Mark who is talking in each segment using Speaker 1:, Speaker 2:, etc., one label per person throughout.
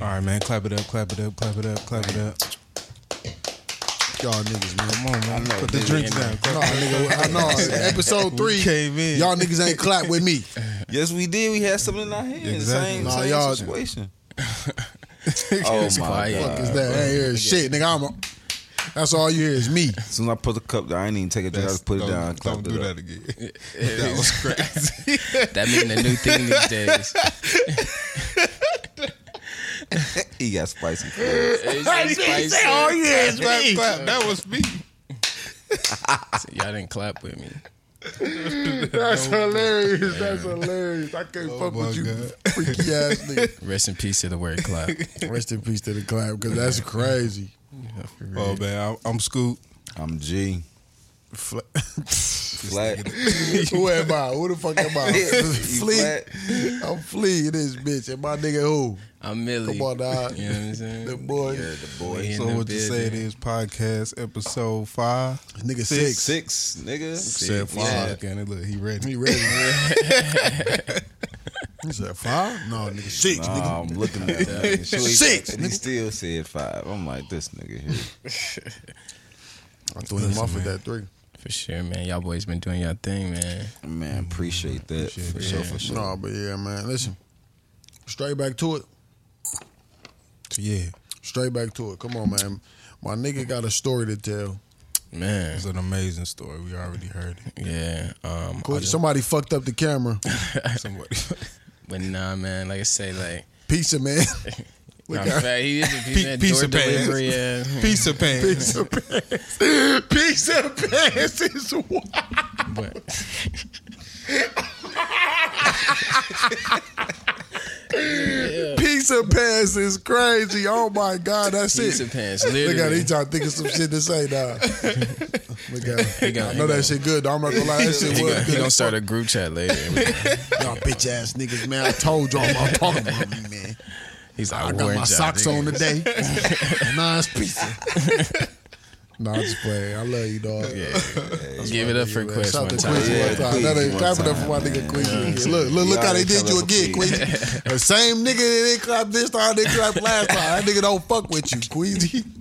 Speaker 1: All right, man. Clap it up, clap it up, clap it up, clap it up.
Speaker 2: Y'all niggas, man.
Speaker 1: Come on, man.
Speaker 3: know,
Speaker 1: Put the
Speaker 3: dude,
Speaker 1: drinks
Speaker 3: yeah,
Speaker 1: down.
Speaker 3: man.
Speaker 1: Clap-
Speaker 2: No, nigga, I know. Episode three.
Speaker 1: came in.
Speaker 2: Y'all niggas ain't clap with me.
Speaker 4: Yes, we did. We had something in our hands.
Speaker 1: Exactly.
Speaker 4: Same,
Speaker 2: Nah,
Speaker 4: same
Speaker 2: y'all-
Speaker 4: situation.
Speaker 3: Oh
Speaker 2: Fuck
Speaker 3: my god!
Speaker 2: is that? I ain't hear shit, nigga. I'm. A, that's all you hear is me.
Speaker 4: As soon as I put the cup down, I didn't even take a drink. I just put it
Speaker 1: don't,
Speaker 4: down. and
Speaker 1: Don't
Speaker 4: clapped
Speaker 1: do
Speaker 4: it up.
Speaker 1: that again. that was crazy.
Speaker 3: That being a new thing these days.
Speaker 4: He got spicy. food.
Speaker 3: It's spicy.
Speaker 2: "Oh,
Speaker 1: clap, clap. That was me.
Speaker 3: Y'all didn't clap with me.
Speaker 2: That's hilarious. That's hilarious. I can't
Speaker 4: Oh,
Speaker 2: fuck
Speaker 1: my
Speaker 2: with you,
Speaker 1: God.
Speaker 2: freaky ass nigga.
Speaker 3: Rest in peace to the word clap.
Speaker 2: Rest in peace to the clap, because that's crazy.
Speaker 1: Oh man, I'm, I'm Scoop.
Speaker 4: I'm G.
Speaker 2: Fla-
Speaker 4: Flat.
Speaker 2: Who am I? Who the fuck am I?
Speaker 4: You
Speaker 2: Flea.
Speaker 4: flat?
Speaker 2: I'm fleeing this bitch. And my nigga who?
Speaker 3: I'm Millie.
Speaker 2: Come on, dog.
Speaker 3: You know what I'm saying?
Speaker 2: The boy.
Speaker 3: You're the boy. in
Speaker 1: So
Speaker 3: the
Speaker 1: what you say it
Speaker 3: building.
Speaker 1: is podcast episode five.
Speaker 2: Nigga six.
Speaker 4: Six, nigga.
Speaker 1: Said five.
Speaker 3: Yeah.
Speaker 1: Look at it. Look, he ready.
Speaker 2: He ready. he said five? No, nigga six.
Speaker 4: Nah, I'm looking at that. nigga. So he-
Speaker 2: Six,
Speaker 4: And he
Speaker 2: nigga.
Speaker 4: still said five. I'm like, this nigga here.
Speaker 2: I threw him off with that three.
Speaker 3: For sure, man. Y'all boys been doing y'all thing, man.
Speaker 4: Man, appreciate that. for sure, for sure.
Speaker 2: No, but yeah, man. Listen, straight back to it.
Speaker 1: Yeah,
Speaker 2: Straight back to it. Come on, man. My nigga got a story to tell.
Speaker 3: Man.
Speaker 1: it's an amazing story. We already heard it.
Speaker 3: Yeah. Um I
Speaker 2: Quick,
Speaker 3: just-
Speaker 2: somebody fucked up the camera.
Speaker 1: Somebody.
Speaker 3: but nah, man, like I say, like
Speaker 2: Pizza man. Look
Speaker 3: matter of
Speaker 2: out.
Speaker 3: fact, he is a
Speaker 1: Pe-
Speaker 3: he's a
Speaker 1: piece
Speaker 3: door
Speaker 1: of pants.
Speaker 3: delivery ass.
Speaker 1: Piece of pan.
Speaker 2: Pizza pants. Pizza pants is wild.
Speaker 3: But
Speaker 2: Pizza pants is crazy. Oh my god, that's
Speaker 3: pizza
Speaker 2: it.
Speaker 3: pants,
Speaker 2: Look at
Speaker 3: literally.
Speaker 2: him. He trying to think of some shit to say now. Look at him.
Speaker 3: got-
Speaker 2: I know
Speaker 3: he got-
Speaker 2: that shit good. though. I'm not gonna lie. That shit
Speaker 3: He
Speaker 2: was
Speaker 3: gonna, he
Speaker 2: good.
Speaker 3: gonna start a group chat later.
Speaker 2: Y'all bitch ass niggas, man. I told y'all I'm talking about me, man.
Speaker 3: He's like,
Speaker 2: I got my socks on today. nah, it's pizza. nah, I'm just playing. I love you, dog.
Speaker 3: Yeah, give it up for Quest
Speaker 2: Shout out
Speaker 3: one
Speaker 2: to
Speaker 3: time.
Speaker 2: Quincy
Speaker 4: Yeah,
Speaker 2: one time. That
Speaker 4: Quincy
Speaker 2: ain't
Speaker 4: one
Speaker 2: clap it up
Speaker 4: time,
Speaker 2: for my nigga
Speaker 4: man.
Speaker 2: Quincy. Look, look, look
Speaker 4: Y'all
Speaker 2: how they
Speaker 4: ain't
Speaker 2: did
Speaker 4: clap
Speaker 2: you
Speaker 4: up for
Speaker 2: again, Quincy.
Speaker 4: Quincy.
Speaker 2: the same nigga that didn't clap this time, they clapped last time. That nigga don't fuck with you, Quincy.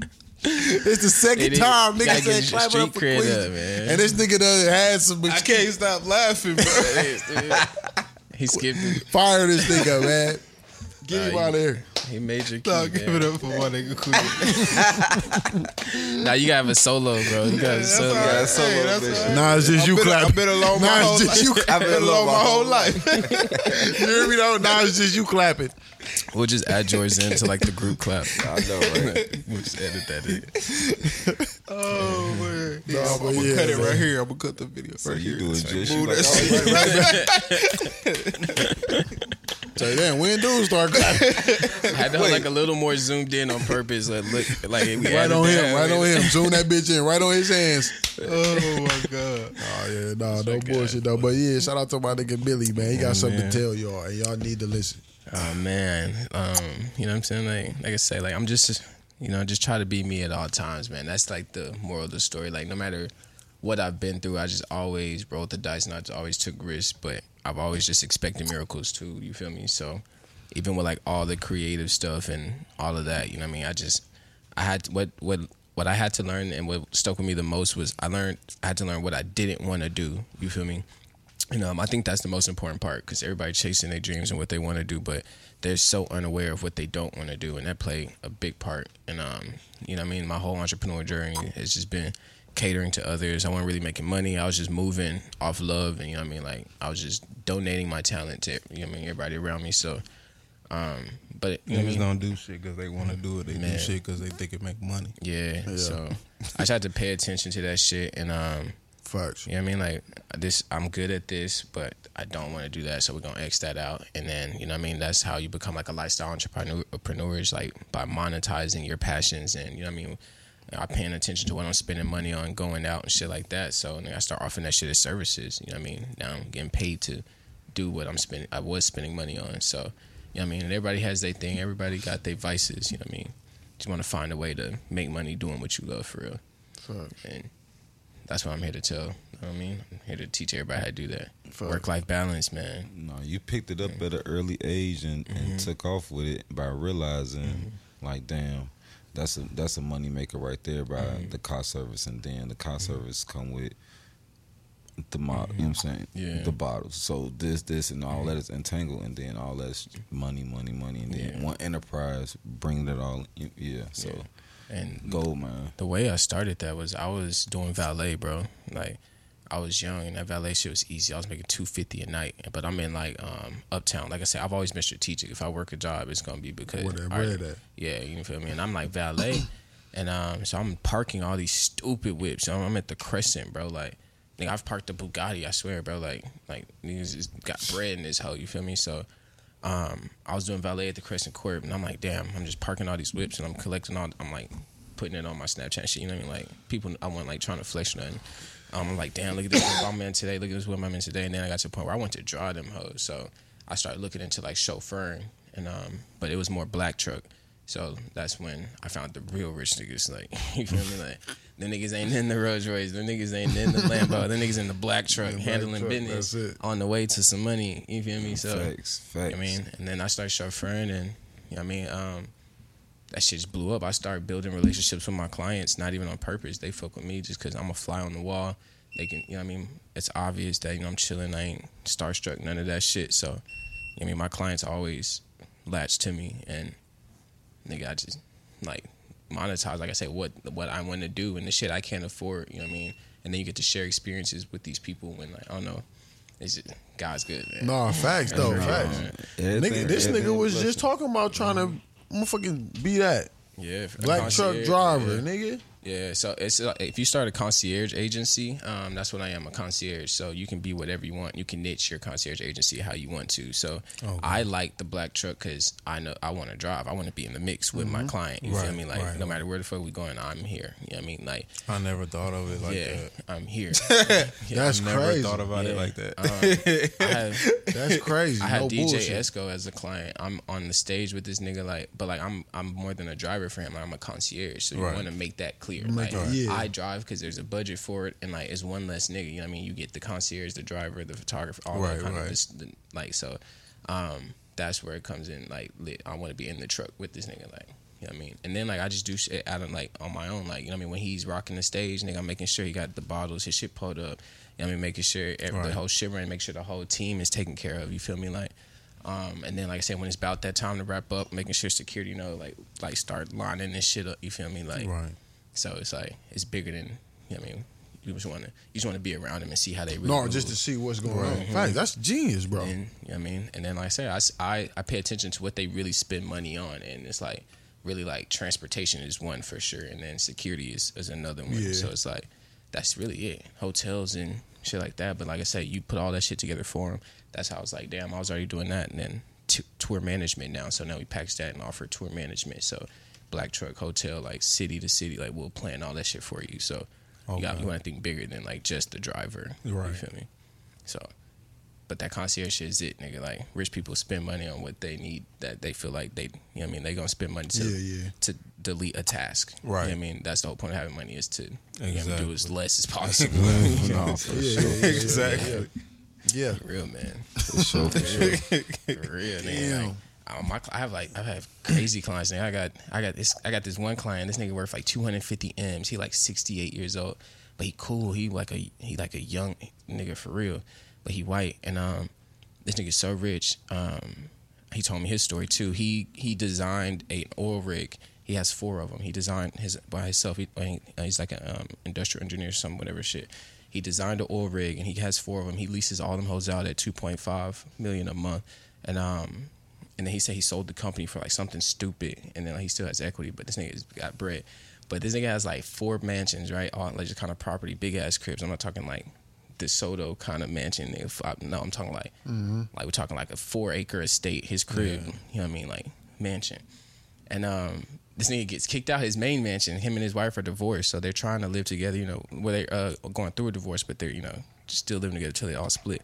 Speaker 2: It's the second
Speaker 3: It is.
Speaker 2: time
Speaker 3: You
Speaker 2: nigga
Speaker 3: gotta get
Speaker 2: said
Speaker 3: your
Speaker 2: clap it
Speaker 3: street
Speaker 2: up for
Speaker 3: cred
Speaker 2: Quincy.
Speaker 3: up, man.
Speaker 2: And this nigga done had some
Speaker 1: I can't stop laughing, bro.
Speaker 3: he skipped it.
Speaker 2: fire this nigga, man.
Speaker 3: Nah,
Speaker 2: Get him
Speaker 3: you-
Speaker 2: out of here.
Speaker 3: He made your
Speaker 1: Stop
Speaker 3: key,
Speaker 1: giving
Speaker 3: man.
Speaker 1: up for my nigga. Cool.
Speaker 3: Now you gotta have a solo, bro. You gotta have a solo.
Speaker 1: all right.
Speaker 4: Yeah, that's a
Speaker 1: Hey,
Speaker 4: little
Speaker 1: that's all
Speaker 4: bitch.
Speaker 1: right.
Speaker 2: Nah, it's just you
Speaker 1: I've been-
Speaker 2: clapping.
Speaker 1: I've been alone my
Speaker 2: Nah, it's
Speaker 1: whole
Speaker 2: just
Speaker 1: life.
Speaker 2: you.
Speaker 4: I've been alone my whole life.
Speaker 2: You hear me though? Nah, it's just you clapping.
Speaker 3: We'll just add yours into like the group clap.
Speaker 4: I know, right?
Speaker 3: We'll just edit that in.
Speaker 1: Oh man, yeah,
Speaker 2: Nah,
Speaker 1: I'm,
Speaker 2: but
Speaker 1: gonna
Speaker 2: yeah,
Speaker 1: cut it
Speaker 2: man.
Speaker 1: right here. I'm gonna cut the video
Speaker 4: So
Speaker 1: right
Speaker 4: you
Speaker 1: here.
Speaker 4: doing just
Speaker 1: Move
Speaker 4: you like,
Speaker 1: that
Speaker 4: oh,
Speaker 1: shit.
Speaker 2: So then when dudes start clapping,
Speaker 3: Had to have like a little more zoomed in on purpose. Like look, like we
Speaker 2: right
Speaker 3: added
Speaker 2: on
Speaker 3: that.
Speaker 2: him, right on him, zoom that bitch in, right on his hands.
Speaker 1: Oh my god.
Speaker 2: Oh yeah, nah, no
Speaker 3: like,
Speaker 2: bullshit though. But yeah, shout out to my nigga Billy, man. He got
Speaker 3: Oh,
Speaker 2: something
Speaker 3: man.
Speaker 2: to tell y'all, and y'all need to listen.
Speaker 3: Oh man, um, you know what I'm saying? Like, like I say, like I'm just, you know, just try to be me at all times, man. That's like the moral of the story. Like, no matter what I've been through, I just always rolled the dice and I just always took risks. But I've always just expected miracles too. You feel me? So, even with like all the creative stuff and all of that, you know what I mean? I just, I had to, what what what I had to learn and what stuck with me the most was I learned I had to learn what I didn't want to do. You feel me? And um, I think that's the most important part because everybody chasing their dreams and what they want to do, but they're so unaware of what they don't want to do, and that play a big part. And um, you know, what I mean, my whole entrepreneur journey has just been catering to others. I wasn't really making money. I was just moving off love, and you know, what I mean, like I was just donating my talent to you know, what I mean, everybody around me. So, um, but you know, what
Speaker 1: Niggas
Speaker 3: I mean?
Speaker 1: don't do shit because they want to do it. They do
Speaker 3: Man.
Speaker 1: shit because they think it make money.
Speaker 3: Yeah, So I tried to pay attention to that shit and um
Speaker 2: Facts.
Speaker 3: you know what I mean? Like this I'm good at this, but I don't want to do that, so we're gonna X that out. And then, you know what I mean, that's how you become like a lifestyle entrepreneur entrepreneur is like by monetizing your passions and you know what I mean I'm paying attention to what I'm spending money on going out and shit like that. So and then I start offering that shit as services. You know what I mean? Now I'm getting paid to do what I'm spending I was spending money on. So, you know what I mean? And everybody has their thing, everybody got their vices, you know what I mean? Just wanna find a way to make money doing what you love for real.
Speaker 2: Facts.
Speaker 3: And that's what I'm here to tell. You know what I mean, I'm here to teach everybody how to do that.
Speaker 2: Fuck.
Speaker 3: Work life balance, man.
Speaker 4: No, you picked it up at an early age and, and took off with it by realizing, like, damn, that's a that's a money maker right there by the car service, and then the car service come with the mo- you know what I'm saying,
Speaker 3: Yeah.
Speaker 4: the bottles. So this, this, and all that is entangled, and then all that's money, money, money, and then
Speaker 3: Yeah.
Speaker 4: one enterprise bringing it all. In. Yeah, so
Speaker 3: And
Speaker 4: gold mine.
Speaker 3: the way I started that was I was doing valet, bro. Like I was young and that valet shit was easy. I was making two fifty a night, but I'm in like um uptown. Like I said, I've always been strategic. If I work a job, it's gonna be because
Speaker 2: Where that
Speaker 3: all right,
Speaker 2: bread at?
Speaker 3: yeah, you feel me. And I'm like valet, and um so I'm parking all these stupid whips. I'm, I'm at the Crescent, bro. Like. Nigga, I've parked a Bugatti. I swear, bro. Like, like niggas is- got bread in this hoe. You feel me? So, um, I was doing valet at the Crescent Corp, and I'm like, damn, I'm just parking all these whips, and I'm collecting all. I'm like, putting it on my Snapchat and shit. You know what I mean? Like people, I wasn't like trying to flex or nothing. Um, I'm like, damn, look at this whip I'm in today. Look at this whip I'm in today. And then I got to a point where I went to draw them hoes. So I started looking into like chauffeuring, and um, but it was more black truck. So that's when I found the real rich niggas. Like, you feel me? Like, the niggas ain't in the Rolls Royce. The niggas ain't in the Lambo. The niggas in the black truck
Speaker 2: black
Speaker 3: handling
Speaker 2: truck, that's
Speaker 3: business
Speaker 2: it.
Speaker 3: on the way to some money. You feel me? So
Speaker 4: facts, facts.
Speaker 3: I mean, and then I started chauffeuring, and you know what I mean, um, that shit just blew up. I started building relationships with my clients, not even on purpose. They fuck with me just because I'm a fly on the wall. They can, you know, what I mean, it's obvious that you know I'm chilling. I ain't starstruck, none of that shit. So, you know, what I mean, my clients always latch to me, and nigga, I just like monetize, like I say, what what I want to do and the shit I can't afford. You know what I mean? And then you get to share experiences with these people, and like, I don't know, it's just God's good, man.
Speaker 2: Nah, facts though.
Speaker 3: Yeah.
Speaker 2: Facts. Nigga,
Speaker 4: Everything-
Speaker 2: this nigga
Speaker 4: everything
Speaker 2: was
Speaker 4: blessed.
Speaker 2: just talking about trying to motherfucking be that
Speaker 3: Yeah, for the
Speaker 2: black truck
Speaker 3: concierge,
Speaker 2: driver,
Speaker 3: yeah.
Speaker 2: nigga.
Speaker 3: Yeah, so it's uh, if you start a concierge agency, um, that's what I am a concierge. So you can be whatever you want. You can niche your concierge agency how you want to. So
Speaker 1: Oh,
Speaker 3: I like the black truck because I know I want to drive. I want to be in the mix with my client. You feel
Speaker 1: Mm-hmm. Right,
Speaker 3: me? Like
Speaker 1: right.
Speaker 3: no matter where the fuck we going, I'm here. You know what I mean? Like
Speaker 1: I never thought of it like
Speaker 3: yeah,
Speaker 1: that.
Speaker 3: I'm here.
Speaker 2: That's
Speaker 1: Never
Speaker 2: crazy.
Speaker 1: thought about it
Speaker 3: Yeah.
Speaker 1: like that.
Speaker 3: I have
Speaker 2: That's crazy.
Speaker 3: I had
Speaker 2: no
Speaker 3: DJ
Speaker 2: bullshit.
Speaker 3: Esco as a client. I'm on the stage with this nigga, like, but like I'm I'm more than a driver for him. Like, I'm a concierge, so you
Speaker 1: Right.
Speaker 3: want to make that clear.
Speaker 2: Make
Speaker 3: like,
Speaker 2: it- yeah.
Speaker 3: I drive because there's a budget for it, and like it's one less nigga. You know what I mean? You get the concierge, the driver, the photographer, all
Speaker 1: Right,
Speaker 3: that kind
Speaker 1: right.
Speaker 3: of this, the, like so. Um, that's where it comes in. Like, lit. I want to be in the truck with this nigga, like. You know what I mean? And then like I just do shit out of like on my own. Like, you know what I mean? When he's rocking the stage, nigga, I'm making sure he got the bottles, his shit pulled up. You know what I mean? Making sure every,
Speaker 1: Right.
Speaker 3: the whole shit running, make sure the whole team is taken care of. You feel me? Like, um, and then like I said, when it's about that time to wrap up, making sure security you know like like start lining this shit up. You feel me? Like
Speaker 1: Right.
Speaker 3: so it's like it's bigger than you know what I mean. You just want to you just want to be around them and see how they really
Speaker 2: No,
Speaker 3: move.
Speaker 2: just to see what's going on. Facts. That's genius, bro.
Speaker 3: And, you know what I mean? And then, like I said, I s- I, I pay attention to what they really spend money on. And it's like, really, like, transportation is one for sure. And then security is, is another one.
Speaker 2: Yeah.
Speaker 3: So it's like, that's really it. Hotels and shit like that. But like I said, you put all that shit together for them. That's how I was like, damn, I was already doing that. And then t- tour management now. So now we package that and offer tour management. So black truck, hotel, like city to city, like we'll plan all that shit for you. So
Speaker 2: Oh,
Speaker 3: you, got,
Speaker 1: Okay.
Speaker 3: you want to think bigger than like just the driver. You
Speaker 1: Right.
Speaker 3: feel me? So but that concierge shit is it, nigga. Like rich people spend money on what they need that they feel like they, you know what I mean? They gonna spend money to
Speaker 2: Yeah, yeah.
Speaker 3: to delete a task. You know
Speaker 1: Right.
Speaker 3: what I mean, that's the whole point of having money is to you know, what I mean, do
Speaker 1: Exactly.
Speaker 3: as less as possible.
Speaker 4: No, for
Speaker 2: Yeah,
Speaker 4: sure.
Speaker 2: yeah, yeah,
Speaker 1: Exactly.
Speaker 2: Yeah.
Speaker 3: For real man,
Speaker 4: For sure, for sure.
Speaker 3: For real nigga. Like, I, my, cl- I have like I have crazy clients. Nigga. I got I got this I got this one client. This nigga worth like 250 m's. He like 68 years old, but he cool. He like a he like a young nigga for real, but he white and um this nigga's so rich. Um, he told me his story too. He he designed an oil rig. He has four of them. He designed his by himself. He, he- he's like an um, industrial engineer, or some whatever shit. He designed an oil rig, and he has four of them. He leases all them hoes out at two point five million a month, and um, and then he said he sold the company for like something stupid, and then like, he still has equity, but this nigga's got bread. But this nigga has like four mansions, right? All like just kind of property, big ass cribs. I'm not talking like the Soto kind of mansion. nigga. F- I- No, I'm talking like like we're talking like a four acre estate, his crib. You know what I mean, like mansion. And um, this nigga gets kicked out his main mansion. Him and his wife are divorced, so they're trying to live together. You know, where they uh going through a divorce, but they're you know just still living together till they all split.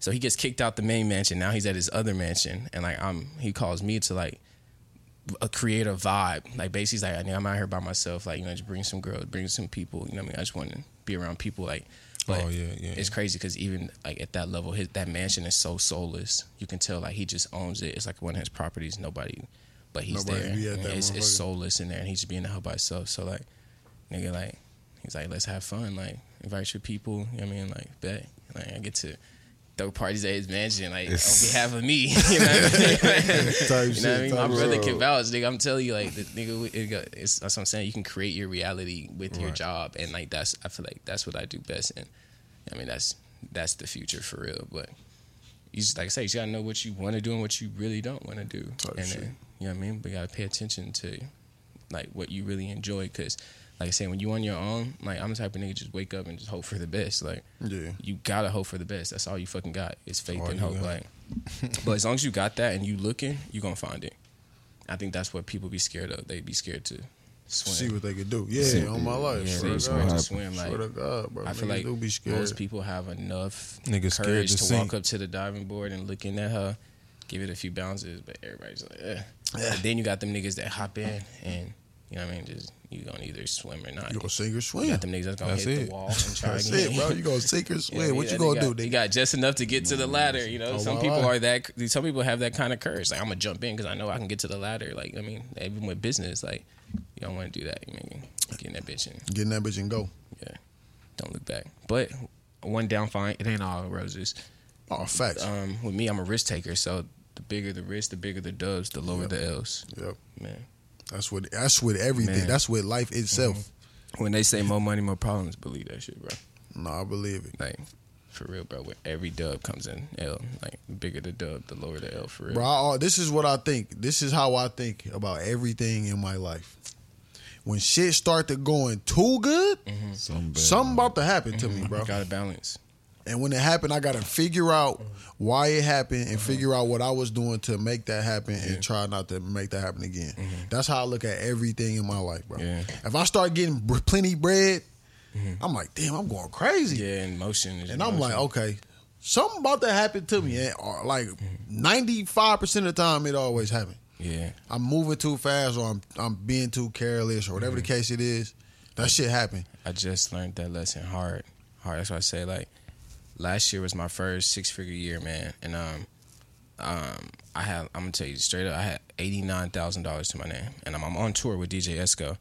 Speaker 3: So he gets kicked out the main mansion. Now he's at his other mansion, and like I'm, he calls me to like a create a vibe. Like basically, he's like I think I'm out here by myself. Like you know, just bring some girls, bring some people. You know, what I mean, I just want to be around people. Like, but
Speaker 1: Oh, yeah, yeah.
Speaker 3: It's crazy because even like at that level, his that mansion is so soulless. You can tell like he just owns it. It's like one of his properties. Nobody, but he's
Speaker 2: Nobody be
Speaker 3: there.
Speaker 2: at that
Speaker 3: It's, it's
Speaker 2: motherfucker.
Speaker 3: soulless in there, and he's just being out by himself. So like, nigga, like he's like, let's have fun. Like invite your people. You know what I mean, like bet. Like I get to. Throw parties at his mansion, like on behalf of me. You know what I mean?
Speaker 2: Type
Speaker 3: You know what I
Speaker 2: shit,
Speaker 3: mean? My
Speaker 2: type
Speaker 3: brother
Speaker 2: shit.
Speaker 3: can vouch, nigga. I'm telling you, like, the, nigga, we- it got, it's, that's what I'm saying. You can create your reality with your job, and like that's, I feel like that's what I do best. And I mean, that's that's the future for real. But you just, like I say, you just gotta know what you want to do and what you really don't want to do.
Speaker 2: Type
Speaker 3: and
Speaker 2: shit.
Speaker 3: then, you know what I mean? But you gotta pay attention to like what you really enjoy, because like I say, when you on your own, like I'm the type of nigga just wake up and just hope for the best, like
Speaker 2: Yeah.
Speaker 3: you gotta hope for the best. That's all you fucking got is faith
Speaker 1: All
Speaker 3: and
Speaker 1: you
Speaker 3: hope.
Speaker 1: got.
Speaker 3: Like, but as long as you got that and you looking, you gonna find it. I think that's what people be scared of. They be scared to swim.
Speaker 2: See what they could do. Yeah,
Speaker 4: See-
Speaker 2: on my life.
Speaker 3: yeah,
Speaker 2: swear
Speaker 3: they
Speaker 2: to
Speaker 3: be scared
Speaker 2: God.
Speaker 3: to
Speaker 4: happen.
Speaker 3: swim. Like,
Speaker 2: Swear to God, bro.
Speaker 3: I feel
Speaker 2: Niggas
Speaker 3: like
Speaker 2: do be scared.
Speaker 3: most people have enough
Speaker 1: Niggas scared
Speaker 3: courage
Speaker 1: to
Speaker 3: to,
Speaker 1: sink.
Speaker 3: walk up to the diving board and looking at her, give it a few bounces, but everybody's like, eh. But then you got them niggas that hop in and you know what I mean. Just you gonna either swim or not.
Speaker 2: you gonna sink or
Speaker 3: You
Speaker 2: swim.
Speaker 3: got them niggas that's gonna
Speaker 1: That's
Speaker 3: hit
Speaker 1: it.
Speaker 3: the wall and try
Speaker 2: That's
Speaker 3: again.
Speaker 2: it, bro. You gonna sink or swim.
Speaker 3: Yeah,
Speaker 2: what
Speaker 3: yeah,
Speaker 2: you
Speaker 3: they
Speaker 2: gonna
Speaker 3: got-
Speaker 2: do?
Speaker 3: They
Speaker 2: nigga?
Speaker 3: got just enough to get to the ladder. You know,
Speaker 2: Oh,
Speaker 3: some
Speaker 2: wow,
Speaker 3: people
Speaker 2: wow.
Speaker 3: are that. Some people have that kind of courage. Like I'm gonna jump in because I know I can get to the ladder. Like I mean, even with business, like you don't want to do that. You mean get in that bitch and
Speaker 2: Get in that bitch and go.
Speaker 3: yeah, don't look back. But one downfall, it ain't all roses.
Speaker 2: Oh, facts.
Speaker 3: Um, with me, I'm a risk taker. So the bigger the risk, the bigger the dubs, the lower
Speaker 2: Yeah.
Speaker 3: the L's.
Speaker 2: yep.
Speaker 3: Man,
Speaker 2: That's what. That's with everything.
Speaker 3: Man. Mm-hmm.
Speaker 2: That's with life itself.
Speaker 3: when they say more money, more problems, believe that shit, bro.
Speaker 2: No, I believe it,
Speaker 3: Like. For real, bro. When every dub comes in, L. Like the bigger the dub, the lower the L. For real,
Speaker 2: bro. I, this is what I think. This is how I think about everything in my life. When shit start to going too good,
Speaker 3: Mm-hmm.
Speaker 4: Something bad.
Speaker 2: something about to happen to me, bro.
Speaker 3: Got to balance.
Speaker 2: And when it happened, I gotta figure out why it happened and figure out what I was doing to make that happen and try not to make that happen again. That's how I look at everything in my life, bro.
Speaker 3: Yeah.
Speaker 2: If I start getting br- plenty bread, I'm like, damn, I'm going crazy.
Speaker 3: Yeah, and motion. Is
Speaker 2: And I'm like,
Speaker 3: emotion.
Speaker 2: okay, something about to happen to me. And uh, like 95% of the time, it always happens.
Speaker 3: yeah,
Speaker 2: I'm moving too fast or I'm, I'm being too careless or whatever the case it is. That shit happened.
Speaker 3: I just learned that lesson hard. Hard. That's why I say like, last year was my first six figure year, man, and um, um, I have. I'm gonna tell you straight up, I had eighty nine thousand dollars to my name, and I'm, I'm on tour with DJ Esco.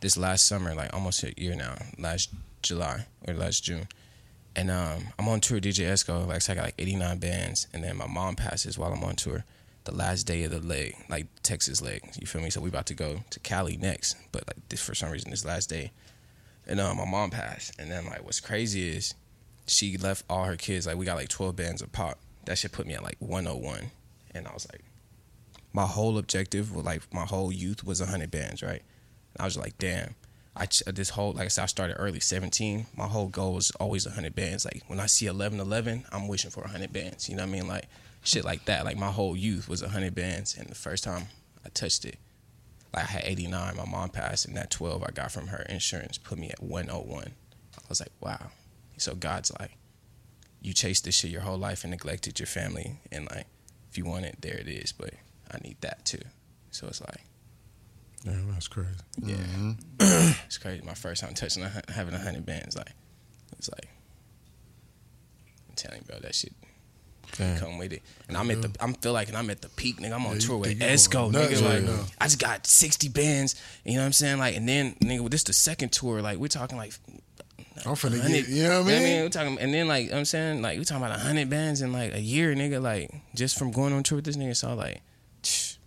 Speaker 3: This last summer, like almost a year now, last July or last June. And um, I'm on tour with DJ Esco. Like, so I got like 89 bands. And then my mom passes while I'm on tour the last day of the leg, like Texas leg. You feel me? So we about to go to Cali next. But like this, for some reason, this last day. And uh, my mom passed. And then, like, what's crazy is she left all her kids. Like, we got like 12 bands of pop. That shit put me at like 101. And I was like, my whole objective was like, my whole youth was 100 bands, right? And I was like, damn. I ch- this whole like I said, I started early, seventeen. My whole goal was always hundred bands. Like when I see eleven, eleven, I'm wishing for hundred bands. You know what I mean? Like shit like that. Like my whole youth was hundred bands, and the first time I touched it, like I had eighty nine. My mom passed, and that twelve I got from her insurance put me at one oh one. I was like, wow. So God's like, you chased this shit your whole life and neglected your family, and like if you want it, there it is. But I need that too. So it's like.
Speaker 1: Damn, that's crazy.
Speaker 3: Yeah, it's crazy. My first time touching a, hun- having a hundred bands, like it's like I'm telling you, bro, that shit
Speaker 2: Mm.
Speaker 1: Damn.
Speaker 3: come with it. And I'm at the, I'm feel like, and I'm at the peak, nigga. I'm on
Speaker 2: you
Speaker 3: tour with
Speaker 2: think you going
Speaker 3: Esco,
Speaker 2: nuts
Speaker 3: nigga.
Speaker 2: right
Speaker 3: Like
Speaker 2: now.
Speaker 3: I just got sixty bands, you know what I'm saying? Like, and then nigga, this the second tour. Like we're talking like
Speaker 2: I'm finna
Speaker 3: hundred.
Speaker 2: get, you know what I mean?
Speaker 3: We're talking, and then like I'm saying, like we talking about hundred bands in like a year, nigga. Like just from going on tour with this nigga, so like, it's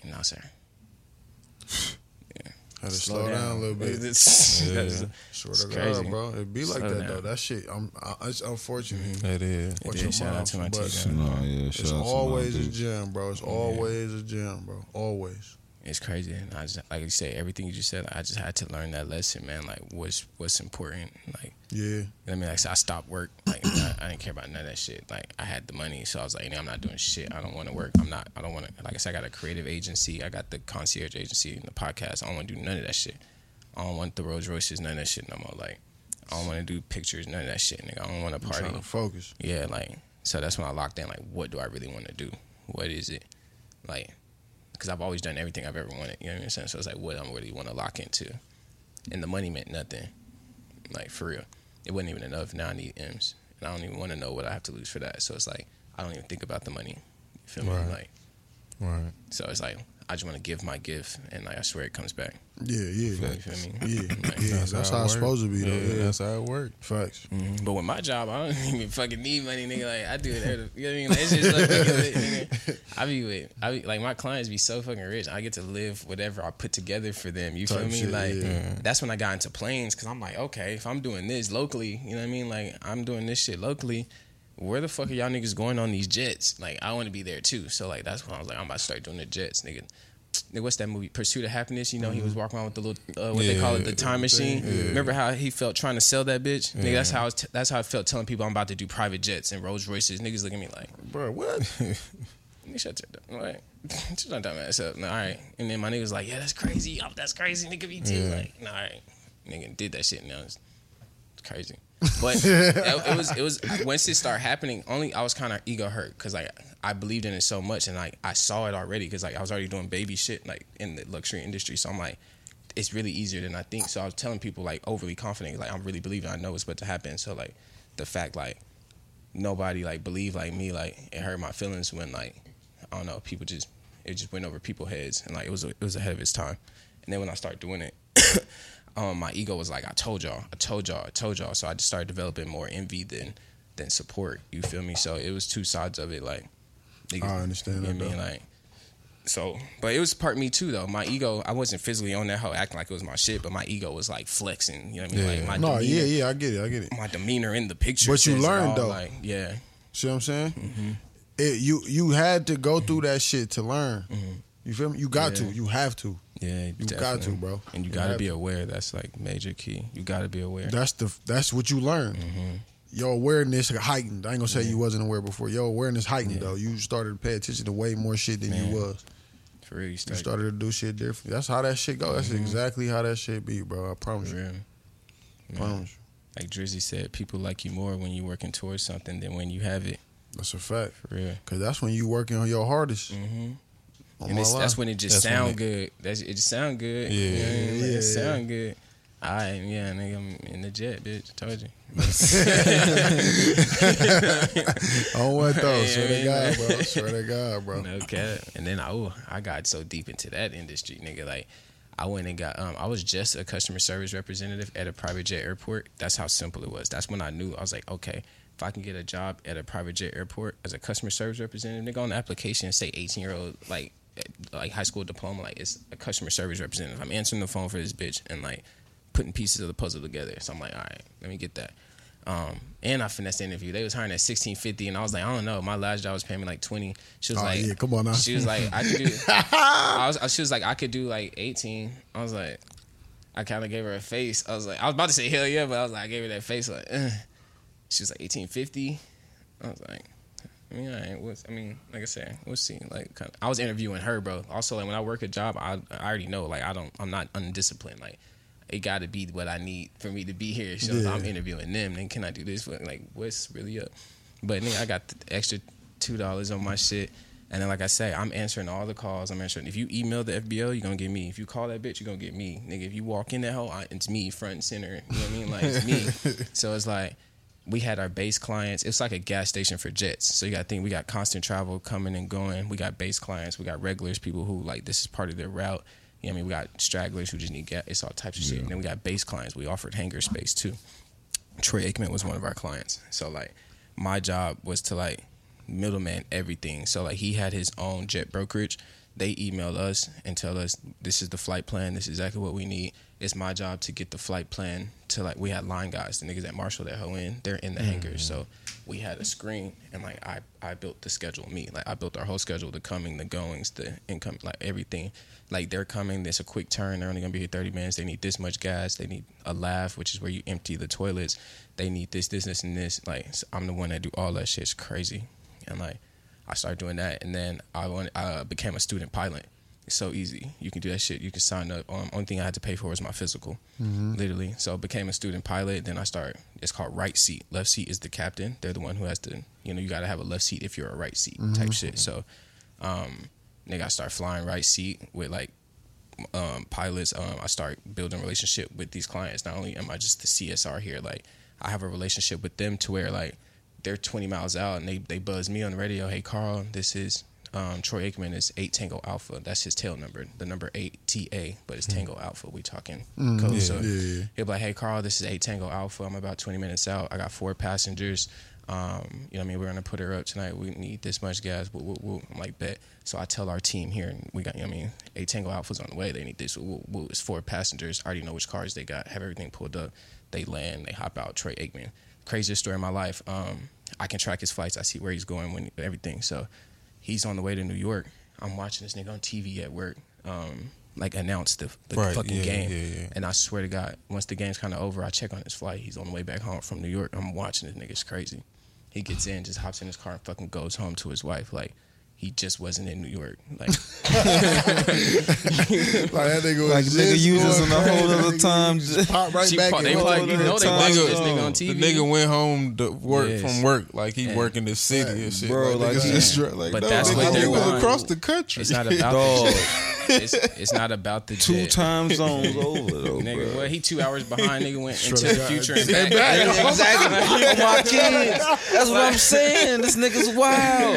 Speaker 3: like no, sir.
Speaker 2: Had to slow, down. a little bit.
Speaker 3: That's-
Speaker 2: Swear
Speaker 3: It's
Speaker 2: to
Speaker 3: crazy.
Speaker 2: God, bro. It be like
Speaker 3: Slow
Speaker 2: that
Speaker 3: down.
Speaker 2: though. That shit. I'm. I, it's unfortunate.
Speaker 1: That is.
Speaker 2: Watch
Speaker 3: is.
Speaker 2: your
Speaker 3: Shout out
Speaker 2: mouth,
Speaker 3: to my
Speaker 2: but
Speaker 3: teacher.
Speaker 4: No, yeah.
Speaker 2: It's
Speaker 4: Shout out to my
Speaker 2: always a
Speaker 4: dude.
Speaker 2: gem, bro. It's always a gem, bro. Always.
Speaker 3: It's crazy. And I just like you said, everything you just said, I just had to learn that lesson, man. Like what's what's important. Like
Speaker 2: Yeah.
Speaker 3: you know what I mean, like so I stopped work. Like I, I didn't care about none of that shit. Like I had the money, so I was like, you know, I'm not doing shit. I don't want to work. I'm not. I don't want to. Like I said, I got a creative agency. I got the concierge agency and the podcast. I don't want to do none of that shit. I don't want the Rolls Royces, none of that shit no more. Like I don't want to do pictures, none of that shit, nigga. I don't want to
Speaker 2: I'm
Speaker 3: party.
Speaker 2: trying to focus.
Speaker 3: Yeah, like so that's when I locked in. Like, what do I really want to do? What is it? Like, because I've always done everything I've ever wanted. You know what I'm saying? So it's like what I'm really want to lock into, and the money meant nothing, like for real. It wasn't even enough. Now I need M's, and I don't even want to know what I have to lose for that. So it's like I don't even think about the money. You feel me?
Speaker 1: Right.
Speaker 3: Like
Speaker 1: Right.
Speaker 3: so, it's like I just want to give my gift, and like I swear it comes back.
Speaker 2: Yeah, yeah,
Speaker 3: You feel me?
Speaker 2: yeah,
Speaker 3: Like,
Speaker 2: yeah. That's, how it's
Speaker 1: it
Speaker 2: supposed to
Speaker 1: work.
Speaker 2: be. Though.
Speaker 1: Yeah,
Speaker 2: Yeah,
Speaker 1: that's how it works.
Speaker 2: facts.
Speaker 3: Mm-hmm. But with my job, I don't even fucking need money, nigga. Like I do it, every, you know what I mean? Like, it's just like, nigga, nigga, I be with, I be like my clients be so fucking rich. I get to live whatever I put together for them. You feel
Speaker 2: Type
Speaker 3: me?
Speaker 2: shit,
Speaker 3: like Mm-hmm.
Speaker 2: yeah.
Speaker 3: that's when I got into planes because I'm like, okay, if I'm doing this locally, you know what I mean? Like I'm doing this shit locally. Where the fuck are y'all niggas going on these jets? Like I want to be there too. So like that's when I was like, I'm about to start doing the jets, nigga. Nigga, What's that movie? Pursuit of Happiness. You know, he was walking around with the little uh, what they
Speaker 1: Mm-hmm. Yeah,
Speaker 3: call it, the time machine.
Speaker 1: yeah.
Speaker 3: Remember how he felt trying to sell that bitch? Nigga, that's how I was t- that's how I felt telling people I'm about to do private jets and Rolls Royces. Niggas look at me like,
Speaker 1: Bro, what?
Speaker 3: nigga, shut your dumb, like, shut your dumb ass up. Nah, all right. And then my nigga was like, yeah, that's crazy. Oh, that's crazy. Nigga, me too.
Speaker 1: Yeah.
Speaker 3: Like, nah, all right. Nigga did that shit. Now it's it's crazy. But it, it was it was once it started happening. Only I was kind of ego hurt because like I believed in it so much and like I saw it already because like I was already doing baby shit like in the luxury industry. So I'm like, it's really easier than I think. So I was telling people like overly confident, like I'm really believing I know what's about to happen. So like the fact like nobody like believed like me, like it hurt my feelings when like I don't know, people just it just went over people's heads and like it was it was ahead of its time. And then when I started doing it, um, my ego was like, I told y'all, I told y'all, I told y'all. So I just started developing more envy than than support. You feel me? So it was two sides of it, like niggas-
Speaker 2: I understand
Speaker 3: You know
Speaker 2: that,
Speaker 3: what I mean?
Speaker 2: though.
Speaker 3: Like so, but it was part me too though. My ego, I wasn't physically on that hoe acting like it was my shit, but my ego was like flexing. You know what I mean? Like
Speaker 1: Yeah.
Speaker 3: my
Speaker 2: No,
Speaker 3: demeanor,
Speaker 2: yeah, yeah. I get it. I get it.
Speaker 3: my demeanor in the picture.
Speaker 2: But you
Speaker 3: says it
Speaker 2: learned,
Speaker 3: all,
Speaker 2: though.
Speaker 3: Like, yeah,
Speaker 2: See what I'm saying?
Speaker 3: Mm-hmm.
Speaker 2: It, you you had to go through that shit to learn. You feel me? You got to.
Speaker 3: Mm-hmm. Yeah.
Speaker 2: You have to.
Speaker 3: yeah,
Speaker 2: You got to,
Speaker 3: definitely.
Speaker 2: bro.
Speaker 3: And you gotta
Speaker 2: have
Speaker 3: be
Speaker 2: to.
Speaker 3: aware. That's like major key. You gotta be aware.
Speaker 2: That's the. That's what you learn.
Speaker 3: Mm-hmm.
Speaker 2: Your awareness heightened. I ain't gonna say you wasn't aware before. Your awareness heightened though. You started to pay attention to way more shit than
Speaker 3: Man.
Speaker 2: you was.
Speaker 3: For real, you
Speaker 2: You
Speaker 3: start.
Speaker 2: started to do shit different. That's how that shit go. That's exactly how that shit be, bro. I promise
Speaker 3: Mm-hmm. for
Speaker 2: you.
Speaker 3: real.
Speaker 2: Promise you.
Speaker 3: Like Drizzy said, people like you more when you're working towards something than when you have it.
Speaker 2: That's a fact.
Speaker 3: For real.
Speaker 2: Cause that's when you working on your hardest.
Speaker 3: Mm-hmm.
Speaker 2: On
Speaker 3: And
Speaker 2: my
Speaker 3: it's,
Speaker 2: line.
Speaker 3: that's when it just
Speaker 1: That's when
Speaker 3: sound good. That's it just sound good.
Speaker 1: Yeah.
Speaker 3: You know what I mean? Like,
Speaker 2: Yeah.
Speaker 3: It sound good. I am, yeah, nigga, I'm in the jet, bitch. Told you.
Speaker 2: on what though?
Speaker 3: Yeah,
Speaker 2: Swear to
Speaker 3: yeah,
Speaker 2: God, bro. Swear to God, bro.
Speaker 3: No cap. And then I oh, I got so deep into that industry, nigga. Like I went and got um I was just a customer service representative at a private jet airport. That's how simple it was. That's when I knew I was like, okay, if I can get a job at a private jet airport as a customer service representative, nigga on the application say eighteen year old like eh, like high school diploma, like it's a customer service representative. I'm answering the phone for this bitch and like putting pieces of the puzzle together. So I'm like, all right, let me get that. Um, and I finessed the interview. They was hiring at sixteen fifty, and I was like, I don't know. My last job was paying me like twenty. She was
Speaker 2: Oh,
Speaker 3: like,
Speaker 2: yeah, come on now.
Speaker 3: She was like, I could do. I was, I- she was like, I could do like eighteen. I was like, I kind of gave her a face. I was like, I was about to say hell yeah, but I was like, I gave her that face. Like, eh. she was like eighteen fifty. I was like. I mean, all right, what's, I mean, like I said, we'll see. Like, kind of, I was interviewing her, bro. Also, like when I work a job, I, I already know, like, I don't, I'm not undisciplined. Like, it got to be what I need for me to be here. So if
Speaker 2: Yeah.
Speaker 3: I'm interviewing them, then can I do this? But, Like, what's really up? But nigga, I got the extra two dollars on my shit, and then like I say, I'm answering all the calls. I'm answering. If you email the FBO, you're gonna get me. If you call that bitch, you're gonna get me, nigga. If you walk in that hole, I, it's me front and center. You know what I mean? Like it's me. so it's like we had our base clients. It's like a gas station for jets. So you got to think we got constant travel coming and going. We got base clients. We got regulars, people who like this is part of their route. You know what I mean? We got stragglers who just need gas. It's all types of shit. And then we got base clients. We offered hangar space too. Troy Aikman was one of our clients. So like my job was to like middleman everything. So like he had his own jet brokerage. They email us and tell us this is the flight plan. This is exactly what we need. It's my job to get the flight plan to like we had line guys, the niggas at Marshall that hoe in, they're in the hangars. So we had a screen and like I I built the schedule. Me like I built our whole schedule, the coming, the goings, the income, like everything. Like they're coming. There's a quick turn. They're only gonna be here 30 minutes. They need this much gas. They need a lav, which is where you empty the toilets. They need this, this, this, and this. Like so I'm the one that do all that shit. It's crazy. And like I started doing that, and then I went. I became a student pilot. It's so easy. You can do that shit. You can sign up. Um, only thing I had to pay for was my physical, literally. So I became a student pilot. Then I started. It's called right seat. Left seat is the captain. They're the one who has to. You know, you got to have a left seat if you're a right seat type shit. So Nigga, I start flying right seat with like um, pilots. Um, I start building relationship with these clients. Not only am I just the CSR here, like I have a relationship with them to where like they're 20 miles out and they they buzz me on the radio. Hey Carl, this is um, Troy Aikman. It's eight Tango Alpha. That's his tail number. The number eight T A, but it's Tango Alpha. We talking code. so
Speaker 2: Hmm. yeah, yeah.
Speaker 3: he'll be like, Hey Carl, this is eight Tango Alpha. I'm about 20 minutes out. I got four passengers. Um, you know what I mean? We're gonna put her up tonight. We need this much gas. Woo, woo, woo. I'm like, bet. So I tell our team here, and we got, you know what I mean? A Tango Alpha's on the way. They need this. Woo, woo, woo. It's four passengers. I already know which cars they got. Have everything pulled up. They land. They hop out. Troy Aikman. Craziest story of my life. Um, I can track his flights. I see where he's going when everything. So he's on the way to New York. I'm watching this nigga on TV at work. Um, like announce the, the
Speaker 1: Right,
Speaker 3: fucking
Speaker 1: yeah,
Speaker 3: game.
Speaker 1: yeah, yeah.
Speaker 3: And I swear to God, once the game's kind of over, I check on his flight. He's on the way back home from New York. I'm watching this nigga's crazy. He gets in, just hops in his car, and fucking goes home to his wife. Like he just wasn't in New York. Like
Speaker 2: Like that nigga was
Speaker 4: Like,
Speaker 2: just
Speaker 4: nigga, you
Speaker 2: going
Speaker 4: just in a whole
Speaker 2: crazy.
Speaker 4: other time.
Speaker 2: Just pop right
Speaker 3: She
Speaker 2: back.
Speaker 3: pro-
Speaker 2: in
Speaker 3: they
Speaker 2: the
Speaker 3: probably-
Speaker 2: middle
Speaker 3: you
Speaker 2: of the
Speaker 3: know they
Speaker 2: time.
Speaker 3: watching this nigga on
Speaker 1: The
Speaker 3: TV.
Speaker 1: nigga went home to work
Speaker 3: Yes.
Speaker 1: from work like he
Speaker 3: Yeah.
Speaker 1: working the city and shit.
Speaker 4: Bro,
Speaker 1: like,
Speaker 4: like,
Speaker 1: niggas
Speaker 4: yeah.
Speaker 1: just dra- like
Speaker 3: But
Speaker 1: no,
Speaker 3: that's
Speaker 1: nigga,
Speaker 4: what
Speaker 1: he
Speaker 4: they're
Speaker 1: was
Speaker 4: going-
Speaker 1: across the country.
Speaker 3: it's not about
Speaker 4: Dog.
Speaker 3: the jet. It's, it's not about the
Speaker 4: Two
Speaker 3: jet.
Speaker 4: time zones over though,
Speaker 3: Nigga,
Speaker 4: bro.
Speaker 3: well, he two hours behind. Nigga went
Speaker 2: Straight
Speaker 3: into the
Speaker 2: up.
Speaker 3: future and back.
Speaker 4: Exactly. On my kids. That's what I'm saying. This nigga's wild.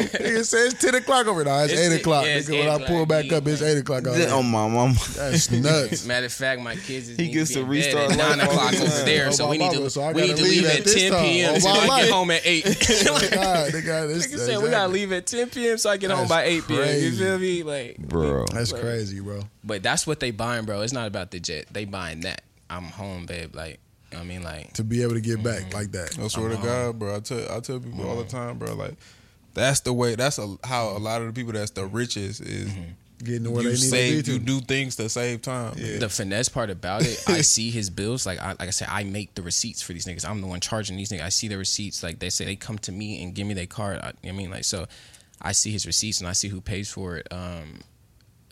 Speaker 2: Nigga says ten o'clock over there. It's,
Speaker 3: It's
Speaker 2: eight
Speaker 3: ti-
Speaker 2: o'clock.
Speaker 3: yeah, it's
Speaker 2: nigga,
Speaker 3: eight
Speaker 2: when I
Speaker 3: o'clock.
Speaker 2: pull back
Speaker 3: Yeah, um,
Speaker 2: up, it's
Speaker 3: like-
Speaker 2: eight o'clock. out
Speaker 4: Oh
Speaker 2: there.
Speaker 4: my mama.
Speaker 2: That's nuts.
Speaker 3: Matter of fact, my kids is
Speaker 4: He
Speaker 3: need
Speaker 4: gets
Speaker 3: be
Speaker 4: to
Speaker 3: in
Speaker 4: restart
Speaker 3: bed at
Speaker 4: life
Speaker 3: nine o'clock
Speaker 4: all
Speaker 3: over
Speaker 4: the
Speaker 3: there,
Speaker 2: time.
Speaker 3: so
Speaker 2: Oh,
Speaker 3: we
Speaker 2: my
Speaker 3: need
Speaker 2: mama,
Speaker 3: to
Speaker 2: so I
Speaker 3: we need
Speaker 2: gotta
Speaker 3: to leave
Speaker 2: leave
Speaker 3: at
Speaker 2: at this
Speaker 3: ten
Speaker 2: time.
Speaker 3: p.m.
Speaker 2: Oh,
Speaker 3: so
Speaker 2: my
Speaker 3: I
Speaker 2: life.
Speaker 3: get home at eight.
Speaker 2: God, they got this.
Speaker 3: Nigga said we gotta leave at 10 p.m. so I get home
Speaker 2: That's
Speaker 3: by 8 p.m. You
Speaker 2: crazy.
Speaker 3: feel me? Like,
Speaker 4: Bro.
Speaker 2: That's crazy, bro.
Speaker 3: but that's what they buying, bro. It's not about the jet. They buying that. I'm home, babe. Like, I mean, like,
Speaker 2: To be able to get
Speaker 3: Mm-hmm.
Speaker 2: back like that.
Speaker 1: I swear to God, bro. I tell I tell people all the time, bro. Like that's the way. That's a, how a lot of the people that's the richest is.
Speaker 3: Mm-hmm.
Speaker 2: Getting to where
Speaker 1: you
Speaker 2: they need
Speaker 1: save.
Speaker 2: to
Speaker 1: You
Speaker 2: be
Speaker 1: do
Speaker 2: to.
Speaker 1: things to save time. man.
Speaker 3: the finesse part about it, I see his bills. Like, I, like I said, I make the receipts for these niggas. I'm the one charging these niggas. I see the receipts. Like they say, they come to me and give me their card. I, I mean, like, so I see his receipts and I see who pays for it. Um,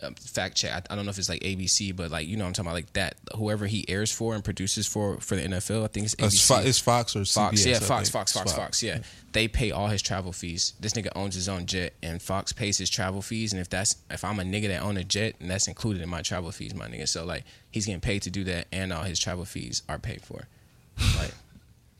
Speaker 3: um, fact check. I, I don't know if it's like ABC, but like you know, what I'm talking about like that. Whoever he airs for and produces for for the NFL, I think it's
Speaker 1: It's,
Speaker 3: ABC.
Speaker 1: Fo- it's Fox or CBS,
Speaker 3: Fox, yeah,
Speaker 1: I
Speaker 3: Fox,
Speaker 1: think.
Speaker 3: Fox, Fox, Fox, yeah. They pay all his travel fees. This nigga owns his own jet, and Fox pays his travel fees. And if that's if I'm a nigga that own a jet, and that's included in my travel fees, my nigga. So like, he's getting paid to do that, and all his travel fees are paid for. Like,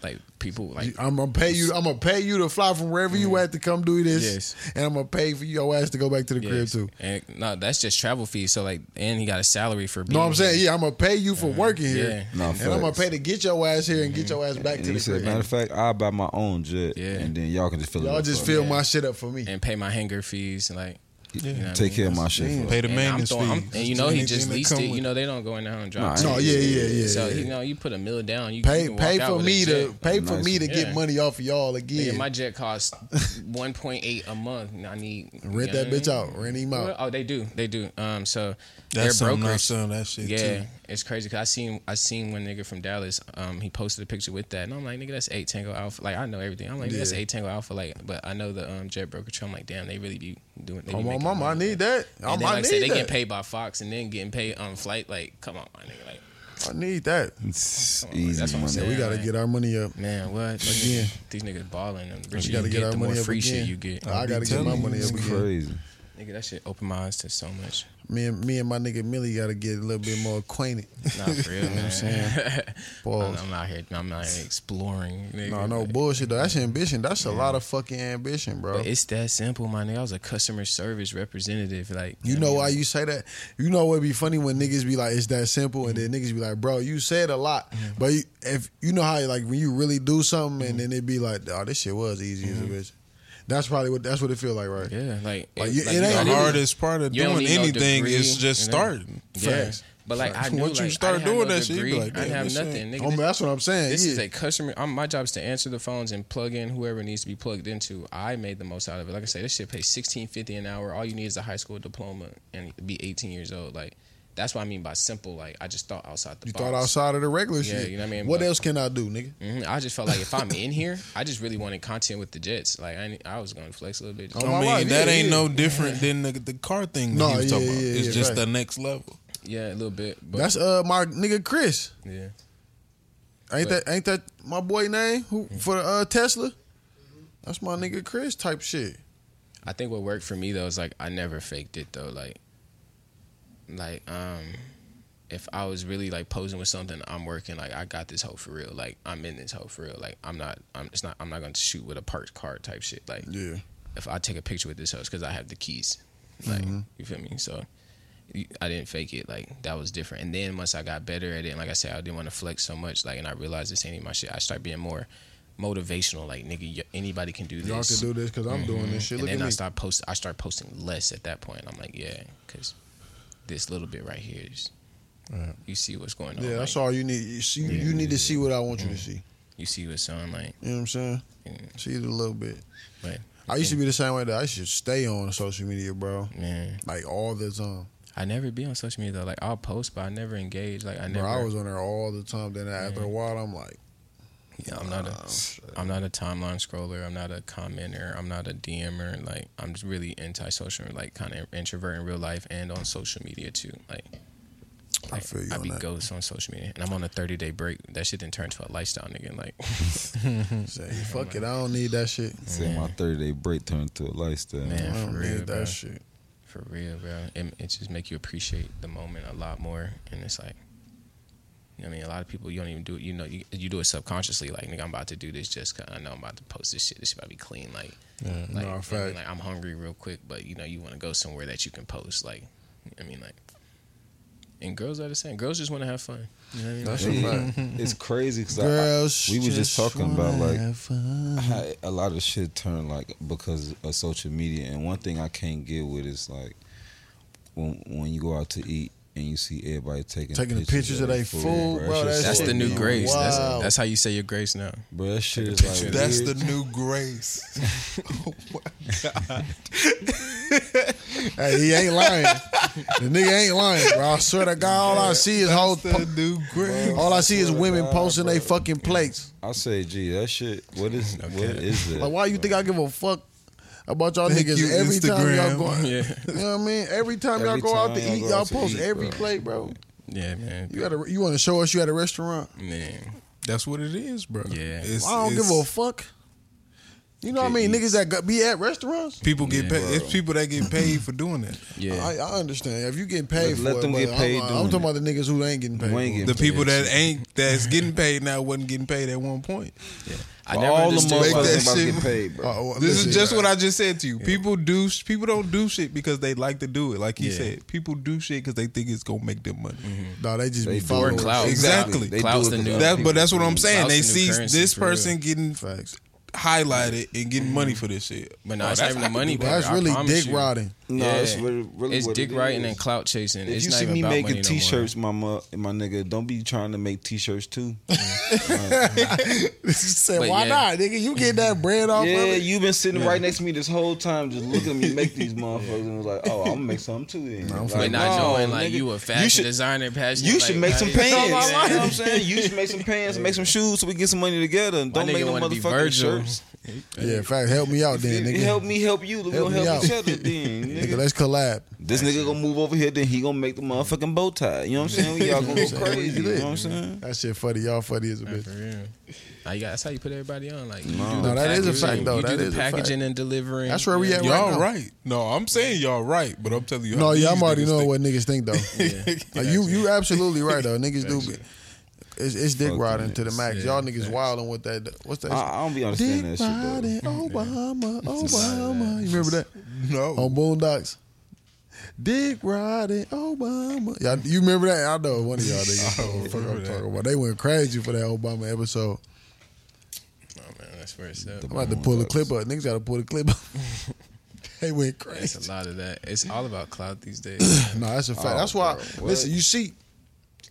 Speaker 3: like people like
Speaker 2: I'm gonna pay you. I'm gonna pay you to fly from wherever you
Speaker 3: Mm-hmm.
Speaker 2: at to come do this,
Speaker 3: Yes.
Speaker 2: and I'm gonna pay for your ass to go back to the crib
Speaker 3: Yes.
Speaker 2: too.
Speaker 3: And no, that's just travel fees. So like, and he got a salary for.
Speaker 2: No,
Speaker 3: being
Speaker 2: I'm saying,
Speaker 3: here.
Speaker 2: yeah, I'm gonna pay you for working here,
Speaker 3: Mm-hmm. Yeah.
Speaker 4: Nah,
Speaker 2: and I'm gonna
Speaker 4: facts.
Speaker 2: pay to get your ass here and
Speaker 3: Mm-hmm.
Speaker 2: get your ass back
Speaker 4: And
Speaker 2: to
Speaker 4: he
Speaker 2: the
Speaker 4: said,
Speaker 2: crib.
Speaker 4: matter of fact, I'll buy my own jet,
Speaker 3: Yeah.
Speaker 4: and then y'all can just fill it
Speaker 2: Y'all
Speaker 4: up
Speaker 2: just
Speaker 4: for
Speaker 2: fill
Speaker 4: me.
Speaker 2: my shit up for me.
Speaker 3: and pay my hangar fees and like.
Speaker 1: Yeah.
Speaker 3: You know what I
Speaker 4: Take
Speaker 3: mean?
Speaker 4: care of my shit. for
Speaker 1: Pay the
Speaker 3: And, I'm
Speaker 1: maintenance
Speaker 3: throwing, I'm,
Speaker 1: fees.
Speaker 3: and you know he
Speaker 1: Anything
Speaker 3: just
Speaker 1: that
Speaker 3: leased
Speaker 1: come
Speaker 3: it. You
Speaker 1: with-
Speaker 3: know they don't go in there and drop.
Speaker 4: Nah,
Speaker 3: it.
Speaker 2: No, yeah, yeah, yeah.
Speaker 3: So
Speaker 2: yeah.
Speaker 3: you know, you put a mill down. You you
Speaker 2: pay
Speaker 3: can walk
Speaker 2: pay
Speaker 3: out
Speaker 2: for
Speaker 3: with a
Speaker 2: me to
Speaker 3: jet.
Speaker 2: pay for
Speaker 4: Nice.
Speaker 2: me to
Speaker 3: Yeah.
Speaker 2: get money off of y'all
Speaker 3: Nigga,
Speaker 2: again.
Speaker 3: my jet costs one point eight a month. and I need
Speaker 2: Rent
Speaker 3: you know
Speaker 2: that
Speaker 3: what
Speaker 2: bitch
Speaker 3: I mean?
Speaker 2: out. Rent him out.
Speaker 3: Oh, they do, they do. Um, so
Speaker 1: That's
Speaker 3: their
Speaker 1: something.
Speaker 3: brokers.
Speaker 1: That's something. That shit.
Speaker 3: Yeah,
Speaker 1: Too.
Speaker 3: it's crazy. Cause I seen I seen one nigga from Dallas. Um, he posted a picture with that, and I'm like, nigga, that's eight Tango Alpha. Like I know everything. I'm like, that's
Speaker 2: Yeah.
Speaker 3: eight Tango Alpha. Like, but I know the um jet broker. too. I'm like, damn, they really be doing. They
Speaker 2: Oh
Speaker 3: be
Speaker 2: my
Speaker 3: making
Speaker 2: mama, I
Speaker 3: money.
Speaker 2: need that.
Speaker 3: And
Speaker 2: I
Speaker 3: then, like I
Speaker 2: need
Speaker 3: said, they
Speaker 2: that.
Speaker 3: getting paid by Fox, and then getting paid on flight. Like, come on, my nigga. Like,
Speaker 2: I need that.
Speaker 4: It's
Speaker 3: Come on,
Speaker 4: easy
Speaker 3: that's what I'm
Speaker 4: money.
Speaker 2: Yeah,
Speaker 3: saying.
Speaker 2: we gotta
Speaker 3: man.
Speaker 2: get our money up.
Speaker 3: man, what? These
Speaker 2: Again.
Speaker 3: niggas- These niggas balling. The richer
Speaker 2: We
Speaker 3: you,
Speaker 2: gotta get
Speaker 3: get,
Speaker 2: our
Speaker 3: the more
Speaker 2: money up
Speaker 3: free
Speaker 2: again.
Speaker 3: shit you get.
Speaker 2: I gotta get my
Speaker 1: telling
Speaker 2: money
Speaker 1: you,
Speaker 2: up
Speaker 4: It's
Speaker 2: again.
Speaker 4: crazy.
Speaker 3: Nigga, that shit opened my eyes to so much.
Speaker 2: Me and me and my nigga Millie gotta get a little bit more acquainted.
Speaker 3: Nah, for real, man. I'm
Speaker 2: Pause.
Speaker 3: I'm out here. I'm out here exploring. Nigga.
Speaker 2: No, no
Speaker 3: Like,
Speaker 2: bullshit though. That's ambition. That's a lot of fucking ambition, bro.
Speaker 3: But it's that simple, my nigga. I was a customer service representative. Like,
Speaker 2: You know
Speaker 3: what
Speaker 2: why
Speaker 3: I mean?
Speaker 2: you say that? You know what'd be funny when niggas be like, it's that simple, and then
Speaker 3: Mm-hmm.
Speaker 2: niggas be like, bro, you said a lot, but you, if you know how like when you really do something, and
Speaker 3: Mm-hmm.
Speaker 2: then it be like, oh, this shit was easy as a bitch. That's probably what that's what it feel like, right?
Speaker 3: Yeah, like,
Speaker 2: Like, you- it ain't
Speaker 1: The
Speaker 3: you know, I
Speaker 2: didn't-
Speaker 1: hardest part of
Speaker 3: you don't
Speaker 1: doing
Speaker 3: need no
Speaker 1: anything
Speaker 3: degree,
Speaker 1: is just
Speaker 3: you know?
Speaker 1: starting.
Speaker 3: Yeah.
Speaker 2: Facts.
Speaker 3: But like, I
Speaker 1: Facts.
Speaker 3: knew,
Speaker 1: Once you
Speaker 3: like,
Speaker 1: start
Speaker 3: I didn't have
Speaker 1: doing
Speaker 3: no
Speaker 1: that shit, you be
Speaker 3: degree.
Speaker 1: like,
Speaker 3: I didn't
Speaker 1: damn,
Speaker 3: have
Speaker 1: this
Speaker 3: nothing.
Speaker 1: ain't-
Speaker 3: Nigga,
Speaker 2: Oh, man, that's what I'm saying.
Speaker 3: This
Speaker 2: yeah.
Speaker 3: is a customer. I'm, my job is to answer the phones and plug in whoever needs to be plugged into. I made the most out of it. Like I said, this shit pays sixteen fifty an hour. All you need is a high school diploma and be eighteen years old. Like that's what I mean by simple. Like I just thought outside the
Speaker 2: you
Speaker 3: box.
Speaker 2: thought outside of the regular
Speaker 3: Yeah,
Speaker 2: shit.
Speaker 3: you know what I mean?
Speaker 2: What
Speaker 3: But-
Speaker 2: else can I do, nigga?
Speaker 3: hmm I just felt like if I'm in here, I just really wanted content with the Jets. Like I, I was going to flex a little bit. Just-
Speaker 2: Oh,
Speaker 1: I
Speaker 2: my
Speaker 1: mean,
Speaker 2: wife,
Speaker 1: that
Speaker 2: yeah,
Speaker 1: ain't
Speaker 2: yeah.
Speaker 1: no different than the, the car thing that
Speaker 2: No,
Speaker 1: he was
Speaker 2: yeah,
Speaker 1: talking about.
Speaker 2: yeah,
Speaker 1: It's
Speaker 2: yeah,
Speaker 1: just
Speaker 2: right.
Speaker 1: the next level.
Speaker 3: yeah, a little bit. But
Speaker 2: That's uh my nigga Chris.
Speaker 3: yeah.
Speaker 2: Ain't
Speaker 3: But-
Speaker 2: that ain't that my boy name who for uh Tesla? That's my nigga Chris type shit.
Speaker 3: I think what worked for me though is like I never faked it though. Like, like um, if I was really like posing with something, I'm working. Like I got this hoe for real. Like I'm in this hoe for real. Like I'm not. I'm. It's not. I'm not gonna shoot with a parked car type shit. Like
Speaker 2: Yeah.
Speaker 3: if I take a picture with this hoe, it's because I have the keys. Like
Speaker 2: Mm-hmm.
Speaker 3: you feel me? So you- I didn't fake it. Like that was different. And then once I got better at it, and like I said, I didn't want to flex so much. Like and I realized this ain't my shit. I start being more motivational. Like nigga, y- anybody can do this.
Speaker 2: Y'all can do this because I'm doing this shit.
Speaker 3: And
Speaker 2: Look at
Speaker 3: then I
Speaker 2: me.
Speaker 3: start post. I start posting less at that point. I'm like, yeah, because this little bit right here is.
Speaker 1: Right.
Speaker 3: You see what's going
Speaker 2: Yeah,
Speaker 3: on. like, Mm-hmm.
Speaker 2: that's all you need. You, see, you need to see what I want you to see.
Speaker 3: You see what's on. Like, mm,
Speaker 2: You know what I'm saying?
Speaker 3: yeah,
Speaker 2: See it a little bit.
Speaker 3: but
Speaker 2: I used to be the same way. That I should stay on social media, bro.
Speaker 3: man,
Speaker 2: Like all the time,
Speaker 3: I never be on social media though. Like I'll post, but I never engage. Like I never.
Speaker 2: bro. I was on there all the time. Then after a while, I'm like,
Speaker 3: Yeah, I'm not
Speaker 2: Oh, shit.
Speaker 3: a I'm not a timeline scroller. I'm not a commenter. I'm not a DMer. Like I'm just really antisocial, like kind of introvert in real life and on social media too. Like,
Speaker 2: I
Speaker 3: like,
Speaker 2: feel you
Speaker 3: I
Speaker 2: on
Speaker 3: be
Speaker 2: that.
Speaker 3: ghost on social media, and I'm on a 30 day break. That shit didn't turn to a lifestyle, nigga. Like, Mm-hmm.
Speaker 2: say, fuck it, I don't need that shit.
Speaker 4: Say my thirty day break turned to a lifestyle.
Speaker 2: I
Speaker 3: Man.
Speaker 2: don't
Speaker 3: for
Speaker 2: need
Speaker 3: real,
Speaker 2: that
Speaker 3: bro.
Speaker 2: shit.
Speaker 3: for real, bro. It, it just make you appreciate the moment a lot more, and it's like. You know what I mean, a lot of people you don't even do it. You know, you, you do it subconsciously. Like, nigga, I'm about to do this just 'cause I know I'm about to post this shit. This shit about to be clean. Like,
Speaker 1: Yeah.
Speaker 2: Mm,
Speaker 3: Like,
Speaker 2: No,
Speaker 3: I mean,
Speaker 2: fact.
Speaker 3: like I'm hungry real quick, but you know, you want to go somewhere that you can post. Like, I mean, like, and girls are the same. Girls just want to have fun. You know what I mean?
Speaker 2: That's a
Speaker 3: Like,
Speaker 4: Yeah.
Speaker 2: fact.
Speaker 4: It's crazy because
Speaker 2: Girls,
Speaker 4: we was just talking about,
Speaker 2: wanna
Speaker 4: like,
Speaker 2: have fun.
Speaker 4: how a lot of shit turned like because of social media. And one thing I can't get with is like when when you go out to eat and you see everybody taking
Speaker 2: Taking the pictures of
Speaker 4: their
Speaker 2: they food, bro,
Speaker 4: That
Speaker 2: that
Speaker 4: shit
Speaker 3: that's
Speaker 4: so
Speaker 3: the new
Speaker 4: weird.
Speaker 3: grace.
Speaker 2: Wow.
Speaker 3: That's, that's how you say your grace now.
Speaker 4: Bro, that shit
Speaker 3: Take a
Speaker 4: is
Speaker 3: picture
Speaker 4: like
Speaker 3: of
Speaker 1: That's
Speaker 4: weird.
Speaker 1: the new grace.
Speaker 2: Oh Hey, he ain't lying. the nigga ain't lying, bro. I swear to God, all I see is whole.
Speaker 1: the new grace.
Speaker 2: All I see is
Speaker 4: Swear to
Speaker 2: women
Speaker 4: God,
Speaker 2: posting
Speaker 4: bro.
Speaker 2: they fucking plates.
Speaker 4: I say, gee, that shit. What is what is that?
Speaker 2: Like, why you think I give a fuck about y'all
Speaker 1: Thank
Speaker 2: niggas
Speaker 1: you,
Speaker 2: every time y'all
Speaker 1: Instagram.
Speaker 2: go?
Speaker 3: Yeah.
Speaker 2: You know what I mean? Every time
Speaker 4: Every
Speaker 2: y'all go out to
Speaker 4: time y'all
Speaker 2: eat,
Speaker 4: go
Speaker 2: y'all
Speaker 4: out to
Speaker 2: post
Speaker 4: eat,
Speaker 2: every
Speaker 4: bro.
Speaker 2: plate, bro.
Speaker 3: Yeah, man.
Speaker 2: You got a, you want to show us you at a restaurant?
Speaker 3: man.
Speaker 1: That's what it is, bro.
Speaker 3: Yeah.
Speaker 2: I don't give a
Speaker 1: it's-
Speaker 2: fuck. You know what I
Speaker 4: Get
Speaker 2: mean?
Speaker 4: eats.
Speaker 2: Niggas that go- be at restaurants.
Speaker 1: People get
Speaker 3: Yeah,
Speaker 1: paid.
Speaker 4: bro.
Speaker 1: It's people that get paid for doing that.
Speaker 3: Yeah.
Speaker 2: I, I understand. If you getting paid
Speaker 4: Let-
Speaker 2: for
Speaker 4: let
Speaker 2: it,
Speaker 4: them
Speaker 2: but
Speaker 4: get paid
Speaker 2: I'm, I'm
Speaker 4: doing
Speaker 2: talking
Speaker 4: it.
Speaker 2: about the niggas who ain't getting paid.
Speaker 4: Who ain't
Speaker 2: for it.
Speaker 1: The
Speaker 4: getting
Speaker 1: people
Speaker 4: paid.
Speaker 1: that ain't that's getting paid now wasn't getting paid at one point.
Speaker 3: I
Speaker 4: But
Speaker 3: never
Speaker 4: all the
Speaker 3: understood
Speaker 1: Make
Speaker 4: motherfuckers
Speaker 3: why-
Speaker 1: that
Speaker 4: ain't about to
Speaker 1: shit-
Speaker 4: get paid, bro.
Speaker 2: Oh, well,
Speaker 1: This
Speaker 2: listen,
Speaker 1: is just what I just said to you. People do people don't do shit because they like to do it. Like he
Speaker 3: Yeah. Mm-hmm.
Speaker 1: said, people do shit because they think it's gonna make them money.
Speaker 2: No, they just
Speaker 4: They
Speaker 2: be
Speaker 4: do it
Speaker 2: following.
Speaker 3: Or clout.
Speaker 1: Exactly.
Speaker 4: They do
Speaker 3: Clout's
Speaker 4: it
Speaker 3: the
Speaker 4: 'cause
Speaker 3: new-
Speaker 4: other
Speaker 1: That,
Speaker 4: people
Speaker 1: but that's what
Speaker 4: do
Speaker 1: I'm
Speaker 4: it.
Speaker 1: saying. They
Speaker 3: Lousy new
Speaker 1: see
Speaker 3: currency,
Speaker 1: this
Speaker 3: for real. Mm-hmm.
Speaker 1: person getting
Speaker 2: Facts.
Speaker 1: highlighted and getting money for this shit.
Speaker 3: But no,
Speaker 1: Oh,
Speaker 3: it's not
Speaker 1: that's-
Speaker 3: even the
Speaker 1: I can
Speaker 3: money.
Speaker 1: do
Speaker 3: bro.
Speaker 1: that.
Speaker 2: That's
Speaker 3: I
Speaker 2: really
Speaker 3: promise
Speaker 2: dick
Speaker 3: you.
Speaker 2: riding.
Speaker 4: No,
Speaker 3: yeah.
Speaker 4: it's really, really
Speaker 3: it's
Speaker 4: what
Speaker 3: dick
Speaker 4: it
Speaker 3: writing
Speaker 4: is.
Speaker 3: and clout chasing.
Speaker 4: If
Speaker 3: it's
Speaker 4: you
Speaker 3: not
Speaker 4: see
Speaker 3: even
Speaker 4: me
Speaker 3: about money
Speaker 4: making
Speaker 3: no more.
Speaker 4: t-shirts, my mu- my nigga, don't be trying to make t-shirts too.
Speaker 2: She said,
Speaker 3: But
Speaker 2: "Why
Speaker 3: yeah.
Speaker 2: not, nigga? You get that bread off of
Speaker 4: yeah,
Speaker 2: it."
Speaker 4: you've been sitting right next to me this whole time, just looking at me make these motherfuckers, and was like, "Oh, I'm gonna make something too." Then, like,
Speaker 3: But not
Speaker 4: no,
Speaker 3: knowing like
Speaker 4: nigga,
Speaker 3: you a fashion
Speaker 4: should-
Speaker 3: designer, passion.
Speaker 4: You should make some pants. You know what I'm
Speaker 3: My
Speaker 4: saying? You should make some pants and make some shoes so we get some money together. And don't make
Speaker 3: nigga
Speaker 4: no
Speaker 3: want to be
Speaker 4: motherfucking
Speaker 3: Virgil.
Speaker 4: shirts.
Speaker 2: Yeah, fact. Help me out, then,
Speaker 4: It-
Speaker 2: nigga.
Speaker 4: it Help me help you. We
Speaker 2: Help
Speaker 4: gonna
Speaker 2: me
Speaker 4: help
Speaker 2: out.
Speaker 4: each other then.
Speaker 2: Nigga,
Speaker 4: Nigga.
Speaker 2: let's collab.
Speaker 4: This nigga gonna move over here, then he gonna make the motherfucking bow tie. You know what I'm saying? We all gonna go crazy. You know what I'm saying?
Speaker 2: That shit funny. Y'all funny as a bitch.
Speaker 3: For real. Now you got, that's how you put everybody on. Like you
Speaker 4: No.
Speaker 3: do
Speaker 4: No,
Speaker 3: the
Speaker 2: that is a
Speaker 3: packaging,
Speaker 2: fact, though.
Speaker 3: You
Speaker 2: That
Speaker 3: do
Speaker 2: is
Speaker 3: the
Speaker 2: a fact.
Speaker 3: packaging and delivering.
Speaker 2: That's where we at right
Speaker 1: Y'all
Speaker 2: now.
Speaker 1: right. No, I'm saying y'all right, but I'm telling you.
Speaker 2: No,
Speaker 1: how
Speaker 2: yeah,
Speaker 1: these
Speaker 2: I'm already
Speaker 1: niggas
Speaker 2: knowing
Speaker 1: think.
Speaker 2: what niggas think though. Like, you you absolutely right though. Niggas do be. It's, it's dick
Speaker 4: Fuck
Speaker 2: riding
Speaker 4: niggas.
Speaker 2: to the max.
Speaker 3: Yeah,
Speaker 2: Y'all niggas wilding with that. What's that?
Speaker 4: I, I don't be
Speaker 2: dick
Speaker 4: understanding that shit though.
Speaker 2: riding, Obama, Obama.
Speaker 3: that.
Speaker 2: You remember that
Speaker 1: No,
Speaker 2: on Boondocks? Dick riding, Obama. Y'all, you remember that? I know one of y'all niggas.
Speaker 1: I
Speaker 2: know what the fuck
Speaker 1: remember
Speaker 2: I'm
Speaker 1: that.
Speaker 2: talking about. They went crazy for that Obama episode.
Speaker 3: Oh man, that's where it's at.
Speaker 4: The-
Speaker 2: I'm about to pull a
Speaker 4: Boondocks.
Speaker 2: clip up. Niggas got to pull the clip up. they went crazy.
Speaker 3: It's a lot of that. It's all about clout these days.
Speaker 2: No, that's a fact.
Speaker 4: Oh,
Speaker 2: that's why.
Speaker 4: bro, what?
Speaker 2: listen, you see,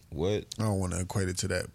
Speaker 4: What?
Speaker 2: I don't want to equate it to that.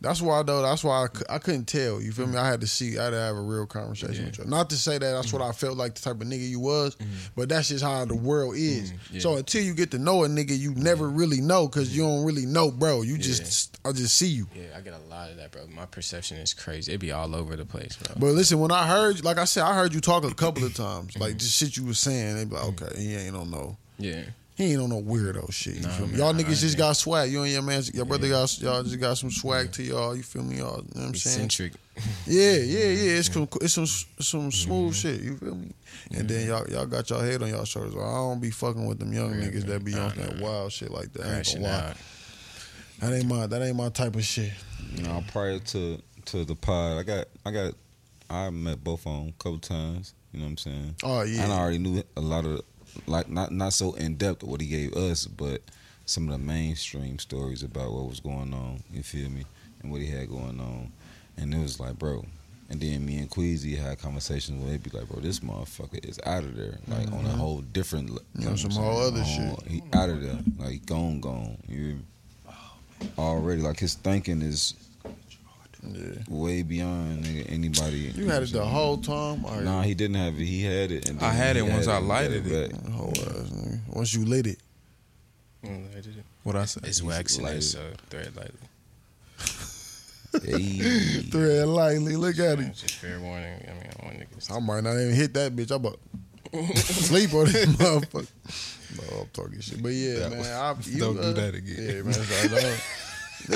Speaker 2: That's why though. That's why I, cou- I couldn't tell. You feel me? I had to see. I had to have a real conversation with you. Not to say that that's
Speaker 3: Mm-hmm.
Speaker 2: what I felt like the type of nigga you was, but that's just how the world is.
Speaker 3: Mm-hmm. yeah.
Speaker 2: So until you get to know a nigga, you never really know because you don't really know, bro. You just I just see you.
Speaker 3: yeah, I get a lot of that, bro. My perception is crazy. It be all over the place, bro.
Speaker 2: But listen, when I heard, like
Speaker 3: Mm-hmm.
Speaker 2: I said, I heard you talk a couple of times, like just shit you was saying. They be like, okay, he ain't don't know.
Speaker 3: yeah,
Speaker 2: He ain't on no weirdo shit. You
Speaker 3: Nah,
Speaker 2: feel me?
Speaker 3: man,
Speaker 2: Y'all
Speaker 3: I
Speaker 2: niggas just
Speaker 3: ain't.
Speaker 2: got swag. You and your man, your brother got y'all just got some swag to y'all. You feel me? Y'all, you know what I'm saying?
Speaker 3: Eccentric.
Speaker 2: Yeah, yeah,
Speaker 4: Mm-hmm.
Speaker 2: yeah. It's some, it's some, some smooth shit. You feel me? And then
Speaker 4: Mm-hmm.
Speaker 2: y'all, y'all got y'all head on y'all shoulders. I don't be fucking with them young niggas that be on that wild shit like that. I ain't gonna lie.
Speaker 3: Rationale.
Speaker 2: That ain't my, that ain't my type of shit.
Speaker 4: Now prior to to the pod, I got I got I met both of them a couple times. You know what I'm saying?
Speaker 2: Oh yeah.
Speaker 4: And I already knew a lot of like not not so in depth what he gave us, but some of the mainstream stories about what was going on. You feel me? And what he had going on, and it was like, bro. And then me and Queasy had conversations where they'd be like, bro, this motherfucker is out of there, like on a whole different, le- you
Speaker 2: Mm-hmm. Yeah,
Speaker 4: what
Speaker 2: some
Speaker 4: I'm
Speaker 2: whole
Speaker 4: saying?
Speaker 2: other
Speaker 4: A whole- He out of there, like gone, gone. You hear me? already like his thinking is
Speaker 2: yeah.
Speaker 4: way beyond nigga, anybody.
Speaker 2: You had it the whole time. All right.
Speaker 4: Nah, he didn't have it. He had it. And
Speaker 1: I
Speaker 4: then
Speaker 1: had
Speaker 4: he
Speaker 1: it once I
Speaker 4: and
Speaker 1: lighted
Speaker 4: got
Speaker 1: it.
Speaker 4: back.
Speaker 2: Mm, Whole ass nigga. Once you lit it,
Speaker 1: What I said.
Speaker 3: It's wax in there,
Speaker 4: lighter.
Speaker 3: so thread lightly.
Speaker 4: Hey.
Speaker 2: thread lightly. Look at it.
Speaker 3: Just fair warning. I mean, I want niggas.
Speaker 2: I might not even hit that bitch. I'm about to sleep on this motherfucker. No, I'm talking shit. But yeah,
Speaker 1: That
Speaker 2: man.
Speaker 1: was-
Speaker 2: I, you,
Speaker 1: don't do
Speaker 2: uh,
Speaker 1: that again.
Speaker 2: Yeah, man. So, no,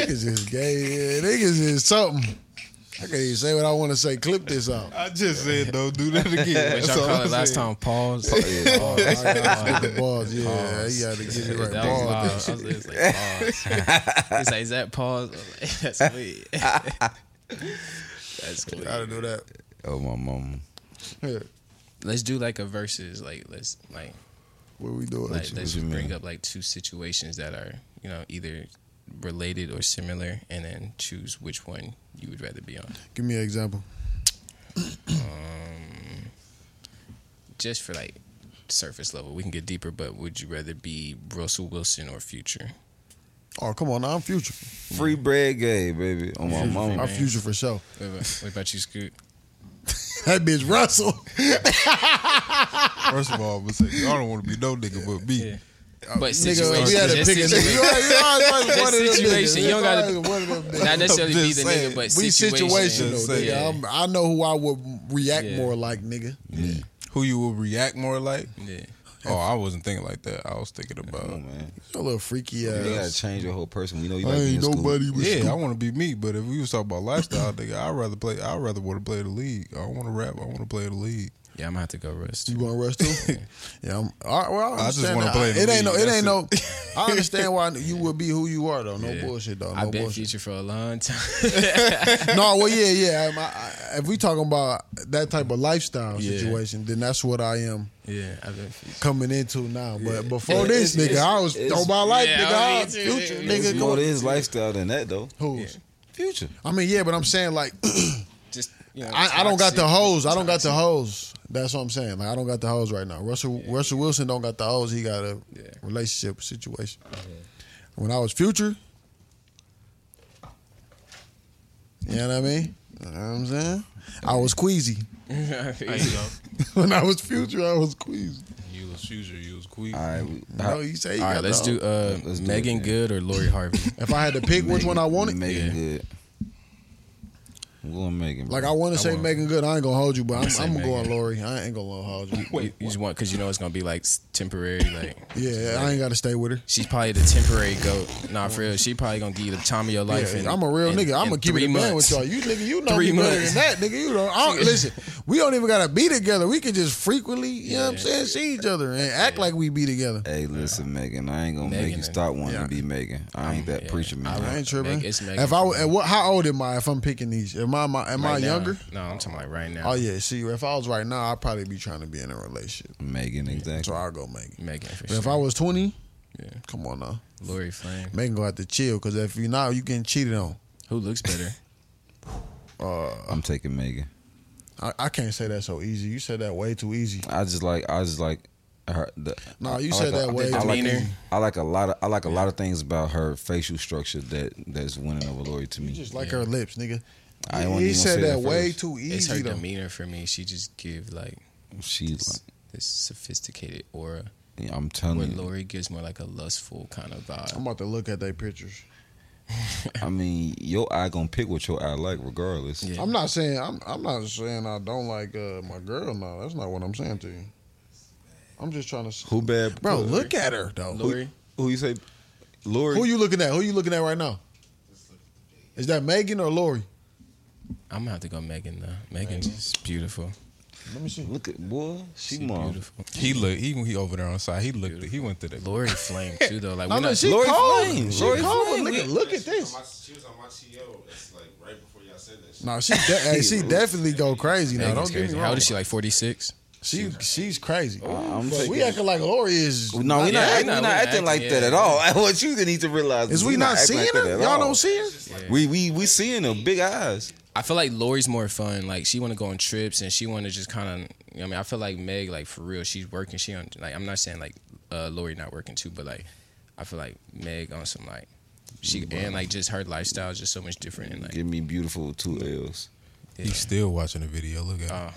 Speaker 2: niggas is gay. Yeah, niggas is something. I can't even say what I want to say. Clip this out.
Speaker 1: I just said don't do that again.
Speaker 3: What y'all call it last time? Pause. Yeah,
Speaker 2: Oh, I got the balls. Yeah, you got to give it right.
Speaker 3: That was
Speaker 2: Balls.
Speaker 3: loud. I was it's like pause. He's like, is that pause? I was like, That's weird. That's
Speaker 2: I
Speaker 3: clear.
Speaker 2: didn't know that.
Speaker 4: Oh my mama.
Speaker 2: Yeah.
Speaker 3: Let's do like a versus. Like let's like
Speaker 2: What we doing?
Speaker 3: like let's
Speaker 4: you
Speaker 3: bring
Speaker 4: mean?
Speaker 3: up like two situations that are you know either related or similar, and then choose which one you would rather be on.
Speaker 2: Give me an example.
Speaker 3: Um, Just for like surface level, we can get deeper. But would you rather be Russell Wilson or Future?
Speaker 2: Oh, come on. Now I'm future.
Speaker 4: Free bread gay, baby. On my
Speaker 2: Future.
Speaker 4: mama.
Speaker 2: I'm future for sure.
Speaker 3: What about, what about you, Scoot?
Speaker 2: That bitch Russell.
Speaker 1: First of all, I'm gonna say, y'all don't want to be no nigga but me.
Speaker 3: Yeah. But
Speaker 2: Oh, Nigga, we
Speaker 3: situation-
Speaker 2: had to
Speaker 3: just
Speaker 2: pick a nigga.
Speaker 3: situation-
Speaker 2: You always- you always
Speaker 3: Just
Speaker 2: one of them
Speaker 3: situation.
Speaker 2: niggas.
Speaker 3: You don't gotta-
Speaker 2: always one of them niggas.
Speaker 3: Not necessarily be
Speaker 1: just
Speaker 3: the
Speaker 1: saying,
Speaker 3: nigga, but
Speaker 2: We
Speaker 3: situation.
Speaker 2: situational,
Speaker 1: Just
Speaker 2: nigga.
Speaker 1: saying.
Speaker 2: I'm, I know who I would react
Speaker 3: Yeah.
Speaker 2: more like, nigga.
Speaker 1: Who you will react more like?
Speaker 3: Yeah.
Speaker 1: Oh, I wasn't thinking like that. I was thinking
Speaker 4: Come
Speaker 1: about.
Speaker 4: on, man.
Speaker 2: You're a little freaky
Speaker 4: You gotta
Speaker 2: ass.
Speaker 4: change your whole person. We know you
Speaker 2: I
Speaker 4: like
Speaker 2: ain't
Speaker 4: being
Speaker 2: nobody
Speaker 4: school.
Speaker 2: was
Speaker 1: Yeah, I
Speaker 2: stupid.
Speaker 1: want to be me, but if we was talking about lifestyle, nigga, I'd rather play. I'd rather want to play the league. I don't want to rap. I want to play the league.
Speaker 3: Yeah, I'm gonna have to go rest.
Speaker 2: You gonna rush too? yeah, I'm. All right, well,
Speaker 1: I
Speaker 2: I,
Speaker 1: just
Speaker 2: understand
Speaker 1: wanna
Speaker 2: that.
Speaker 1: play in the
Speaker 2: It ain't no.
Speaker 1: league,
Speaker 2: It ain't no. I understand why you would be who you are though. No
Speaker 3: Yeah.
Speaker 2: bullshit though. No
Speaker 3: I've been
Speaker 2: bullshit.
Speaker 3: Future for a long time.
Speaker 2: no, well, yeah, yeah. I'm- I- I- if we talking about that type of lifestyle
Speaker 3: Yeah.
Speaker 2: situation, then that's what I am
Speaker 3: yeah, I've been Future.
Speaker 2: coming into now. But before
Speaker 4: It-
Speaker 2: this,
Speaker 4: it's-
Speaker 2: nigga, I was
Speaker 4: it's-
Speaker 2: on my life,
Speaker 3: Yeah,
Speaker 2: nigga.
Speaker 3: I
Speaker 2: I
Speaker 3: mean,
Speaker 2: was
Speaker 3: it's-
Speaker 2: future,
Speaker 3: it's-
Speaker 2: nigga.
Speaker 4: It's
Speaker 2: come
Speaker 4: more
Speaker 2: on.
Speaker 4: to his lifestyle than that though.
Speaker 2: Who's?
Speaker 4: Future.
Speaker 2: I mean, yeah, but I'm saying like
Speaker 3: Just you know,
Speaker 2: I, I don't got
Speaker 3: toxic.
Speaker 2: the hoes. I don't got the hoes. That's what I'm saying. Like I don't got the hoes right now. Russell Russell Wilson don't got the hoes. He got a
Speaker 3: Yeah.
Speaker 2: relationship situation. When I was future, you know what I mean. You know what I'm saying I was queasy when I was future. I was queasy.
Speaker 1: You was future. You was queen.
Speaker 4: All right. We,
Speaker 2: No, you say you
Speaker 3: All
Speaker 2: got
Speaker 3: right, let's
Speaker 2: the
Speaker 3: do
Speaker 2: hoes.
Speaker 3: uh,
Speaker 4: Let's do it,
Speaker 3: Megan
Speaker 4: man.
Speaker 3: Good or Lori Harvey.
Speaker 2: If I had to pick which one I wanted,
Speaker 4: Megan
Speaker 3: Yeah.
Speaker 4: good. I'm going Megan.
Speaker 2: like
Speaker 4: bro.
Speaker 2: I want to say
Speaker 3: want-
Speaker 2: Megan Good. I ain't gonna hold you, but
Speaker 3: say
Speaker 2: I'm, I'm going
Speaker 3: Megan.
Speaker 2: Lori. I ain't gonna hold you.
Speaker 3: Wait, you, you just want because you know it's gonna be like s- temporary. Like
Speaker 2: Yeah, I ain't got to stay with her.
Speaker 3: she's probably the temporary goat. Nah, for real, she probably gonna give you the time of your life.
Speaker 2: Yeah,
Speaker 3: in-
Speaker 2: I'm a real
Speaker 3: in-
Speaker 2: nigga. I'm
Speaker 3: in
Speaker 2: gonna keep it
Speaker 3: three
Speaker 2: a man with
Speaker 3: months.
Speaker 2: y'all. You nigga, you know
Speaker 3: Three
Speaker 2: me better
Speaker 3: months.
Speaker 2: than that, nigga. You don't, I don't listen. We don't even gotta be together. We can just frequently, you know what I'm
Speaker 3: Yeah.
Speaker 2: saying, see each other and act like we be together.
Speaker 4: Hey, listen, Megan. I ain't gonna make
Speaker 3: Megan
Speaker 4: you
Speaker 3: and-
Speaker 4: stop wanting
Speaker 2: Yeah.
Speaker 4: to be Megan. I ain't that
Speaker 3: yeah.
Speaker 4: preacher man.
Speaker 2: I ain't tripping.
Speaker 3: Meg- it's Megan
Speaker 2: if I
Speaker 3: for
Speaker 2: w-
Speaker 3: me.
Speaker 2: and what, how old am I? If I'm picking these, am I, my, am I
Speaker 3: Right now.
Speaker 2: younger?
Speaker 3: No, I'm talking like right now.
Speaker 2: Oh yeah. See, if I was right now, I'd probably be trying to be in a relationship.
Speaker 4: Megan,
Speaker 2: So
Speaker 4: exactly.
Speaker 2: I'll go Megan.
Speaker 3: Megan. For
Speaker 2: But
Speaker 3: sure.
Speaker 2: if I was 20,
Speaker 3: yeah.
Speaker 2: come on now,
Speaker 3: Lori Flame.
Speaker 2: Megan gonna have to chill because if you not, you getting cheated on.
Speaker 3: Who looks better?
Speaker 2: uh,
Speaker 4: I'm taking Megan.
Speaker 2: I, I can't say that so easy. You said that way too easy.
Speaker 4: I just like I just like her. The,
Speaker 2: Nah,
Speaker 4: I-
Speaker 2: you
Speaker 4: I
Speaker 2: said
Speaker 4: like
Speaker 2: that
Speaker 4: a-
Speaker 2: way
Speaker 4: I like,
Speaker 3: demeanor.
Speaker 4: I like a lot of I like a lot of things about her facial structure that that's winning over Lori to me.
Speaker 2: Just like her lips, nigga.
Speaker 4: I ain't wanna
Speaker 2: he
Speaker 4: even
Speaker 2: said
Speaker 4: say
Speaker 2: that,
Speaker 4: that
Speaker 2: way
Speaker 4: first.
Speaker 2: too easy
Speaker 3: it's her
Speaker 2: though.
Speaker 3: demeanor for me. She just give like
Speaker 4: She's
Speaker 3: this, this sophisticated aura.
Speaker 4: like, I'm
Speaker 3: Where
Speaker 4: telling you.
Speaker 3: Lori gives more like a lustful kind of
Speaker 2: I'm
Speaker 3: vibe.
Speaker 2: about to look at their pictures.
Speaker 4: I mean, your eye gonna pick what your eye like, regardless.
Speaker 3: Yeah.
Speaker 2: I'm not saying I'm I'm not saying I don't like uh, my girl. No, that's not what I'm saying to you. I'm just trying to.
Speaker 4: Who bad?
Speaker 2: Bro,
Speaker 4: who-
Speaker 2: look at her though.
Speaker 3: Lori.
Speaker 4: Who you say? Lori.
Speaker 2: Who you looking at? Who you looking at right now? Is that Megan or Lori?
Speaker 3: I'm gonna have to go Megan though. Megan's just beautiful.
Speaker 2: Let me see.
Speaker 4: Look at boy. She
Speaker 3: She's
Speaker 4: mom.
Speaker 3: beautiful.
Speaker 1: He looked. He he over there on side. He looked. He went through the.
Speaker 3: Lori flame too though. Like
Speaker 2: No,
Speaker 3: we're
Speaker 2: no,
Speaker 3: not.
Speaker 2: she
Speaker 4: Lori
Speaker 2: cold.
Speaker 4: Flame.
Speaker 2: She
Speaker 4: Lori
Speaker 2: cold.
Speaker 4: Flame.
Speaker 2: Look, at- look at this.
Speaker 5: She was on my TO. That's like right before y'all said that.
Speaker 2: No, she de- hey, she definitely go crazy now.
Speaker 3: Megan's
Speaker 2: Don't get
Speaker 3: crazy.
Speaker 2: me
Speaker 3: How
Speaker 2: wrong.
Speaker 3: old is she? Like 46.
Speaker 2: She she's crazy.
Speaker 4: I'm
Speaker 2: But
Speaker 4: taking-
Speaker 2: we acting like Lori is.
Speaker 4: No, we not,
Speaker 3: Yeah, we
Speaker 4: act- we
Speaker 3: not-
Speaker 4: not
Speaker 3: we not
Speaker 4: acting like
Speaker 3: acting-
Speaker 4: that at
Speaker 3: yeah.
Speaker 4: all. what you need to realize
Speaker 2: Is we, not,
Speaker 4: acting
Speaker 2: seeing
Speaker 4: like that
Speaker 2: her?
Speaker 4: at
Speaker 2: Y'all
Speaker 4: all.
Speaker 2: don't see her?
Speaker 4: We we we seeing her big eyes.
Speaker 3: I feel like Lori's more fun. Like she want to go on trips and she want to just kind of. You know what I mean, I feel like Meg, like for real, she's working. She on like I'm not saying like uh, Lori not working too, but like I feel like Meg on some like she and like just her lifestyle is just so much different and like
Speaker 4: Give me beautiful with two L's.
Speaker 1: He's still watching the video. Look at. him.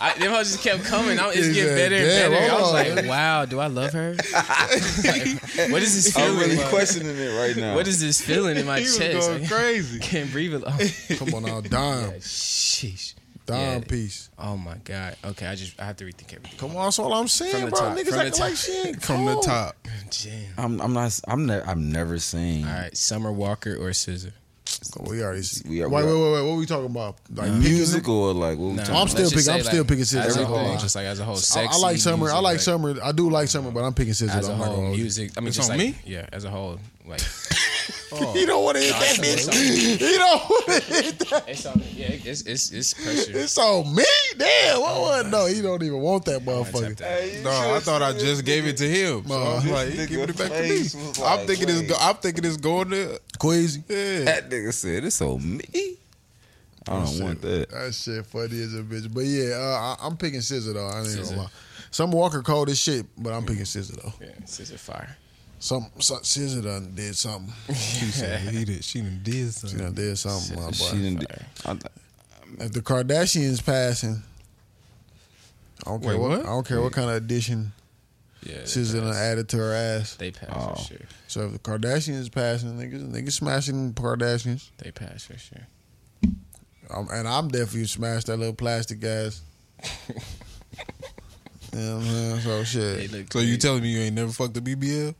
Speaker 3: I, them hoes just kept coming. I, it's
Speaker 2: He
Speaker 3: getting
Speaker 2: said,
Speaker 3: better and
Speaker 2: "Damn,
Speaker 3: better. I was
Speaker 2: hold on."
Speaker 3: like, wow, do I love her? Like, what is this feeling?
Speaker 4: I'm really
Speaker 3: Like,
Speaker 4: questioning it right now.
Speaker 3: what is this feeling in my
Speaker 1: he was
Speaker 3: chest?
Speaker 1: going
Speaker 3: Like,
Speaker 1: crazy.
Speaker 3: can't breathe alone.
Speaker 2: Uh, Come on now, dime,
Speaker 3: Sheesh.
Speaker 2: dime
Speaker 3: Yeah.
Speaker 2: piece.
Speaker 3: Oh my god. Okay, I just I have to rethink everything.
Speaker 2: Come on, that's all I'm saying,
Speaker 3: From the
Speaker 2: bro.
Speaker 3: top,
Speaker 2: Niggas
Speaker 3: from the
Speaker 2: acting like
Speaker 3: top.
Speaker 2: she ain't
Speaker 1: From the
Speaker 2: cold.
Speaker 1: top.
Speaker 3: Damn.
Speaker 4: I'm I'm not I'm ne- I'm never saying
Speaker 3: All right, Summer Walker or Scissor.
Speaker 2: Come on, we already. See.
Speaker 4: We are-
Speaker 2: wait,
Speaker 4: we
Speaker 2: wait,
Speaker 4: are-
Speaker 2: wait, wait. What we talking about?
Speaker 1: Uh,
Speaker 2: Like
Speaker 4: music or like what we
Speaker 3: Nah,
Speaker 4: talking
Speaker 2: I'm
Speaker 4: about?
Speaker 2: still
Speaker 3: let's just
Speaker 2: picking- I'm
Speaker 3: say,
Speaker 2: still
Speaker 3: like,
Speaker 2: picking Scissor.
Speaker 3: As a
Speaker 2: Every
Speaker 3: whole,
Speaker 2: whole.
Speaker 3: just like as a whole,
Speaker 2: I,
Speaker 3: sexy
Speaker 2: I like summer. I
Speaker 3: music,
Speaker 2: like summer. I do like summer, but I'm picking scissors.
Speaker 3: As a
Speaker 2: I'm not
Speaker 3: whole,
Speaker 2: gonna-
Speaker 3: music. I mean,
Speaker 1: It's
Speaker 3: just
Speaker 1: on
Speaker 3: like,
Speaker 1: me?
Speaker 3: Yeah, as a whole, like
Speaker 2: He don't want to hit that bitch. He don't want to hit that.
Speaker 3: it's on. Yeah, it's it's it's pressure.
Speaker 2: It's on me. Damn, what was no? He don't even want that motherfucker.
Speaker 1: No, I thought I just gave it to him. So
Speaker 2: Nah.
Speaker 1: I'm like, he
Speaker 4: This
Speaker 1: giving it back to
Speaker 4: nigga
Speaker 1: me.
Speaker 4: face was
Speaker 1: I'm
Speaker 4: like,
Speaker 1: thinking it's.
Speaker 4: wait.
Speaker 1: Go, I'm thinking it's going to.
Speaker 2: Queasy.
Speaker 1: Yeah.
Speaker 4: That nigga said it's on me. I don't want that.
Speaker 2: That shit funny as a bitch. But yeah, uh, I, I'm picking Scissor though. I ain't
Speaker 3: Scissor.
Speaker 2: gonna lie. Some Walker cold as shit, but I'm picking Scissor though.
Speaker 3: Yeah, Scissor fire.
Speaker 2: Some, some Scissor done did something.
Speaker 1: She said he did. She done did
Speaker 2: She
Speaker 1: something.
Speaker 2: done did something, my
Speaker 4: She
Speaker 2: boy.
Speaker 4: didn't. I,
Speaker 2: If the Kardashians passing, I don't care
Speaker 1: Wait,
Speaker 2: what,
Speaker 1: what?
Speaker 2: I don't care what kind of addition
Speaker 3: Yeah,
Speaker 2: Scissor done added to her ass.
Speaker 3: they pass
Speaker 4: Oh.
Speaker 3: for sure.
Speaker 2: So if the Kardashians passing, niggas, niggas smashing Kardashians.
Speaker 3: They pass for sure.
Speaker 2: I'm, and I'm definitely smashed that little plastic ass. you know what I'm saying? So
Speaker 3: They
Speaker 2: shit.
Speaker 3: look.
Speaker 1: So you
Speaker 3: great. Oh.
Speaker 1: telling me you ain't never fucked a BBL?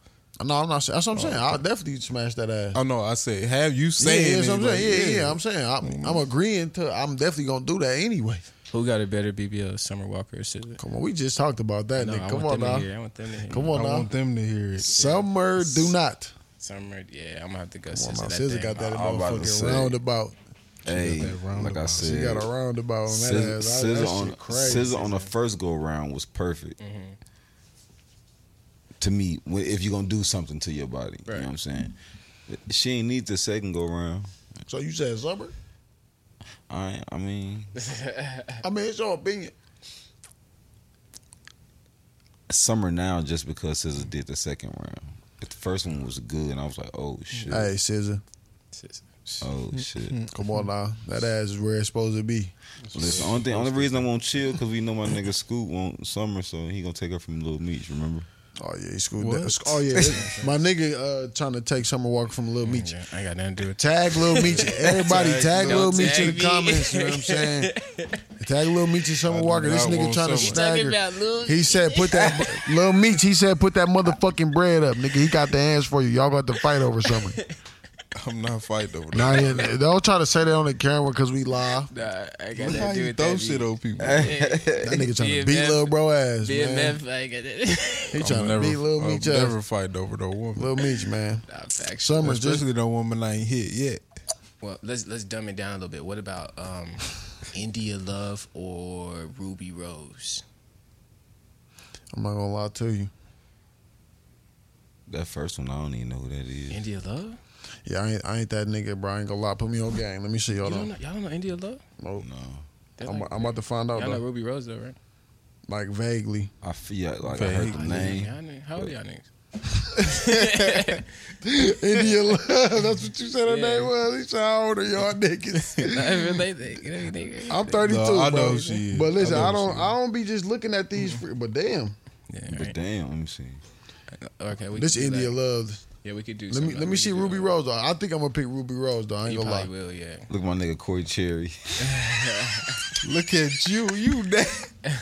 Speaker 2: No, I'm not. saying- That's what I'm saying. I'll definitely smash that ass.
Speaker 1: Oh no, I said have you
Speaker 2: yeah,
Speaker 1: saying?
Speaker 2: that's
Speaker 1: it, Mm-hmm.
Speaker 2: what I'm
Speaker 1: like,
Speaker 2: saying. Yeah, yeah, I'm saying. I'm, I'm agreeing to. I'm definitely gonna do that anyway.
Speaker 3: who got a better BBL, Summer Walker or Scissor?
Speaker 2: Come on, we just talked about that.
Speaker 3: No,
Speaker 2: nigga.
Speaker 3: I
Speaker 2: Come
Speaker 3: want
Speaker 2: on
Speaker 3: them
Speaker 2: now.
Speaker 3: to hear. I want them to hear.
Speaker 2: Come
Speaker 1: I
Speaker 2: on now.
Speaker 1: want them to hear it.
Speaker 2: Summer, do not.
Speaker 3: Summer. Yeah, I'm gonna have to go
Speaker 2: Come on,
Speaker 3: Scissor.
Speaker 2: now.
Speaker 3: that
Speaker 2: Scissor
Speaker 3: thing.
Speaker 2: got that
Speaker 4: I'm about to
Speaker 2: motherfucking
Speaker 4: say.
Speaker 2: roundabout.
Speaker 4: hey,
Speaker 1: that roundabout.
Speaker 4: like I said,
Speaker 2: She got a roundabout on that
Speaker 4: Scissor,
Speaker 2: ass.
Speaker 4: Scissor on
Speaker 2: crazy.
Speaker 4: Scissor on the first go round was perfect. To me, when- if you're gonna do something to your body, you
Speaker 3: Right.
Speaker 4: know what I'm saying. She ain't need the second go round.
Speaker 2: So you said summer?
Speaker 4: I I mean,
Speaker 2: I mean, it's your opinion.
Speaker 4: summer now just because Scissor did the second round. The first one was good, and I was like, oh shit,
Speaker 2: Hey, Scissor.
Speaker 3: Scissor.
Speaker 4: oh shit.
Speaker 2: Mm, Come
Speaker 1: Mm-hmm.
Speaker 2: on now. That ass is where it's supposed to be.
Speaker 4: Listen, only thing, only reason I won't chill because we know my nigga Scoop won't summer, so he gonna take her from Little Meats. Remember?
Speaker 2: Oh yeah, he screwed
Speaker 1: What?
Speaker 2: that. Oh yeah, my nigga uh, trying to take Summer Walker from Lil Meech.
Speaker 3: Yeah, I got nothing to do with.
Speaker 2: Tag Lil Meech. Everybody tag, Lil
Speaker 3: don't
Speaker 2: Meech in
Speaker 3: tag
Speaker 2: the
Speaker 3: me.
Speaker 2: comments. You know what I'm saying? Tag Lil Meech and
Speaker 1: I
Speaker 2: Summer
Speaker 1: do
Speaker 2: Walker. This
Speaker 1: not
Speaker 2: nigga
Speaker 1: want
Speaker 2: trying to
Speaker 1: Summer. You
Speaker 2: snag her.
Speaker 3: Lil?
Speaker 2: He said, "Put that Lil Meech." He said, "Put that motherfucking bread up, nigga." He got the hands for you. Y'all got to fight over Summer.
Speaker 1: I'm not fighting over that.
Speaker 2: Now, yeah, don't try to say that on the camera because we live.
Speaker 3: Nah, I got
Speaker 1: Look how
Speaker 3: nothing to do
Speaker 1: you
Speaker 3: with
Speaker 1: throw
Speaker 3: that.
Speaker 1: shit
Speaker 3: B-
Speaker 1: on people.
Speaker 2: That nigga trying to
Speaker 3: BMF.
Speaker 2: beat Lil Bro ass. Man.
Speaker 3: BMF, I got it.
Speaker 2: He
Speaker 1: I'm
Speaker 2: trying to
Speaker 1: never-
Speaker 2: beat Lil
Speaker 1: I'm
Speaker 2: Meech
Speaker 1: Never
Speaker 2: ass.
Speaker 1: fighting over no woman,
Speaker 2: Lil Meech, man.
Speaker 3: Nah, facts.
Speaker 2: Summer just
Speaker 1: especially no woman I ain't hit yet.
Speaker 3: Well, let's let's dumb it down a little bit. What about um, India Love or Ruby Rose?
Speaker 2: I'm not gonna lie to you.
Speaker 4: That first one, I don't even know who that is.
Speaker 3: India Love?
Speaker 2: Yeah, I ain't, I ain't that nigga, bro. I ain't gonna lie. Put me on game. Let me see.
Speaker 3: You
Speaker 2: Hold
Speaker 3: don't
Speaker 2: on.
Speaker 3: know, y'all don't know India Love?
Speaker 2: Nope.
Speaker 4: No,
Speaker 3: They're
Speaker 2: I'm,
Speaker 3: like-
Speaker 2: I'm about to find
Speaker 4: Oh,
Speaker 2: out
Speaker 3: y'all know
Speaker 2: though.
Speaker 3: Ruby Rose though, right?
Speaker 2: Like vaguely.
Speaker 4: I feel like I
Speaker 1: Okay,
Speaker 4: heard
Speaker 1: he-
Speaker 4: the
Speaker 3: Y'all
Speaker 4: name.
Speaker 3: niggas- How old y'all niggas?
Speaker 2: India love. That's what you said her
Speaker 3: Yeah.
Speaker 2: name was. He said, "How old are y'all niggas?"
Speaker 3: Not even they- they- they- they-
Speaker 2: I'm 32.
Speaker 1: No, I
Speaker 2: bro.
Speaker 1: know who she is.
Speaker 2: But listen,
Speaker 1: I know
Speaker 2: I,
Speaker 1: who
Speaker 2: don't.
Speaker 1: she
Speaker 2: I don't be just looking
Speaker 3: Mm-hmm.
Speaker 2: at these. Free, but damn,
Speaker 3: Yeah,
Speaker 4: But
Speaker 3: right.
Speaker 4: damn, let me see.
Speaker 3: Okay, we
Speaker 2: this
Speaker 3: can do
Speaker 2: India
Speaker 3: that.
Speaker 2: love.
Speaker 3: Yeah, we could do.
Speaker 2: Let me let me see Ruby Rose though. I think I'm gonna pick Ruby Rose though. I ain't
Speaker 3: You
Speaker 2: gonna lie.
Speaker 3: probably will. Yeah.
Speaker 4: Look, at my nigga Corey Cherry.
Speaker 1: Look at you, you da-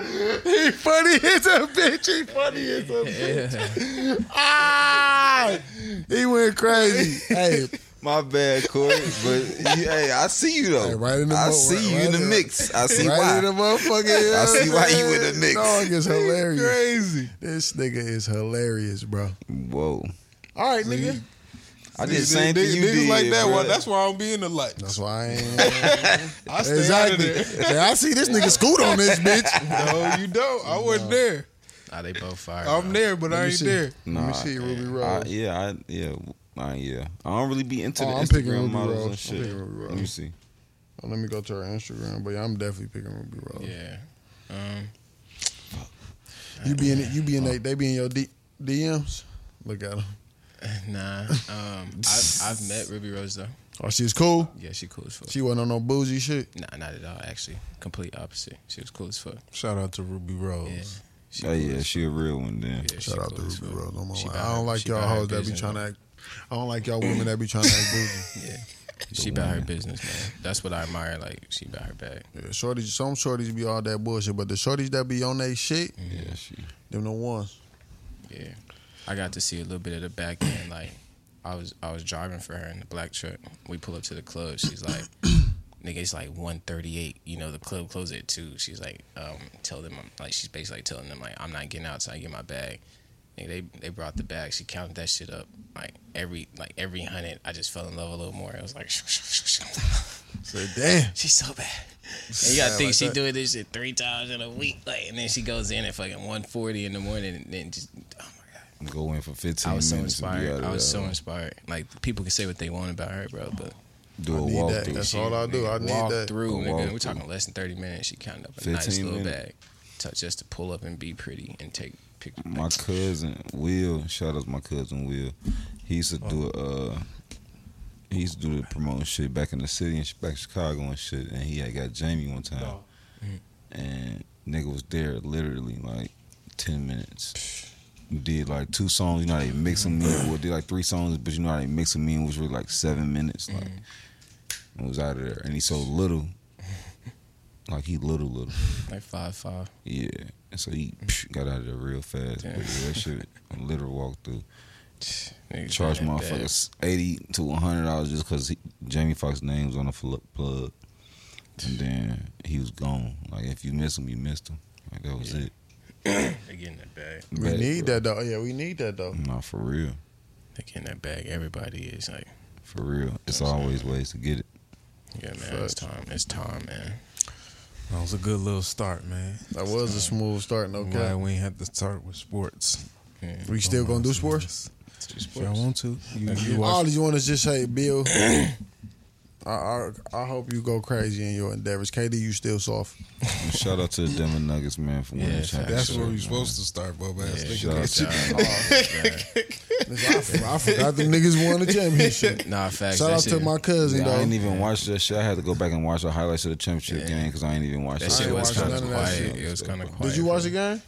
Speaker 2: He funny as a bitch. He funny as a bitch. ah, he went crazy. hey,
Speaker 4: My bad, Corey. But you, hey, I see you though.
Speaker 2: Hey, right in the
Speaker 4: I
Speaker 2: mo-
Speaker 4: see
Speaker 2: right-
Speaker 4: you
Speaker 2: right
Speaker 4: in the
Speaker 2: in-
Speaker 4: mix. I see
Speaker 2: right
Speaker 4: why.
Speaker 2: in the motherfucking.
Speaker 4: I see why you in the mix.
Speaker 2: Dog is hilarious.
Speaker 1: crazy.
Speaker 2: This nigga is hilarious, bro.
Speaker 4: Whoa.
Speaker 2: All right, nigga.
Speaker 4: I did the
Speaker 1: Niggas-
Speaker 4: same thing
Speaker 1: niggas-
Speaker 4: you
Speaker 1: niggas
Speaker 4: did.
Speaker 1: like that.
Speaker 4: bruh.
Speaker 1: Why, that's why I don't be in the light.
Speaker 2: That's why I ain't.
Speaker 1: I stay
Speaker 2: exactly.
Speaker 1: out of
Speaker 2: Say, I see this nigga scoot on this bitch.
Speaker 1: there. No, you don't. I wasn't there.
Speaker 3: Nah, they both fire.
Speaker 1: I'm
Speaker 3: bro.
Speaker 1: there, but
Speaker 2: Let
Speaker 1: I
Speaker 2: me
Speaker 1: ain't
Speaker 2: see.
Speaker 1: there.
Speaker 2: Let me
Speaker 4: Nah,
Speaker 2: see Ruby
Speaker 4: I,
Speaker 2: Rose.
Speaker 4: yeah, I yeah. I, yeah, I don't really be into
Speaker 2: Oh,
Speaker 4: the
Speaker 2: I'm picking
Speaker 4: Instagram
Speaker 2: Ruby
Speaker 4: models
Speaker 2: Rose. I'm
Speaker 4: and shit.
Speaker 2: picking Ruby
Speaker 4: Let me
Speaker 2: Rose.
Speaker 4: see.
Speaker 2: Oh, let me go to her Instagram, but yeah, I'm definitely picking Ruby Rose.
Speaker 3: Yeah. Um,
Speaker 2: You be in it. You be
Speaker 1: Uh,
Speaker 2: in. They, they be in your D, DMs. Look at them.
Speaker 3: nah. Um, I've, I've met Ruby Rose though.
Speaker 2: Oh, she's cool.
Speaker 3: Yeah, she cool as fuck.
Speaker 2: She wasn't on no bougie shit.
Speaker 3: Nah, not at all. Actually, complete opposite. She was cool as fuck.
Speaker 1: Shout out to Ruby Rose.
Speaker 3: Yeah. She
Speaker 4: Oh
Speaker 3: cool
Speaker 4: yeah,
Speaker 3: as-
Speaker 4: she a real one then.
Speaker 3: yeah, she
Speaker 2: Shout out to
Speaker 3: cool as
Speaker 2: Ruby
Speaker 3: fuck.
Speaker 2: Rose. I'm
Speaker 3: She
Speaker 2: on-
Speaker 3: about
Speaker 2: I don't
Speaker 3: her-
Speaker 2: like
Speaker 3: she
Speaker 2: y'all
Speaker 3: about her
Speaker 2: hoes that be
Speaker 3: business,
Speaker 2: trying to
Speaker 3: man.
Speaker 2: act. I don't like y'all women that be trying to act bougie.
Speaker 3: She about her business, man. That's what I admire. Like she about her bag.
Speaker 2: Yeah, shorties, some shorties be all that bullshit, but the shorties that be on they shit,
Speaker 4: Yeah, she.
Speaker 2: them the ones.
Speaker 3: Yeah, I got to see a little bit of the back end. Like, I was I was driving for her in the black truck. We pull up to the club. She's like, "Nigga, it's like 1.38. You know, the club closes at two. She's like, um, "Tell them I'm like." She's basically telling them like, "I'm not getting out till I get my bag." Nigga, they they brought the bag. She counted that shit up. Like every like every hundred, I just fell in love a little more. I was like,
Speaker 2: Say, damn.
Speaker 3: she's so bad. And you gotta
Speaker 2: Yeah,
Speaker 3: think
Speaker 2: like
Speaker 3: she
Speaker 2: that.
Speaker 3: doing this shit three times in a week, like, and then she goes in at fucking one forty in the morning, and then just oh my god.
Speaker 4: Go in for 15
Speaker 3: I was so
Speaker 4: minutes and be out
Speaker 3: inspired.
Speaker 4: of
Speaker 3: I was
Speaker 4: there.
Speaker 3: so inspired. Like people can say what they want about her, bro, but
Speaker 4: Do a
Speaker 2: I need that.
Speaker 4: walkthrough.
Speaker 2: That's all I do. I need
Speaker 3: walk
Speaker 2: that.
Speaker 3: through,
Speaker 4: A
Speaker 3: nigga.
Speaker 4: walk
Speaker 3: We're talking less than thirty minutes. She counted up a
Speaker 4: 15
Speaker 3: nice little
Speaker 4: minutes.
Speaker 3: bag, to, just to pull up and be pretty and take pictures.
Speaker 4: my cousin Will, shout out to my cousin Will. He used to do uh he used to do the promoting shit back in the city and sh- back in Chicago and shit and he had got Jamie one time. And nigga was there literally like ten minutes. Did like two songs, you know how they mix them in. Well, did like three songs, but you know how they mix them in, which were like seven minutes. Like, and was out of there. And he's so little, like he little, little.
Speaker 3: like five five.
Speaker 4: Yeah. And so he psh, got out of there real fast.
Speaker 3: Yeah.
Speaker 4: But yeah, that shit, a literal walk through.
Speaker 3: Niggas
Speaker 4: Charge
Speaker 3: not that bad.
Speaker 4: motherfuckers eighty to one hundred dollars just because Jamie Foxx's name was on the fl- plug, and then he was gone. Like if you miss him, you missed him. Like that was it.
Speaker 3: They getting that bag.
Speaker 2: We
Speaker 4: But-
Speaker 2: need that though. Yeah, we need that though.
Speaker 4: Nah, for real,
Speaker 3: They getting that bag. Everybody is like,
Speaker 4: for real. It's
Speaker 3: That's it.
Speaker 4: always ways to get it.
Speaker 3: yeah, man. It's time. It's time, man.
Speaker 1: That was a good little start, man.
Speaker 2: That was a smooth start, no
Speaker 1: I'm
Speaker 2: cap.
Speaker 1: glad we ain't had to start with sports.
Speaker 3: Yeah.
Speaker 2: We still gonna do sports?
Speaker 1: If y'all want to, you, you
Speaker 2: All
Speaker 1: watch.
Speaker 2: you want to just say, Bill. I, I I hope you go crazy in your endeavors. KD, you still soft.
Speaker 4: And shout out to the Denver Nuggets, man, for winning
Speaker 3: Yeah,
Speaker 4: the championship.
Speaker 1: That's where we supposed to start, Bob. I was
Speaker 3: Yeah,
Speaker 1: thinking
Speaker 4: shout
Speaker 1: about
Speaker 4: out to
Speaker 1: you.
Speaker 2: Listen, I, for- I forgot the niggas won the championship.
Speaker 3: Nah, facts.
Speaker 2: Shout
Speaker 3: that
Speaker 2: out to
Speaker 3: shit-
Speaker 2: my cousin,
Speaker 4: Yeah, I ain't
Speaker 2: though.
Speaker 4: even watch that shit. I had to go back and watch the highlights of the championship
Speaker 3: Yeah.
Speaker 4: game because I ain't even watched
Speaker 3: That
Speaker 2: I
Speaker 3: shit
Speaker 2: ain't
Speaker 3: was
Speaker 2: watching
Speaker 3: kind
Speaker 2: none of
Speaker 3: of
Speaker 2: that
Speaker 3: quiet.
Speaker 2: shit.
Speaker 3: It was kind of quiet.
Speaker 2: Did you
Speaker 3: for
Speaker 2: watch
Speaker 3: me.
Speaker 2: the game?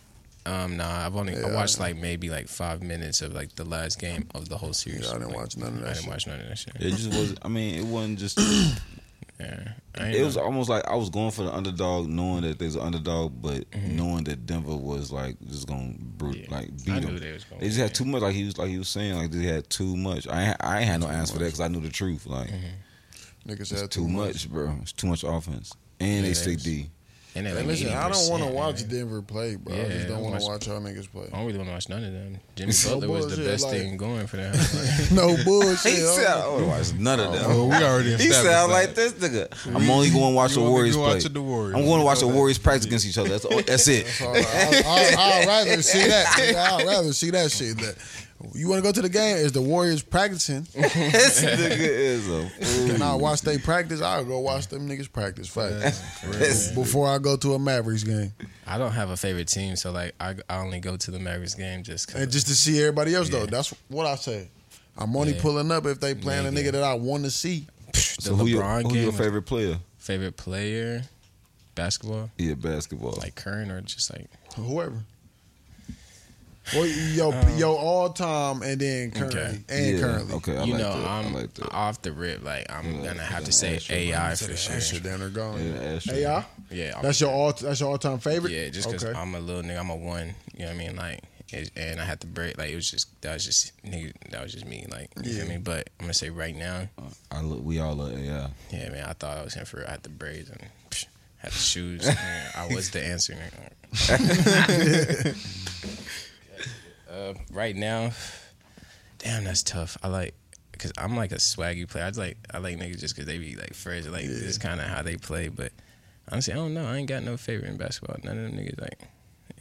Speaker 3: Um, nah, I've only
Speaker 2: Yeah, I
Speaker 3: I watched like maybe like five minutes of like the last game of the whole series.
Speaker 2: Yeah, I didn't
Speaker 3: Like,
Speaker 2: watch none of that
Speaker 3: I didn't
Speaker 2: shit.
Speaker 3: watch none of that shit.
Speaker 4: It just was. I mean, it wasn't just.
Speaker 3: yeah, I ain't
Speaker 4: It was
Speaker 3: know.
Speaker 4: almost like I was going for the underdog, knowing that there's an underdog, but knowing that Denver was like just gonna brut-
Speaker 3: Mm-hmm. Yeah.
Speaker 4: like
Speaker 3: I
Speaker 4: beat
Speaker 3: knew
Speaker 4: them.
Speaker 3: they was gonna
Speaker 4: They just had
Speaker 3: win.
Speaker 4: too much. Like he was like he was saying, like they had too much. I ain't, I ain't had no answer for that because I knew the truth. Like
Speaker 3: Mm-hmm.
Speaker 2: Niggas
Speaker 4: it's
Speaker 2: had
Speaker 4: too much, bro. It's too much offense, and
Speaker 3: Yeah,
Speaker 4: they
Speaker 3: they
Speaker 4: stick
Speaker 3: was-
Speaker 4: D.
Speaker 3: And they,
Speaker 2: Hey,
Speaker 3: like,
Speaker 2: listen, I don't
Speaker 3: 80%,
Speaker 2: want to
Speaker 3: man.
Speaker 2: watch Denver play, bro. I
Speaker 3: Yeah,
Speaker 2: just don't want
Speaker 3: watch-
Speaker 2: to watch y'all niggas play.
Speaker 3: I don't really want to watch none of them. Jimmy
Speaker 2: So
Speaker 3: Butler was the
Speaker 2: bullshit,
Speaker 3: best
Speaker 2: like-
Speaker 3: thing going for them. Like,
Speaker 2: no bullshit.
Speaker 4: He said,
Speaker 2: huh?
Speaker 4: "Oh, watch none of them."
Speaker 1: Well, we already
Speaker 4: He sound
Speaker 1: established
Speaker 4: like
Speaker 1: that.
Speaker 4: this nigga. I'm only going to watch
Speaker 1: you
Speaker 4: the
Speaker 1: only
Speaker 4: Warriors play.
Speaker 1: watching the Warriors.
Speaker 4: I'm going to watch the Warriors practice against each other. That's, that's it.
Speaker 2: All right, I, I, I'd rather see that. nigga. I'd rather see that shit. That you want to go to the game? Is the Warriors practicing?
Speaker 4: this nigga is a fool.
Speaker 2: Can I watch they practice? I'll go watch them niggas practice. Fact.
Speaker 4: This
Speaker 2: Before I go to a Mavericks game,
Speaker 3: I don't have a favorite team, so like I, I only go to the Mavericks game just
Speaker 2: and
Speaker 3: because.
Speaker 2: just to see everybody else though.
Speaker 3: Yeah.
Speaker 2: That's what I say. I'm only
Speaker 3: Yeah.
Speaker 2: pulling up if they playing a
Speaker 3: Nigga.
Speaker 2: nigga that I want to see.
Speaker 3: The
Speaker 4: So
Speaker 3: LeBron
Speaker 4: who your, who
Speaker 3: game
Speaker 4: your
Speaker 3: was-
Speaker 4: favorite player?
Speaker 3: favorite player, basketball,
Speaker 4: Yeah, basketball.
Speaker 3: like current or just like
Speaker 2: Whoever. Well, yo, yo, all time and then currently
Speaker 3: okay.
Speaker 2: and
Speaker 4: yeah,
Speaker 2: currently.
Speaker 4: Okay, I
Speaker 3: you
Speaker 4: like
Speaker 3: know,
Speaker 4: that.
Speaker 3: I'm
Speaker 4: I like that.
Speaker 3: off the rip. Like I'm
Speaker 4: Yeah,
Speaker 3: gonna have to
Speaker 4: that
Speaker 3: say
Speaker 4: Astro
Speaker 3: AI
Speaker 4: Man.
Speaker 3: for
Speaker 2: That
Speaker 3: sure.
Speaker 2: shit down there gone.
Speaker 4: Yeah, that's true.
Speaker 2: Hey, y'all,
Speaker 3: Yeah, off
Speaker 2: that's your all. That's your all time favorite.
Speaker 3: Yeah, just because
Speaker 2: okay.
Speaker 3: I'm a little nigga, I'm a one. You know what I mean? Like, it, and I had to break. Like, it was just that was just nigga. That was just me. Like, you know what I mean? But I'm gonna say right now,
Speaker 4: I look, we all love AI.
Speaker 3: yeah, man. I thought I was him for. I had the braids and psh, had the shoes. man, I was the answer. Nigga. uh, right now, damn, that's tough. I like. Cause I'm like a swaggy player. I just like I like niggas just cause they be like fresh. Like this is kind of how they play. But honestly, I don't know. I ain't got no favorite in basketball. None of them niggas like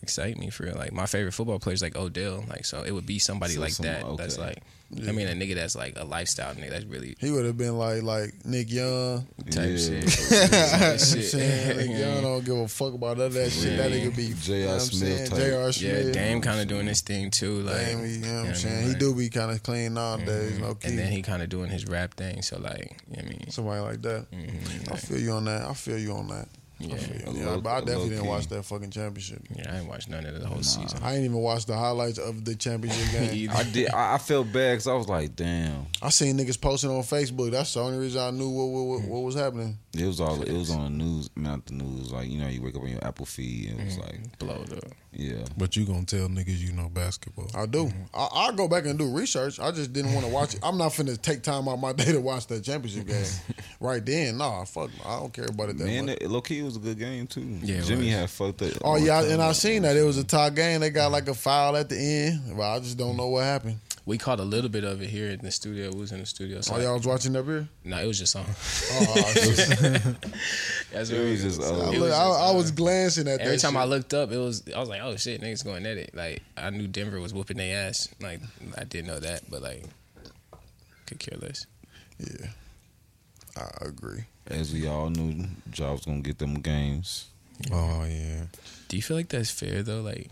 Speaker 3: excite me for real. Like my favorite football players like Odell. Like so it would be somebody
Speaker 4: So
Speaker 3: like
Speaker 4: someone-
Speaker 3: that. That's
Speaker 4: okay.
Speaker 3: like I mean a nigga that's like a lifestyle nigga. That's really
Speaker 2: He would have been like like Nick Young.
Speaker 3: type
Speaker 4: Yeah.
Speaker 3: shit.
Speaker 2: I'm saying,
Speaker 3: Shit.
Speaker 2: Nick Young don't give a fuck about none of that shit. That
Speaker 3: real.
Speaker 2: nigga be
Speaker 4: J.R.
Speaker 2: you know what I'm
Speaker 4: Smith
Speaker 2: saying?
Speaker 4: type.
Speaker 2: J.R.
Speaker 3: Yeah,
Speaker 2: Smith.
Speaker 3: Dame kind of doing this thing too. Like,
Speaker 2: Damn, you know what I'm
Speaker 3: I
Speaker 2: saying?
Speaker 3: mean?
Speaker 2: He
Speaker 3: Like, mm-hmm.
Speaker 2: do be kind of clean nowadays, no key.
Speaker 3: And then he kind of doing his rap thing. So like, you know what I mean,
Speaker 2: Somebody like that.
Speaker 3: Mhm,
Speaker 2: I
Speaker 3: like,
Speaker 2: feel you on that. I feel you on that. I
Speaker 3: yeah,
Speaker 2: feel you on
Speaker 4: A
Speaker 2: that.
Speaker 4: low-
Speaker 2: But I
Speaker 4: a
Speaker 2: definitely didn't
Speaker 4: low-key.
Speaker 2: watch that fucking championship.
Speaker 3: yeah. I ain't watched none of the whole season.
Speaker 2: I ain't even watch the highlights of the championship game.
Speaker 4: I did. I, I felt bad because I was like, damn,
Speaker 2: I seen niggas posting on Facebook. That's the only reason I knew what what, what, what was happening.
Speaker 4: it was all. It was on the news, not the news. Like you know, you wake up on your Apple feed and it was like,
Speaker 3: Blow it up.
Speaker 4: yeah,
Speaker 1: But you gonna tell niggas you know basketball?
Speaker 2: I do. I, I'll go back and do research. I just didn't want to watch it. I'm not finna take time out my day to watch that championship game. right then, nah, fuck. I don't care about it that
Speaker 4: man,
Speaker 2: much.
Speaker 4: it, low key it was a good game too.
Speaker 3: Yeah, it
Speaker 4: Jimmy
Speaker 3: was.
Speaker 4: had fucked up.
Speaker 2: Oh
Speaker 4: one
Speaker 2: yeah,
Speaker 4: time.
Speaker 2: and I seen that it was a tie game. They got like a foul at the end, but I just don't know what happened.
Speaker 3: We caught a little bit of it here in the studio. We was in the studio. So
Speaker 2: Oh, y'all was watching up here.
Speaker 3: no, it was just on.
Speaker 2: Oh, shit.
Speaker 3: That's
Speaker 4: It
Speaker 3: what
Speaker 4: was just,
Speaker 3: on.
Speaker 4: uh,
Speaker 2: I,
Speaker 3: It
Speaker 2: look-
Speaker 3: was
Speaker 2: I-
Speaker 3: just,
Speaker 2: I
Speaker 3: uh,
Speaker 2: was glancing at
Speaker 3: Every
Speaker 2: that
Speaker 3: time
Speaker 2: shit.
Speaker 3: I looked up, it was I was like, oh shit, niggas going at it. Like I knew Denver was whooping their ass. Like I didn't know that, but like could care less.
Speaker 2: Yeah, I agree.
Speaker 4: As we all knew, Jobs gonna get them games.
Speaker 1: Oh yeah.
Speaker 3: Do you feel like that's fair though? Like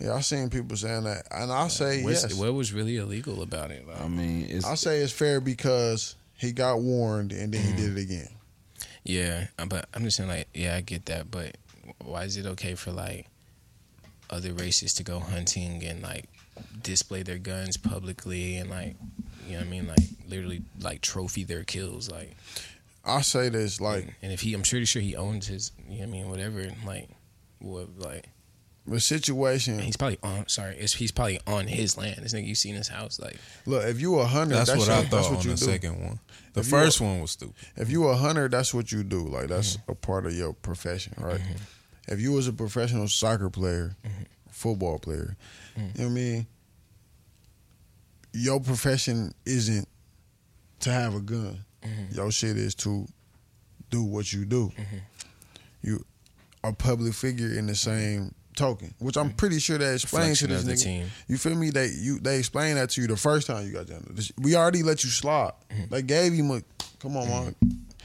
Speaker 2: Yeah, I seen people saying that, and I say
Speaker 3: what's-
Speaker 2: yes.
Speaker 3: what was really illegal about it? Like,
Speaker 4: I mean, it's
Speaker 2: I say it's fair because he got warned and then he did it again.
Speaker 3: Yeah, uh, but I'm just saying, like, yeah, I get that, but why is it okay for like other races to go hunting and like display their guns publicly and like, you know what I mean, like literally like trophy their kills, like,
Speaker 2: I say this like
Speaker 3: and if he, I'm pretty sure he owns his, you know what I mean, whatever, and, like, what, like,
Speaker 2: the situation.
Speaker 3: he's probably on. Sorry, it's, he's probably on his land. This nigga, you seen his house, like,
Speaker 2: Look, if you a hunter,
Speaker 1: That's,
Speaker 2: that's,
Speaker 1: what
Speaker 2: your-
Speaker 1: I thought
Speaker 2: that's what
Speaker 1: on
Speaker 2: you
Speaker 1: the
Speaker 2: do.
Speaker 1: second one. The
Speaker 2: If you
Speaker 1: first one was stupid.
Speaker 2: If you a hunter, that's what you do. Like that's
Speaker 1: Mm-hmm.
Speaker 2: a part of your profession, right? If you was a professional soccer player,
Speaker 1: Mm-hmm.
Speaker 2: football player, you know what I mean. Your profession isn't to have a gun.
Speaker 1: Mm-hmm.
Speaker 2: Your shit is to do what you do. You a public figure in the same token, which
Speaker 1: Mm-hmm.
Speaker 2: I'm pretty sure they explained to
Speaker 3: Reflection
Speaker 2: this
Speaker 3: of the
Speaker 2: nigga.
Speaker 3: team.
Speaker 2: You feel me? They you they explained that to you the first time you got down. there. This- We already let you slide.
Speaker 3: Mm-hmm.
Speaker 2: They gave you my come on, man.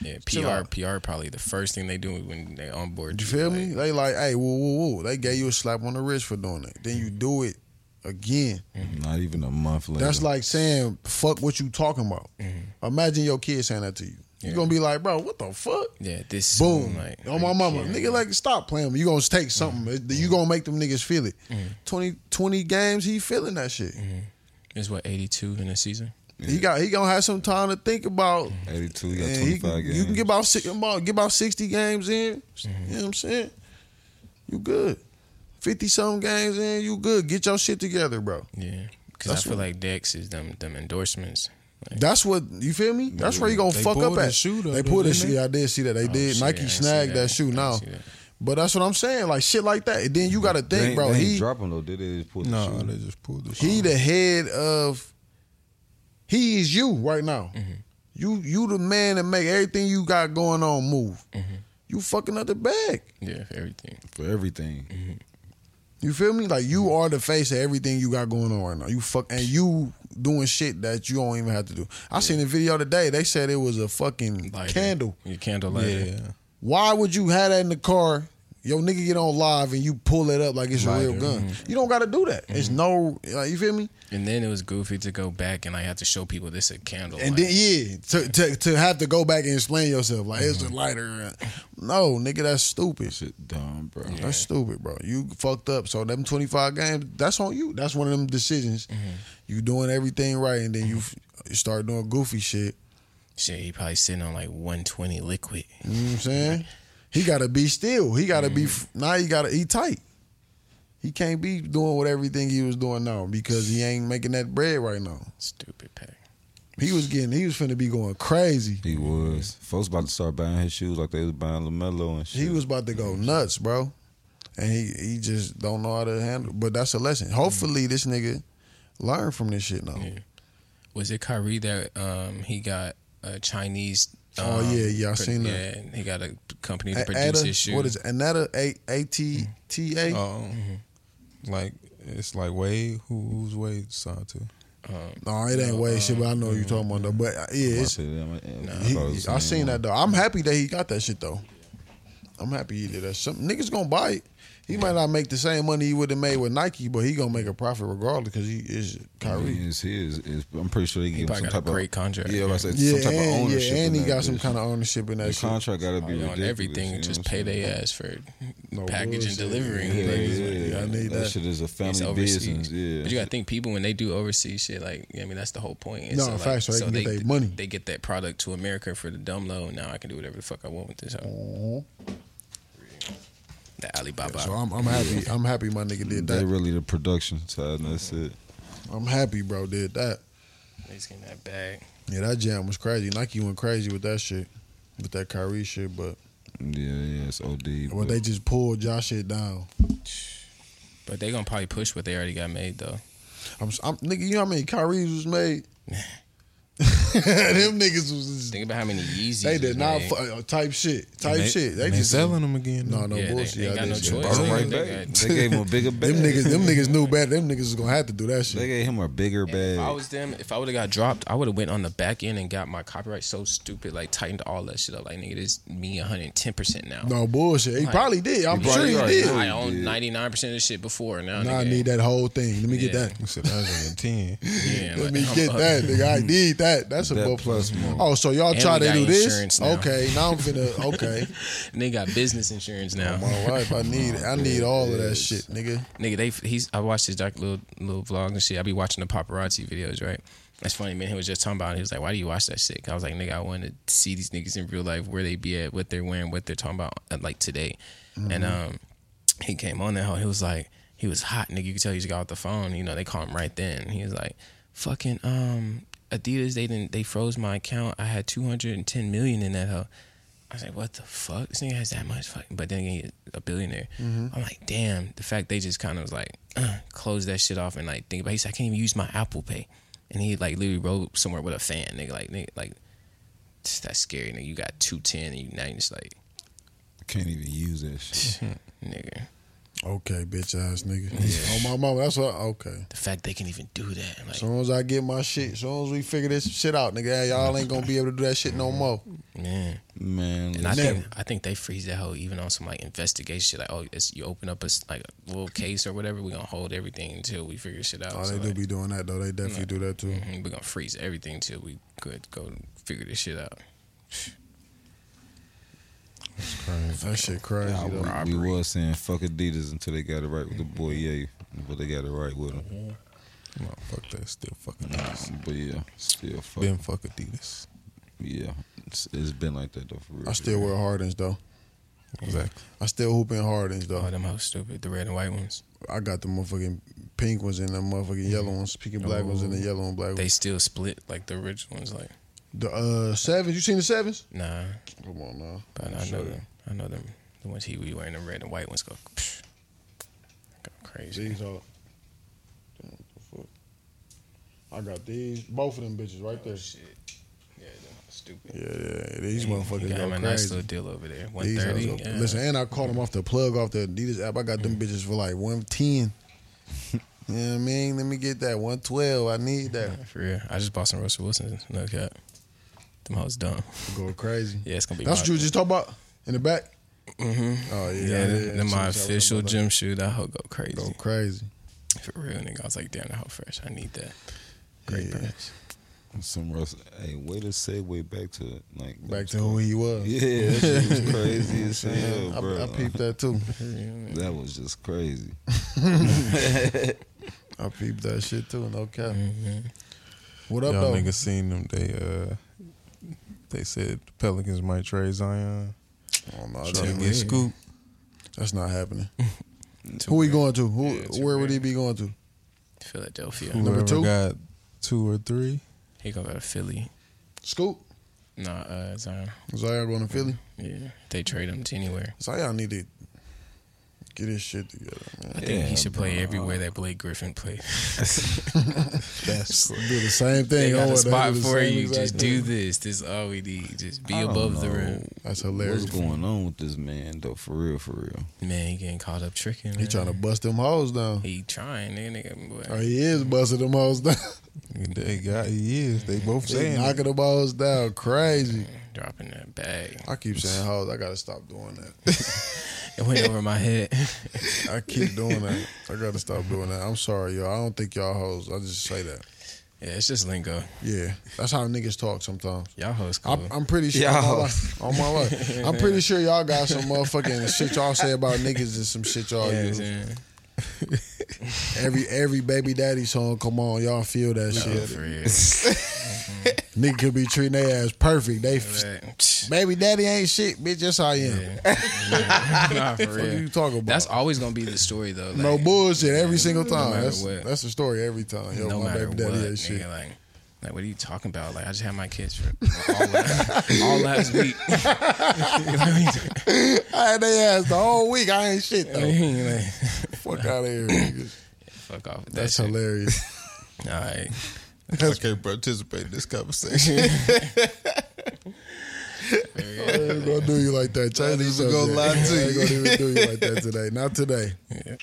Speaker 3: yeah,
Speaker 2: Chill
Speaker 3: PR,
Speaker 2: out.
Speaker 3: PR, probably the first thing they do when they on board.
Speaker 2: You feel me? They like, hey, woo, woo, woo. They gave you a slap on the wrist for doing it. Then you do it again.
Speaker 4: not even a month later.
Speaker 2: That's like saying, fuck what you talking about. Imagine your kid saying that to you.
Speaker 3: Mm-hmm. Yeah.
Speaker 2: You're gonna be like, bro, what the fuck?
Speaker 3: Yeah, this
Speaker 2: Boom.
Speaker 3: soon, like, Mm-hmm.
Speaker 2: on my
Speaker 3: are you
Speaker 2: mama.
Speaker 3: kidding me?
Speaker 2: Nigga, like, stop playing. with me. You gonna take something. You gonna make them niggas feel it.
Speaker 3: Mm-hmm.
Speaker 2: Twenty twenty 20, games, he feeling that shit.
Speaker 3: It's what 82 in a season.
Speaker 2: He got he gonna have some time to think about
Speaker 3: Mm-hmm.
Speaker 4: 82, you got
Speaker 2: and he,
Speaker 4: 25
Speaker 2: can-
Speaker 4: games.
Speaker 2: you can get about six, about- get about sixty games in. You know what I'm saying? You good. Fifty some games in, you good. Get your shit together, bro.
Speaker 3: Yeah, because I
Speaker 2: That's
Speaker 3: feel
Speaker 2: what-
Speaker 3: like Dex is them them endorsements. Like,
Speaker 2: That's what you feel me. That's where you gonna
Speaker 1: They
Speaker 2: fuck
Speaker 1: pulled
Speaker 2: up
Speaker 1: the
Speaker 2: at.
Speaker 1: shoe, though,
Speaker 2: they pulled the
Speaker 1: didn't
Speaker 2: shoe.
Speaker 1: they?
Speaker 2: Yeah, I did see that. They did.
Speaker 3: Oh, shit, I
Speaker 2: Nike
Speaker 3: didn't see
Speaker 2: snagged
Speaker 3: that.
Speaker 2: that, shoe
Speaker 3: I didn't
Speaker 2: now.
Speaker 3: see that.
Speaker 2: But that's what I'm saying. Like shit like that. And then you gotta
Speaker 4: They
Speaker 2: think,
Speaker 4: ain't-
Speaker 2: bro.
Speaker 4: they ain't
Speaker 2: He
Speaker 4: drop 'em though. Did they just pull the
Speaker 1: No,
Speaker 4: shoe?
Speaker 1: they just pulled the.
Speaker 2: he the head of. He is you right now. You you the man that make everything you got going on move. You fucking up the bag.
Speaker 3: yeah, for everything.
Speaker 4: for everything.
Speaker 2: You feel me? Like you are the face of everything you got going on right now. You fuck and you doing shit that you don't even have to do. I seen a video today. They said it was a fucking
Speaker 3: Lighter.
Speaker 2: candle.
Speaker 3: Your candle lighter.
Speaker 1: yeah.
Speaker 2: Why would you have that in the car? Yo, nigga get on live and you pull it up like it's a real
Speaker 1: Lighter. Mm-hmm.
Speaker 2: gun. You don't gotta do that. It's no, like, you feel me?
Speaker 3: And then it was goofy to go back and I had to show people this a candle.
Speaker 2: And
Speaker 3: like,
Speaker 2: then yeah, to, to to have to go back and explain yourself like it's
Speaker 1: Mm-hmm.
Speaker 2: a lighter. No, nigga, that's stupid.
Speaker 4: Shit dumb, bro.
Speaker 2: That's stupid, bro. You fucked up. So them twenty five games, that's on you. That's one of them decisions. You doing everything right, and then you, f- you start doing goofy shit.
Speaker 3: shit, he probably sitting on like 120 liquid.
Speaker 2: You know what I'm saying? He gotta be still. He gotta be f- now. He gotta he tight. He can't be doing what everything he was doing now because he ain't making that bread right now.
Speaker 3: Stupid pack.
Speaker 2: He was getting. He was finna be going crazy.
Speaker 4: He was. Folks about to start buying his shoes like they was buying Lamelo and shit.
Speaker 2: He was about to go nuts, bro. And he he just don't know how to handle. But that's a lesson. Hopefully, this nigga learn from this shit now.
Speaker 3: Yeah. Was it Kyrie that um he got a Chinese?
Speaker 2: Oh,
Speaker 3: um,
Speaker 2: yeah, yeah, I
Speaker 3: pro-
Speaker 2: seen that.
Speaker 3: Yeah, and he got a company to
Speaker 2: A-
Speaker 3: produce
Speaker 2: Ada-
Speaker 3: his shoe. Mm.
Speaker 2: What is it? Anata A A T T A?
Speaker 1: Um, like it's like Wade. Who, who's Wade's son to?
Speaker 2: No, it ain't way shit. But I know what you talking about though. But uh, yeah,
Speaker 4: I
Speaker 2: it's,
Speaker 4: said, I'm like, eh, I
Speaker 2: he,
Speaker 4: thought it was the
Speaker 2: I
Speaker 4: same
Speaker 2: seen
Speaker 4: one.
Speaker 2: that though. I'm happy that he got that shit though. I'm happy he did that. Some niggas gonna buy it. He might not make the same money he would have made with Nike, but he gonna make a profit regardless because he is
Speaker 4: I
Speaker 2: Kyrie.
Speaker 4: mean, it's his. It's, I'm pretty sure they give him
Speaker 3: probably
Speaker 4: some
Speaker 3: got a
Speaker 4: type of
Speaker 3: great contract.
Speaker 4: Yeah, I said
Speaker 2: Yeah,
Speaker 4: some type of
Speaker 2: and,
Speaker 4: ownership.
Speaker 2: yeah, and
Speaker 4: in
Speaker 2: he
Speaker 4: that
Speaker 2: got some
Speaker 4: bitch.
Speaker 2: kind of ownership in that
Speaker 4: The
Speaker 2: shit.
Speaker 4: contract got to be
Speaker 3: Probably on
Speaker 4: ridiculous,
Speaker 3: everything,
Speaker 4: you know
Speaker 3: just
Speaker 4: what
Speaker 3: pay
Speaker 4: I'm saying?
Speaker 3: their ass for
Speaker 2: No
Speaker 3: package and
Speaker 2: bullshit.
Speaker 3: delivery.
Speaker 4: Yeah,
Speaker 3: Like,
Speaker 4: yeah, yeah.
Speaker 2: I
Speaker 4: That,
Speaker 2: need that.
Speaker 4: shit is a
Speaker 3: it's
Speaker 4: family
Speaker 3: overseas.
Speaker 4: business. Yeah,
Speaker 3: But you gotta think people when they do overseas shit, like I mean that's the whole point. And
Speaker 2: No,
Speaker 3: like,
Speaker 2: facts, so they can get their money.
Speaker 3: They get that product to America for the dumb low. Now I can do whatever the fuck I want with this. hoe.
Speaker 2: Mhm.
Speaker 3: The Alibaba.
Speaker 2: So I'm, I'm happy. I'm happy my nigga did
Speaker 4: they
Speaker 2: that.
Speaker 4: really the production side. And that's it.
Speaker 2: I'm happy, bro, did that.
Speaker 3: He's getting that bag.
Speaker 2: Yeah, that jam was crazy. Nike went crazy with that shit, with that Kyrie shit. But
Speaker 4: Yeah, yeah, it's OD.
Speaker 2: but they just pulled Josh shit down.
Speaker 3: But they gonna probably push what they already got made though.
Speaker 2: I'm, I'm nigga. You know how many Kyrie's was made? Them niggas was.
Speaker 3: Think about how many Yeezys.
Speaker 2: they
Speaker 3: was
Speaker 2: did not
Speaker 3: made.
Speaker 2: fu- uh, type shit. Type
Speaker 1: And they,
Speaker 2: shit. They
Speaker 1: and
Speaker 2: just
Speaker 1: selling them again.
Speaker 2: No, no
Speaker 3: Yeah, they-
Speaker 2: bullshit.
Speaker 3: they ain't got
Speaker 2: They
Speaker 3: no
Speaker 2: just-
Speaker 3: choice.
Speaker 4: Brought him right
Speaker 3: They
Speaker 4: back.
Speaker 3: got-
Speaker 4: They gave him a bigger bag.
Speaker 2: Them niggas, them niggas knew better. Them niggas was gonna have to do that
Speaker 4: They
Speaker 2: shit.
Speaker 4: gave him a bigger
Speaker 3: If I
Speaker 4: bag.
Speaker 3: was them, if I would have got dropped, I would have went on the back end and got my copyright so stupid, like tightened all that shit up. Like nigga, this me 110 percent now.
Speaker 2: No bullshit. He
Speaker 3: Like-
Speaker 2: probably did. I'm
Speaker 4: He
Speaker 2: sure
Speaker 4: probably
Speaker 2: he
Speaker 4: right.
Speaker 2: did.
Speaker 3: I
Speaker 4: Yeah.
Speaker 3: owned 99 percent of the shit before. Now,
Speaker 2: Now I
Speaker 3: nigga,
Speaker 2: need that whole thing. Let me get
Speaker 3: Yeah.
Speaker 2: that.
Speaker 1: You said 110.
Speaker 3: Yeah,
Speaker 2: Let
Speaker 3: like,
Speaker 2: me
Speaker 3: I'm
Speaker 2: get
Speaker 3: up.
Speaker 2: that, nigga. I need that. That's a
Speaker 4: That
Speaker 2: bull
Speaker 4: plus more.
Speaker 2: Oh, so y'all
Speaker 3: And
Speaker 2: try
Speaker 3: we
Speaker 2: to
Speaker 3: got
Speaker 2: do this?
Speaker 3: insurance now.
Speaker 2: Okay, now I'm finna. Okay,
Speaker 3: And they got business insurance now.
Speaker 2: Oh, my wife, I need, I need all of that shit, nigga.
Speaker 3: nigga, they he's I watched his dark little little vlog and shit. I be watching the paparazzi videos, right? That's funny, man. He was just talking about it. He was like, Why do you watch that shit? 'Cause I was like, nigga, I want to see these niggas in real life, where they be at, what they're wearing, what they're talking about uh, like today. And um he came on that hoe. He was like, he was hot, nigga. You could tell he just got off the phone. You know, they called him right then. He was like, fucking um Adidas, they didn't they froze my account. I had two hundred and ten million in that hoe. I was like, what the fuck? This nigga has that much fucking, but then again, he's a billionaire.
Speaker 2: Mm-hmm.
Speaker 3: I'm like, damn, the fact they just kind of was like, uh, close that shit off and like think about it. He said, I can't even use my Apple Pay. And he like literally rode somewhere with a fan, nigga. Like, nigga, like, tch, that's scary, nigga. You got 210 and you now you just like,
Speaker 4: Can't even use that shit.
Speaker 3: nigga.
Speaker 2: Okay, bitch ass nigga. Oh my mama, that's what. Okay.
Speaker 3: The fact they can even do that. Like,
Speaker 2: As soon as I get my shit, as soon as we figure this shit out, nigga, hey, y'all ain't gonna be able to do that shit no more.
Speaker 3: man.
Speaker 4: Man,
Speaker 3: And I
Speaker 4: listen.
Speaker 3: think, I think they freeze that whole even on some like investigation shit. Like, oh, it's, you open up a, s- like, a little case or whatever, we gonna hold everything until we figure shit out.
Speaker 2: Oh, they
Speaker 3: So, like,
Speaker 2: do be doing that though. They definitely do that too.
Speaker 3: Mhm, We're gonna freeze everything till we could go and figure this shit out.
Speaker 2: That shit Mm-hmm. crazy.
Speaker 4: Yeah,
Speaker 2: though.
Speaker 4: we, we was saying fuck Adidas until they got it right with the boy, yeah. But they got it right with him.
Speaker 1: No, fuck that. Still fucking Adidas.
Speaker 4: But yeah, still fuck.
Speaker 1: Been fuck Adidas.
Speaker 4: Yeah, it's, it's been like that though for real.
Speaker 2: I still wear Hardens though.
Speaker 1: Exactly.
Speaker 2: I still hoop in Hardens though.
Speaker 3: Oh, them hoes stupid. The red and white ones.
Speaker 2: I got the motherfucking pink ones and the motherfucking yellow ones, pink and black ones and the yellow and black
Speaker 3: They
Speaker 2: ones.
Speaker 3: still split like the original ones. Like,
Speaker 2: The uh sevens, you seen the sevens?
Speaker 3: nah,
Speaker 2: Come on now.
Speaker 3: but I know them. I know them. The ones he be wearing, the red and white ones go, psh, go crazy.
Speaker 2: These are. Damn, what the fuck? I got these, both of them bitches right there.
Speaker 3: Yeah, them stupid.
Speaker 2: Yeah, yeah, these
Speaker 3: He
Speaker 2: motherfuckers
Speaker 3: got
Speaker 2: go
Speaker 3: him a
Speaker 2: crazy.
Speaker 3: nice little deal over there. One
Speaker 2: These hoes
Speaker 3: thirty.
Speaker 2: go- Listen, and I caught them off the plug off the Adidas app. I got them bitches for like one ten. you know what I mean? Let me get that one twelve. I need that.
Speaker 3: for real. I just bought some Russell Wilson. No cap. Them hoes dumb.
Speaker 2: Go crazy.
Speaker 3: Yeah, it's gonna be.
Speaker 2: That's what you
Speaker 3: popular.
Speaker 2: was just talking about in the back.
Speaker 3: hmm
Speaker 2: Oh yeah,
Speaker 3: Yeah,
Speaker 2: yeah,
Speaker 3: then
Speaker 2: yeah. So-
Speaker 3: my
Speaker 2: so
Speaker 3: official
Speaker 2: I'm
Speaker 3: gym shoe. That hoe go crazy.
Speaker 2: Go crazy.
Speaker 3: For real, nigga. I was like, damn, that hoe fresh. I need that. Great
Speaker 2: Yeah.
Speaker 3: price.
Speaker 4: Some Russ. Hey, way to segue back to it. Like
Speaker 2: Back to who he was.
Speaker 4: Yeah, that shit was crazy as hell,
Speaker 2: Yeah,
Speaker 4: bro.
Speaker 2: I, I peeped that too.
Speaker 4: That was just crazy.
Speaker 2: I peeped that shit too. No cap.
Speaker 3: Mhm.
Speaker 2: What up,
Speaker 1: Y'all
Speaker 2: though?
Speaker 1: niggas seen them? They uh, they said the Pelicans might trade Zion.
Speaker 2: Oh, no,
Speaker 1: Trying
Speaker 2: that's,
Speaker 1: to
Speaker 3: Too
Speaker 1: get
Speaker 3: big.
Speaker 1: scooped.
Speaker 2: that's not happening.
Speaker 3: Too
Speaker 2: Who he
Speaker 3: big.
Speaker 2: going to? Who?
Speaker 3: Yeah, it's
Speaker 2: where would he
Speaker 3: weird.
Speaker 2: be going to?
Speaker 3: Philadelphia.
Speaker 1: Whoever
Speaker 2: two?
Speaker 1: got two or three.
Speaker 3: He gonna go to Philly.
Speaker 2: Scoop.
Speaker 3: Nah, uh, Zion.
Speaker 2: Zion going to Philly.
Speaker 3: Yeah, they trade him to anywhere.
Speaker 2: Zion need to get his shit together, man.
Speaker 3: I think
Speaker 4: Yeah,
Speaker 3: he should play everywhere that Blake Griffin played.
Speaker 2: That's do the same thing.
Speaker 3: they got
Speaker 2: over
Speaker 3: a
Speaker 2: and
Speaker 3: spot
Speaker 2: over, the
Speaker 3: for
Speaker 2: same
Speaker 3: you.
Speaker 2: exact
Speaker 3: Just
Speaker 2: thing.
Speaker 3: do this. This is all we need. Just be
Speaker 4: I don't
Speaker 3: above the
Speaker 4: know
Speaker 3: rim.
Speaker 2: That's hilarious.
Speaker 4: What's going on with this man though? For real, for real.
Speaker 3: Man, he getting caught up tricking.
Speaker 2: He
Speaker 3: man.
Speaker 2: trying to bust them hoes down.
Speaker 3: He trying, nigga. nigga boy.
Speaker 2: Or he is busting them hoes down.
Speaker 1: They got he is. They both
Speaker 2: They
Speaker 1: saying it.
Speaker 2: knocking them hoes down. Crazy.
Speaker 3: Dropping that bag.
Speaker 2: I keep saying hoes. I gotta stop doing that.
Speaker 3: It went over my head.
Speaker 2: I keep doing that. I gotta stop doing that. I'm sorry, y'all. I don't think y'all hoes. I just say that.
Speaker 3: Yeah, it's just lingo.
Speaker 2: Yeah, that's how niggas talk sometimes.
Speaker 3: Y'all hoes cool.
Speaker 2: I'm, I'm pretty sure. On my,
Speaker 4: Y'all.
Speaker 2: life, on my life, I'm pretty sure y'all got some motherfucking shit y'all say about niggas and some shit y'all
Speaker 3: yeah,
Speaker 2: use.
Speaker 3: yeah.
Speaker 2: Every every baby daddy song, come on, y'all feel that shit.
Speaker 3: For real.
Speaker 2: Nigga could be treating their ass perfect. They f-
Speaker 3: Right.
Speaker 2: baby daddy ain't shit, bitch. That's how I am.
Speaker 3: Yeah. Nah,
Speaker 2: What
Speaker 3: for
Speaker 2: the fuck you
Speaker 3: real.
Speaker 2: talking about?
Speaker 3: That's always gonna be the story though. Like,
Speaker 2: no bullshit. Every single time.
Speaker 3: matter
Speaker 2: that's
Speaker 3: what.
Speaker 2: that's the story every time. Yo,
Speaker 3: no
Speaker 2: my
Speaker 3: matter
Speaker 2: baby
Speaker 3: what,
Speaker 2: daddy ain't
Speaker 3: nigga,
Speaker 2: shit.
Speaker 3: like, like, what are you talking about? Like, I just had my kids for all, last, all last week. Like,
Speaker 2: I had they ass the whole week. I ain't shit though.
Speaker 3: like,
Speaker 2: Fuck out of here, niggas.
Speaker 3: fuck off. With
Speaker 2: That's
Speaker 3: that shit.
Speaker 2: hilarious.
Speaker 3: All right.
Speaker 1: I can't participate in this conversation.
Speaker 2: I ain't gonna do you like that. Change the
Speaker 1: even gonna
Speaker 2: subject.
Speaker 1: lie to
Speaker 2: I ain't
Speaker 1: you.
Speaker 2: gonna even do you like that today. Not today.
Speaker 3: Yeah.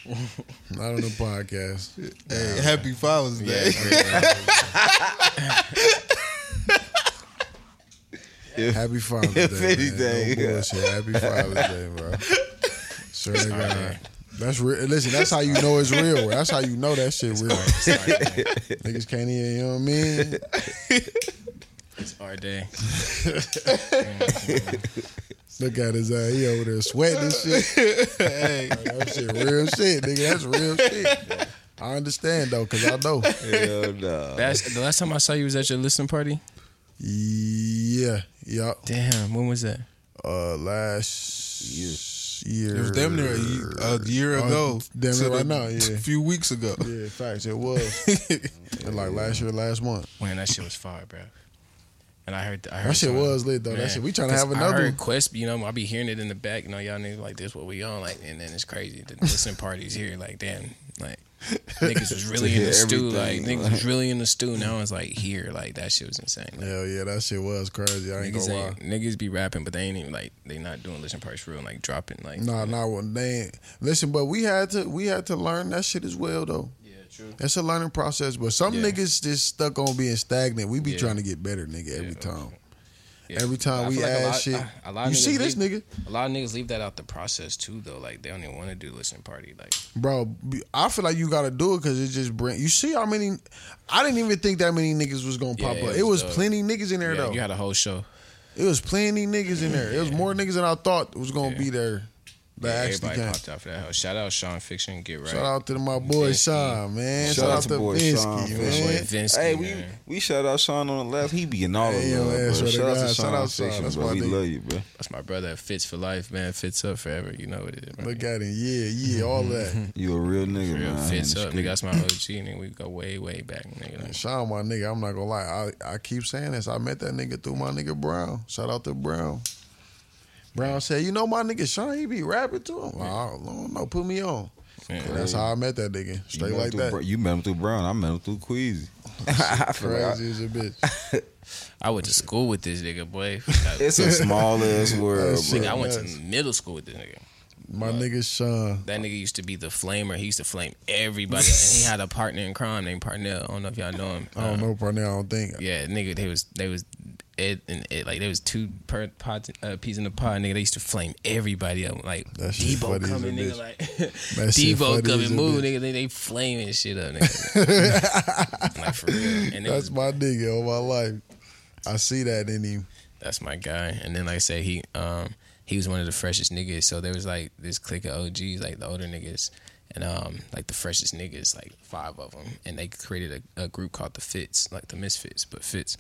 Speaker 2: Not on the podcast.
Speaker 1: hey, happy Father's Day.
Speaker 3: Yeah, for real.
Speaker 2: Happy Father's Day. man.
Speaker 4: anything,
Speaker 2: no
Speaker 4: yeah.
Speaker 2: bullshit. Happy Father's Day, bro. Sure to God.
Speaker 3: right.
Speaker 2: That's real. Listen, that's how you know it's real. That's how you know that shit real. Niggas can't even, you know what I mean?
Speaker 3: It's our day.
Speaker 2: Look at his ass. He over there sweating and shit. hey, that shit real shit, nigga. That's real shit. I understand though, cause I know.
Speaker 4: Hell no.
Speaker 3: That's the last time I saw you was at your listening party.
Speaker 2: Yeah, yeah.
Speaker 3: Damn, when was that?
Speaker 2: Uh, last year.
Speaker 1: It was damn near a, ye- a year
Speaker 2: Uh,
Speaker 1: ago.
Speaker 2: damn
Speaker 1: to
Speaker 2: near right
Speaker 1: the-
Speaker 2: now, yeah.
Speaker 1: A few weeks ago.
Speaker 2: Yeah, facts. It was And, like last year, last month.
Speaker 3: Man, that shit was fire, bro. And I heard, I heard
Speaker 2: That shit
Speaker 3: some-
Speaker 2: was lit though.
Speaker 3: Man,
Speaker 2: That shit. We trying to
Speaker 3: 'cause
Speaker 2: have
Speaker 3: I
Speaker 2: another.
Speaker 3: heard
Speaker 2: one.
Speaker 3: Quest, you know, I be hearing it in the back. You know, y'all niggas like this, what we on? Like, and then it's crazy. The listening parties here, like, damn, like niggas was really in
Speaker 4: hear
Speaker 3: the stew. Like,
Speaker 4: everything,
Speaker 3: niggas was really in the stew. Now it's like here, like that shit was insane. Like,
Speaker 2: Hell yeah, that shit was crazy. I ain't
Speaker 3: niggas
Speaker 2: gonna lie.
Speaker 3: ain't, niggas be rapping, but they ain't even like they not doing listening parties for real. Like dropping, like
Speaker 2: Nah, nah, well, they ain't. listen, but we had to we had to learn that shit as well though.
Speaker 3: yeah, true.
Speaker 2: It's a learning process, but some
Speaker 3: Yeah.
Speaker 2: niggas just stuck on being stagnant. We be
Speaker 3: Yeah.
Speaker 2: trying to get better, nigga, every
Speaker 3: Yeah.
Speaker 2: time.
Speaker 3: Yeah.
Speaker 2: Every time
Speaker 3: I
Speaker 2: we
Speaker 3: feel like a
Speaker 2: add
Speaker 3: lot-
Speaker 2: shit,
Speaker 3: I- a lot of
Speaker 2: you
Speaker 3: niggas
Speaker 2: see this
Speaker 3: leave-
Speaker 2: nigga,
Speaker 3: A lot of niggas leave that out the process too, though. Like they don't even want to do listening party. Like
Speaker 2: bro. be- I feel like you gotta do it because it just bring. You see how many? I didn't even think that many niggas was gonna
Speaker 3: Yeah,
Speaker 2: pop
Speaker 3: it
Speaker 2: up.
Speaker 3: was
Speaker 2: It was
Speaker 3: dope.
Speaker 2: plenty niggas in there
Speaker 3: yeah,
Speaker 2: though.
Speaker 3: you had a whole show.
Speaker 2: It was plenty niggas in there. It was more niggas than I thought was gonna
Speaker 3: Yeah.
Speaker 2: be there. That
Speaker 3: Yeah,
Speaker 2: actually
Speaker 3: everybody
Speaker 2: came.
Speaker 3: popped out for that. hoe. Shout out Sean Fiction, get right.
Speaker 2: Shout out to my boy Sean, man. Shout, out to
Speaker 4: boy Sean,
Speaker 2: Vinsky,
Speaker 4: for
Speaker 2: man.
Speaker 4: sure.
Speaker 3: Vince,
Speaker 4: Hey,
Speaker 3: man.
Speaker 4: we we shout out Sean on the left. He be in all
Speaker 2: Hey, yo,
Speaker 4: of
Speaker 2: man,
Speaker 4: them.
Speaker 2: swear to
Speaker 4: Shout, shout out
Speaker 2: God.
Speaker 4: to
Speaker 2: Shout out
Speaker 4: Sean
Speaker 2: Sean.
Speaker 4: Fiction,
Speaker 2: That's
Speaker 4: bro.
Speaker 2: my
Speaker 4: We
Speaker 2: nigga.
Speaker 4: love you, bro.
Speaker 3: That's my brother. Fits for life, man. Fits up forever. You know what it is. bro.
Speaker 2: Look at him, yeah, yeah, all that.
Speaker 4: You a real nigga,
Speaker 3: Real
Speaker 4: man.
Speaker 3: fits up, nigga.
Speaker 4: nigga.
Speaker 3: That's my OG, and we go way, way back, nigga. Like,
Speaker 2: Sean, my nigga, I'm not gonna lie. I, I keep saying this. I met that nigga through my nigga Brown. Shout out to Brown. Brown said, "You know my nigga Sean, he be rapping to him. Well, I don't know, "Oh, put me on."
Speaker 3: man,
Speaker 2: And that's how I met that nigga,
Speaker 4: You
Speaker 2: straight
Speaker 4: met
Speaker 2: like
Speaker 4: through
Speaker 2: that.
Speaker 4: Bro- you met him through Brown. I met him through Queasy. I feel like I-
Speaker 2: Crazy as a bitch.
Speaker 3: I went to school with this nigga, boy.
Speaker 4: it's a small ass world,
Speaker 2: That's
Speaker 4: bro.
Speaker 2: it.
Speaker 3: Nigga, I went to
Speaker 2: nuts.
Speaker 3: middle school with this nigga.
Speaker 2: My nigga Sean.
Speaker 3: That nigga used to be the flamer. He used to flame everybody. and he had a partner in crime named Parnell. I don't know if y'all know him. Uh,
Speaker 2: I don't know, partner. I don't think.
Speaker 3: Yeah, nigga, they was they was Ed and Ed, like there was two per pot, uh, peas in the pot, nigga. They used to flame everybody up. Like
Speaker 2: That shit
Speaker 3: Debo
Speaker 2: funny as a
Speaker 3: coming, nigga.
Speaker 2: bitch.
Speaker 3: Like
Speaker 2: That shit
Speaker 3: Debo
Speaker 2: funny as a
Speaker 3: coming, move,
Speaker 2: bitch.
Speaker 3: nigga. They, they flaming shit up, nigga. like for real. And it
Speaker 2: That's
Speaker 3: was
Speaker 2: my nigga all my life. I see that in him.
Speaker 3: that's my guy. And then like I said, he um he was one of the freshest niggas. So there was like this clique of OGs, like the older niggas, and um like the freshest niggas, like five of them, and they created a, a group called the Fits, like the Misfits, but Fits.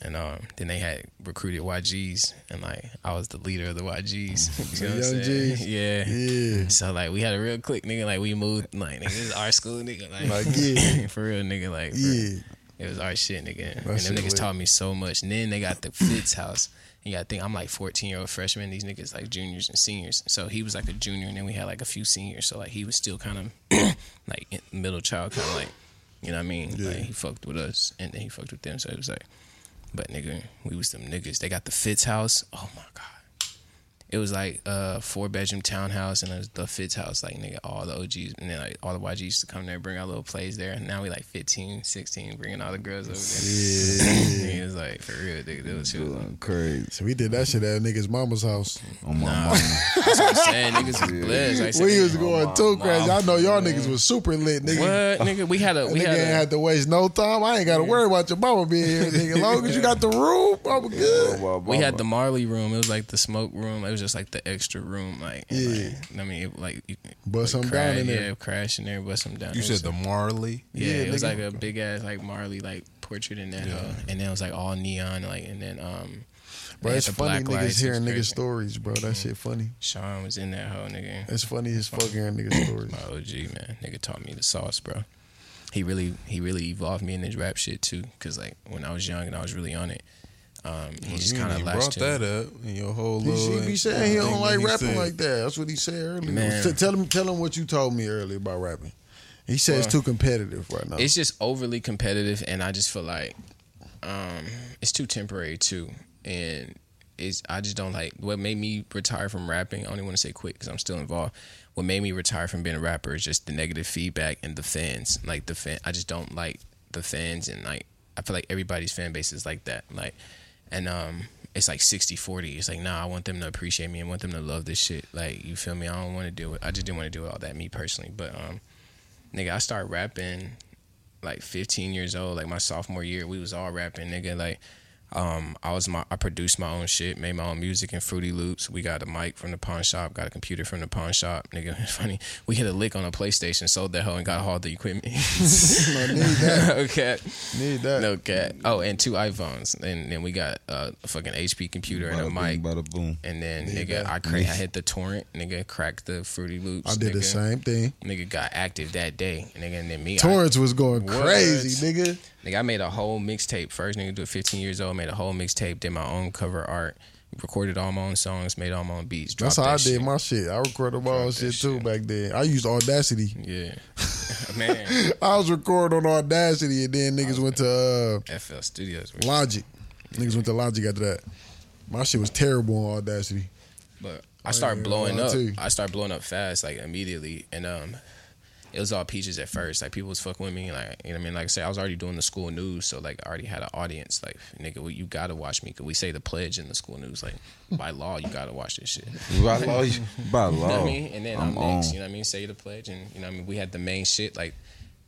Speaker 3: And um, then they had recruited YGs, and like I was the leader of the YGs. You know what I'm
Speaker 2: Young
Speaker 3: saying?
Speaker 2: Gs.
Speaker 3: Yeah.
Speaker 2: Yeah.
Speaker 3: So like we had a real clique, nigga. Like we moved, like nigga, this is our school, nigga. Like,
Speaker 2: Like, yeah.
Speaker 3: for real, nigga. Like for-
Speaker 2: Yeah.
Speaker 3: it was our shit, nigga. and
Speaker 2: shit
Speaker 3: them niggas
Speaker 2: lit.
Speaker 3: taught me so much. And then they got the Fitz house. And you gotta think I'm like 14 year old freshman. These niggas like juniors and seniors. So he was like a junior, and then we had like a few seniors. So like he was still kind of like in- middle child, kind of like you know what I mean.
Speaker 2: Yeah.
Speaker 3: Like he fucked with us, and then he fucked with them. So it was like, but nigga, we was them niggas. They got the Fitz house. Oh my god. It was like a four bedroom townhouse and it was the Fitz house. Like, nigga, all the OGs and then like all the YGs used to come there and bring our little plays there. And now we like 15, 16, bringing all the girls over there. Yeah. it was like, for real, nigga, that was shit. was like-
Speaker 4: Going crazy
Speaker 2: So we did that shit at a nigga's mama's house.
Speaker 4: on my mama.
Speaker 3: That's what I'm saying. Niggas was blessed. Like, "Oh, I said,
Speaker 2: We was
Speaker 3: nigga,
Speaker 2: going too crazy. I know y'all niggas was super lit, nigga.
Speaker 3: What, nigga? We had a,
Speaker 2: That
Speaker 3: we
Speaker 2: nigga
Speaker 3: had
Speaker 2: ain't
Speaker 3: a,
Speaker 2: had to waste no time. I ain't got to worry about your mama being here, nigga. As long as you got the room, I'm good.
Speaker 4: My
Speaker 3: we had
Speaker 4: mama.
Speaker 3: the Marley room. It was like the smoke room. It was just like the extra room. Like, and,
Speaker 2: Yeah.
Speaker 3: like, I mean, it, like, you,
Speaker 2: Bust
Speaker 3: like,
Speaker 2: them down in there.
Speaker 3: Yeah, crash in there, bust them down.
Speaker 1: You
Speaker 3: It
Speaker 1: said
Speaker 3: was-
Speaker 1: the Marley.
Speaker 3: Yeah,
Speaker 2: Yeah,
Speaker 3: it was
Speaker 2: nigga.
Speaker 3: like a big ass like Marley like portrait in that, uh, and then it was like all neon like, and then um,
Speaker 2: Bro,
Speaker 3: they had
Speaker 2: it's
Speaker 3: the
Speaker 2: funny
Speaker 3: black lights,
Speaker 2: niggas
Speaker 3: it
Speaker 2: hearing
Speaker 3: was
Speaker 2: niggas'
Speaker 3: crazy.
Speaker 2: stories, bro. That shit funny.
Speaker 3: Sean was in that whole nigga.
Speaker 2: It's funny as fuck hearing niggas' stories.
Speaker 3: My OG man, nigga taught me the sauce, bro. He really he really evolved me in this rap shit too, cause like when I was young and I was really on it, um, he just
Speaker 1: You
Speaker 3: kind of
Speaker 1: even
Speaker 3: latched
Speaker 1: brought that up
Speaker 3: in.
Speaker 1: in your whole
Speaker 2: He,
Speaker 1: little.
Speaker 2: he be saying he
Speaker 1: thing
Speaker 2: don't like
Speaker 1: he
Speaker 2: rapping
Speaker 1: said.
Speaker 2: like that. That's what he said earlier.
Speaker 3: Man.
Speaker 2: T- Tell him, tell him what you told me earlier about rapping. He said it's too competitive right now.
Speaker 3: It's just overly competitive, and I just feel like um, it's too temporary too, and it's I just don't like what made me retire from rapping. I only want to say quit because I'm still involved. What made me retire from being a rapper is just the negative feedback and the fans. Like the fan, I just don't like the fans, and like I feel like everybody's fan base is like that. Like, and um. It's like 60 40. It's like, nah, I want them to appreciate me. I want them to love this shit. Like, you feel me? I don't want to do it. I just didn't want to do all that, me personally. But, um, nigga, I started rapping like 15 years old, like my sophomore year, we was all rapping, nigga. Like, um, I was my, I produced my own shit, made my own music in Fruity Loops. We got a mic from the pawn shop, got a computer from the pawn shop, nigga. It's funny, we hit a lick on a PlayStation, sold that hoe, and got all the equipment. okay,
Speaker 2: Need that.
Speaker 3: no cat. Oh, and two iPhones, and then we got uh, a fucking HP computer and a
Speaker 4: Bada
Speaker 3: mic.
Speaker 4: bing, Bada boom.
Speaker 3: And then, nigga, I cra- I hit the torrent, nigga, cracked the Fruity Loops.
Speaker 2: I did the
Speaker 3: nigga.
Speaker 2: same thing.
Speaker 3: Nigga got active that day, nigga, and then me. I-
Speaker 2: Torrance was going
Speaker 3: Words.
Speaker 2: crazy, nigga.
Speaker 3: Nigga, I made a whole mixtape. First nigga do it 15 years old, made a whole mixtape, did my own cover art, recorded all my own songs, made all my own beats.
Speaker 2: That's
Speaker 3: dropped
Speaker 2: how
Speaker 3: that
Speaker 2: I did
Speaker 3: shit.
Speaker 2: my shit. I recorded my own
Speaker 3: Dropped that
Speaker 2: shit too
Speaker 3: shit.
Speaker 2: back then. I used Audacity.
Speaker 3: Yeah. Man,
Speaker 2: I was recording on Audacity, and then niggas went to
Speaker 3: FL Studios.
Speaker 2: uh, Logic. Niggas went to Logic after that. My shit was terrible on Audacity.
Speaker 3: But I started
Speaker 2: yeah,
Speaker 3: blowing
Speaker 2: I
Speaker 3: up.
Speaker 2: too.
Speaker 3: I started blowing up fast, like immediately. And um it was all peaches at first. Like people was fucking with me. Like you know what I mean? Like I said, I was already doing the school news, so like I already had an audience. Like, nigga, well, you gotta watch me. Cause we say the pledge in the school news. Like by law, you gotta watch this shit.
Speaker 4: By law, you- by law.
Speaker 3: You know what I mean? And then I'm,
Speaker 4: I'm
Speaker 3: next,
Speaker 4: on.
Speaker 3: you know what I mean? Say the pledge, and you know what I mean? We had the main shit, like,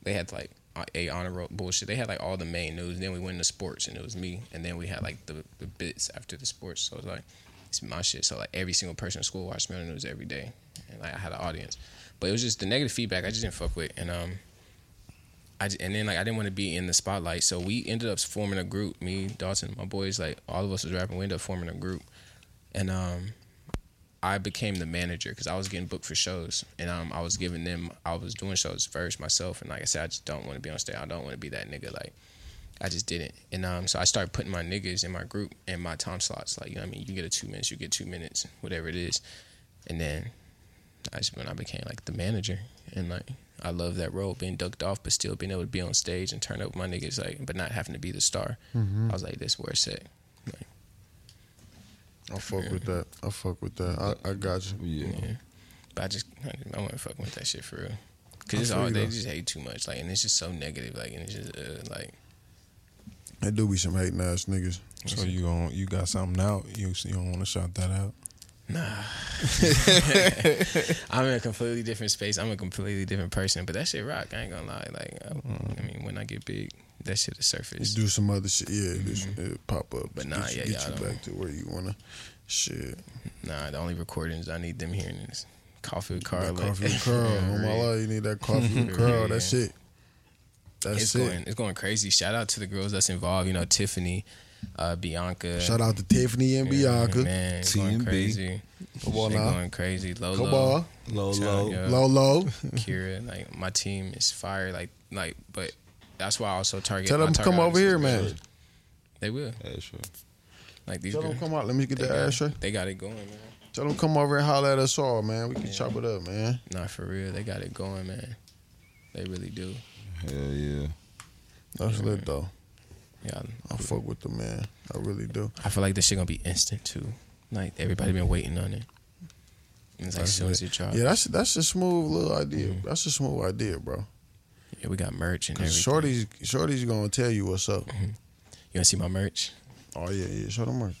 Speaker 3: they had, like, a honor roll bullshit. They had, like, all the main news. Then we went to sports, and it was me. And then we had, like, the, the bits after the sports. So it was like, it's my shit. So, like, every single person in school watched me on the news every day. And, like, I had an audience. But it was just the negative feedback I just didn't fuck with. And, um, I j- and then like I didn't want to be in the spotlight, so we ended up forming a group. Me, Dalton, my boys, like all of us was rapping. We ended up forming a group, and um, I became the manager because I was getting booked for shows, and um, I was giving them. I was doing shows first myself, and like I said, I just don't want to be on stage. I don't want to be that nigga. Like I just didn't, and um, so I started putting my niggas in my group and my time slots. Like you know, what I mean, you get a two minutes, you get two minutes, whatever it is, and then I just when I became like the manager and like I love that role being ducked off but still being able to be on stage and turn up with my niggas like but not having to be the star. I was like, this where it's at. Like,
Speaker 2: I fuck with that. I fuck with that. I, I got you.
Speaker 4: Yeah.
Speaker 3: but I just I, didn't- I wasn't fucking with that shit for real. Cause
Speaker 2: I
Speaker 3: it's
Speaker 2: feel
Speaker 3: all
Speaker 2: you,
Speaker 3: they
Speaker 2: though.
Speaker 3: just hate too much like and it's just so negative like and it's just uh, like
Speaker 2: There do be some hating ass niggas.
Speaker 1: So you going you got something out. You you don't want to shout that out.
Speaker 3: I'm in a completely different space. I'm a completely different person. But that shit rock. I ain't gonna lie. Like, I, I mean, when I get big, that shit is surface.
Speaker 2: do some other shit. Yeah, this,
Speaker 1: Mm-hmm.
Speaker 2: it pop up.
Speaker 3: But nah,
Speaker 2: get you,
Speaker 3: yeah,
Speaker 2: get
Speaker 3: y'all
Speaker 2: you
Speaker 3: don't-
Speaker 2: back to where you wanna. Shit,
Speaker 3: Nah, the only recordings I need them hearing is coffee with Carl.
Speaker 2: that coffee and curl.
Speaker 3: Yeah,
Speaker 2: Oh my
Speaker 3: right.
Speaker 2: life, you need that coffee and curl. That's
Speaker 3: Yeah.
Speaker 2: it. That's
Speaker 3: it's
Speaker 2: it.
Speaker 3: going it's going crazy. Shout out to the girls that's involved. You know, Tiffany, uh, Bianca.
Speaker 2: Shout out to Tiffany and Bianca.
Speaker 3: Man, it's going
Speaker 4: TNB.
Speaker 3: crazy.
Speaker 2: Come on
Speaker 3: They
Speaker 2: now.
Speaker 3: going crazy. Lolo,
Speaker 2: Come on,
Speaker 4: Lolo.
Speaker 3: Shout out, yo.
Speaker 2: Lolo.
Speaker 3: Kira. Like my team is fire. Like like, but that's why I also target.
Speaker 2: Tell
Speaker 3: I
Speaker 2: them to
Speaker 3: target
Speaker 2: come over
Speaker 3: audiences.
Speaker 2: here, man.
Speaker 3: They will.
Speaker 4: Yeah, sure.
Speaker 3: Like these
Speaker 2: Tell them
Speaker 3: girls.
Speaker 2: to come out. Let me get
Speaker 3: They
Speaker 2: the
Speaker 3: got,
Speaker 2: ashtray.
Speaker 3: it- they got it going, man.
Speaker 2: Tell them to come over and holler at us all, man. We can chop it up, man.
Speaker 3: Not for real. They got it going, man. They really do.
Speaker 4: Hell yeah.
Speaker 2: That's lit though.
Speaker 3: Yeah,
Speaker 2: I fuck with the man. I really do.
Speaker 3: I feel like this shit gonna be instant too. Like everybody been waiting on it. And It's like as soon as it drop.
Speaker 2: Yeah, that's that's a smooth little idea.
Speaker 3: Mm-hmm.
Speaker 2: That's a smooth idea, bro.
Speaker 3: Yeah, we got merch and
Speaker 2: Cause
Speaker 3: everything.
Speaker 2: Shorty's Shorty's gonna tell you what's up.
Speaker 3: Mm-hmm. You wanna see my merch?
Speaker 2: Oh yeah, yeah. Show them merch.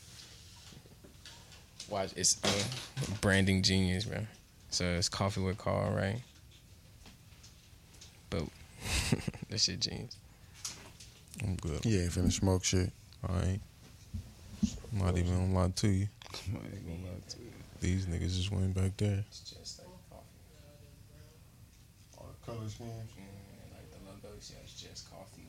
Speaker 3: Watch, it's uh, branding genius, bro. So it's coffee with Carl, right? But this shit genius.
Speaker 1: I'm good.
Speaker 2: He ain't finna smoke shit.
Speaker 1: All right. I'm not even gonna lie to you.
Speaker 4: Come on, ain't gonna lie to you.
Speaker 1: These niggas just went back there.
Speaker 3: It's just like coffee.
Speaker 2: All the color schemes.
Speaker 3: Like the logo, yeah, it's just coffee.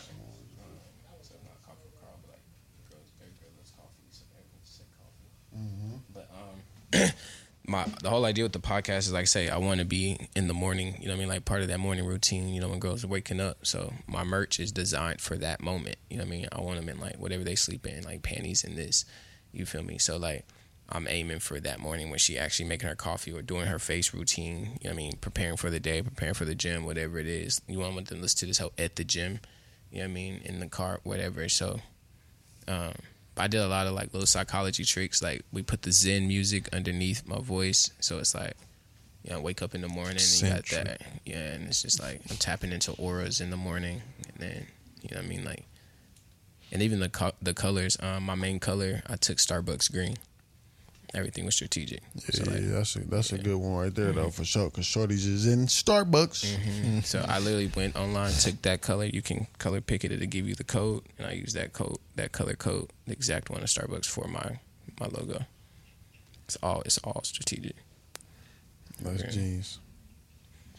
Speaker 3: So not coffee with Carl, but like girls, every girl loves coffee, so everyone just said coffee.
Speaker 2: Mm-hmm.
Speaker 3: But um, my the whole idea with the podcast is like I say I want to be in the morning. You know what I mean? Like part of that morning routine. You know when girls are waking up. So my merch is designed for that moment. You know what I mean? I want them in like whatever they sleep in, like panties and this. You feel me? So like. I'm aiming for that morning when she actually making her coffee or doing her face routine. You know what I mean? Preparing for the day, preparing for the gym, whatever it is. You want them to listen to this help at the gym. You know what I mean? In the car, whatever. So um, I did a lot of like little psychology tricks. Like we put the Zen music underneath my voice, so it's like, you know, wake up in the morning and you got
Speaker 1: Zen
Speaker 3: that, yeah, and it's just like I'm tapping into auras in the morning, and then you know what I mean, like, and even the co- the colors. Um, my main color I took Starbucks green. Everything was strategic.
Speaker 2: Yeah,
Speaker 3: So, like,
Speaker 2: yeah, that's a that's a good one right there though
Speaker 3: Mm-hmm.
Speaker 2: for sure. Cause Shorty's is in Starbucks.
Speaker 3: So I literally went online, took that color. You can color pick it; it'll give you the code, and I use that code, that color code, the exact one of Starbucks for my my logo. It's all it's all strategic.
Speaker 2: That's
Speaker 3: Yeah.
Speaker 2: genius.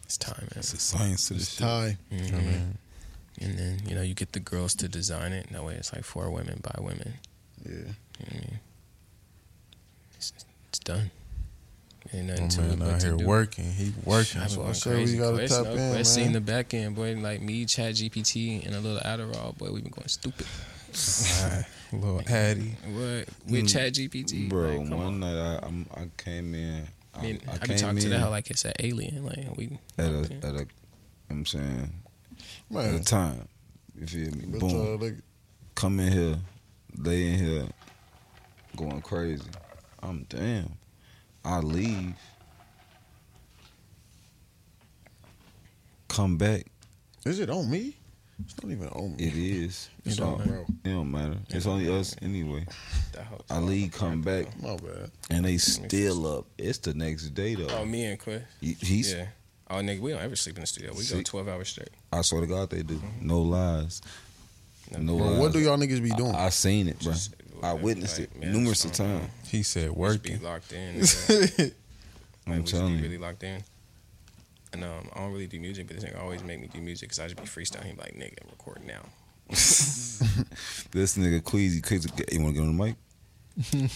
Speaker 3: It's time, man.
Speaker 4: It's a science to this shit.
Speaker 2: Ty,
Speaker 3: Mm-hmm. And then you know you get the girls to design it. That way, it's like for women by women.
Speaker 2: yeah,
Speaker 3: You know what I mean? It's, it's done. Ain't
Speaker 1: My
Speaker 3: nothing to it
Speaker 1: man
Speaker 3: but
Speaker 1: out
Speaker 3: to
Speaker 1: here
Speaker 3: do.
Speaker 1: working. He working.
Speaker 3: I've been
Speaker 2: So I
Speaker 3: going
Speaker 2: say we
Speaker 3: crazy.
Speaker 2: gotta
Speaker 3: Quest,
Speaker 2: tap
Speaker 3: no,
Speaker 2: in, man.
Speaker 3: Quest seen the back end, boy. Like me, Chat GPT, and a little Adderall, boy. We've been going stupid.
Speaker 1: Little Addy.
Speaker 3: What with Chat GPT,
Speaker 4: Mm, Bro,
Speaker 3: Like, come on.
Speaker 4: one night I, I'm, I came in. I,
Speaker 3: I mean, I,
Speaker 4: I
Speaker 3: be
Speaker 4: came
Speaker 3: talking to
Speaker 4: in
Speaker 3: the hell
Speaker 4: at
Speaker 3: like it's an alien. Like we,
Speaker 4: a, at a, you know what I'm saying, at a
Speaker 2: man.
Speaker 4: time. You feel me?
Speaker 2: But,
Speaker 4: Boom.
Speaker 2: uh, like,
Speaker 4: come in here, lay in here, going crazy. I'm damn. I leave, come back.
Speaker 2: is it on me? It's not even on me.
Speaker 4: It is.
Speaker 3: It
Speaker 4: It's
Speaker 3: don't
Speaker 4: all-
Speaker 3: matter.
Speaker 4: It don't matter. It's only us anyway.
Speaker 3: the whole-
Speaker 4: I leave, come back,
Speaker 2: My bad.
Speaker 4: and they still up. It's the next day
Speaker 3: Oh,
Speaker 4: though.
Speaker 3: me and Quest.
Speaker 4: He- He's.
Speaker 3: Yeah. Oh, nigga, we don't ever sleep in the studio. We go
Speaker 4: See?
Speaker 3: twelve hours straight.
Speaker 4: I swear to God, they do.
Speaker 3: Mm-hmm.
Speaker 4: No lies. No
Speaker 2: Bro,
Speaker 4: lies.
Speaker 2: what do y'all niggas be doing?
Speaker 4: I, I seen it, bro.
Speaker 3: Just-
Speaker 4: I witnessed it
Speaker 3: like, man,
Speaker 4: numerous of
Speaker 3: it's on.
Speaker 4: times.
Speaker 1: He said
Speaker 3: Just be
Speaker 1: working.
Speaker 3: locked in. nigga.
Speaker 4: I'm
Speaker 3: Like, we just
Speaker 4: telling
Speaker 3: be
Speaker 4: you.
Speaker 3: really locked in. And um, I don't really do music, but this nigga always make me do music because I just be freestyling. He be like, nigga, record now.
Speaker 4: This nigga Queasy, Queasy, you want to get on the mic?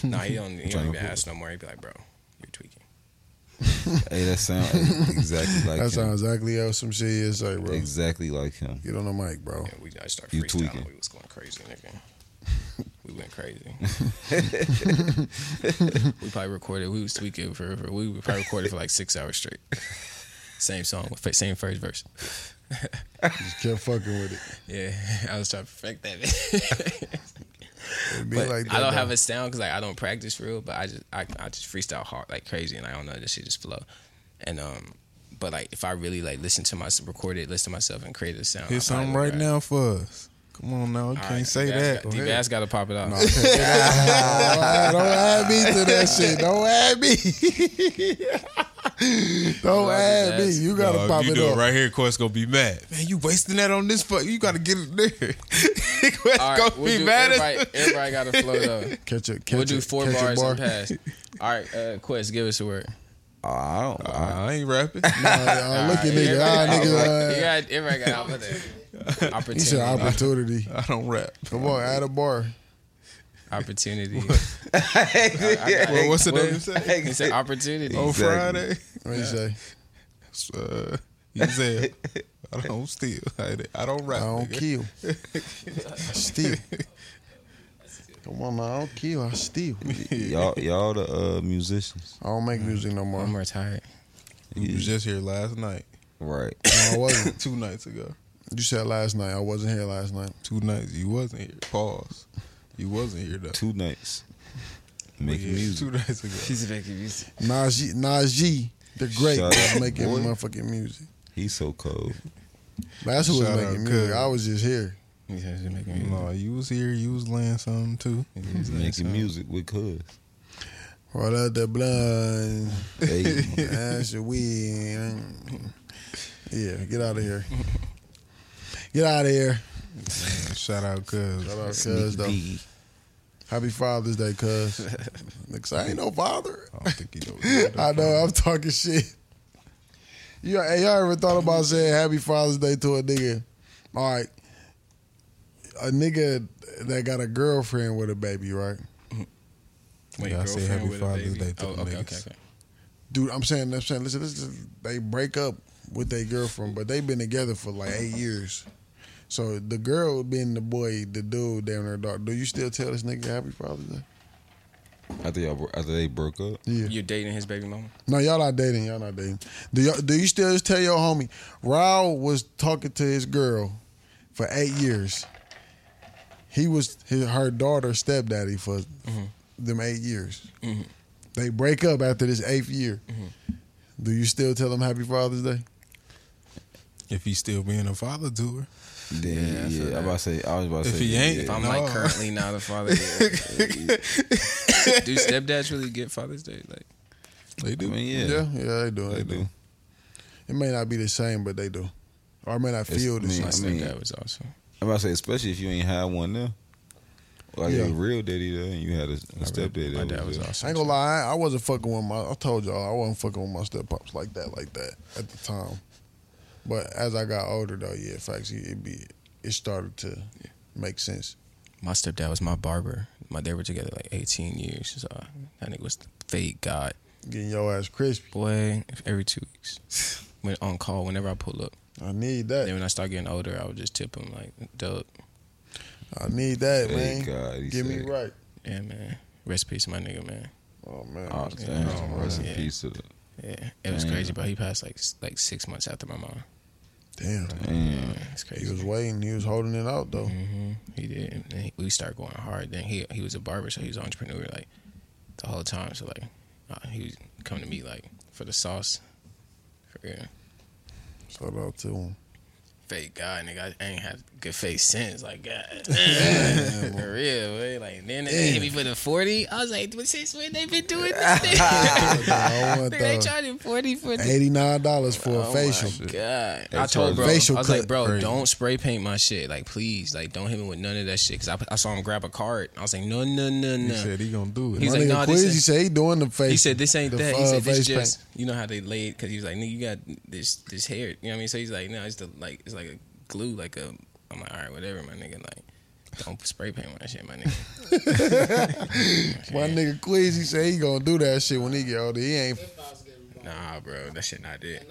Speaker 3: nah, he don't. He don't
Speaker 4: Trying to
Speaker 3: even ask no more. He be like, bro, you're tweaking.
Speaker 4: Hey, that sound exactly like
Speaker 2: that
Speaker 4: him.
Speaker 2: sounds exactly how some shit is like, bro.
Speaker 4: exactly like him.
Speaker 2: Get on the mic, bro.
Speaker 3: And we I start
Speaker 4: You
Speaker 3: freestyling.
Speaker 4: tweaking.
Speaker 3: We was going crazy, nigga. We went crazy. we probably recorded. We was tweaking for. for we probably recorded for like six hours straight. Same song, same first verse.
Speaker 2: Just kept fucking with it.
Speaker 3: Yeah, I was trying to perfect that.
Speaker 2: It be
Speaker 3: But
Speaker 2: like that,
Speaker 3: I don't
Speaker 2: though.
Speaker 3: have a sound because like I don't practice real, but I just I, I just freestyle hard like crazy, and I don't know this shit just flow. And um, but like if I really like listen to my recorded, listen to myself and create a sound.
Speaker 1: Hit
Speaker 3: I probably
Speaker 1: something
Speaker 3: would
Speaker 1: right
Speaker 3: rap.
Speaker 1: now for us. Come on now, you
Speaker 3: All
Speaker 1: can't
Speaker 3: right,
Speaker 1: say
Speaker 3: D-Bass
Speaker 1: that.
Speaker 3: got- D-Bass got to pop it off.
Speaker 1: No, I can't say that. don't add me to that shit. Don't add me. don't
Speaker 3: Love
Speaker 1: add me.
Speaker 3: his ass.
Speaker 1: You gotta
Speaker 4: Dog,
Speaker 1: pop
Speaker 4: you
Speaker 1: it
Speaker 4: do it
Speaker 1: up right here. Quest gonna be mad. Man, you wasting that on this. Fuck, you gotta get it there. Quest
Speaker 3: All
Speaker 1: gonna
Speaker 3: right, we'll
Speaker 1: be
Speaker 3: do,
Speaker 1: mad.
Speaker 3: everybody, everybody got to flow though.
Speaker 2: Catch it. Catch
Speaker 3: We'll do
Speaker 2: it,
Speaker 3: four
Speaker 2: catch it,
Speaker 3: bars
Speaker 2: bar.
Speaker 3: and pass. All right, uh, Quest, give us a word.
Speaker 4: Oh, I don't. I,
Speaker 1: I ain't rapping.
Speaker 2: Nah, uh, look at nigga. Ah,
Speaker 3: You
Speaker 2: nigga. Uh,
Speaker 3: got everybody got opportunity.
Speaker 2: he
Speaker 3: Opportunity.
Speaker 2: said opportunity.
Speaker 1: I don't rap.
Speaker 2: Come on, add a bar.
Speaker 3: opportunity.
Speaker 1: Well, what's the
Speaker 3: Well,
Speaker 1: name? Say?
Speaker 3: He said opportunity.
Speaker 2: Oh,
Speaker 1: On
Speaker 4: Exactly.
Speaker 1: Friday.
Speaker 2: What you say?
Speaker 1: Uh, you said I don't steal. I, I don't
Speaker 2: I
Speaker 1: rap.
Speaker 2: don't
Speaker 1: nigga.
Speaker 2: kill. I steal. Come on, man. I don't kill. I steal.
Speaker 4: y'all, y'all the uh, musicians,
Speaker 2: I don't make music no more.
Speaker 3: I'm
Speaker 2: No,
Speaker 3: retired.
Speaker 1: You was just here last night.
Speaker 4: right?
Speaker 2: I wasn't.
Speaker 1: Two nights ago.
Speaker 2: You said last night. I wasn't here last night.
Speaker 1: Two nights. You wasn't here. Pause. You wasn't here though.
Speaker 4: Two nights making
Speaker 1: Yeah,
Speaker 4: music.
Speaker 1: Two nights ago.
Speaker 3: He's making music.
Speaker 2: Nas G, Nas G the great,
Speaker 4: Shout
Speaker 2: was
Speaker 4: out,
Speaker 2: making
Speaker 4: boy.
Speaker 2: motherfucking music.
Speaker 4: He's so cold.
Speaker 2: But that's who
Speaker 1: Shout
Speaker 2: was
Speaker 1: out,
Speaker 2: making music.
Speaker 1: cuz.
Speaker 2: I was just here.
Speaker 3: He's making music.
Speaker 1: No, you was here. You was laying something too.
Speaker 4: He's making music with Cuz.
Speaker 2: Roll up the blunt.
Speaker 4: Hey,
Speaker 2: That's your weed. Yeah, get out of here. Get out of here.
Speaker 1: Shout out, cuz.
Speaker 2: Shout out, cuz, though.
Speaker 4: B.
Speaker 2: Happy Father's Day, cuz. Niggas, I ain't no father.
Speaker 1: I don't think you know.
Speaker 2: I know, I'm talking shit. You, hey, y'all ever thought about saying Happy Father's Day to a nigga? All right. A nigga that got a girlfriend with a baby, right?
Speaker 3: Wait,
Speaker 1: Yeah, I
Speaker 3: girlfriend
Speaker 1: said happy
Speaker 3: with a
Speaker 1: Father's
Speaker 3: baby.
Speaker 1: Day to
Speaker 3: oh,
Speaker 1: the
Speaker 3: okay, okay,
Speaker 1: niggas.
Speaker 3: okay.
Speaker 2: dude, I'm saying, I'm saying, listen, listen, they break up with their girlfriend, but they've been together for like eight years. So the girl being the boy, the dude damn her daughter. Do you still tell this nigga happy Father's Day?
Speaker 4: After y'all, bro- after they broke up,
Speaker 2: Yeah.
Speaker 3: You dating his baby mama?
Speaker 2: No, y'all not dating. Y'all not dating. Do y'all, do you still just tell your homie? Raul was talking to his girl for eight years. He was his, her daughter's stepdaddy for them eight years. They break up after this eighth year. Do you still tell him Happy Father's Day?
Speaker 1: if he's still being a father to her,
Speaker 4: then yeah,
Speaker 3: I feel
Speaker 4: I
Speaker 3: that.
Speaker 4: about to say, I was about to
Speaker 1: If
Speaker 4: say,
Speaker 1: he
Speaker 4: yeah,
Speaker 1: ain't,
Speaker 4: yeah.
Speaker 3: If I'm
Speaker 1: No.
Speaker 3: like currently not a father, yeah. do stepdads really get Father's Day? Like,
Speaker 1: they
Speaker 4: I
Speaker 1: do.
Speaker 4: mean, yeah,
Speaker 2: yeah, yeah, they do. They,
Speaker 4: they
Speaker 2: do.
Speaker 4: do.
Speaker 2: It may not be the same, but they do. Or it may not
Speaker 4: It's
Speaker 2: feel the
Speaker 4: me.
Speaker 3: my
Speaker 2: same.
Speaker 4: I
Speaker 3: stepdad
Speaker 4: mean-
Speaker 3: was awesome.
Speaker 4: I'm about to say, especially if you ain't had one there, like
Speaker 2: Yeah.
Speaker 4: a real daddy there, and you had a, a stepdaddy.
Speaker 3: My
Speaker 4: that
Speaker 3: dad was
Speaker 4: there.
Speaker 2: I ain't
Speaker 3: awesome.
Speaker 2: gonna lie, I, I wasn't fucking with my. I told y'all I wasn't fucking with my step pops like that, like that at the time. But as I got older, though, yeah, facts, it it be it started to make sense.
Speaker 3: My stepdad was my barber. My they were together like 18 years. So I- that nigga was the fake god.
Speaker 2: Getting your ass crispy,
Speaker 3: Boy, every two weeks, went on call whenever I pull up.
Speaker 2: I need
Speaker 3: Then
Speaker 2: that.
Speaker 3: when I start getting older, I would just tip him like, "Dub,
Speaker 2: I need that,
Speaker 4: Hey,
Speaker 2: man.
Speaker 4: God, he
Speaker 2: Get me
Speaker 4: said-
Speaker 2: right.
Speaker 3: yeah, man, rest in peace, my nigga, man."
Speaker 2: Oh man,
Speaker 4: Oh,
Speaker 2: that's-
Speaker 4: damn,
Speaker 3: Yeah.
Speaker 4: rest in
Speaker 3: Yeah.
Speaker 4: peace to the
Speaker 3: Yeah, it was
Speaker 4: Damn.
Speaker 3: crazy, bro. He passed like s- like six months after my mom.
Speaker 2: damn.
Speaker 4: damn.
Speaker 3: It's
Speaker 2: He
Speaker 3: crazy.
Speaker 2: was waiting. He was holding it out
Speaker 4: Mm-hmm.
Speaker 2: though.
Speaker 3: hmm He did. And then we started going hard. Then he he was a barber, so he was an entrepreneur like the whole time. So like uh, he was come to me like for the sauce. For real.
Speaker 2: Shout out to him.
Speaker 3: Fake guy, nigga. I ain't had good face since. Like God. for real, man. Like then they hit me for the forty. I was like, but since when they been doing this thing?
Speaker 2: I want
Speaker 3: they
Speaker 2: the
Speaker 3: charging forty for the
Speaker 2: eighty nine dollars for a
Speaker 3: Oh
Speaker 2: facial.
Speaker 3: My God,
Speaker 4: They
Speaker 3: I told
Speaker 4: charge
Speaker 3: bro,
Speaker 2: facial
Speaker 3: I was
Speaker 2: cut.
Speaker 3: like, bro,
Speaker 2: Crazy.
Speaker 3: don't spray paint my shit. Like, please, like, don't hit me with none of that shit. Cause I, I saw him grab a card. I was like, no, no, no,
Speaker 1: He
Speaker 3: no.
Speaker 1: said he gonna do it.
Speaker 3: He's
Speaker 2: My
Speaker 3: like,
Speaker 2: nigga
Speaker 3: nah, this
Speaker 2: Quizzy
Speaker 3: is-
Speaker 2: said he doing the face.
Speaker 3: He said this ain't
Speaker 2: the,
Speaker 3: that. He
Speaker 2: uh,
Speaker 3: said this
Speaker 2: face
Speaker 3: just you know how they laid because he was like, nigga, you got this this hair. You know what I mean? So he's like, no, it's the like it's like a glue, like a. I'm like, all right, whatever, my nigga. Like, don't spray paint my shit, my nigga.
Speaker 2: My nigga Quizzy say he gonna do that shit when he get older. He ain't.
Speaker 3: Nah, bro, that shit not it.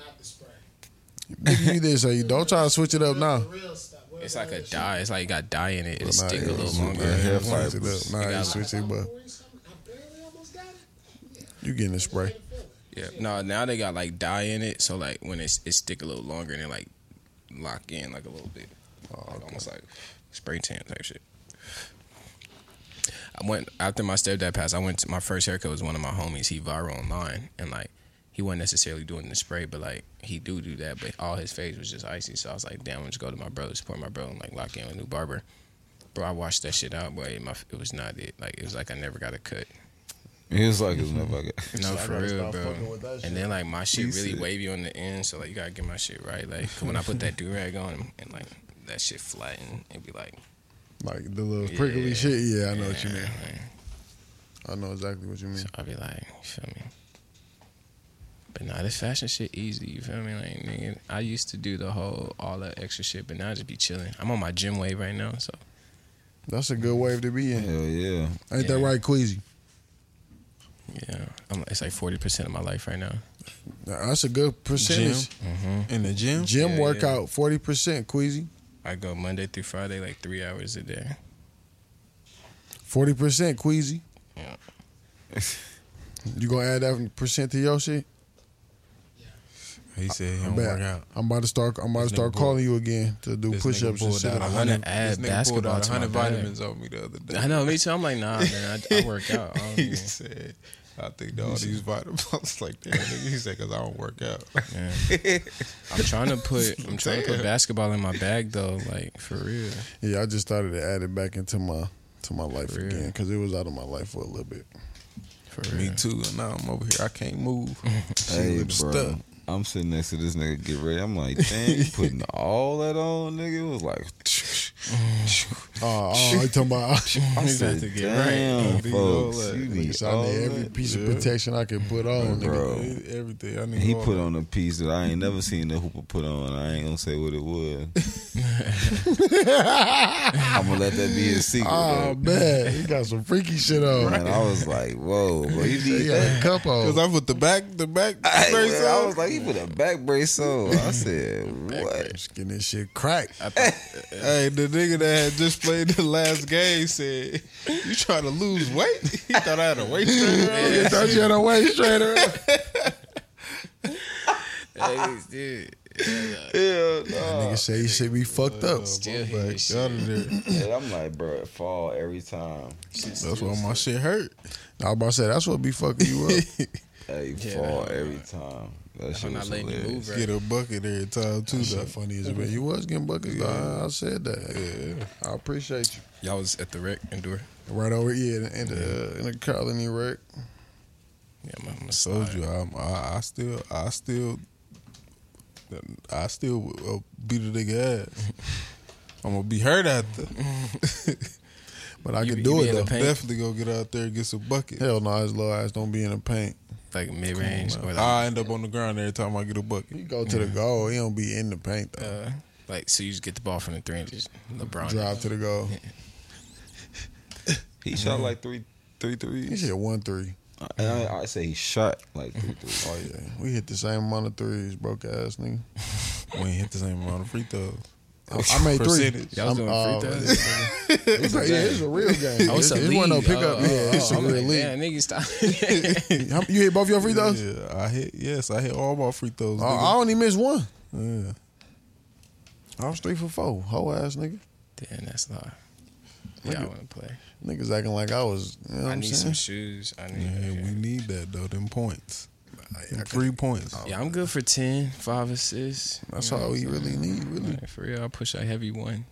Speaker 2: Nigga, you this, so you don't try to switch it up now.
Speaker 3: It's like a dye. It's like it got dye in it. It
Speaker 2: Nah,
Speaker 3: stick a
Speaker 2: yeah,
Speaker 3: little
Speaker 2: switch
Speaker 3: longer.
Speaker 2: it up.
Speaker 4: hair
Speaker 2: Switch it
Speaker 4: fibers.
Speaker 2: up. Nah,
Speaker 3: You
Speaker 2: you
Speaker 3: got-
Speaker 2: switch it up. You getting a spray?
Speaker 3: Yeah. No, now they got like dye in it, so like when it's it stick a little longer and it like lock in like a little bit, like, almost like spray tan type shit. I went after my stepdad passed. I went to my first haircut was one of my homies. He viral online and like he wasn't necessarily doing the spray, but like he do do that. But all his face was just icy. So I was like, damn, I'm just go to my brother, support my brother, and like lock in with a new barber. Bro, I washed that shit out, but it, my, it was not it. Like it was like I never got a cut.
Speaker 4: It was like it's never.
Speaker 3: No,
Speaker 2: So I
Speaker 3: for
Speaker 2: gotta
Speaker 3: real,
Speaker 2: stop
Speaker 3: bro.
Speaker 2: fucking with that shit.
Speaker 3: And then like my shit
Speaker 4: He
Speaker 3: really
Speaker 4: said-
Speaker 3: wavy on the end, so like you gotta get my shit right. Like 'cause when I put that do rag on and like that shit flatten, it'd be like
Speaker 2: Like the little
Speaker 3: Yeah.
Speaker 2: prickly shit. Yeah, I know what you
Speaker 3: yeah,
Speaker 2: mean.
Speaker 3: like,
Speaker 2: I know exactly what you mean.
Speaker 3: So I'd be like, you feel me? But nah, this fashion shit easy, you feel me? Like, nigga, I used to do the whole, all that extra shit, but now I just be chilling. I'm on my gym wave right now, so.
Speaker 2: That's a good wave to be in.
Speaker 4: Hell yeah.
Speaker 2: Ain't that
Speaker 3: Yeah.
Speaker 2: right, Queasy?
Speaker 3: Yeah, I'm, it's like 40% of my life right now.
Speaker 2: That's a good percentage.
Speaker 3: hmm
Speaker 1: in the gym.
Speaker 2: Gym
Speaker 3: Yeah, yeah.
Speaker 2: workout, forty percent, Queasy.
Speaker 3: I go Monday through Friday, like three hours a day.
Speaker 2: Forty percent, Queasy.
Speaker 3: Yeah.
Speaker 2: You gonna add that percent to your shit?
Speaker 1: He said he
Speaker 2: I
Speaker 1: don't
Speaker 2: bet.
Speaker 1: work out.
Speaker 2: I'm about to start. I'm about to
Speaker 1: This nigga
Speaker 2: start
Speaker 1: pulled-
Speaker 2: calling you again to do
Speaker 1: This nigga
Speaker 2: push-ups and
Speaker 1: pulled
Speaker 2: shit.
Speaker 1: out
Speaker 3: I
Speaker 1: a
Speaker 3: wanna
Speaker 1: hundred-
Speaker 3: add
Speaker 1: this nigga pulled
Speaker 3: basketball
Speaker 1: out a
Speaker 3: to my
Speaker 1: hundred
Speaker 3: bag.
Speaker 1: vitamins on me the other day.
Speaker 3: I know, me too. I'm like, nah, man, I, I work out. I don't
Speaker 1: he
Speaker 3: even-
Speaker 1: said, I think all these vitamins. I was like, damn, nigga. He said, because I don't work out.
Speaker 3: yeah. I'm trying to put, I'm trying to put
Speaker 1: Damn.
Speaker 3: basketball in my bag, though, like, for real.
Speaker 2: Yeah, I just started to add it back into my to my life
Speaker 3: real.
Speaker 2: again because it was out of my life for a little bit.
Speaker 3: For real.
Speaker 1: Me too. And now I'm over here. I can't move. She
Speaker 4: Hey,
Speaker 1: little
Speaker 4: bro.
Speaker 1: stuck.
Speaker 4: I'm sitting next to this nigga get ready. I'm like, dang, you putting all that on, nigga. It was like,
Speaker 2: Oh, oh you talking about?
Speaker 4: I
Speaker 3: He's about
Speaker 4: said,
Speaker 3: to get
Speaker 4: damn,
Speaker 1: right.
Speaker 4: folks,
Speaker 1: All
Speaker 4: you
Speaker 1: that.
Speaker 4: need
Speaker 2: Nigga, so I
Speaker 4: all
Speaker 2: need every
Speaker 4: that.
Speaker 2: piece of protection I can put on, nigga.
Speaker 4: Bro.
Speaker 1: Everything. I need
Speaker 4: He
Speaker 1: all
Speaker 4: put
Speaker 1: that.
Speaker 4: on a piece that I ain't never seen the hooper put on. I ain't gonna say what it was. I'm gonna let that be a secret.
Speaker 2: Oh
Speaker 4: though.
Speaker 2: man, he got some freaky shit on.
Speaker 4: Man, I was like, whoa, bro, you
Speaker 2: He
Speaker 4: need
Speaker 2: got a
Speaker 4: that.
Speaker 2: cup on.
Speaker 1: Cause I put the back, the back
Speaker 4: I,
Speaker 1: brace
Speaker 4: I
Speaker 1: on.
Speaker 4: was like, he put a back brace on. I said, what?
Speaker 2: Just getting this shit cracked.
Speaker 3: I thought,
Speaker 1: Hey, the nigga that had just played the last game said, "You trying to lose weight?" He thought I had a weight trainer. on.
Speaker 2: You thought you had a waist trainer.
Speaker 3: hey, dude.
Speaker 4: Yeah,
Speaker 2: Nigga say he should be fucked up.
Speaker 3: Still
Speaker 1: Like,
Speaker 3: his
Speaker 1: out of there.
Speaker 4: And I'm like, bro, it fall every time.
Speaker 1: That's why my shit hurt.
Speaker 2: I was about to say that's what be fucking you up.
Speaker 4: Hey,
Speaker 3: Yeah,
Speaker 4: fall
Speaker 3: that-
Speaker 4: every time. That shit
Speaker 3: I'm
Speaker 4: was
Speaker 3: not letting you move
Speaker 4: hilarious.
Speaker 3: right.
Speaker 1: Get a bucket every time too.
Speaker 2: That shit
Speaker 1: Though.
Speaker 2: funny as a bitch. You was getting buckets. dog. I said that. I appreciate you.
Speaker 3: Y'all was at the rec indoor.
Speaker 2: Right over here in the in the colony wreck.
Speaker 3: Yeah, my, my
Speaker 1: Told you, I'm, I, I still, I still, I still uh, beat a nigga ass. I'm gonna be hurt after.
Speaker 2: But I
Speaker 3: You
Speaker 2: can
Speaker 3: be-
Speaker 2: do
Speaker 3: you be
Speaker 2: it
Speaker 3: in the
Speaker 2: though.
Speaker 3: paint?
Speaker 1: Definitely gonna get out there and get some bucket.
Speaker 2: Hell no, his little ass don't be in the paint.
Speaker 3: like mid range or like,
Speaker 1: I end up on the ground every time I get a bucket.
Speaker 2: He go to the goal. He don't be in the paint though.
Speaker 3: uh, like so you just get the ball from the three and just LeBron.
Speaker 2: Drive to the goal.
Speaker 4: He shot like three, three
Speaker 2: He
Speaker 4: threes.
Speaker 2: hit one three.
Speaker 4: And I, I say he shot like three threes.
Speaker 2: Oh yeah, we hit the same amount of threes, broke ass nigga.
Speaker 1: We ain't hit the same amount of free throws.
Speaker 2: I, I made three.
Speaker 1: Percentage.
Speaker 3: Y'all was
Speaker 2: I'm,
Speaker 3: doing
Speaker 2: uh,
Speaker 3: free throws.
Speaker 2: It's like, yeah, it's a real game.
Speaker 3: Oh, it's a
Speaker 2: it
Speaker 3: league.
Speaker 2: wasn't no pickup.
Speaker 3: Oh,
Speaker 2: yeah,
Speaker 3: oh,
Speaker 2: it's a
Speaker 3: I'm
Speaker 2: real
Speaker 3: like,
Speaker 2: league.
Speaker 3: Yeah, nigga, stop.
Speaker 2: How- You hit both your free throws?
Speaker 1: Yeah, I hit. Yes, I hit all my free throws.
Speaker 2: I,
Speaker 1: nigga.
Speaker 2: I only missed one.
Speaker 1: Yeah.
Speaker 2: I was three for four. Whole ass nigga.
Speaker 3: Damn, that's a lot. Yeah, I want to play.
Speaker 2: Niggas acting like I was. You know what
Speaker 3: I
Speaker 2: I'm
Speaker 3: need
Speaker 2: saying?
Speaker 3: some shoes. I need.
Speaker 1: Yeah,
Speaker 3: Yeah,
Speaker 1: we need that though. Them points,
Speaker 2: I- I
Speaker 1: Them three points.
Speaker 3: I'm good for 10, 5 assists.
Speaker 2: That's
Speaker 3: You know
Speaker 2: all
Speaker 3: what
Speaker 2: we
Speaker 3: I'm saying?
Speaker 2: really need. Really,
Speaker 3: Like, for real, I push a heavy one.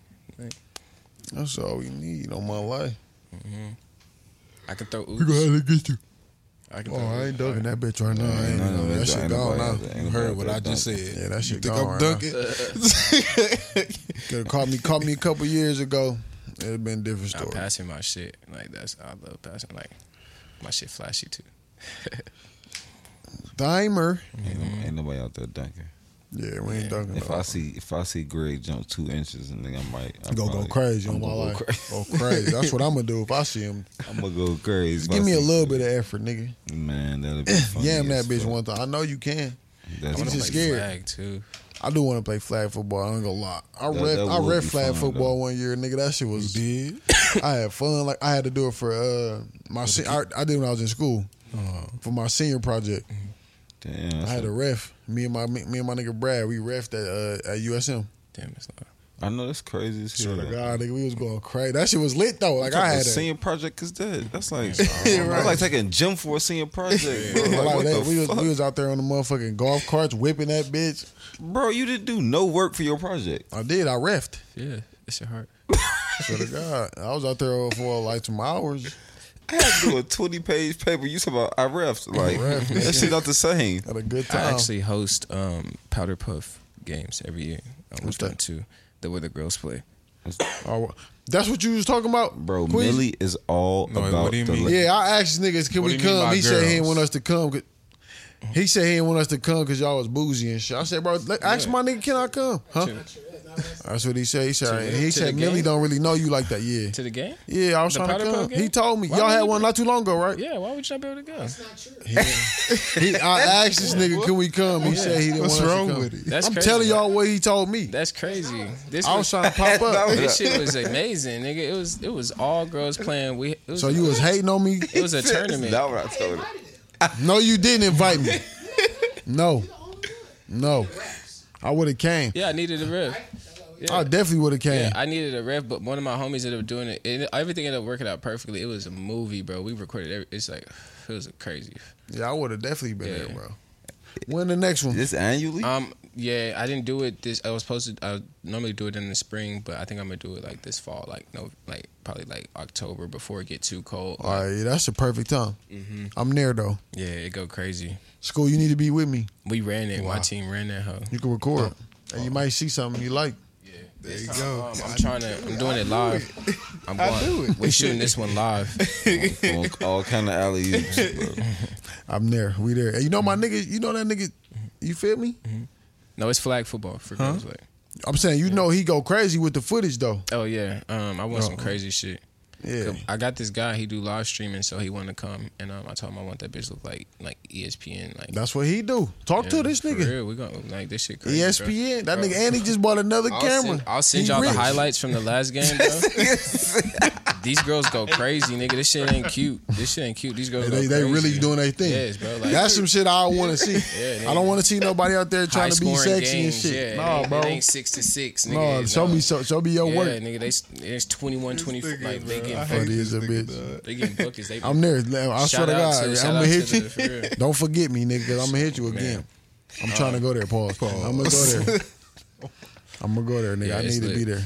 Speaker 2: that's all we need on my life.
Speaker 3: I could throw.
Speaker 2: We gonna
Speaker 3: Oops.
Speaker 2: have to get you.
Speaker 3: I could
Speaker 2: Oh,
Speaker 3: throw.
Speaker 2: I ain't dunking that bitch right now. I ain't
Speaker 4: No, no,
Speaker 2: gonna- that
Speaker 4: that's-
Speaker 2: shit
Speaker 4: ain't
Speaker 2: gone
Speaker 4: nobody-
Speaker 2: now.
Speaker 4: ain't
Speaker 1: You heard
Speaker 4: nobody
Speaker 1: what
Speaker 4: that
Speaker 1: I just
Speaker 4: dunk.
Speaker 1: said.
Speaker 2: Yeah, that
Speaker 1: you
Speaker 2: shit
Speaker 1: think
Speaker 2: gone
Speaker 1: I'm
Speaker 2: right
Speaker 1: dunking?
Speaker 2: Could have caught me. Caught me a couple years ago. It'd have been a different
Speaker 3: I'm
Speaker 2: story.
Speaker 3: passing my shit. Like that's I love passing. Like my shit flashy too.
Speaker 2: Dimer.
Speaker 4: Ain't, no-
Speaker 3: Mm-hmm.
Speaker 4: ain't nobody out there dunking.
Speaker 2: Yeah, we ain't dunking.
Speaker 4: If
Speaker 2: no.
Speaker 4: I see if I see Greg jump two inches and then I might I
Speaker 2: Go go
Speaker 4: probably-
Speaker 2: crazy
Speaker 4: I'm
Speaker 2: on my
Speaker 4: gonna
Speaker 2: life.
Speaker 4: Go crazy.
Speaker 2: Go crazy. That's what I'm gonna do if I see him.
Speaker 4: I'm gonna go crazy.
Speaker 2: Just
Speaker 4: if I
Speaker 2: give me a
Speaker 4: see
Speaker 2: little
Speaker 4: Greg.
Speaker 2: bit of effort, nigga.
Speaker 4: Man, that'll be funny.
Speaker 2: Yam that
Speaker 4: as
Speaker 2: bitch
Speaker 4: fuck.
Speaker 2: one time. I know you can.
Speaker 4: That's
Speaker 2: He
Speaker 4: funny.
Speaker 2: just scared.
Speaker 3: Flag too.
Speaker 2: I do want to play flag football. I ain't gonna lie. I
Speaker 4: That-
Speaker 2: read
Speaker 4: that
Speaker 2: I
Speaker 4: would
Speaker 2: read
Speaker 4: be
Speaker 2: flag
Speaker 4: fun,
Speaker 2: football
Speaker 4: though.
Speaker 2: one year, nigga. That shit was did. I had fun. Like I had to do it for uh my se- I, I did when I was in school for my senior project.
Speaker 4: Damn,
Speaker 2: I
Speaker 4: that's
Speaker 2: had
Speaker 4: a-
Speaker 2: a ref. Me and my me, me and my nigga Brad, we ref at uh, at USM.
Speaker 3: Damn, it's not.
Speaker 4: I know that's crazy as
Speaker 2: Swear
Speaker 4: hell.
Speaker 2: to
Speaker 4: Like,
Speaker 2: God, nigga, we was going crazy. That shit was lit though. Like I
Speaker 4: a
Speaker 2: had a,
Speaker 4: senior project is dead. That's like
Speaker 2: right.
Speaker 4: that's like taking gym for a senior project. Bro. Like,
Speaker 2: like,
Speaker 4: what
Speaker 2: that,
Speaker 4: the
Speaker 2: we was
Speaker 4: fuck?
Speaker 2: we was out there on the motherfucking golf carts whipping that bitch.
Speaker 4: bro, you didn't do no work for your project.
Speaker 2: I did. I refed.
Speaker 3: Yeah, it's your heart.
Speaker 2: Swear to God, I was out there for like some hours.
Speaker 4: I had to do a twenty page paper. You talking about I refs like
Speaker 2: Ref,
Speaker 4: that shit not the same.
Speaker 2: Had a good
Speaker 3: I
Speaker 2: time.
Speaker 3: actually host um, Powder Puff games every year. I was
Speaker 2: What's
Speaker 3: done
Speaker 2: that?
Speaker 3: too. The where the girls play.
Speaker 2: Oh, that's what you was talking about,
Speaker 4: Bro,
Speaker 2: Queens?
Speaker 4: Millie is all
Speaker 1: No,
Speaker 4: about
Speaker 1: what do you
Speaker 4: the
Speaker 1: mean?
Speaker 4: la-
Speaker 2: Yeah, I asked niggas, can
Speaker 1: What
Speaker 2: we
Speaker 1: do you mean
Speaker 2: come?
Speaker 1: by
Speaker 2: He said he didn't
Speaker 1: girls?
Speaker 2: want us to come. 'cause- He said he didn't want us to come because y'all was boozy and shit. I said, bro, let, ask my nigga, can I come? Huh? That's what he said. He said,
Speaker 3: To-
Speaker 2: he
Speaker 3: to
Speaker 2: said,
Speaker 3: the
Speaker 2: Millie
Speaker 3: game?
Speaker 2: don't really know you like that. Yeah,
Speaker 3: To the game?
Speaker 2: yeah, I was
Speaker 3: The
Speaker 2: trying to
Speaker 3: Powder Puff
Speaker 2: come.
Speaker 3: game?
Speaker 2: He told me
Speaker 3: Why
Speaker 2: y'all
Speaker 3: would
Speaker 2: had
Speaker 3: you
Speaker 2: one
Speaker 3: bring-
Speaker 2: not too long ago, right?
Speaker 3: Yeah, why would you not be able to go?
Speaker 2: He, I asked this nigga, can we come? He said he didn't
Speaker 1: What's
Speaker 2: want us to
Speaker 1: wrong
Speaker 2: come.
Speaker 1: with it?
Speaker 3: That's
Speaker 2: I'm
Speaker 3: crazy.
Speaker 2: telling y'all what he told me.
Speaker 3: That's crazy. This
Speaker 2: I was
Speaker 3: was,
Speaker 2: trying to pop up.
Speaker 3: this shit was amazing, nigga. It was it was all girls playing. We it was,
Speaker 2: So you was hating on me?
Speaker 3: it was a tournament.
Speaker 4: That's what I told her.
Speaker 2: No, you didn't invite me. No, no, I would have came.
Speaker 3: Yeah, I needed a ref. Yeah.
Speaker 2: I definitely would have came.
Speaker 3: Yeah, I needed a ref, but one of my homies ended up doing it. it. Everything ended up working out perfectly. It was a movie, bro. We recorded. Every, it's like it was crazy.
Speaker 2: Yeah, I would have definitely been
Speaker 3: Yeah.
Speaker 2: there, bro. When the next one?
Speaker 4: This annually?
Speaker 3: Um, yeah, I didn't do it this. I was supposed to. I normally do it in the spring, but I think I'm gonna do it like this fall, like no, like probably like October before it get too cold.
Speaker 2: All right, yeah, that's the perfect time.
Speaker 3: Mm-hmm.
Speaker 2: I'm there though.
Speaker 3: Yeah, it go crazy.
Speaker 2: School, you need to be with me.
Speaker 3: We ran it. My team ran that hoe.
Speaker 2: You can record,
Speaker 3: Oh.
Speaker 2: and you might see something you like.
Speaker 1: There you go.
Speaker 3: I'm trying to. I'm doing it live. I'm going. We're shooting this one live.
Speaker 4: On all kind of alley bro.
Speaker 2: I'm there. We there. And you know my nigga. You know that nigga. You feel me?
Speaker 3: Mm-hmm. No, it's flag football for girls. Like,
Speaker 2: I'm saying you know he go crazy with the footage though.
Speaker 3: oh yeah. Um, I want some crazy shit.
Speaker 2: Yeah.
Speaker 3: I got this guy. He do live streaming, so he wanted to come, and um, I told him I want that bitch look like like E ESPN. Like,
Speaker 2: That's what he do. Talk
Speaker 3: yeah,
Speaker 2: to this
Speaker 3: for
Speaker 2: nigga. E
Speaker 3: real, we going like this shit crazy. bro.
Speaker 2: ESPN. That
Speaker 3: Bro.
Speaker 2: nigga and he just bought another
Speaker 3: I'll
Speaker 2: camera.
Speaker 3: Send, I'll send
Speaker 2: He
Speaker 3: y'all
Speaker 2: rich.
Speaker 3: the highlights from the last game, bro. These girls go crazy, nigga. This shit ain't cute. This shit ain't cute. These girls
Speaker 2: They,
Speaker 3: go
Speaker 2: they, they
Speaker 3: crazy.
Speaker 2: really doing their thing.
Speaker 3: Yes, bro. Like,
Speaker 2: That's some shit I want to see.
Speaker 3: nigga.
Speaker 2: I don't want to see nobody out there trying to be
Speaker 3: high-scoring
Speaker 2: sexy
Speaker 3: games,
Speaker 2: and
Speaker 3: Yeah,
Speaker 2: shit.
Speaker 3: it
Speaker 2: No,
Speaker 3: ain't-
Speaker 2: bro.
Speaker 3: It ain't six to six, nigga.
Speaker 2: No, show me
Speaker 3: something.
Speaker 2: so, show me your
Speaker 3: Yeah,
Speaker 2: work.
Speaker 3: nigga. They it's 21, 24. Like they getting
Speaker 2: hate
Speaker 3: fucked.
Speaker 2: this nigga,
Speaker 3: They getting buckets. They
Speaker 2: I'm there. I swear
Speaker 3: Shout
Speaker 2: to
Speaker 3: out
Speaker 2: God,
Speaker 3: to- shout
Speaker 2: I'm
Speaker 3: out
Speaker 2: gonna
Speaker 3: to
Speaker 2: hit you.
Speaker 3: the- for real.
Speaker 2: Don't forget me, nigga, because I'm gonna hit you again. I'm trying to go there, Paul. I'm gonna go there. I'm gonna go there, nigga.
Speaker 3: Yeah,
Speaker 2: I
Speaker 3: it's
Speaker 2: need to
Speaker 3: lit.
Speaker 2: be there.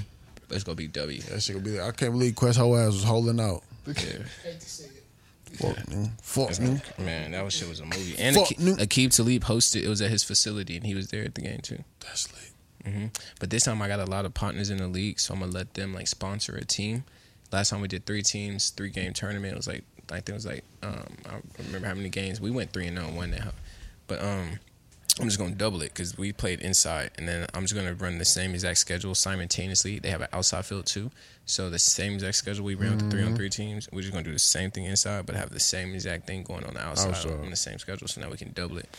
Speaker 3: Let's go be W.
Speaker 2: That shit gonna be there. I can't believe Quest whole ass was holding out.
Speaker 3: Yeah.
Speaker 2: Fuck, nigga. fuck, nigga.
Speaker 3: Man, that was, shit was a movie. And
Speaker 2: Fuck,
Speaker 3: Ake-
Speaker 2: nigga.
Speaker 3: Akeem Talib hosted. It was at his facility, and he was there at the game too.
Speaker 2: That's lit.
Speaker 3: Mm-hmm. But this time I got a lot of partners in the league, so I'm gonna let them like sponsor a team. Last time we did three teams, three game tournament. It was like I think it was like um, I don't remember how many games we went three and zero and won that. hoe. But um, I'm just gonna double it because we played inside, and then I'm just gonna run the same exact schedule simultaneously. They have an outside field too, so the same exact schedule we ran with the three on three teams. We're just gonna do the same thing inside, but have the same exact thing going on the outside,
Speaker 2: Outside.
Speaker 3: on the same schedule. So now we can double it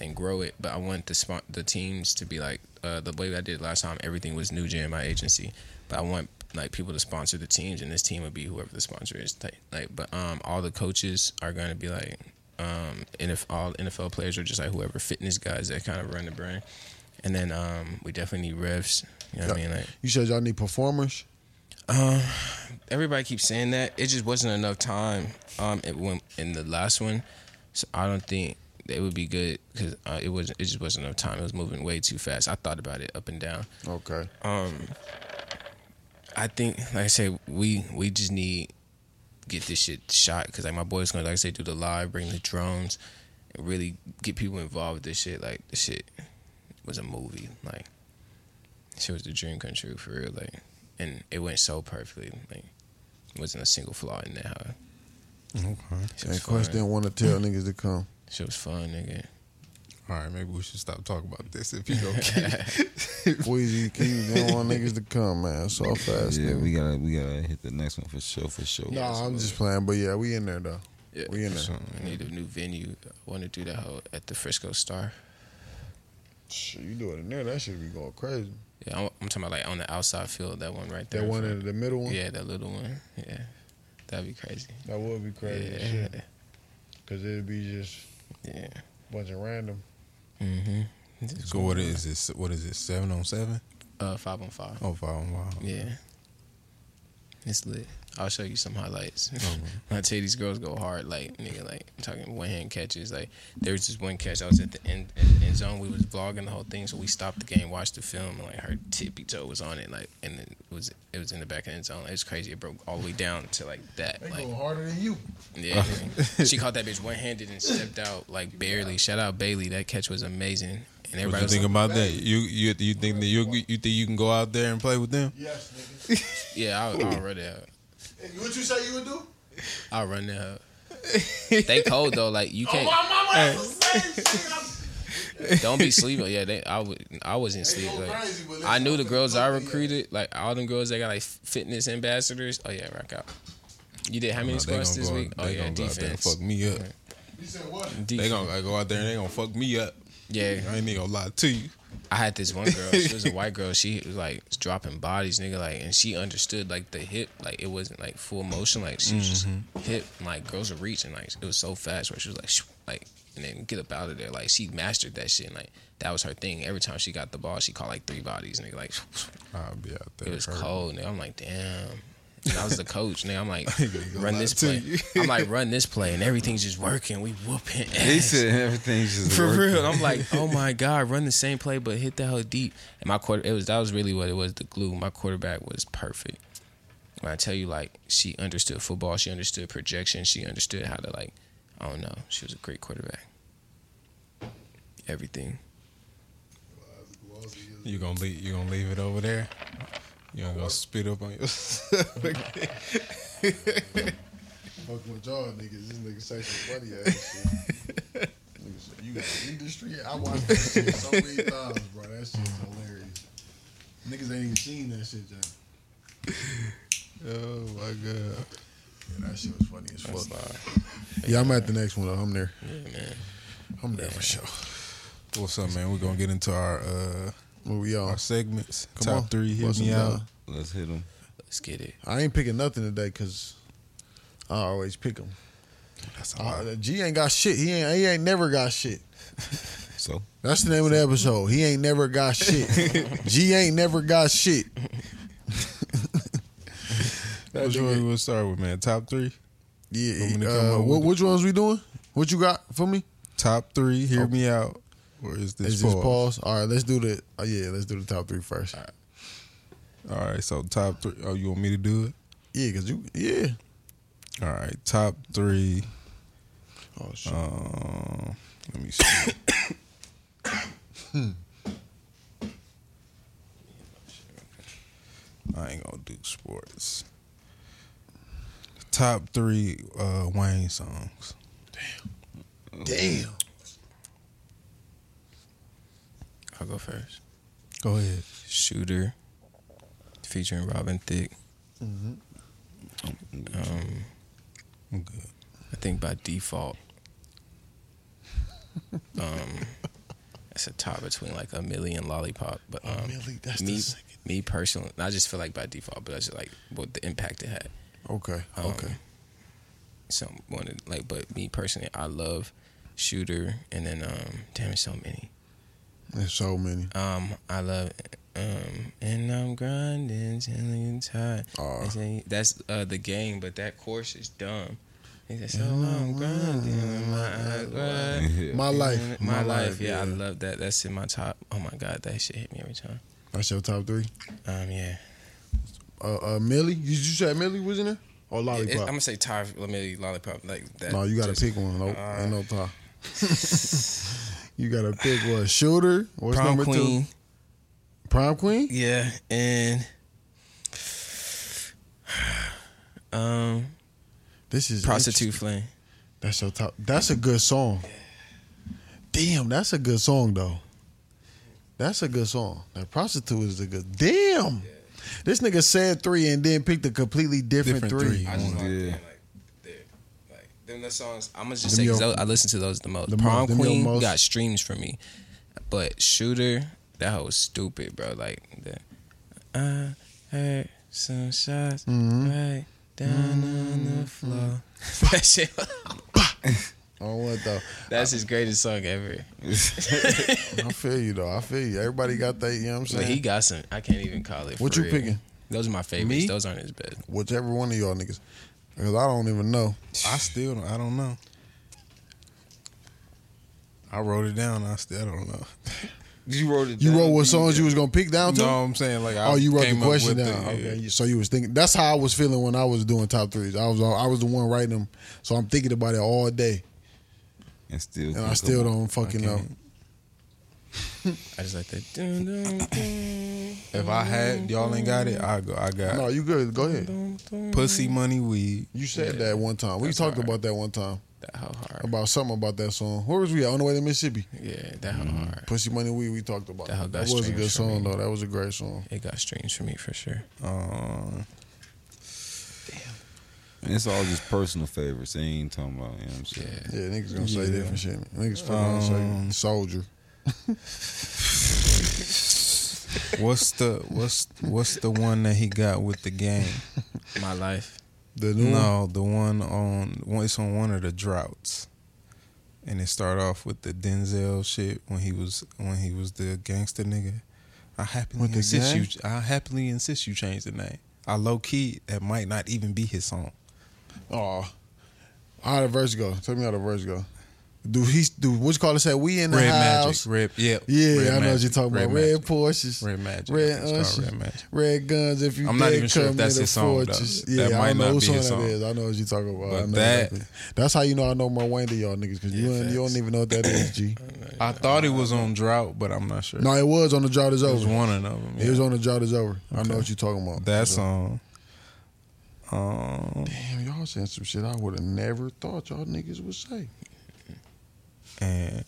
Speaker 3: and grow it. But I want the spot, the teams to be like uh, the way I did last time. Everything was new gen my agency, but I want like people to sponsor the teams, and this team would be whoever the sponsor is. Like, like but um, all the coaches are gonna be like um, NF all NFL players are just like whoever fitness guys that kind of run the brand. And then um, we definitely need refs. You know what I mean? Like
Speaker 2: You said y'all need performers.
Speaker 3: everybody keeps saying that. It just wasn't enough time. Um, it went in the last one, so I don't think it would be good because uh, it was it just wasn't enough time. It was moving way too fast. I thought about it up and down.
Speaker 2: Okay.
Speaker 3: Um, I think, like I said, we we just need get this shit shot because like my boys gonna like I say do the live, bring the drones, and really get people involved with this shit. Like this shit was a movie. Like this shit was the dream come true for real. Like and it went so perfectly. Like wasn't a single flaw in that. Huh?
Speaker 1: Okay.
Speaker 3: Shit was
Speaker 2: And Quest
Speaker 3: fun.
Speaker 2: didn't want to tell niggas to come.
Speaker 3: Shit was fun, nigga.
Speaker 1: All right, maybe we should stop talking about this if you don't keep
Speaker 2: Wheezy, he didn't want niggas to come, man. So fast,
Speaker 4: Yeah,
Speaker 2: nigga.
Speaker 4: we gotta we gotta hit the next one for sure, for sure.
Speaker 2: No, I'm just playing, but yeah, we in there though.
Speaker 3: Yeah.
Speaker 2: We in there.
Speaker 3: I need a new venue. I want to do that whole at the Frisco Star.
Speaker 2: Shit, you do it in there, that should be going crazy.
Speaker 3: Yeah, I'm, I'm talking about like on the outside field, that one right there.
Speaker 2: That one in the middle one,
Speaker 3: Yeah, that little one. Yeah, that'd be crazy.
Speaker 2: that would be crazy. as
Speaker 3: yeah,
Speaker 2: shit. Cause it'd be just
Speaker 3: yeah.
Speaker 2: bunch of random.
Speaker 3: Mm-hmm.
Speaker 1: So what is this? What is it? Seven on seven?
Speaker 3: uh, five on five.
Speaker 1: Oh, wow, wow.
Speaker 3: Yeah. It's lit. I'll show you some highlights.
Speaker 1: Mm-hmm.
Speaker 3: I tell you, these girls go hard. Like nigga, like I'm talking one hand catches. Like there was just one catch. I was at the end, at the end zone. We was vlogging the whole thing, so we stopped the game, watched the film, and like her tippy toe was on it. Like and it was it was in the back of the end zone. It was crazy. It broke all the way down to like that.
Speaker 2: They
Speaker 3: Like
Speaker 2: go harder than you.
Speaker 3: yeah, she caught that bitch one handed and stepped out like barely. Shout out Bailey. That catch was amazing. And
Speaker 1: What
Speaker 3: everybody
Speaker 1: you
Speaker 3: was
Speaker 1: think
Speaker 3: like,
Speaker 1: about that? You you you think that you you think you can go out there and play with them?
Speaker 2: Yes, nigga.
Speaker 3: yeah, I, I already. Have.
Speaker 2: what you say you would do?
Speaker 3: I'll run that up. they cold though. Like you
Speaker 2: Oh
Speaker 3: can't. Don't be sleeping. Yeah, they. I would. I wasn't sleeping. Like, I knew the girls I recruited. Like all them girls that got like fitness ambassadors. Oh yeah, rock out. You did how many
Speaker 1: Nah, they
Speaker 3: squats
Speaker 1: gonna
Speaker 3: this
Speaker 1: go out-
Speaker 3: week? Oh
Speaker 1: they
Speaker 3: yeah,
Speaker 1: gonna go out there and
Speaker 3: defense.
Speaker 1: fuck me up.
Speaker 2: You said what?
Speaker 1: They
Speaker 3: defense.
Speaker 1: gonna go out there and they gonna fuck me up.
Speaker 3: yeah,
Speaker 1: I ain't even gonna lie to you.
Speaker 3: I had this one girl. She was a white girl. She was like dropping bodies, nigga. Like, and she understood like the hip. Like it wasn't like full motion. Like she was
Speaker 1: Mm-hmm.
Speaker 3: just hip. and, Like girls were reaching. Like it was so fast. Where she was like, shoo, like, and then get up out of there. Like she mastered that shit. And, like that was her thing. Every time she got the ball, she caught like three bodies, nigga. Like
Speaker 1: I'll be out there.
Speaker 3: It was
Speaker 1: hurt.
Speaker 3: cold, nigga. I'm like, damn. And I was the coach, nigga. I'm like,
Speaker 1: gonna
Speaker 3: run
Speaker 1: lie
Speaker 3: this
Speaker 1: to
Speaker 3: play.
Speaker 1: you.
Speaker 3: I'm like, run this play, and everything's just working. We whooping ass.
Speaker 4: He said everything's just
Speaker 3: For
Speaker 4: working.
Speaker 3: real, I'm like, oh my god, run the same play, but hit the hell deep. And my quarter, it was that was really what it was. The glue. My quarterback was perfect. When I tell you, like, she understood football, she understood projection, she understood how to, like, I don't know. She was a great quarterback. Everything.
Speaker 1: You gonna leave? You gonna leave it over there? You gonna go spit up on yourself?
Speaker 2: Fucking with y'all niggas. This nigga say some funny ass shit. Nigga say, You got the industry. I watched that shit so many times, bro. That shit's hilarious. Niggas ain't even seen that shit, John.
Speaker 1: oh my god!
Speaker 2: Yeah, that shit was funny as fuck. Yeah, I'm at the next one. Though. I'm there. I'm there for sure.
Speaker 1: What's up, man? We're gonna get into our uh
Speaker 2: Where we
Speaker 1: our
Speaker 2: are.
Speaker 1: segments.
Speaker 2: Come
Speaker 1: Top
Speaker 2: on.
Speaker 1: three. Hit
Speaker 2: What's
Speaker 1: me
Speaker 2: another?
Speaker 1: out.
Speaker 4: Let's hit him.
Speaker 3: Let's get it.
Speaker 2: I ain't picking nothing today because I always pick them.
Speaker 1: That's a lot.
Speaker 2: Uh, G ain't got shit. He ain't. He ain't never got shit.
Speaker 4: So
Speaker 2: That's the name of the episode. He ain't never got shit. G ain't never got shit. That
Speaker 1: Which
Speaker 2: nigga-
Speaker 1: one we gonna start with, man? Top three.
Speaker 2: Yeah.
Speaker 1: Want me to come up
Speaker 2: Uh, what,
Speaker 1: with
Speaker 2: which ones we doing? What you got for me?
Speaker 1: Top three. Hear me out. Or is this,
Speaker 2: Is this pause? All right, let's do the. Oh yeah, let's do the top three first.
Speaker 1: All right. So top three. Oh, you want me to do it?
Speaker 2: Yeah, cause you. Yeah.
Speaker 1: All right. Top three.
Speaker 2: Oh shit.
Speaker 1: Um, let me see. I ain't gonna do sports. Top three uh, Wayne songs.
Speaker 2: Damn.
Speaker 3: I'll go first.
Speaker 1: Go ahead.
Speaker 3: Shooter, featuring Robin Thicke. Um,
Speaker 1: I'm good.
Speaker 3: I think by default, um, it's a tie between like a million lollipop, but um,
Speaker 2: Oh, Millie, that's the
Speaker 3: me,
Speaker 2: second.
Speaker 3: me personally, I just feel like by default, but I just like what the impact it had.
Speaker 2: Okay.
Speaker 3: Um,
Speaker 2: Okay.
Speaker 3: So wanted like, but me personally, I love Shooter, and then um, damn, it's so many.
Speaker 2: There's so many.
Speaker 3: Um, I love um, and I'm grinding till you tired.
Speaker 2: Aw.
Speaker 3: They say- That's uh, the game, but that course is dumb. They say, so I'm grinding, and my eyes wide.
Speaker 2: Mm-hmm. My life.
Speaker 3: My, life, yeah, I love that. That's in my top. Oh my god, that shit hit me every time.
Speaker 2: That's your top three.
Speaker 3: Um, yeah,
Speaker 2: Uh, uh Millie. You, you said Millie was in there or
Speaker 3: It- I'm
Speaker 2: Lollipop?
Speaker 3: gonna say Ty maybe lollipop like that.
Speaker 2: no, you gotta
Speaker 3: just-
Speaker 2: pick one. No,
Speaker 3: Uh,
Speaker 2: ain't no top. you gotta pick one. Shooter. What's
Speaker 3: prom
Speaker 2: number
Speaker 3: queen.
Speaker 2: two? Prom queen.
Speaker 3: Yeah, and um,
Speaker 2: This is
Speaker 3: prostitute flame.
Speaker 2: That's your top. That's a good song. Damn, that's a good song though. That's a good song. That prostitute is a good. Damn, this nigga said three and then picked a completely different,
Speaker 1: Different
Speaker 2: three.
Speaker 1: three.
Speaker 3: I just like
Speaker 4: Yeah.
Speaker 3: them, like they're like them the songs. I'm gonna
Speaker 2: Them
Speaker 3: just say 'cause
Speaker 2: your-
Speaker 3: I listen to those the most.
Speaker 2: the
Speaker 3: Prom
Speaker 2: most- them your
Speaker 3: Queen
Speaker 2: most-
Speaker 3: got streams for me, but Shooter that hoe was stupid, bro. Like the I heard some shots
Speaker 2: Mm-hmm.
Speaker 3: right down on the floor. that shit.
Speaker 2: on one though.
Speaker 3: That's his greatest song ever.
Speaker 2: I feel you though. I feel you. Everybody got that. You know what I'm
Speaker 3: But
Speaker 2: saying?
Speaker 3: he got some. I can't even call it.
Speaker 2: what
Speaker 3: for
Speaker 2: you
Speaker 3: real.
Speaker 2: picking?
Speaker 3: Those are my favorites.
Speaker 1: Me?
Speaker 3: Those aren't his best.
Speaker 2: Whichever one of y'all niggas, because I don't even know.
Speaker 1: I still don't, I don't know. I wrote it down. I still don't know.
Speaker 4: You wrote it.
Speaker 2: You
Speaker 4: down,
Speaker 2: wrote what
Speaker 4: didn't
Speaker 2: songs you was gonna pick down to?
Speaker 1: No, I'm saying like I
Speaker 2: oh, you wrote the
Speaker 1: came up
Speaker 2: question
Speaker 1: with
Speaker 2: down.
Speaker 1: the-
Speaker 2: okay, you- so you was thinking. That's how I was feeling when I was doing top threes. I was I was the one writing them, so I'm thinking about it all day,
Speaker 4: And still,
Speaker 2: and
Speaker 4: couldn't
Speaker 2: I
Speaker 4: come
Speaker 2: still
Speaker 4: up-
Speaker 2: don't fucking know.
Speaker 3: I just like that. Dun, dun, dun,
Speaker 1: If I had y'all ain't got it, I go. I got
Speaker 2: No, you good? Go ahead.
Speaker 3: dun,
Speaker 2: Mm-hmm.
Speaker 3: dun.
Speaker 1: pussy money weed.
Speaker 2: You said that one time. We
Speaker 3: That's
Speaker 2: talked
Speaker 3: hard.
Speaker 2: about that one time
Speaker 3: That how hard?
Speaker 2: about something about that song. Where was we at? on the way to Mississippi?
Speaker 3: Yeah, that how hard.
Speaker 2: Pussy Money We we talked about.
Speaker 3: That how
Speaker 2: That,
Speaker 3: got
Speaker 2: was a good
Speaker 3: streams for
Speaker 2: song
Speaker 3: me.
Speaker 2: though. That was a great song.
Speaker 3: It got streams for me for sure.
Speaker 1: Um,
Speaker 4: And it's all just personal favorites. They ain't talking about. You know what I'm
Speaker 3: Yeah.
Speaker 4: saying?
Speaker 2: Yeah, niggas gonna say
Speaker 1: Yeah. Um,
Speaker 2: different shit. Niggas fucking gonna say soldier.
Speaker 1: what's the what's what's the one that he got with the game?
Speaker 3: My life.
Speaker 2: The new one.
Speaker 1: No, the one on one- it's on one of the droughts, and it start off with the Denzel shit when he was when he was the gangster nigga. I happily
Speaker 2: With the
Speaker 1: insist
Speaker 2: gang?
Speaker 1: you. I happily insist you change the name. I low key that might not even be his song.
Speaker 2: Oh, how the verse go? Tell me how the verse go. Do he do what's called it say we in the
Speaker 1: Red
Speaker 2: house?
Speaker 1: Magic. Red. Yeah.
Speaker 2: Yeah,
Speaker 1: Red
Speaker 2: I know what you're
Speaker 1: Magic,
Speaker 2: talking about.
Speaker 1: Magic.
Speaker 2: Red Porsches,
Speaker 1: Red Magic, I
Speaker 2: red
Speaker 1: think it's called
Speaker 2: Ushers,
Speaker 1: Red Magic.
Speaker 2: red guns. If you
Speaker 1: I'm not
Speaker 2: dead,
Speaker 1: even sure if
Speaker 2: come
Speaker 1: that's
Speaker 2: in
Speaker 1: his
Speaker 2: the
Speaker 1: song, though.
Speaker 2: fortress.
Speaker 1: That
Speaker 2: Yeah, I
Speaker 1: might
Speaker 2: don't know
Speaker 1: not
Speaker 2: who
Speaker 1: be
Speaker 2: song
Speaker 1: his
Speaker 2: that
Speaker 1: song.
Speaker 2: is. I know what you're talking about.
Speaker 1: But
Speaker 2: I know
Speaker 1: that-
Speaker 2: exactly. that's how you know I know my Wayne to y'all niggas because you ain't- you don't even know what that is. G.
Speaker 1: I thought it was on drought, but I'm not sure.
Speaker 2: No, it was on the drought is
Speaker 1: it was
Speaker 2: over.
Speaker 1: one of them.
Speaker 2: It was
Speaker 1: yeah.
Speaker 2: on the drought is over. I know what you're talking about.
Speaker 1: that
Speaker 2: So-
Speaker 1: song. Um,
Speaker 2: Damn, y'all saying some shit I would have never thought y'all niggas would say.
Speaker 1: and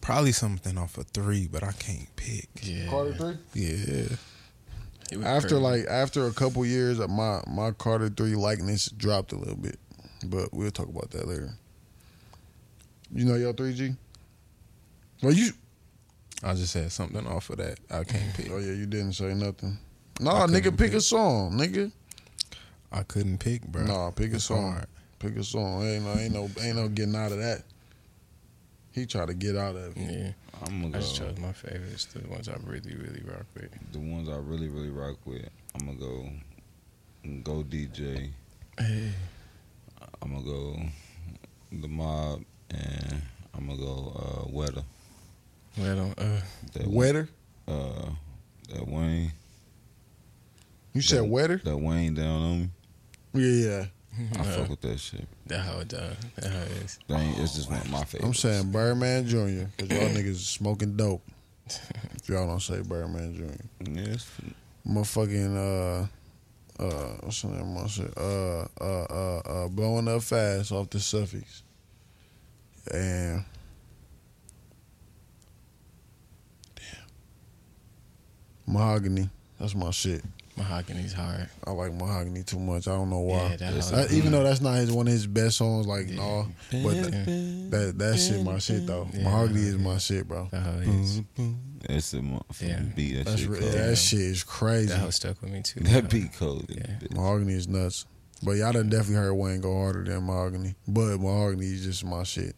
Speaker 1: probably something off of three, but I can't pick.
Speaker 3: Yeah.
Speaker 2: Carter three.
Speaker 1: Yeah.
Speaker 3: It was
Speaker 2: After
Speaker 3: pretty-
Speaker 2: like after a couple years, uh, my my Carter three likeness dropped a little bit, but we'll talk about that later. You know y'all three G. Well, you.
Speaker 1: I just had something off of that. I can't pick.
Speaker 2: Oh yeah, you didn't say nothing. Nah,
Speaker 1: I couldn't
Speaker 2: nigga, pick a
Speaker 1: pick.
Speaker 2: song, nigga.
Speaker 1: I couldn't pick, bro.
Speaker 2: Nah, pick a
Speaker 1: It's
Speaker 2: song.
Speaker 1: hard.
Speaker 2: Pick a song. Ain't no, ain't no, ain't no getting out of that. He tried to get out of it.
Speaker 3: Yeah.
Speaker 4: I'm
Speaker 3: I
Speaker 4: gonna
Speaker 3: just
Speaker 4: go.
Speaker 3: chose my favorites, the ones I really, really rock with.
Speaker 4: The ones I really, really rock with. I'm gonna go. Go DJ. I'm gonna go. The mob and I'm gonna go. Uh, Weather.
Speaker 3: Well, uh,
Speaker 4: That
Speaker 2: Wetter?
Speaker 4: Uh, that Wayne.
Speaker 2: You said wetter?
Speaker 4: That Wayne down on me.
Speaker 2: Yeah, yeah.
Speaker 4: I fuck with that shit.
Speaker 3: that how it done. That how it is.
Speaker 4: That ain't, it's just one of my
Speaker 2: I'm
Speaker 4: favorites.
Speaker 2: saying Birdman Jr. Cause y'all niggas is smoking dope. If y'all don't say Birdman Jr.
Speaker 4: Yeah, it's-
Speaker 2: motherfucking uh uh what's the name of that shit? Uh uh uh uh blowing up fast off the suffix. And damn. Mahogany. That's my shit.
Speaker 3: Mahogany's hard.
Speaker 2: I like mahogany too much. I don't know why.
Speaker 3: Yeah, that
Speaker 2: That-
Speaker 3: hard.
Speaker 2: even though that's not his one of his best songs, like
Speaker 3: Yeah.
Speaker 2: no, but
Speaker 3: Yeah.
Speaker 2: that that, that shit my shit though.
Speaker 3: Yeah.
Speaker 2: Mahogany is my shit, bro.
Speaker 3: That how it is.
Speaker 4: It's a motherfucking
Speaker 3: Yeah.
Speaker 4: beat. That
Speaker 2: That's
Speaker 4: shit.
Speaker 2: re-
Speaker 4: cold.
Speaker 2: that shit is crazy.
Speaker 3: That how it stuck with me too.
Speaker 4: That beat cold.
Speaker 3: Yeah.
Speaker 2: Mahogany is nuts. But y'all done definitely heard Wayne go harder than Mahogany. But Mahogany is just my shit.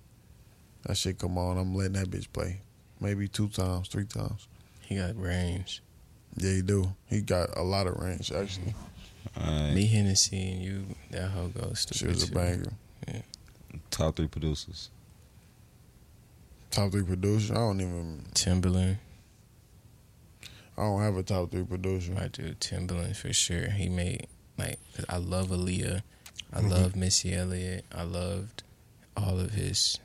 Speaker 2: That shit come on. I'm letting that bitch play. Maybe two times, three times.
Speaker 3: He got range.
Speaker 2: Yeah, he do. He got a lot of range, actually.
Speaker 4: All
Speaker 3: Me
Speaker 4: right.
Speaker 3: Hennessy and you. That how it goes.
Speaker 2: She
Speaker 3: Stupid
Speaker 2: was a
Speaker 3: too.
Speaker 2: banger.
Speaker 4: Top three producers.
Speaker 2: Top three producer. I don't even
Speaker 3: Timberland.
Speaker 2: I don't have a top three producer.
Speaker 3: I do Timberland for sure. He made like 'cause I love Aaliyah. I love Missy Elliott. I loved all of his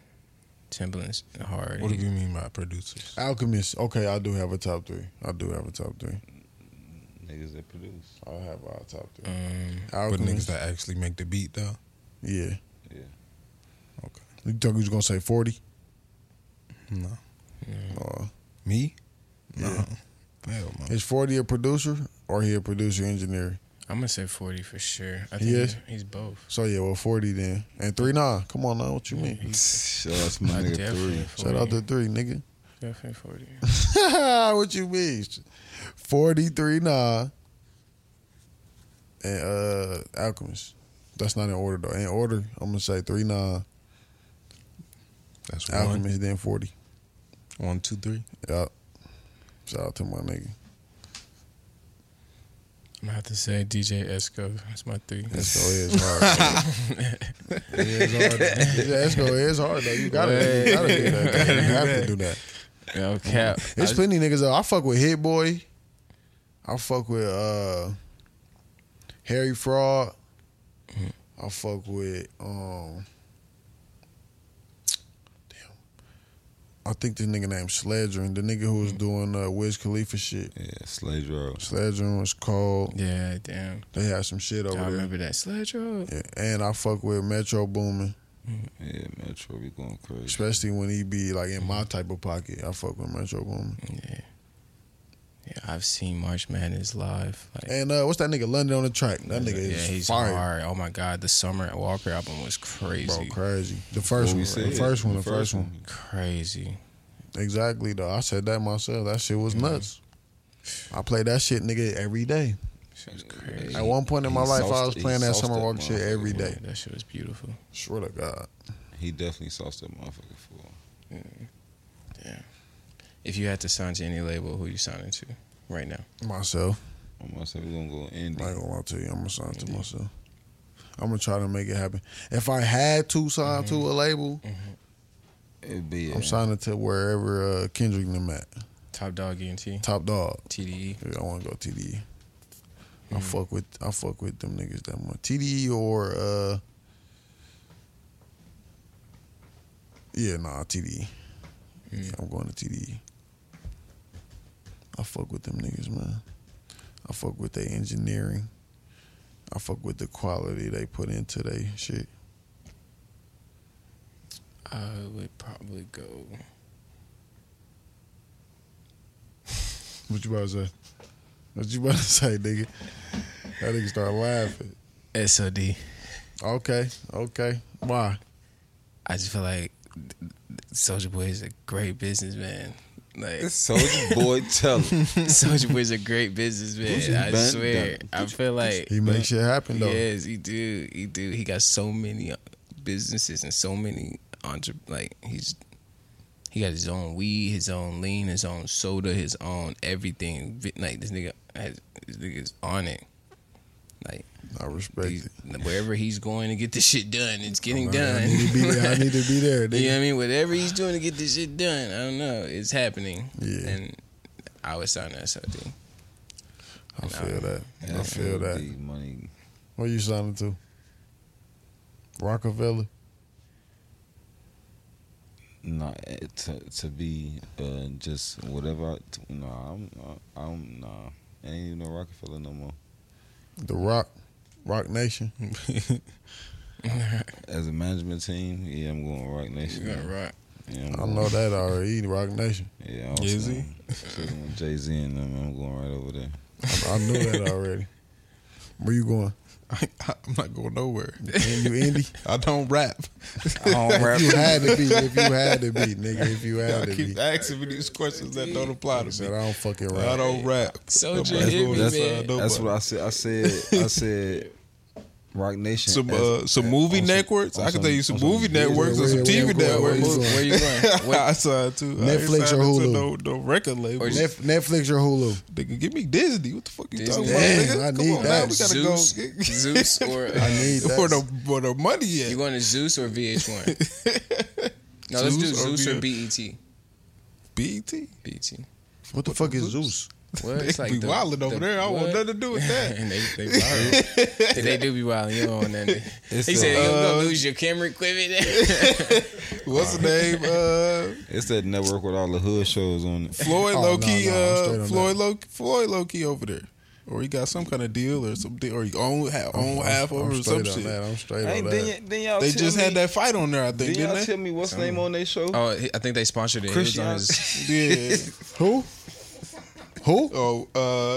Speaker 3: Timberland's hard.
Speaker 1: What do
Speaker 3: He-
Speaker 1: you mean by producers?
Speaker 2: Alchemist. Okay, I do have a top three. I do have a top three.
Speaker 4: Niggas that produce.
Speaker 2: I have a top three.
Speaker 3: um,
Speaker 1: But niggas
Speaker 2: Alchemist.
Speaker 1: that actually make the beat though.
Speaker 2: yeah.
Speaker 4: Yeah.
Speaker 1: Okay.
Speaker 2: You thought you was gonna say forty?
Speaker 1: No.
Speaker 2: Uh,
Speaker 1: Me? No.
Speaker 2: Yeah.
Speaker 1: Hell no.
Speaker 2: is forty a producer or he a producer engineer?
Speaker 3: I'm gonna say forty for sure. I think
Speaker 2: He is?
Speaker 3: he's, he's both.
Speaker 2: So yeah, well forty then. And three nine. Come on now, what you mean?
Speaker 4: Shout out to my
Speaker 3: I
Speaker 4: nigga
Speaker 3: definitely
Speaker 4: three.
Speaker 3: 40.
Speaker 2: Shout out to three, nigga.
Speaker 3: definitely forty.
Speaker 2: what you mean? Forty three nine. And uh Alchemist. That's not in order though. In order, I'm gonna say three nine.
Speaker 1: That's one,
Speaker 2: Alchemist then forty.
Speaker 1: one, two, three.
Speaker 2: Yup. Shout out to my nigga.
Speaker 3: I'm gonna have to say DJ Esco. That's my three.
Speaker 2: Esco is hard. It is hard. Yeah, Esco is hard though. You gotta, you gotta do that. though. You have to do that.
Speaker 3: Yo, cap.
Speaker 2: It's
Speaker 3: I-
Speaker 2: plenty niggas though. I fuck with Hit Boy. I fuck with uh Harry Fraud. I fuck with um damn. I think this nigga named Sledger and the nigga who
Speaker 3: Mm.
Speaker 2: was doing uh Wiz Khalifa shit.
Speaker 4: Yeah, Slade Row.
Speaker 2: Sledger was called.
Speaker 3: yeah, damn.
Speaker 2: They had some shit over
Speaker 3: I
Speaker 2: there.
Speaker 3: remember that sledge roll.
Speaker 2: Yeah, and I fuck with Metro Boomin,
Speaker 4: Yeah, Metro, we going crazy.
Speaker 2: especially when he be like in
Speaker 3: Mm.
Speaker 2: my type of pocket. I fuck with Metro Boomin.
Speaker 3: Yeah. Yeah, I've seen March Madness live. Like,
Speaker 2: And uh, what's that nigga London on the track? That nigga
Speaker 3: yeah,
Speaker 2: is
Speaker 3: he's
Speaker 2: fire,
Speaker 3: hard. Oh my god, the Summer Walker album was
Speaker 2: bro,
Speaker 3: crazy.
Speaker 2: crazy. The first
Speaker 4: What we
Speaker 2: one,
Speaker 4: said,
Speaker 2: the first one, the first one.
Speaker 3: crazy.
Speaker 2: Exactly though. I said that myself. That shit was nuts. I played that shit, nigga, every day.
Speaker 3: Shit was crazy.
Speaker 2: At one point in
Speaker 4: He
Speaker 2: my life, I
Speaker 4: sauced-
Speaker 2: was
Speaker 4: he
Speaker 2: playing that
Speaker 4: sauced
Speaker 2: Summer
Speaker 4: that
Speaker 2: Walker shit
Speaker 4: motherfucker,
Speaker 2: every
Speaker 4: bro.
Speaker 2: day.
Speaker 3: Yeah, that shit was beautiful.
Speaker 2: Swear to God,
Speaker 4: He definitely sauced that motherfucker for.
Speaker 3: If you had to sign to any label, who you signing to right now?
Speaker 2: myself.
Speaker 4: I'm gonna say we gonna go
Speaker 2: I'm not
Speaker 4: indie.
Speaker 2: gonna lie to you. I'm gonna sign to myself. I'm gonna try to make it happen. If I had to sign to
Speaker 4: Mm-hmm.
Speaker 2: a label,
Speaker 4: It'd be
Speaker 2: I'm signing to wherever uh, Kendrick and them at.
Speaker 3: Top Dog ENT,
Speaker 2: Top dog.
Speaker 3: TDE.
Speaker 2: Yeah, I want to go TDE. I fuck with I fuck with them niggas that much. TDE or uh, yeah, nah, TDE. Yeah, I'm going to TDE. I fuck with them niggas, man. I fuck with their engineering. I fuck with the quality they put into their shit.
Speaker 3: I would probably go.
Speaker 2: What you about to say? What you about to say, nigga? That nigga start laughing.
Speaker 3: SOD.
Speaker 2: Okay, okay. Why?
Speaker 3: I just feel like Soldier Boy is a great businessman. Like
Speaker 4: It's Soldier Boy Tell him.
Speaker 3: Soldier Boy is a great businessman. I
Speaker 4: bent
Speaker 3: swear. I feel like
Speaker 2: He makes shit happen though.
Speaker 3: Yes, he do. He do. He got so many uh, businesses and so many entre like he's he got his own weed, his own lean, his own soda, his own everything. Vi- Like this nigga, has, this nigga's on it. Like
Speaker 2: I respect
Speaker 3: he's-
Speaker 2: it.
Speaker 3: wherever he's going to get this shit done, it's getting done.
Speaker 2: I need to be there. I need to be there.
Speaker 3: You know
Speaker 2: nigga.
Speaker 3: what I mean? Whatever he's doing to get this shit done, I don't know. It's happening.
Speaker 2: Yeah.
Speaker 3: And I would sign that SOD.
Speaker 2: I feel that. I feel that.
Speaker 4: Money.
Speaker 2: What you signing to? Rockefeller.
Speaker 4: Nah, eh, to to be uh, just whatever. I, t- nah, I'm uh, I'm nah. I ain't even no Rockefeller no more.
Speaker 2: The Rock. Rock Nation.
Speaker 4: As a management team, yeah, I'm going Rock Nation.
Speaker 3: You're gonna rock.
Speaker 4: Yeah, I'm
Speaker 2: I
Speaker 4: going-
Speaker 2: know that already. Rock Nation.
Speaker 4: Yeah,
Speaker 1: Jay-Z?
Speaker 4: Jay Z and them, I'm going right over there.
Speaker 2: I, I knew that already. Where you going?
Speaker 1: I, I'm not going nowhere.
Speaker 2: And you Indy?
Speaker 1: I don't rap.
Speaker 4: I don't rap.
Speaker 2: You had to be. If you had to be, nigga. If you
Speaker 1: I
Speaker 2: had to be.
Speaker 1: keep asking me these questions that don't apply to
Speaker 2: Said
Speaker 1: me.
Speaker 2: I don't fucking rap.
Speaker 1: I don't rap.
Speaker 3: Soldier,
Speaker 1: Somebody's
Speaker 3: hit me,
Speaker 1: gonna-
Speaker 3: man.
Speaker 1: nobody.
Speaker 4: That's what I said. I said. I said. Rock Nation.
Speaker 1: Some
Speaker 4: as-
Speaker 1: uh, some
Speaker 4: as-
Speaker 1: movie
Speaker 4: on some-
Speaker 1: networks.
Speaker 4: on
Speaker 1: I can tell you some movie
Speaker 4: yeah,
Speaker 1: networks or
Speaker 2: where-
Speaker 1: some
Speaker 2: where
Speaker 1: TV
Speaker 2: you going? Where you
Speaker 1: networks.
Speaker 2: going?
Speaker 3: Where you going?
Speaker 1: I signed to uh, I ain't
Speaker 2: Netflix
Speaker 1: signed
Speaker 2: or
Speaker 1: into
Speaker 2: Hulu?
Speaker 1: No, no record label.
Speaker 3: Or
Speaker 2: Nef- Netflix or Hulu?
Speaker 1: They can give me Disney. What the fuck you talking about?
Speaker 2: Disney.
Speaker 1: nigga?
Speaker 2: Damn, I
Speaker 1: Come
Speaker 2: need
Speaker 1: on,
Speaker 2: that.
Speaker 1: Now we gotta
Speaker 3: Zeus,
Speaker 1: go.
Speaker 3: Zeus, or uh,
Speaker 2: I need that.
Speaker 1: for the for the money yet.
Speaker 3: you going to Zeus or VH1? No, let's do
Speaker 1: Zeus or
Speaker 3: Zeus or E
Speaker 1: VH1?
Speaker 3: BET.
Speaker 1: BT.
Speaker 3: BET.
Speaker 2: what the fuck is Zeus?
Speaker 3: E What?
Speaker 1: They be wilding over there. I don't want
Speaker 3: what?
Speaker 1: nothing to do with that.
Speaker 3: and they they wild. Yeah, they do be wild. You know, and then he
Speaker 4: It's
Speaker 3: said
Speaker 4: a-
Speaker 3: you're gonna lose your camera equipment.
Speaker 1: What's
Speaker 4: Oh.
Speaker 1: the name? Uh,
Speaker 4: It's that network with all the hood shows on it.
Speaker 1: Floyd
Speaker 2: Oh, no,
Speaker 1: Loki.
Speaker 2: no, I'm straight
Speaker 1: uh,
Speaker 2: on
Speaker 1: Floyd Loki. Floyd Loki over there, or he got some kind of deal or something, or he own ha- own half of
Speaker 2: I'm
Speaker 1: it or
Speaker 2: straight
Speaker 1: some
Speaker 2: on
Speaker 1: shit.
Speaker 2: that. I'm straight
Speaker 4: Hey,
Speaker 2: on
Speaker 4: then,
Speaker 2: that.
Speaker 4: y- then y'all
Speaker 1: They
Speaker 4: tell
Speaker 1: just
Speaker 4: me,
Speaker 1: had that fight on there, I
Speaker 4: Then
Speaker 1: think,
Speaker 4: y'all
Speaker 1: didn't
Speaker 4: tell me what's name on their show?
Speaker 3: oh, he- I think they sponsored it. He was on his-
Speaker 1: they? Yeah.
Speaker 2: Who? Who?
Speaker 1: Oh,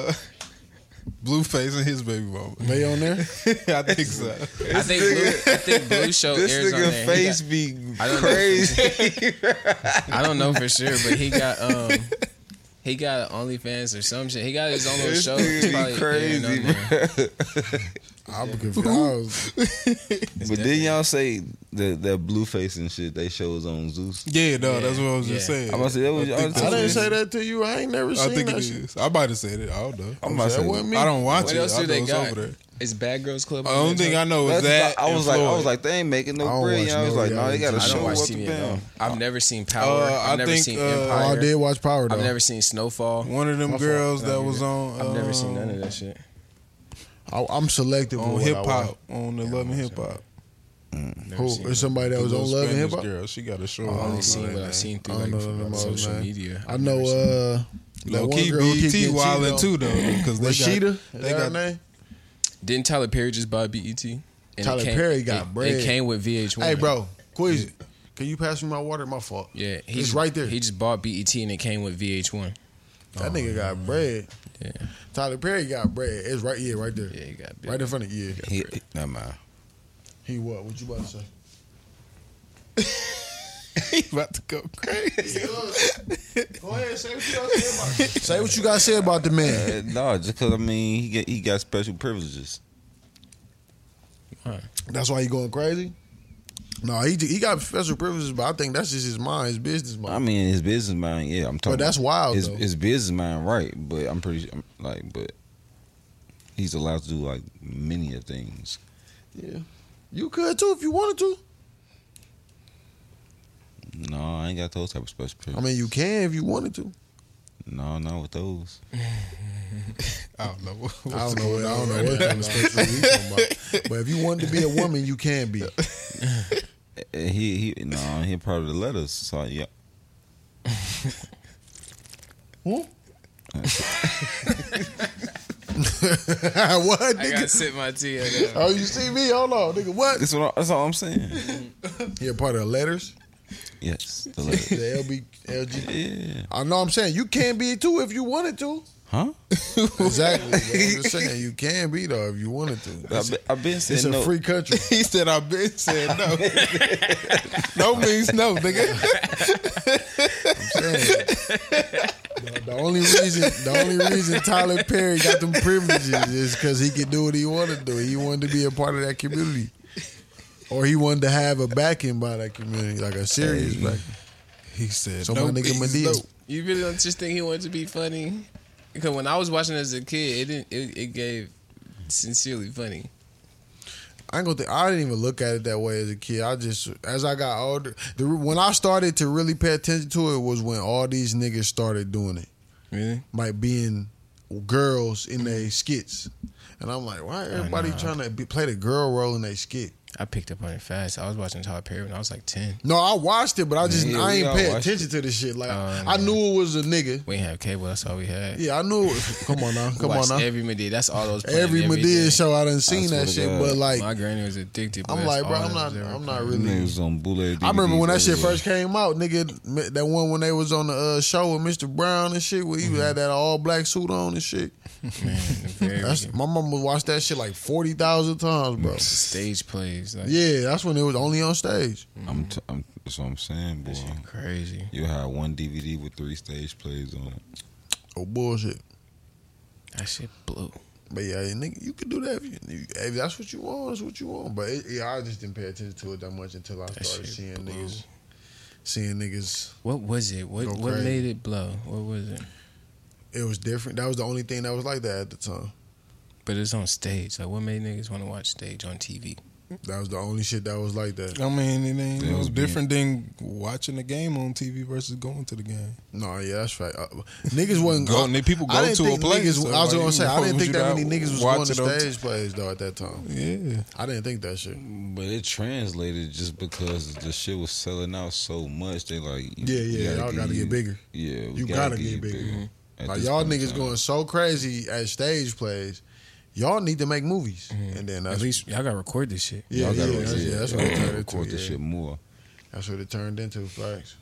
Speaker 1: uh, Blueface and his baby mama.
Speaker 2: They on there?
Speaker 1: I think so.
Speaker 3: I think Blue, I think Blue show
Speaker 4: this
Speaker 3: airs on
Speaker 4: nigga
Speaker 3: there. He
Speaker 4: face
Speaker 3: got-
Speaker 4: be
Speaker 3: I don't know.
Speaker 4: crazy.
Speaker 3: I don't know for sure, but he got um he got a OnlyFans or some shit. He got his own little
Speaker 4: this
Speaker 3: show. It's
Speaker 4: nigga
Speaker 3: probably-
Speaker 4: be
Speaker 3: yeah, no,
Speaker 4: crazy,
Speaker 3: no.
Speaker 4: bro.
Speaker 2: I'm confused. I was,
Speaker 4: But then y'all say the that blue face and shit they show was on Zeus.
Speaker 1: Yeah, no, that's what I was just
Speaker 3: Yeah.
Speaker 1: saying.
Speaker 4: I'm about to say that was. I, was
Speaker 2: I didn't
Speaker 4: just-
Speaker 2: say that to you. I ain't never
Speaker 1: I
Speaker 2: seen
Speaker 1: think it
Speaker 2: that
Speaker 1: is.
Speaker 2: shit.
Speaker 1: I might have said it. I don't know.
Speaker 4: I'm about to
Speaker 2: That
Speaker 4: say
Speaker 2: wasn't me.
Speaker 1: I don't watch
Speaker 3: What
Speaker 1: it.
Speaker 3: else
Speaker 1: I
Speaker 3: do
Speaker 1: know
Speaker 3: they
Speaker 1: it's
Speaker 3: got?
Speaker 1: over there.
Speaker 3: Is Bad Girls Club?
Speaker 1: The
Speaker 3: on
Speaker 1: only
Speaker 3: there,
Speaker 1: thing I
Speaker 3: too?
Speaker 1: know is
Speaker 4: That's
Speaker 1: that.
Speaker 4: why I
Speaker 1: and
Speaker 4: was like, I was
Speaker 1: Floyd.
Speaker 4: like, they ain't making
Speaker 2: I
Speaker 4: no
Speaker 2: don't
Speaker 4: bread.
Speaker 2: watch
Speaker 4: Y'all was
Speaker 2: no
Speaker 4: like, no, they got
Speaker 2: reality TV.
Speaker 4: to
Speaker 3: I don't
Speaker 4: show
Speaker 3: watch
Speaker 4: up
Speaker 3: TV
Speaker 4: and
Speaker 3: at all.
Speaker 4: down.
Speaker 3: I've never seen Power.
Speaker 1: Uh, I
Speaker 3: I've never
Speaker 1: think,
Speaker 3: seen
Speaker 1: uh,
Speaker 2: Oh, I
Speaker 3: Empire.
Speaker 2: did watch Power though.
Speaker 3: I've never seen Snowfall.
Speaker 1: one of them
Speaker 3: My fault.
Speaker 1: girls that
Speaker 3: No, you
Speaker 1: was
Speaker 3: didn't.
Speaker 1: on.
Speaker 3: I've never seen
Speaker 1: um,
Speaker 3: none of that shit.
Speaker 2: I, I'm selective
Speaker 1: on
Speaker 2: with
Speaker 1: hip
Speaker 2: what I watch.
Speaker 1: hop on the Love and Hip Hop.
Speaker 3: Never
Speaker 2: Who?
Speaker 3: seen
Speaker 2: There's somebody that
Speaker 1: The
Speaker 2: was on
Speaker 1: little
Speaker 2: Love and Hip
Speaker 1: Spanish
Speaker 2: Hop.
Speaker 1: Girl, she got a show.
Speaker 3: I've
Speaker 1: on
Speaker 3: only seen
Speaker 1: Lord,
Speaker 3: what
Speaker 1: man.
Speaker 3: I've seen through
Speaker 2: I don't
Speaker 3: like
Speaker 2: know the
Speaker 3: from
Speaker 2: most
Speaker 3: social
Speaker 2: name.
Speaker 3: media.
Speaker 2: I
Speaker 3: I've
Speaker 2: know.
Speaker 3: never seen
Speaker 2: uh
Speaker 3: it.
Speaker 1: Low
Speaker 2: that one
Speaker 1: key
Speaker 2: girl who keep
Speaker 1: BT
Speaker 2: getting
Speaker 1: wilding
Speaker 2: cheated on.
Speaker 1: too though, because they
Speaker 2: Rashida.
Speaker 1: got they
Speaker 2: Is that her
Speaker 1: got
Speaker 2: name?
Speaker 3: Didn't Tyler Perry just buy BET? And it
Speaker 2: Tyler Perry got
Speaker 3: it-
Speaker 2: bread.
Speaker 3: It came with VH1.
Speaker 2: Hey, bro, Queasy, can you pass me my water? My fault.
Speaker 3: Yeah,
Speaker 2: It's
Speaker 3: just-
Speaker 2: right there.
Speaker 3: He just bought BET and it came with VH1.
Speaker 2: That nigga got bread.
Speaker 3: Yeah,
Speaker 2: Tyler Perry got bread. It's right here, right there,
Speaker 3: yeah, he got
Speaker 2: right in front of you.
Speaker 4: He, never mind.
Speaker 2: He what? What you about to say?
Speaker 1: he about to go crazy.
Speaker 2: Go ahead, say what you got to say about. say what you got to say about the man.
Speaker 4: Uh, no, just because I mean he get, he got special privileges.
Speaker 2: That's why he going crazy. No, he he got special privileges, but I think that's just his mind, his business mind.
Speaker 4: I mean his business mind. Yeah, I'm talking.
Speaker 2: But that's
Speaker 4: about
Speaker 2: wild,
Speaker 4: His,
Speaker 2: though.
Speaker 4: his business mind, right? But I'm pretty sure, like, but he's allowed to do like many of things.
Speaker 2: yeah, you could too if you wanted to.
Speaker 4: No, I ain't got those type of special
Speaker 2: I
Speaker 4: privileges.
Speaker 2: mean, you can if you wanted to.
Speaker 4: no, not with those.
Speaker 1: I don't know. What's
Speaker 2: I don't know.
Speaker 1: going
Speaker 2: What, I
Speaker 1: on
Speaker 2: don't know
Speaker 1: right
Speaker 2: what
Speaker 1: now.
Speaker 2: kind of special we talking about. But if you wanted to be a woman, you can be.
Speaker 4: Uh, He he no, he probably the letters. So yeah,
Speaker 2: what?
Speaker 3: I
Speaker 2: Nigga?
Speaker 3: gotta sip my tea. I gotta-
Speaker 2: Oh, you see me? Hold on, nigga. What?
Speaker 4: that's what I, that's all I'm saying.
Speaker 2: You're part of the letters.
Speaker 4: yes,
Speaker 2: The
Speaker 4: the letters.
Speaker 2: LB, LG.
Speaker 4: yeah.
Speaker 2: I know. I'm saying you can be too if you wanted to.
Speaker 4: Huh?
Speaker 2: Exactly. but I'm just saying you can be though if you wanted to.
Speaker 4: I've been, I been
Speaker 2: It's
Speaker 4: saying
Speaker 2: a
Speaker 4: no.
Speaker 2: free country.
Speaker 1: He said, "I've been said no. no means no, nigga.
Speaker 2: Damn. The- The only reason, the only reason Tyler Perry got them privileges is because he could do what he wanted to do. He wanted to be a part of that community, or he wanted to have a backing by that community, like a serious backing.
Speaker 1: He said,
Speaker 2: So
Speaker 1: "No
Speaker 2: my nigga
Speaker 1: means
Speaker 2: Medea,
Speaker 1: no."
Speaker 3: You really don't just think he wanted to be funny? Because when I was watching as a kid, it didn't. It, it gave sincerely funny.
Speaker 2: I ain't gonna think, I didn't even look at it that way as a kid. I just as I got older, the, re- when I started to really pay attention to it was when all these niggas started doing it.
Speaker 3: Really?
Speaker 2: like being girls in their skits. And I'm like, why everybody trying to be, play the girl role in their skit?
Speaker 3: I picked up on it fast. I was watching Tyler Perry when I was like ten.
Speaker 2: No, I watched it, but I just
Speaker 4: Yeah,
Speaker 2: I
Speaker 4: we
Speaker 2: ain't
Speaker 4: all
Speaker 2: pay
Speaker 4: watched
Speaker 2: attention to this shit. Like
Speaker 3: Oh,
Speaker 2: I
Speaker 3: no.
Speaker 2: knew it was a nigga.
Speaker 3: We didn't have cable. That's all we had.
Speaker 2: Yeah, I knew. It was, come on now, come
Speaker 3: Watched
Speaker 2: on now.
Speaker 3: Every Medea. That's all those. playing
Speaker 2: Every, Medea
Speaker 3: day.
Speaker 2: show I done seen
Speaker 4: swear
Speaker 2: that
Speaker 4: to
Speaker 2: shit,
Speaker 4: God.
Speaker 2: but like
Speaker 3: My granny was addicted. but
Speaker 2: I'm
Speaker 3: that's
Speaker 2: like, bro,
Speaker 3: all
Speaker 2: I'm
Speaker 3: that
Speaker 2: not,
Speaker 3: was ever
Speaker 2: I'm not
Speaker 3: playing.
Speaker 2: really.
Speaker 4: Niggas on boule
Speaker 2: I remember when that shit
Speaker 4: everywhere.
Speaker 2: first came out, nigga. That one when they was on the uh, show with Mr. Brown and shit, where he had that all black suit on and shit.
Speaker 3: Man, the very
Speaker 2: That's my mama watched that shit like forty thousand times, bro.
Speaker 3: stage plays. Like,
Speaker 2: Yeah, that's when it was only on stage.
Speaker 4: I'm, t- I'm that's what I'm saying, boy.
Speaker 3: that shit crazy.
Speaker 4: You had one DVD with three stage plays on it.
Speaker 2: Oh bullshit.
Speaker 3: That shit blew.
Speaker 2: But yeah, yeah, nigga, you can do that if, you, if that's what you want. That's what you want. But it, yeah, I just didn't pay attention to it that much until I started
Speaker 3: shit
Speaker 2: seeing
Speaker 3: blew.
Speaker 2: niggas, seeing niggas.
Speaker 3: What was it? What
Speaker 2: Go
Speaker 3: what
Speaker 2: crazy.
Speaker 3: made it blow? What was it?
Speaker 2: It was different. That was the only thing that was like that at the time.
Speaker 3: But it's on stage. Like, what made niggas want to watch stage on TV?
Speaker 2: That was the only shit that was like that.
Speaker 1: I mean, it ain't
Speaker 4: That
Speaker 1: no
Speaker 4: was
Speaker 1: different than watching the game on TV versus going to the game.
Speaker 2: No, yeah, that's right. Uh, niggas wasn't
Speaker 1: Go,
Speaker 2: going.
Speaker 1: people go
Speaker 2: I didn't
Speaker 1: to
Speaker 2: think
Speaker 1: a place.
Speaker 2: Niggas,
Speaker 1: so
Speaker 2: I was
Speaker 1: why
Speaker 2: gonna
Speaker 1: you-
Speaker 2: say I
Speaker 1: why
Speaker 2: didn't
Speaker 1: would
Speaker 2: think
Speaker 1: you
Speaker 2: that
Speaker 1: not
Speaker 2: many niggas was
Speaker 1: watch
Speaker 2: going to
Speaker 1: it on
Speaker 2: stage plays though at that time.
Speaker 1: t- Yeah,
Speaker 2: I didn't think that shit.
Speaker 4: But it translated just because the shit was selling out so much. They like,
Speaker 2: Yeah, yeah, y'all gotta get bigger.
Speaker 4: Yeah, we
Speaker 2: You gotta get bigger. Mm-hmm.
Speaker 4: At
Speaker 2: Like
Speaker 4: this
Speaker 2: y'all
Speaker 4: point in
Speaker 2: niggas
Speaker 4: time.
Speaker 2: going so crazy at stage plays. Y'all need to make movies, and then that's
Speaker 3: At least y'all gotta record this shit.
Speaker 2: Yeah,
Speaker 4: y'all
Speaker 2: yeah,
Speaker 4: gotta
Speaker 2: that's,
Speaker 4: yeah,
Speaker 2: yeah, that's
Speaker 4: y'all
Speaker 2: what it
Speaker 4: gotta
Speaker 2: turned into.
Speaker 4: record
Speaker 2: Yeah.
Speaker 4: this shit more.
Speaker 2: That's what it turned into. Facts.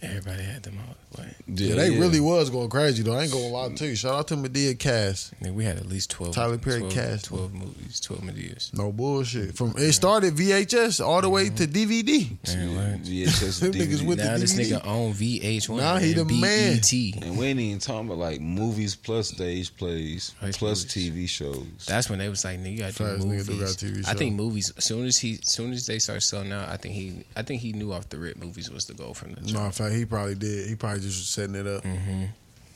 Speaker 3: Everybody had them all. Like,
Speaker 2: Yeah, they really was going crazy though. I ain't gonna lie to you. Shout out to Medea Cass.
Speaker 3: I mean, we had at least 12.
Speaker 2: Tyler Perry
Speaker 3: 12,
Speaker 2: cast.
Speaker 3: 12 movies, 12 Medeas.
Speaker 2: No bullshit. From it started VHS all the way to DVD.
Speaker 3: Man, learn.
Speaker 4: VHS
Speaker 2: Them
Speaker 4: DVD.
Speaker 2: niggas with
Speaker 3: now
Speaker 2: the
Speaker 3: this
Speaker 2: DVD.
Speaker 3: nigga on VH1.
Speaker 2: Now he the
Speaker 3: man. E
Speaker 2: man.
Speaker 3: BET.
Speaker 4: And we ain't even talking about like movies plus stage plays
Speaker 3: Stage
Speaker 4: plus
Speaker 3: plays.
Speaker 4: TV shows.
Speaker 3: That's when they was like, nigga, you gotta
Speaker 2: Facts,
Speaker 3: do
Speaker 2: nigga
Speaker 3: movies.
Speaker 2: do got TV
Speaker 3: I
Speaker 2: show.
Speaker 3: think movies. As soon as he, as soon as they start selling out, I think he, I think he knew off the rip movies was the goal from the
Speaker 2: No,
Speaker 3: jump.
Speaker 2: in fact, he probably did. He probably just was setting it up.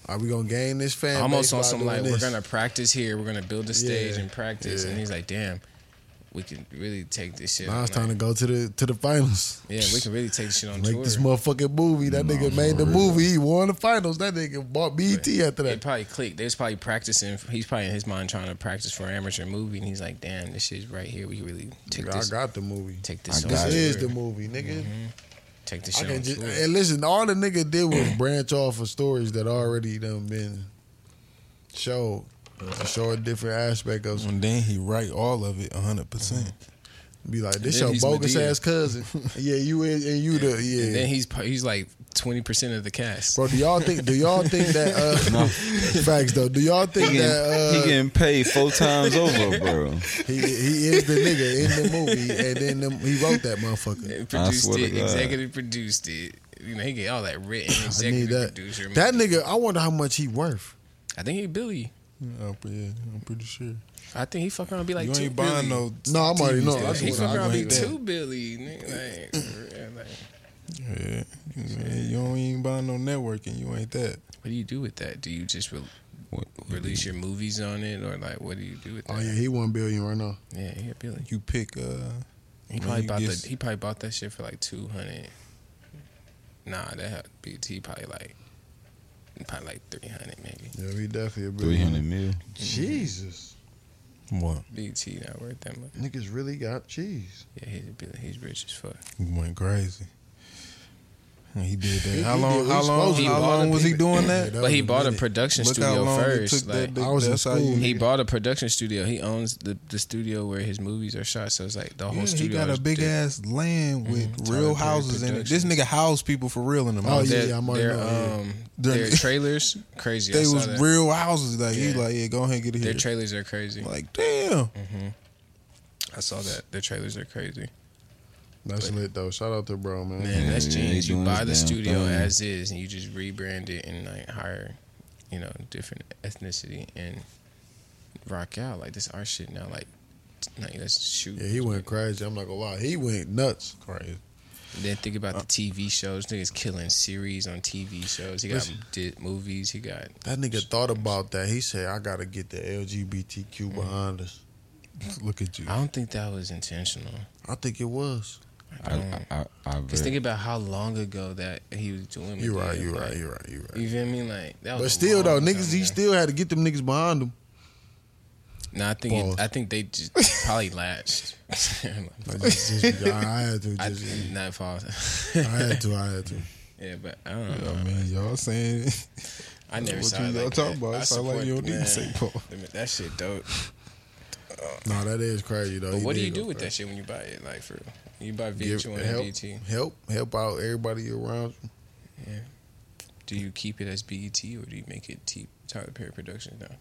Speaker 2: Are we gonna gain this fan?
Speaker 3: Almost
Speaker 2: base
Speaker 3: on
Speaker 2: by
Speaker 3: some
Speaker 2: doing
Speaker 3: like,
Speaker 2: this?
Speaker 3: we're gonna practice here, we're gonna build a stage
Speaker 2: Yeah,
Speaker 3: and practice,
Speaker 2: yeah.
Speaker 3: and he's like, damn, we can really take this shit.
Speaker 2: Now
Speaker 3: on,
Speaker 2: it's time to
Speaker 3: like,
Speaker 2: go to the to the finals.
Speaker 3: yeah, we can really take this shit on
Speaker 2: Make
Speaker 3: tour.
Speaker 2: this motherfucking movie. That nigga made the movie. He won the finals. That nigga bought BET after
Speaker 3: They
Speaker 2: that.
Speaker 3: probably clicked. They was probably practicing. He's probably in his mind trying to practice for an amateur movie, and he's like, "Damn, this shit's right here. We can really take
Speaker 2: Nigga,
Speaker 3: this.
Speaker 2: I got the movie.
Speaker 3: take this.
Speaker 4: I
Speaker 3: on
Speaker 4: got
Speaker 2: This
Speaker 4: it.
Speaker 2: is
Speaker 3: tour.
Speaker 2: the movie, nigga.
Speaker 1: Mm-hmm.
Speaker 3: Take this
Speaker 2: I
Speaker 3: shit on
Speaker 2: can just
Speaker 3: tour.
Speaker 2: and listen. All the nigga did was branch off of stories that already done been showed. To show a different aspect of
Speaker 1: And then he write all of it hundred percent.
Speaker 2: be like this
Speaker 3: then
Speaker 2: your
Speaker 3: he's
Speaker 2: bogus
Speaker 3: Medea.
Speaker 2: ass cousin. yeah, you is, and you the yeah.
Speaker 3: And then he's pro- he's like twenty percent of the cast.
Speaker 2: Bro, do y'all think? Do y'all think that? Uh,
Speaker 4: No.
Speaker 2: Facts though. Do y'all think
Speaker 4: He getting, he
Speaker 2: that
Speaker 4: getting paid four times over, bro.
Speaker 2: uh, he, he is the nigga in the movie, and then them, he wrote that motherfucker?
Speaker 3: And produced
Speaker 4: swear to
Speaker 3: it,
Speaker 4: God.
Speaker 3: executive produced it. You know, he get all that written,
Speaker 2: I need
Speaker 3: executive
Speaker 2: that.
Speaker 3: producer.
Speaker 2: That nigga, I wonder how much he worth.
Speaker 3: I think he Billy.
Speaker 1: Yeah, I'm pre- yeah, I'm pretty sure.
Speaker 3: I think he fuck around be like
Speaker 1: you
Speaker 3: two
Speaker 1: ain't
Speaker 3: Billy.
Speaker 1: buying no.
Speaker 2: No, I'm already know.
Speaker 1: TV
Speaker 2: That's
Speaker 3: he
Speaker 1: station.
Speaker 2: what
Speaker 3: fuck
Speaker 2: I
Speaker 3: around be
Speaker 2: agree with that.
Speaker 3: two Billy. Nigga, like, for real, like,
Speaker 1: Yeah, you don't even buy no networking. You ain't that.
Speaker 3: what do you do with that? Do you just re-
Speaker 4: What-
Speaker 3: release your movies on it, or like what do you do with that?
Speaker 2: Oh yeah, he one billion right now.
Speaker 3: yeah, he a Billy.
Speaker 1: You pick. uh When
Speaker 3: He probably
Speaker 1: you
Speaker 3: bought
Speaker 1: get-
Speaker 3: the, he probably bought that shit for like two hundred. Nah, that had BT probably like probably like three hundred maybe.
Speaker 2: Yeah, he definitely a
Speaker 4: Three
Speaker 2: billion.
Speaker 4: hundred mil.
Speaker 2: Jesus,
Speaker 1: What?
Speaker 3: BT not worth that much.
Speaker 2: niggas really got cheese.
Speaker 3: Yeah, he's a Billy. He's rich as fuck.
Speaker 1: He went crazy. And he did
Speaker 2: He-
Speaker 1: that. How
Speaker 2: he
Speaker 1: long?
Speaker 2: did what
Speaker 1: how long?
Speaker 2: he supposed to
Speaker 1: How
Speaker 2: do.
Speaker 1: long was he doing that?
Speaker 2: Yeah,
Speaker 3: But he
Speaker 2: was
Speaker 3: bought a
Speaker 2: minute.
Speaker 3: production
Speaker 1: Look how
Speaker 3: studio
Speaker 1: long it took
Speaker 3: first.
Speaker 1: that
Speaker 3: Like,
Speaker 1: big-
Speaker 2: I was in
Speaker 1: that's how
Speaker 2: school.
Speaker 1: you-
Speaker 3: he bought a production studio. He owns the, the studio where his movies are shot. So it's like the whole
Speaker 1: Yeah, he
Speaker 3: studio.
Speaker 1: got a
Speaker 3: is
Speaker 1: big
Speaker 3: di-
Speaker 1: ass land with
Speaker 3: Mhm. Tyler
Speaker 1: real
Speaker 3: Perry
Speaker 1: houses in it. This
Speaker 3: Productions.
Speaker 1: nigga housed people for real in the
Speaker 2: Oh,
Speaker 1: movie.
Speaker 2: yeah,
Speaker 3: Their,
Speaker 2: I'm already
Speaker 3: their,
Speaker 2: know, yeah.
Speaker 3: um,
Speaker 1: During-
Speaker 3: their trailers crazy. I
Speaker 1: They
Speaker 3: saw
Speaker 1: was
Speaker 3: that.
Speaker 1: real houses. Like he
Speaker 3: Yeah.
Speaker 1: like, yeah, go ahead and get it
Speaker 3: Their
Speaker 1: here.
Speaker 3: trailers are crazy.
Speaker 1: like damn,
Speaker 3: I saw that. Their trailers are crazy.
Speaker 2: That's lit though. Shout out to bro, man.
Speaker 3: Man, that's
Speaker 4: yeah,
Speaker 3: genius.
Speaker 4: he
Speaker 3: You
Speaker 4: doing
Speaker 3: buy
Speaker 4: his
Speaker 3: the
Speaker 4: damn
Speaker 3: studio
Speaker 4: thing.
Speaker 3: as is, and you just rebrand it and like hire, you know, different ethnicity and rock out like this art shit now. Like, like let's shoot.
Speaker 2: Yeah, he went crazy. I'm not gonna lie, he went nuts.
Speaker 1: crazy.
Speaker 3: Then think about the TV shows. Niggas killing series on TV shows. He got did movies. He got
Speaker 2: That nigga thought about that. He said, "I gotta get the LGBTQ behind us."
Speaker 1: Look at you.
Speaker 3: I don't think that was intentional.
Speaker 2: I think it was.
Speaker 4: I, I, I, I
Speaker 3: Just
Speaker 4: ver-
Speaker 3: think about how long ago that he was doing.
Speaker 2: You're right.
Speaker 3: Medea,
Speaker 2: You're
Speaker 3: like,
Speaker 2: right. You're right. You're right.
Speaker 3: You feel me? Like that was.
Speaker 2: But
Speaker 3: a
Speaker 2: still though,
Speaker 3: long time
Speaker 2: niggas, he
Speaker 3: ago.
Speaker 2: still had to get them niggas behind him.
Speaker 3: No, I think
Speaker 2: Pause.
Speaker 3: it, I think they just probably latched.
Speaker 2: Like, just- just be- I, I had to.
Speaker 3: I,
Speaker 2: Just,
Speaker 3: not false.
Speaker 2: I, had to. I had to.
Speaker 3: yeah, but I don't know.
Speaker 1: I mean, y'all saying
Speaker 3: I never
Speaker 1: what
Speaker 3: saw
Speaker 1: you
Speaker 3: it
Speaker 1: y'all
Speaker 3: like
Speaker 1: talking
Speaker 3: that.
Speaker 1: about?
Speaker 3: I
Speaker 1: It's not
Speaker 3: support-
Speaker 1: like you don't need
Speaker 3: man.
Speaker 1: to say Paul.
Speaker 3: I mean, that shit dope.
Speaker 2: No, that is crazy though.
Speaker 3: But
Speaker 2: He
Speaker 3: what do
Speaker 2: did
Speaker 3: you
Speaker 2: go
Speaker 3: do with
Speaker 2: crazy.
Speaker 3: that shit when you buy it? Like for you buy
Speaker 2: Give-
Speaker 3: VH1 and
Speaker 2: help,
Speaker 3: BT,
Speaker 2: help, help out everybody around. you.
Speaker 3: do you keep it as BET or do you make it T Tyler Perry Productions now?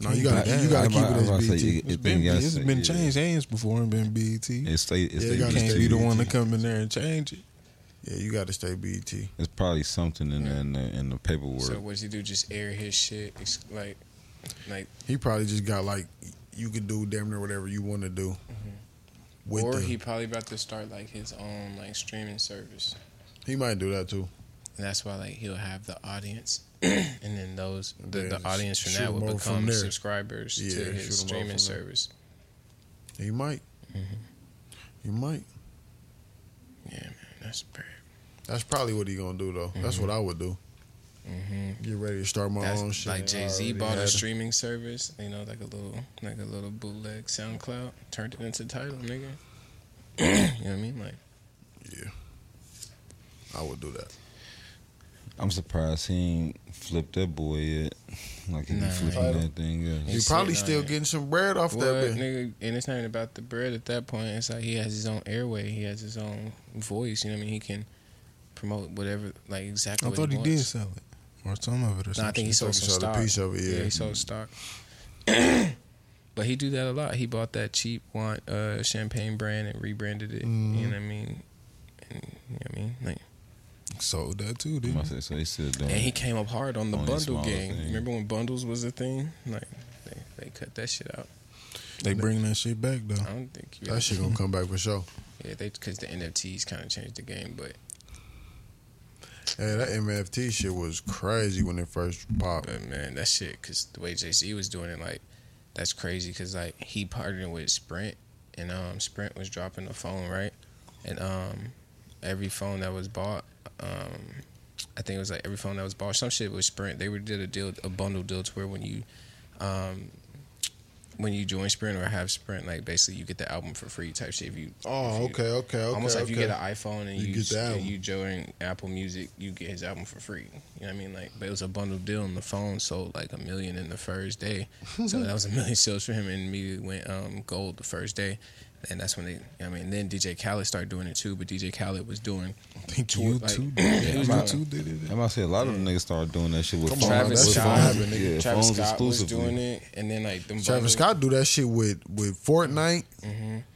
Speaker 2: No, you gotta,
Speaker 4: I-
Speaker 2: you gotta
Speaker 4: I-
Speaker 2: keep
Speaker 4: I- I was
Speaker 2: it
Speaker 4: about to
Speaker 2: as
Speaker 4: say,
Speaker 2: BT.
Speaker 1: It's
Speaker 4: it
Speaker 1: been,
Speaker 4: been-
Speaker 1: it's been
Speaker 4: yeah.
Speaker 1: changed hands before and been BET. You
Speaker 4: It's they, it's
Speaker 2: Yeah,
Speaker 4: they
Speaker 2: you gotta
Speaker 4: BT.
Speaker 1: can't be the one to come in there and change it.
Speaker 2: Yeah, you gotta stay BT.
Speaker 4: It's probably something in the, in the, in the paperwork.
Speaker 3: So what does he do? Just air his shit, ex- like, like,
Speaker 2: He probably just got like, you can do damn near whatever you want to do. With
Speaker 3: Mm-hmm. or
Speaker 2: the-
Speaker 3: he
Speaker 2: he,
Speaker 3: probably about to start like his own like streaming service.
Speaker 2: might do that too.
Speaker 3: And that's why like he'll have the audience, and then those the,
Speaker 2: Yeah,
Speaker 3: the audience from
Speaker 2: shoot
Speaker 3: that
Speaker 2: 'em
Speaker 3: will
Speaker 2: over from
Speaker 3: become
Speaker 2: there.
Speaker 3: subscribers
Speaker 2: Yeah,
Speaker 3: to his
Speaker 2: shoot 'em over
Speaker 3: streaming
Speaker 2: from there.
Speaker 3: service.
Speaker 2: He might.
Speaker 3: Mm-hmm.
Speaker 2: He might.
Speaker 3: Yeah, man, that's bad.
Speaker 2: That's probably what he gonna do though. That's what I would do.
Speaker 3: Mm-hmm.
Speaker 2: Get ready to start my own
Speaker 3: That's
Speaker 2: Oh, shit.
Speaker 3: like
Speaker 2: I
Speaker 3: Jay Z
Speaker 2: already
Speaker 3: bought
Speaker 2: had
Speaker 3: a
Speaker 2: it.
Speaker 3: streaming service, you know, like a little like a little bootleg SoundCloud, turned it into title, nigga. you know what I mean? Like
Speaker 2: Yeah, I would do that.
Speaker 4: I'm surprised he ain't flipped that boy yet. Like he
Speaker 3: Nah.
Speaker 4: be flipping that thing. Yeah.
Speaker 2: You
Speaker 3: He's
Speaker 2: probably
Speaker 3: sitting on
Speaker 2: still
Speaker 3: it.
Speaker 2: getting some bread off
Speaker 3: Well,
Speaker 2: that bitch.
Speaker 3: nigga, and it's not even about the bread at that point. It's like he has his own airway. He has his own voice. You know what I mean? He can promote whatever, like exactly.
Speaker 1: I
Speaker 3: what
Speaker 1: thought he
Speaker 3: wants.
Speaker 1: did sell it or some of it or something.
Speaker 3: No, I think he sold
Speaker 2: He
Speaker 3: some
Speaker 2: sold a
Speaker 3: stock.
Speaker 2: piece Hmm. of it, yeah.
Speaker 3: he sold stock. but he do that a lot. He bought that cheap wine, uh, champagne brand and rebranded it. You know what I
Speaker 2: Mm-hmm.
Speaker 3: mean? And, you know what I mean? Like,
Speaker 1: sold that too,
Speaker 4: I
Speaker 1: didn't
Speaker 4: must
Speaker 1: he?
Speaker 4: say, so he still doing.
Speaker 3: and he
Speaker 4: it.
Speaker 3: came up hard on the
Speaker 4: Only
Speaker 3: bundle
Speaker 4: smaller
Speaker 3: game.
Speaker 4: thing.
Speaker 3: Remember when bundles was a thing? Like, they, they cut that shit out.
Speaker 1: They bring that shit back though.
Speaker 3: I don't think you
Speaker 2: That shit gonna come back for sure.
Speaker 3: Yeah, they because the NFTs kind of changed the game, but
Speaker 2: Yeah, that MFT shit was crazy when it first popped.
Speaker 3: But man, that shit, cause the way JC was doing it, like, that's crazy. Cause like he partnered with Sprint, and um, Sprint was dropping a phone, right? And um, every phone that was bought, um, I think it was like every phone that was bought, some shit was Sprint. They were did a deal, a bundle deal, to where when you, um, when you join Sprint or have Sprint, like basically you get the album for free type shit. If you, if
Speaker 2: Oh,
Speaker 3: you-
Speaker 2: okay, okay, okay.
Speaker 3: almost like
Speaker 2: okay.
Speaker 3: you get an iPhone and
Speaker 2: You
Speaker 3: you
Speaker 2: get the
Speaker 3: and
Speaker 2: album.
Speaker 3: you join Apple Music, you get his album for free. You know what I mean? Like, but it was a bundled deal, and the phone sold like a million in the first day. so that was a million sales for him, and immediately went um, gold the first day. And that's when they, you know what I mean, then DJ Khaled started doing it too. But DJ Khaled was doing
Speaker 1: I think
Speaker 3: Tour,
Speaker 1: you
Speaker 3: like-
Speaker 1: too did it.
Speaker 3: He
Speaker 1: You
Speaker 3: was doing-
Speaker 1: too did it.
Speaker 4: I'm about to say a lot of the niggas started doing that shit with
Speaker 2: Come on,
Speaker 4: phones.
Speaker 2: that's
Speaker 4: with
Speaker 3: Travis
Speaker 2: what
Speaker 3: Scott.
Speaker 4: phones,
Speaker 2: happened,
Speaker 4: yeah,
Speaker 3: Travis
Speaker 4: phones
Speaker 3: Scott was
Speaker 4: exclusively.
Speaker 3: doing it, and then like them
Speaker 2: Travis
Speaker 3: bundles-
Speaker 2: Scott do that shit with with Fortnite.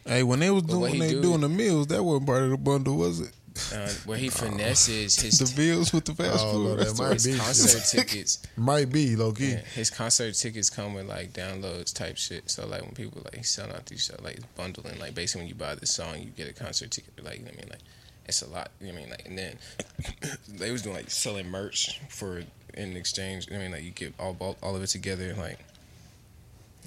Speaker 1: Hey, when they was doing
Speaker 3: what
Speaker 1: when
Speaker 3: he
Speaker 1: they
Speaker 3: do-
Speaker 1: doing the meals, that wasn't part of the bundle, was it?
Speaker 3: uh, where he finesses his
Speaker 1: The bills with the fast
Speaker 2: Oh, no,
Speaker 1: food.
Speaker 2: that might
Speaker 1: restaurants.
Speaker 2: be.
Speaker 3: his concert tickets.
Speaker 2: Might be low key.
Speaker 3: Yeah, his concert tickets come with like downloads type shit. So like when people like sell out these like bundling, like basically when you buy this song, you get a concert ticket. Like you know what I mean, like it's a lot. You know what I mean, like and then they was doing like selling merch for in exchange. You know what I mean, like you get all all, all of it together, like.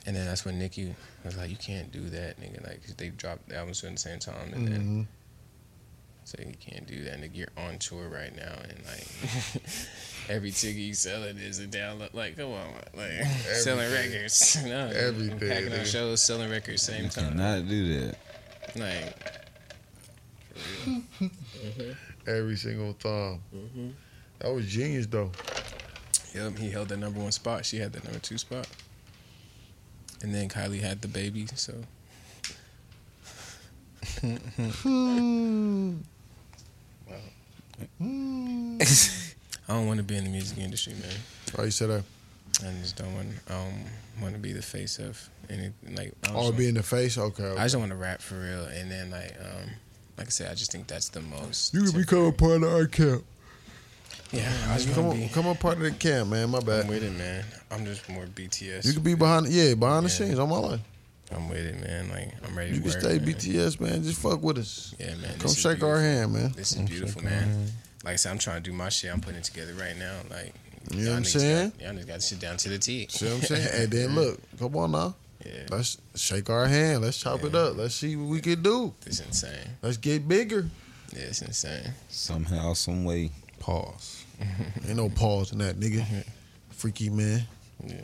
Speaker 3: And then that's when Nicki was like, "You can't do that, nigga." Like 'cause they dropped the albums at the same time, and then so you can't do that, nigga. You're on tour right now, and like every ticket you selling is a download. Like, come on, like selling records, no,
Speaker 2: Everything,
Speaker 3: packing on
Speaker 2: nigga.
Speaker 3: shows, selling records same time.
Speaker 4: Cannot do that.
Speaker 3: Like,
Speaker 2: Every single time.
Speaker 3: Mm-hmm.
Speaker 2: That was genius though.
Speaker 3: yep, he held the number one spot. She had the number two spot, and then Kylie had the baby. So I don't want to be in the music industry, man.
Speaker 2: Why you said that?
Speaker 3: I just don't want. I don't want to be the face of anything. Like, I
Speaker 2: Oh,
Speaker 3: just
Speaker 2: be in the face. Okay. okay.
Speaker 3: I just want to rap for real, and then like, um, like I said, I just think that's the most.
Speaker 2: you can become a part of our camp.
Speaker 3: yeah. I just
Speaker 2: Come
Speaker 3: want to
Speaker 2: on,
Speaker 3: be.
Speaker 2: come a part of the camp, man. My
Speaker 3: I'm
Speaker 2: bad.
Speaker 3: with it, man. I'm just more BTS.
Speaker 2: You could be behind, yeah, behind the
Speaker 3: Yeah.
Speaker 2: scenes on my life.
Speaker 3: I'm with it, man. Like I'm ready.
Speaker 2: You
Speaker 3: to
Speaker 2: can
Speaker 3: work,
Speaker 2: stay
Speaker 3: man.
Speaker 2: BTS, man. Just fuck with us.
Speaker 3: Yeah, man.
Speaker 2: Come
Speaker 3: this is
Speaker 2: shake our
Speaker 3: beautiful.
Speaker 2: hand, man.
Speaker 3: This is beautiful, man. Like I said, I'm trying to do my shit. I'm putting it together right now. Like,
Speaker 2: You know
Speaker 3: y'all
Speaker 2: what I'm
Speaker 3: niggas
Speaker 2: saying?
Speaker 3: Got, y'all niggas got shit down to the T.
Speaker 2: See what I'm saying? and then look, come on now.
Speaker 3: Yeah,
Speaker 2: Let's shake our hand. Let's chop it up. Let's see what we can do.
Speaker 3: it's insane.
Speaker 2: Let's get bigger.
Speaker 3: Yeah, it's insane.
Speaker 4: Somehow, some way.
Speaker 1: Pause.
Speaker 2: Ain't no pause in that, nigga. Freaky man.
Speaker 3: Yeah.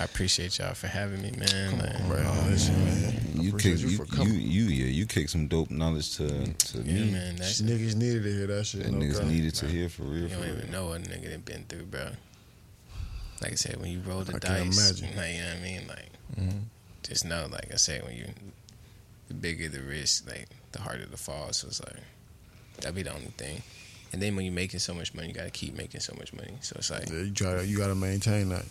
Speaker 3: I appreciate y'all for having me, man. Like,
Speaker 2: Right. listen, man.
Speaker 4: You
Speaker 2: appreciate
Speaker 4: kick
Speaker 2: you
Speaker 4: you,
Speaker 2: for
Speaker 4: you,
Speaker 2: coming.
Speaker 4: you yeah you kick some dope knowledge to to
Speaker 3: yeah,
Speaker 4: me
Speaker 3: man. That's
Speaker 2: Niggas needed to hear that shit.
Speaker 4: that
Speaker 2: no
Speaker 4: niggas
Speaker 2: cap.
Speaker 4: needed to hear for real.
Speaker 3: You
Speaker 4: For
Speaker 3: don't even
Speaker 4: real.
Speaker 3: know what a nigga done been through, bro. Like I said, when you roll the
Speaker 2: I
Speaker 3: dice,
Speaker 2: can't imagine. Mm-hmm.
Speaker 3: like you know what I mean, like just know, like I said, when you the bigger the risk, like the harder the fall. So it's like that'd be the only thing. And then when you're making so much money, you gotta keep making so much money. So it's like mm-hmm.
Speaker 2: Yeah, you try. You gotta maintain that.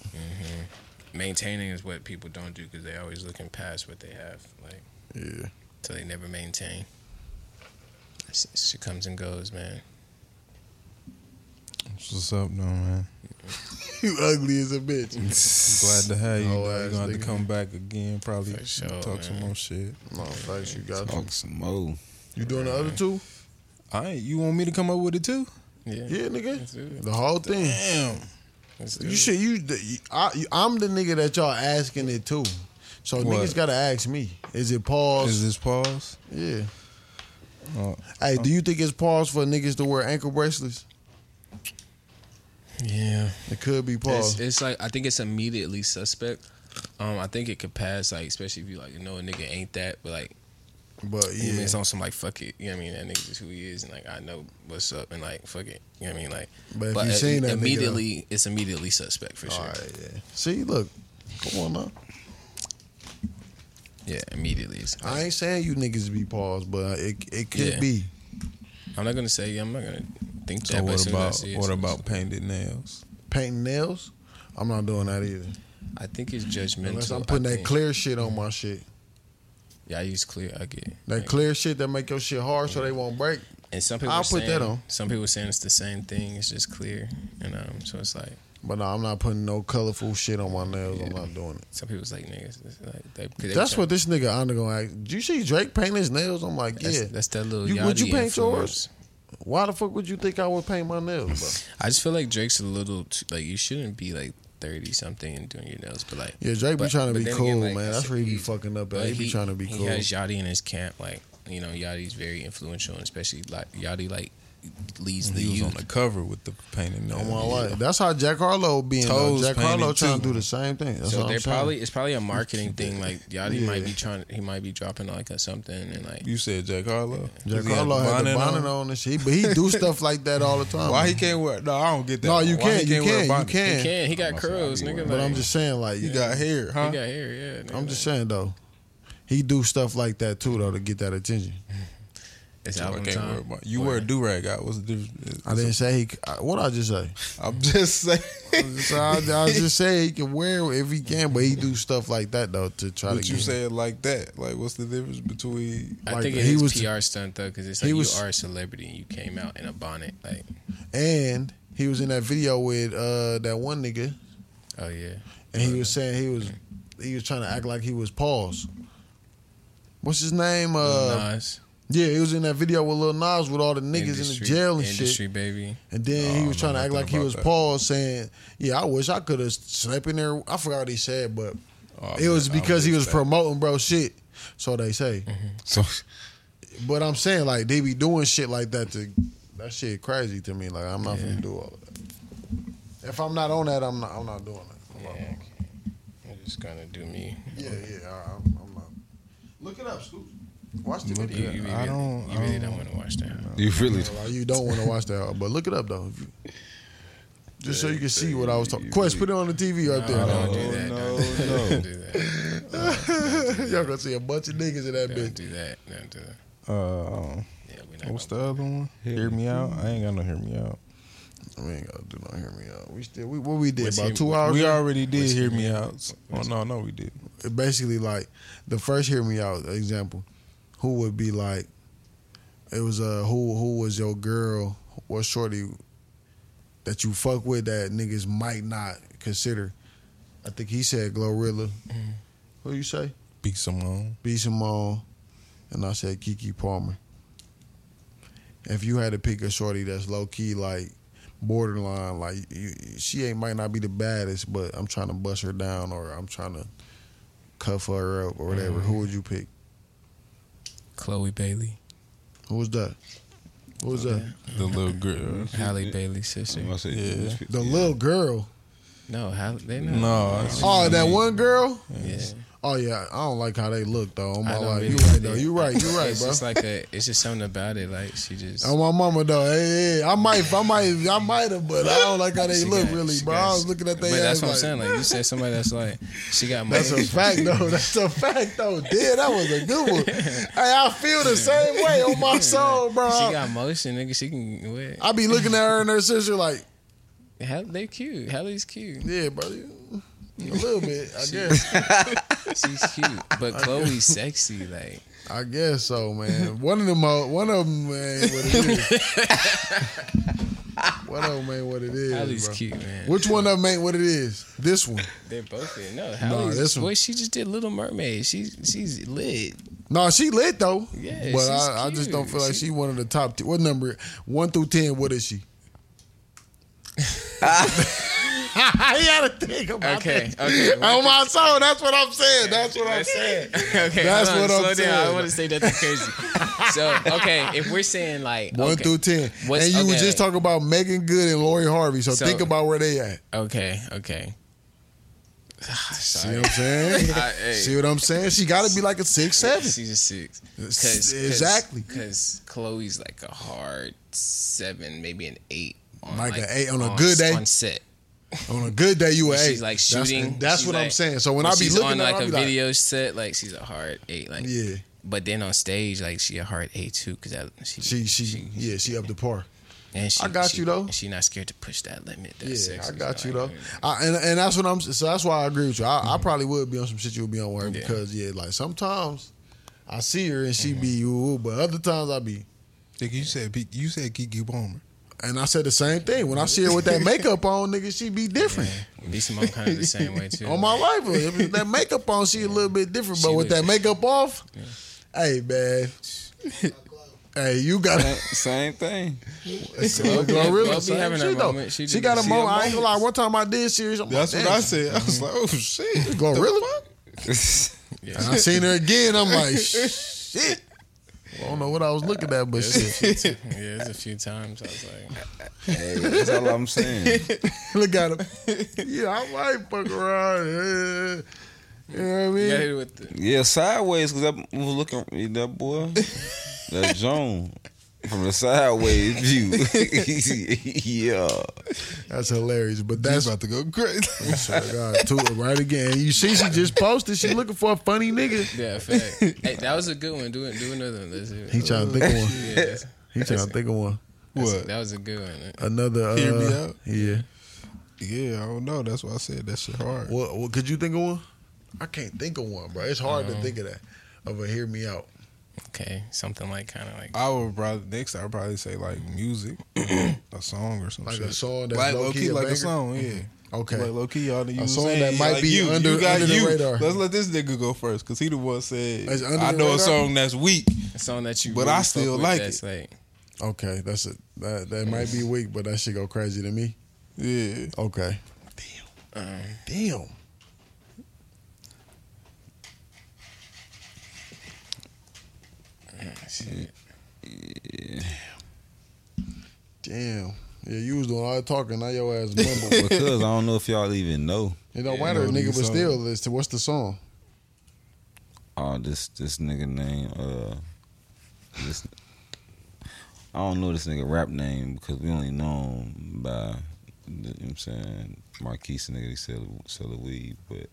Speaker 3: maintaining is what people don't do because they always looking past what they have, like
Speaker 2: Yeah.
Speaker 3: so they never maintain. It's- it's- Shit comes and goes, man.
Speaker 1: That's What's up, though, man?
Speaker 2: you ugly as a bitch.
Speaker 1: Glad to have you.
Speaker 2: No
Speaker 1: though.
Speaker 2: ass
Speaker 1: You're gonna have to
Speaker 2: nigga.
Speaker 1: come back again, probably
Speaker 3: For sure,
Speaker 1: talk some
Speaker 3: man.
Speaker 1: more shit.
Speaker 2: No, thanks. You got you.
Speaker 4: Talk some more.
Speaker 2: You doing the other two?
Speaker 1: I ain't, you want me to come up with it too?
Speaker 3: Yeah,
Speaker 2: Yeah, nigga.
Speaker 3: Let's do it.
Speaker 2: The whole thing.
Speaker 1: Damn.
Speaker 3: Let's do
Speaker 2: You
Speaker 3: it.
Speaker 2: should. You, the- you- I, you. I'm the nigga that y'all asking it to. So
Speaker 1: What?
Speaker 2: niggas gotta ask me. Is it pause?
Speaker 1: Is this pause?
Speaker 2: yeah.
Speaker 1: Oh,
Speaker 2: Hey, do you think it's pause for niggas to wear ankle bracelets?
Speaker 3: Yeah.
Speaker 2: It could be
Speaker 3: It's,
Speaker 2: pause.
Speaker 3: it's like I think it's immediately suspect. Um, I think it could pass, like especially if you like you know a nigga ain't that, but like
Speaker 2: But
Speaker 3: You know what I mean,
Speaker 2: yeah,
Speaker 3: it's on some like fuck it. You know what I mean? That nigga is who he is, and like I know what's up, and like fuck it. You know what I mean? Like,
Speaker 2: But if
Speaker 3: but
Speaker 2: you
Speaker 3: it-
Speaker 2: seen that nigga,
Speaker 3: immediately, it's immediately suspect for sure.
Speaker 2: all right, yeah. See, look, come on now.
Speaker 3: Yeah, immediately. It's,
Speaker 2: I ain't saying you niggas be paused, but it it could
Speaker 3: Yeah.
Speaker 2: be.
Speaker 3: I'm not gonna say. I'm not gonna think
Speaker 1: So
Speaker 3: that. but
Speaker 1: what
Speaker 3: as soon as I
Speaker 1: about
Speaker 3: see it,
Speaker 1: what
Speaker 3: so-
Speaker 1: about painted nails?
Speaker 2: Painting nails, I'm not doing that either.
Speaker 3: I think it's judgmental.
Speaker 2: Unless
Speaker 3: I
Speaker 2: I'm putting that
Speaker 3: think.
Speaker 2: clear shit on my shit.
Speaker 3: Yeah, I use clear. I get it.
Speaker 2: That
Speaker 3: Like,
Speaker 2: clear shit that make your shit hard so they won't break.
Speaker 3: And some people
Speaker 2: I'll
Speaker 3: are
Speaker 2: put
Speaker 3: saying,
Speaker 2: that on.
Speaker 3: Some people saying it's the same thing. It's just clear, and um, so it's like
Speaker 2: But no, I'm not putting no colorful shit on my nails. I'm not doing it.
Speaker 3: some people's like niggas. It's like, they, 'cause they
Speaker 2: That's
Speaker 3: try-
Speaker 2: what this nigga under gonna ask. Do you see Drake paint his nails? I'm like,
Speaker 3: That's,
Speaker 2: yeah.
Speaker 3: that's that little.
Speaker 2: You- would you
Speaker 3: Yachty
Speaker 2: paint yours?
Speaker 3: influence.
Speaker 2: Why the fuck would you think I would paint my nails, bro?
Speaker 3: I just feel like Drake's a little too, like you shouldn't be like thirty something and doing your nails, but like
Speaker 2: Yeah, Drake be
Speaker 3: But-
Speaker 2: trying to
Speaker 3: but
Speaker 2: be
Speaker 3: then
Speaker 2: cool,
Speaker 3: again, like,
Speaker 2: man.
Speaker 3: I
Speaker 2: That's
Speaker 3: said
Speaker 2: where he be
Speaker 3: he-
Speaker 2: fucking up at.
Speaker 3: but
Speaker 2: he, be trying to be
Speaker 3: he
Speaker 2: cool.
Speaker 3: has Yachty in his camp, like you know Yachty's very influential, and especially like Yachty like leads the
Speaker 1: he was
Speaker 3: youth.
Speaker 1: on the cover with the painted nails.
Speaker 2: On my life. That's how Jack Harlow being. though.
Speaker 1: Toes
Speaker 2: Jack Harlow
Speaker 1: painted,
Speaker 2: trying to
Speaker 1: too.
Speaker 2: do the same thing. That's
Speaker 3: so
Speaker 2: what
Speaker 3: they're
Speaker 2: I'm saying.
Speaker 3: probably it's probably a marketing thing. Like Yachty
Speaker 2: Yeah.
Speaker 3: might be trying, he might be dropping like a something, and like
Speaker 1: You said Jack Harlow.
Speaker 2: Jack
Speaker 1: Does he have
Speaker 2: Harlow had the
Speaker 1: on?
Speaker 2: bonnet on and shit, but he do stuff like that all the time.
Speaker 1: Why
Speaker 2: man.
Speaker 1: he can't wear? No, I don't get that.
Speaker 2: No,
Speaker 1: one.
Speaker 2: you
Speaker 1: Why
Speaker 2: can't.
Speaker 1: he
Speaker 2: You
Speaker 1: wear a
Speaker 2: can't. You
Speaker 1: bonnet?
Speaker 3: he
Speaker 2: can't.
Speaker 3: can, he got
Speaker 4: I'm
Speaker 3: curls,
Speaker 4: sorry,
Speaker 3: nigga.
Speaker 4: but
Speaker 2: But
Speaker 3: like,
Speaker 2: I'm just saying, like,
Speaker 1: You got hair,
Speaker 3: he
Speaker 1: huh?
Speaker 3: got hair, yeah. Nigga,
Speaker 2: I'm
Speaker 3: like,
Speaker 2: just saying though, he do stuff like that too though to get that attention.
Speaker 3: it's
Speaker 1: So I
Speaker 3: album
Speaker 1: can't wear a
Speaker 3: time.
Speaker 1: bonnet. You wear a do rag out. What's the difference?
Speaker 2: I didn't say he. I- What I just say?
Speaker 1: I'm just saying.
Speaker 2: So I, I just say he can wear it if he can, but he do stuff like that though to try
Speaker 1: But
Speaker 2: to.
Speaker 1: you
Speaker 2: get,
Speaker 1: say it like that. Like, what's the difference between?
Speaker 3: I
Speaker 2: like,
Speaker 3: think
Speaker 2: he
Speaker 3: it
Speaker 2: was-
Speaker 3: was PR stunt though, because it's
Speaker 2: he
Speaker 3: like
Speaker 2: was-
Speaker 3: you are a celebrity and you came out in a bonnet. Like,
Speaker 2: and he was in that video with uh that one nigga,
Speaker 3: oh yeah,
Speaker 2: and he was saying he was he was trying to act like he was paused. What's his name? Uh,
Speaker 3: Nas,
Speaker 2: yeah, he was in that video with Lil Nas with all the niggas in the
Speaker 3: Industry-
Speaker 2: jail and shit.
Speaker 3: industry, baby.
Speaker 2: And then
Speaker 1: Oh,
Speaker 2: he
Speaker 1: I
Speaker 2: was
Speaker 1: know
Speaker 2: trying to
Speaker 1: nothing
Speaker 2: act like he
Speaker 1: about
Speaker 2: was
Speaker 1: that.
Speaker 2: Paul, saying, "Yeah, I wish I could have slept in there." I forgot what he said, but
Speaker 1: Oh,
Speaker 2: it
Speaker 1: man,
Speaker 2: was
Speaker 1: I
Speaker 2: because he
Speaker 1: wish
Speaker 2: was
Speaker 1: that- Mm-hmm.
Speaker 2: promoting, bro. Shit, so they say.
Speaker 4: So
Speaker 2: But I'm saying like they be doing shit like that. To that shit crazy to me. Like I'm not gonna do all of that. If I'm not on that, I'm not. I'm not doing it.
Speaker 3: Yeah, okay. I'm just gonna do me.
Speaker 2: Yeah, yeah, I, I'm, I'm not. Look it up, Scoop. Watch the
Speaker 1: Look
Speaker 3: You,
Speaker 2: video.
Speaker 1: it
Speaker 3: you really,
Speaker 1: I don't-
Speaker 3: You really
Speaker 1: I
Speaker 3: don't
Speaker 1: don't-
Speaker 3: want to watch that. huh?
Speaker 4: you really
Speaker 2: Like, you don't want to watch that, but look it up though. If you- just so you can see what I was talking.
Speaker 4: You
Speaker 2: Quest,
Speaker 4: really-
Speaker 2: put it on the TV right there.
Speaker 3: No, don't do
Speaker 4: Oh,
Speaker 3: that.
Speaker 4: no,
Speaker 3: don't,
Speaker 4: no.
Speaker 3: do that. don't do that.
Speaker 2: Y'all gonna see a bunch of niggas in that
Speaker 3: Don't
Speaker 2: bitch.
Speaker 3: do that. Don't do that.
Speaker 1: Uh,
Speaker 3: Yeah, we're not.
Speaker 1: what's
Speaker 3: gonna-
Speaker 1: the other one? Hear me out. I ain't got no hear me out.
Speaker 2: We ain't gotta do no hear me out. We still we, what we did
Speaker 3: Was
Speaker 2: about
Speaker 3: he-
Speaker 2: two hours.
Speaker 1: We
Speaker 2: ago?
Speaker 1: already did
Speaker 3: What's
Speaker 1: hear
Speaker 3: Hear
Speaker 1: me
Speaker 3: Me
Speaker 1: out. Oh no, no, we did.
Speaker 2: basically like the first hear me out example. Who would be like? It was uh who who was your girl? What shorty that you fuck with that niggas might not consider? I think he said Glorilla. What do you say?
Speaker 1: Be Simone.
Speaker 2: B Simone, and I said Kiki Palmer. If you had to pick a shorty that's low key, like borderline, like you, she ain't might not be the baddest, but I'm trying to bust her down or I'm trying to cuff her up or whatever. Who would you pick?
Speaker 3: Chloe Bailey,
Speaker 2: Who was that? Who was that?
Speaker 1: The little girl.
Speaker 3: Halle Bailey's sister.
Speaker 4: I said,
Speaker 1: Yeah.
Speaker 2: The little girl.
Speaker 3: No, Halle. They know.
Speaker 1: No, it's-
Speaker 2: Oh, that one girl.
Speaker 3: Yeah.
Speaker 2: Oh yeah, I don't like how they look though. On my
Speaker 3: I don't
Speaker 2: life,
Speaker 3: really
Speaker 2: you right
Speaker 3: like
Speaker 2: though.
Speaker 3: it.
Speaker 2: You right. You right,
Speaker 3: it's
Speaker 2: bro.
Speaker 3: just like a. It's just something about it. Like she just.
Speaker 2: On my mama though, hey, hey, I might, I might, I might have, but I don't like how they
Speaker 3: she
Speaker 2: look
Speaker 3: got-
Speaker 2: really,
Speaker 3: she
Speaker 2: bro.
Speaker 3: got-
Speaker 2: I was looking at
Speaker 3: But
Speaker 2: their ass
Speaker 3: that's what I'm
Speaker 2: like,
Speaker 3: saying. Like you said, somebody that's like she got money.
Speaker 2: That's a fact, though. That's a fact, though. Damn, that was a good one. Hey, I feel the same way on my soul,
Speaker 3: She
Speaker 2: bro.
Speaker 3: got motion, nigga. She can wear.
Speaker 2: I be looking at her and her sister like,
Speaker 3: Hell, they cute. Halle's cute.
Speaker 2: yeah, bro, you- a little bit, I guess.
Speaker 3: She's cute, but Chloe's sexy. Like
Speaker 2: I guess so, man. One of them, uh, one of them, man, what it is. One of them ain't what it is,
Speaker 3: Halle's
Speaker 2: bro.
Speaker 3: cute, man.
Speaker 2: Which one of them ain't what it is? This one.
Speaker 3: They're both in. No, Halle's.
Speaker 2: this one-
Speaker 3: boy, she just did Little Mermaid. She's she's lit.
Speaker 2: No, she lit though.
Speaker 3: Yeah,
Speaker 2: but
Speaker 3: she's
Speaker 2: I, I just
Speaker 3: cute.
Speaker 2: don't feel like she,
Speaker 3: She-
Speaker 2: one of the top. T- what number? One through ten. What is she? he had to think about
Speaker 3: Okay,
Speaker 2: that.
Speaker 3: okay.
Speaker 2: Oh my soul, that's what I'm saying. That's what I'm saying.
Speaker 3: okay,
Speaker 2: That's
Speaker 3: hold on,
Speaker 2: what I'm
Speaker 3: slow down.
Speaker 2: saying.
Speaker 3: I want to say nothing crazy. so okay, if we're saying like
Speaker 2: One
Speaker 3: okay,
Speaker 2: through ten.
Speaker 3: What's-
Speaker 2: and you was
Speaker 3: okay.
Speaker 2: just talking about Megan Good and Lori Harvey. So,
Speaker 3: So-
Speaker 2: think about where they at.
Speaker 3: Okay, okay.
Speaker 2: See what I'm saying?
Speaker 3: I- hey.
Speaker 2: See what I'm saying? She got to be like a six seven.
Speaker 3: Season six.
Speaker 2: S- exactly.
Speaker 3: Because Chloe's like a hard seven, maybe an eight. On
Speaker 2: Like an eight on a good day?
Speaker 3: On set.
Speaker 2: On a good day, you a
Speaker 3: She's
Speaker 2: eight.
Speaker 3: like
Speaker 2: That's the-
Speaker 3: shooting.
Speaker 2: That's,
Speaker 3: she's,
Speaker 2: what I'm
Speaker 3: like-
Speaker 2: saying. So when,
Speaker 3: when
Speaker 2: I be
Speaker 3: she's
Speaker 2: looking
Speaker 3: on
Speaker 2: at
Speaker 3: like
Speaker 2: her, I
Speaker 3: a
Speaker 2: be like,
Speaker 3: video set, like she's a hard eight. Like
Speaker 2: Yeah.
Speaker 3: But then on stage, like she a hard eight too, because
Speaker 2: she,
Speaker 3: she,
Speaker 2: she, yeah, she up to par.
Speaker 3: and she
Speaker 2: I got
Speaker 3: she-
Speaker 2: you, though.
Speaker 3: and She not scared to push that limit. That
Speaker 2: Yeah,
Speaker 3: sex
Speaker 2: I
Speaker 3: is
Speaker 2: got you though.
Speaker 3: like- Mm-hmm.
Speaker 2: I, and and that's what I'm. So that's why I agree with you. I, I probably would be on some shit you would be on where
Speaker 3: Yeah.
Speaker 2: because yeah, like sometimes I see her and she
Speaker 3: Mm-hmm.
Speaker 2: be ooh, but other times I be.
Speaker 1: Nigga, you said Pete- you said Kiki Palmer.
Speaker 2: And I said the same thing when I see her with that makeup on, nigga. She be different
Speaker 3: B Simone kind of the same way too.
Speaker 2: on my life. If that makeup on, she a little bit different. But
Speaker 3: She
Speaker 2: with
Speaker 3: look-
Speaker 2: that makeup off, hey man, hey, you got to
Speaker 4: Same thing.
Speaker 2: Glorilla,
Speaker 3: Glorilla
Speaker 2: same
Speaker 3: be having her
Speaker 2: shit, though.
Speaker 3: moment. She
Speaker 2: She
Speaker 3: do
Speaker 2: got a
Speaker 3: that.
Speaker 2: moment. I ain't gonna lie. One time I did serious. I'm
Speaker 1: That's
Speaker 2: like,
Speaker 1: what I
Speaker 2: damn.
Speaker 1: said. I was like, oh shit.
Speaker 2: Glorilla.
Speaker 3: Yeah.
Speaker 2: And I seen her again. I'm like, shit. I don't know what I was looking at, but shit.
Speaker 3: yeah, it's a few times I was like,
Speaker 4: Hey, that's all I'm saying.
Speaker 2: Look at him. Yeah, I might fuck around. Yeah. You know what I
Speaker 3: you got
Speaker 2: mean?
Speaker 3: hit with the
Speaker 4: Yeah, sideways because I was looking at that boy, that Joan from the sideways view. yeah,
Speaker 2: That's hilarious. But that's Oh,
Speaker 1: about to go crazy.
Speaker 2: swear to God, too, right again. You see, she just posted. She looking for a funny nigga.
Speaker 3: yeah fact. hey, that was a good one. Do it, do another one. Let's hear it.
Speaker 2: He trying to think of one.
Speaker 3: Yeah, that's-
Speaker 2: He trying to think of one.
Speaker 1: what?
Speaker 3: that was a good one.
Speaker 2: Another. Uh,
Speaker 1: Hear me out?
Speaker 2: Yeah.
Speaker 1: Yeah, I don't know. That's why I said that shit hard.
Speaker 2: What, what? Could you think of one? I can't think of one, bro. It's hard to think of that. Of a hear me out.
Speaker 3: Okay, something like kind of like
Speaker 1: I would probably next. I would probably say like music, a song or some
Speaker 2: Like a
Speaker 1: shit.
Speaker 2: song that's low-key
Speaker 1: low-key,
Speaker 2: a
Speaker 1: like
Speaker 2: banger?
Speaker 1: a song, yeah.
Speaker 2: Okay.
Speaker 1: like low key, y'all. You was
Speaker 2: song
Speaker 1: saying,
Speaker 2: that might
Speaker 1: like
Speaker 2: be
Speaker 1: you,
Speaker 2: under-
Speaker 1: you got
Speaker 2: under the
Speaker 1: you.
Speaker 2: radar.
Speaker 1: Let's let this nigga go first, cause he the one said.
Speaker 2: It's under
Speaker 1: I
Speaker 2: the
Speaker 1: know
Speaker 2: radar?
Speaker 1: a song that's weak.
Speaker 3: a song that you.
Speaker 1: But
Speaker 3: really
Speaker 1: I
Speaker 3: fuck
Speaker 1: still
Speaker 3: with
Speaker 1: like
Speaker 3: that's Like,
Speaker 2: Okay, that's it. That that might be weak, but that shit go crazy to me.
Speaker 1: Yeah,
Speaker 2: Okay.
Speaker 3: um,
Speaker 2: Damn.
Speaker 3: shit.
Speaker 2: Damn. Yeah, you was doing all that talking. Now your ass mumble.
Speaker 4: because I don't know if y'all even know.
Speaker 2: it don't
Speaker 3: Yeah,
Speaker 2: matter,
Speaker 1: no,
Speaker 2: nigga.
Speaker 1: these
Speaker 2: But
Speaker 1: songs.
Speaker 2: still, it's what's the song?
Speaker 4: Oh, this this nigga name. Uh, this I don't know this nigga rap name because we only know him by. You know what I'm saying Marquise nigga, he sell sell the weed, but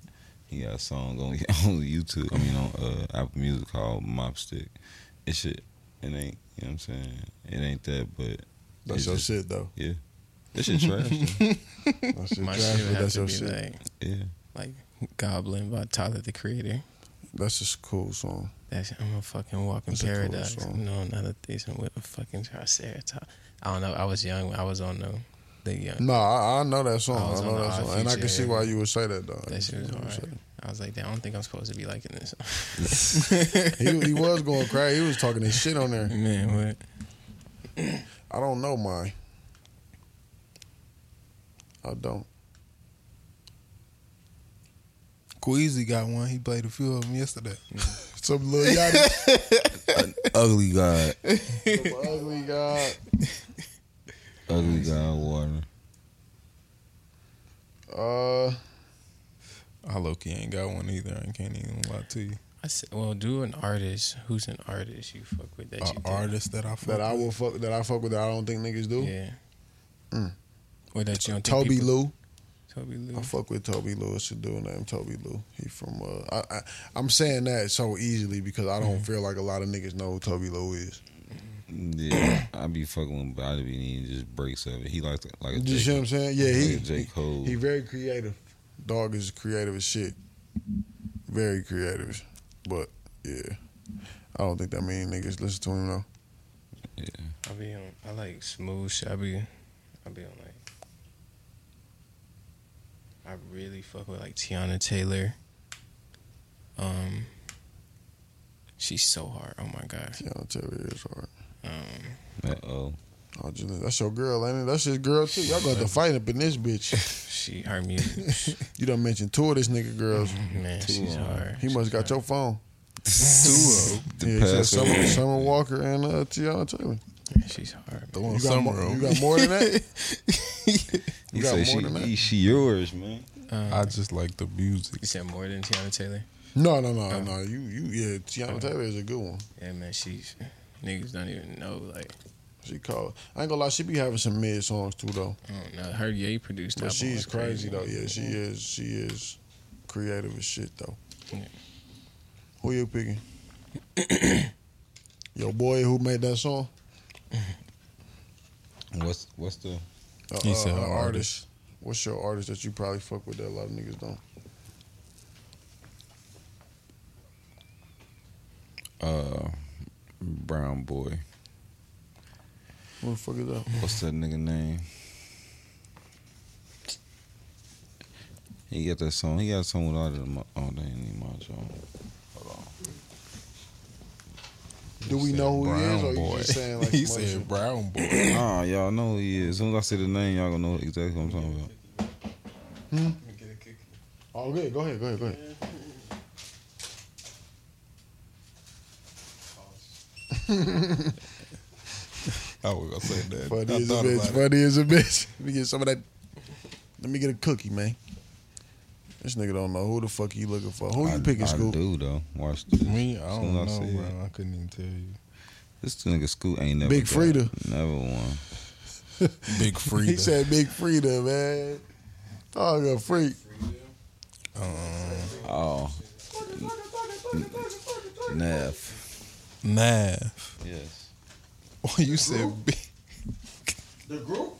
Speaker 4: he got a song on, on YouTube. I mean on uh, Apple Music called Mopstick. It shit, it ain't. You know what I'm saying? It ain't that, but
Speaker 2: That's
Speaker 4: it's
Speaker 2: your
Speaker 4: just-
Speaker 2: shit, though.
Speaker 4: Yeah, this shit trash. though.
Speaker 2: That's your
Speaker 3: My
Speaker 2: trash,
Speaker 3: shit would
Speaker 2: but
Speaker 3: have
Speaker 2: that's
Speaker 3: to
Speaker 2: your
Speaker 3: be
Speaker 2: shit.
Speaker 3: like
Speaker 4: yeah,
Speaker 3: Goblin by Tyler the Creator.
Speaker 2: That's just a cool song.
Speaker 3: That's I'm a fucking walking
Speaker 2: That's a cool
Speaker 3: paradise.
Speaker 2: song.
Speaker 3: no, not a thing with a fucking triceratops. I don't know. I was young. I was on the the young.
Speaker 2: No, I, I know that
Speaker 3: I
Speaker 2: song.
Speaker 3: was
Speaker 2: I,
Speaker 3: on
Speaker 2: know
Speaker 3: the
Speaker 2: that
Speaker 3: Odd
Speaker 2: song, and I
Speaker 3: Future,
Speaker 2: can see
Speaker 3: yeah.
Speaker 2: why you would say that though.
Speaker 3: That shit was hard. I was like, I don't think I'm supposed to be liking this.
Speaker 2: he, he was going crazy. He was talking his shit on there.
Speaker 3: Man, what?
Speaker 2: I don't know mine. I don't.
Speaker 1: Queasy got one. He played a few of them yesterday. Mm.
Speaker 2: Some little yachty,
Speaker 4: ugly god,
Speaker 2: some ugly god.
Speaker 4: ugly god water.
Speaker 2: Uh,
Speaker 1: I low key ain't got one either. I can't even lie to you.
Speaker 3: I said, well, do an artist. Who's an artist you fuck with that you
Speaker 1: An
Speaker 3: think-
Speaker 1: artist that I fuck
Speaker 2: that I
Speaker 1: with.
Speaker 2: will fuck. That I fuck with. That I don't think niggas do.
Speaker 3: Yeah. Or that you
Speaker 2: Mm.
Speaker 3: don't think
Speaker 2: Toby
Speaker 3: people-
Speaker 2: Lou.
Speaker 3: Toby
Speaker 2: I
Speaker 3: Lou.
Speaker 2: fuck with Toby Lou. It's a dude named Toby Lou. He from uh I, I I'm saying that so easily because I don't feel like a lot of niggas know who Toby Lou is.
Speaker 4: Yeah, I be fucking with but I be needing just breaks of it. He like like a
Speaker 2: You see what I'm
Speaker 4: J.
Speaker 2: saying? Yeah, he
Speaker 4: like a J. Cole.
Speaker 2: he, he very creative. Dog is creative as shit. Very creative. But yeah. I don't think that many niggas listen to him though. Oh.
Speaker 3: I be on. I like smooth shit. I be. I be on like. I really fuck with like Tiana Taylor. Um. She's so hard. Oh my god.
Speaker 2: Tiana Taylor is hard.
Speaker 3: Um.
Speaker 4: Uh oh.
Speaker 2: Oh, Julian, that's your girl, ain't it? That's his girl too. Y'all got to fight up in this bitch.
Speaker 3: She her music.
Speaker 2: You done mentioned two of this nigga girls.
Speaker 3: man, she's hard.
Speaker 2: He must got your phone.
Speaker 1: Two of 'em.
Speaker 4: The
Speaker 2: yeah, he said
Speaker 4: pass
Speaker 2: Summer, Summer Walker and uh, Tiana Taylor.
Speaker 3: She's hard.
Speaker 1: The one
Speaker 2: You got,
Speaker 1: summer.
Speaker 2: more, you got more than that?
Speaker 4: He
Speaker 2: got
Speaker 4: said
Speaker 2: more
Speaker 4: she,
Speaker 2: than that?
Speaker 4: he- she yours, man.
Speaker 3: Uh,
Speaker 1: I just like the music.
Speaker 3: you said more than Tiana Taylor.
Speaker 2: No, no, no,
Speaker 3: Oh.
Speaker 2: no. You, you, yeah. Tiana Taylor is a good one.
Speaker 3: Yeah, man, she's niggas don't even know. Like,
Speaker 2: She called. I ain't gonna lie. She be having some mid songs too though.
Speaker 3: I don't know. Her Ye produced.
Speaker 2: But
Speaker 3: album
Speaker 2: she's
Speaker 3: was
Speaker 2: crazy though. Yeah, she is. She is creative as shit though.
Speaker 3: Yeah.
Speaker 2: Who you picking? Your boy who made that song?
Speaker 4: What's what's the
Speaker 2: Uh,
Speaker 1: He said
Speaker 2: uh,
Speaker 1: artist.
Speaker 2: What's your artist that you probably fuck with that a lot of niggas don't?
Speaker 4: uh brown boy?
Speaker 2: What the fuck is that?
Speaker 4: What's that nigga name? He got that song. He got a song with all of them. Oh, they ain't even my song.
Speaker 2: Do we
Speaker 1: He
Speaker 2: know
Speaker 1: said
Speaker 2: who he
Speaker 1: brown
Speaker 2: is, or you just
Speaker 1: boy.
Speaker 2: saying like
Speaker 1: he
Speaker 2: some other
Speaker 1: said
Speaker 2: shit?
Speaker 1: brown boy.
Speaker 4: Ah, y'all know who he is. As soon as I say the name, y'all gonna know exactly what I'm talking about.
Speaker 2: Oh, good. Go ahead. Go ahead. Go ahead.
Speaker 1: I was gonna say that.
Speaker 2: Funny
Speaker 1: I
Speaker 2: as a
Speaker 1: thought
Speaker 2: bitch.
Speaker 1: about it.
Speaker 2: Funny as a bitch. Let me get some of that. Let me get a cookie, man. This nigga don't know who the fuck he looking for. Who
Speaker 4: I,
Speaker 2: you picking,
Speaker 4: I
Speaker 2: Scoop?
Speaker 4: do though. Watch this.
Speaker 1: Me, I
Speaker 4: As
Speaker 1: don't
Speaker 4: soon
Speaker 1: know,
Speaker 4: as I see it.
Speaker 1: bro. I couldn't even tell you.
Speaker 4: This nigga Scoot ain't never
Speaker 2: Big
Speaker 4: got-
Speaker 2: Frida.
Speaker 4: Never won.
Speaker 1: Big Frida.
Speaker 2: He said Big Frida, man. Dog a freak.
Speaker 4: Oh. Neff.
Speaker 1: Nav.
Speaker 4: Yes.
Speaker 1: Oh, you said big.
Speaker 5: The group?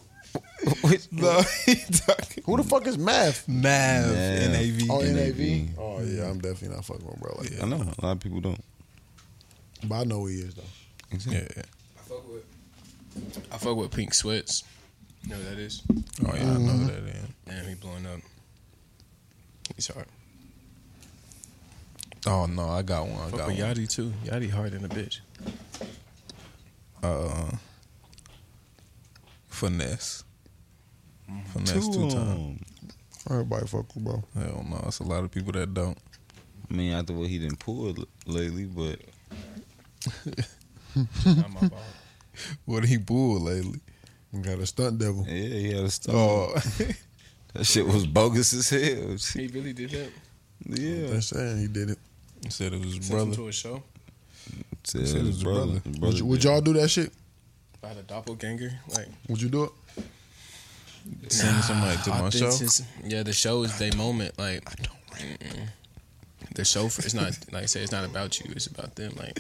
Speaker 1: No, he talking.
Speaker 2: Who the fuck is Math?
Speaker 1: Nav.
Speaker 4: Nav.
Speaker 1: N A V.
Speaker 2: Oh, NAV.
Speaker 4: NAV.
Speaker 2: Oh yeah, I'm definitely not fucking with bro like
Speaker 4: I
Speaker 2: that.
Speaker 4: know. A lot of people don't.
Speaker 2: But I know who he is though.
Speaker 1: Yeah.
Speaker 3: I fuck with. I fuck with Pink Sweats. You know what that is? Mm-hmm.
Speaker 1: Oh yeah, I know who that. Is.
Speaker 3: Damn, he blowing up. He's hard.
Speaker 1: Oh no, I got one. I
Speaker 3: Fuck
Speaker 1: got
Speaker 3: with
Speaker 1: one.
Speaker 3: Yachty too. Yachty hard in a bitch.
Speaker 1: uh, finesse.
Speaker 3: Mm-hmm.
Speaker 1: Finesse two, times.
Speaker 4: Um,
Speaker 2: Everybody fuck with bro.
Speaker 1: Hell no, it's a lot of people that don't.
Speaker 4: I mean, after what he didn't pull l- lately, but
Speaker 3: Not my fault.
Speaker 1: What he bull lately?
Speaker 2: You got a stunt devil.
Speaker 4: yeah, he had a stomach.
Speaker 1: Oh,
Speaker 4: That shit was bogus as hell.
Speaker 3: He really did that.
Speaker 4: Yeah.
Speaker 2: They're saying he did it.
Speaker 1: he said it was his
Speaker 3: Sent him
Speaker 1: brother.
Speaker 3: to a show
Speaker 4: Said
Speaker 1: Said his brother.
Speaker 2: Would, you, would y'all do that shit?
Speaker 3: by the doppelganger. Like
Speaker 2: Would you do it?
Speaker 1: Sending somebody to my show.
Speaker 3: authentic- Yeah, the show is their moment. Like I don't. The show for, it's not like I say it's not about you. It's about them. Like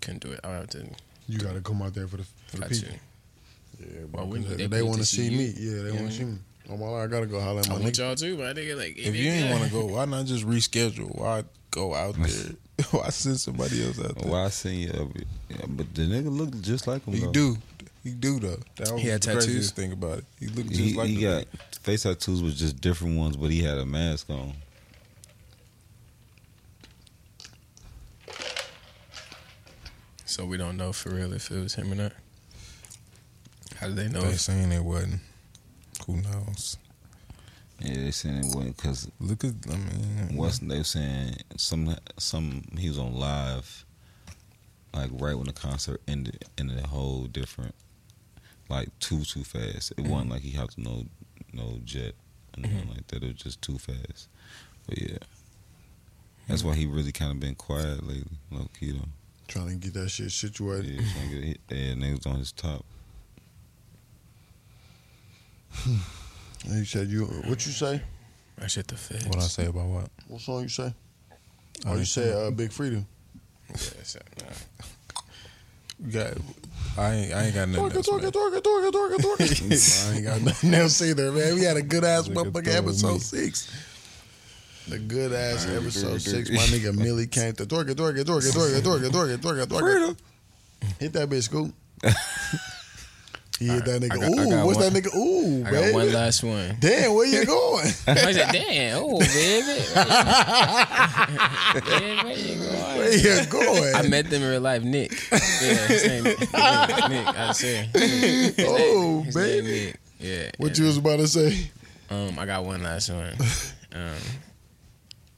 Speaker 3: couldn't do it. I have to.
Speaker 2: You got to come out there for the for the
Speaker 3: Got to.
Speaker 2: people. Yeah,
Speaker 3: Why wouldn't
Speaker 2: 'cause
Speaker 3: they
Speaker 2: they,
Speaker 3: pay
Speaker 2: want
Speaker 3: to
Speaker 2: to
Speaker 3: see
Speaker 2: see
Speaker 3: you?
Speaker 2: me. Yeah, they
Speaker 3: Yeah.
Speaker 2: want to see me. Oh my god, I gotta go holler at
Speaker 3: I
Speaker 2: my
Speaker 3: want
Speaker 2: nigga.
Speaker 3: y'all too, but I think like
Speaker 1: If you ain't want to go, why not just reschedule? Why go out there? why send somebody else out there?
Speaker 4: Why Oh, I seen you? up- Yeah, but the nigga looked just like him.
Speaker 1: He
Speaker 4: though.
Speaker 1: do. He do though. That was
Speaker 3: He had
Speaker 1: the craziest
Speaker 3: tattoos?
Speaker 1: thing about it. He looked just
Speaker 4: He,
Speaker 1: like
Speaker 4: he
Speaker 1: the
Speaker 4: got face tattoos was just different ones, but he had a mask on.
Speaker 3: so we don't know for real if it was him or not. How do they know?
Speaker 1: They saying it wasn't. Who knows?
Speaker 4: Yeah, they saying it wasn't because
Speaker 1: Look at. I mean,
Speaker 4: Weston. They were saying some some he was on live, like right when the concert ended, and a whole different, like too too fast. It wasn't like he hopped no no jet or nothing like that. It was just too fast. But yeah, that's why he really kind of been quiet lately, low key though.
Speaker 2: Trying to get that shit situated.
Speaker 4: Yeah, trying to get hit. Yeah, niggas on his top.
Speaker 2: And you said you what you say?
Speaker 3: I shit the feds.
Speaker 1: what I say about what?
Speaker 2: What song you say?
Speaker 1: I
Speaker 2: Oh, you
Speaker 1: didn't
Speaker 2: said uh, Big Freedom.
Speaker 3: Yeah, so, nah.
Speaker 1: You got. I ain't. I ain't got nothing.
Speaker 2: Talking,
Speaker 1: else, man.
Speaker 2: talking, talking, talking, talking, talking. I ain't got nothing else either, man. We had a good ass
Speaker 1: Nigga
Speaker 2: motherfucking
Speaker 1: throwing me.
Speaker 2: episode six. The good ass episode six. My nigga Millie came to Torka, Torka, Torka, Torka, Torka, Torka, Torka, Torka. Hit that bitch, Scoop. He hit that nigga.
Speaker 3: I got- I got
Speaker 2: Ooh, what's
Speaker 3: one-
Speaker 2: that nigga? Ooh,
Speaker 3: I got one
Speaker 2: baby.
Speaker 3: last one.
Speaker 2: Damn, where you going?
Speaker 3: I said, damn, oh baby. Yeah, where you going?
Speaker 2: Where you going?
Speaker 3: I met them in real life, Nick. Yeah, his name Nick. Nick, I say. His name-
Speaker 2: Oh,
Speaker 3: his name
Speaker 2: baby.
Speaker 3: Nick. Yeah.
Speaker 2: What
Speaker 3: and,
Speaker 2: you was about to say?
Speaker 3: Um, I got one last one. Um,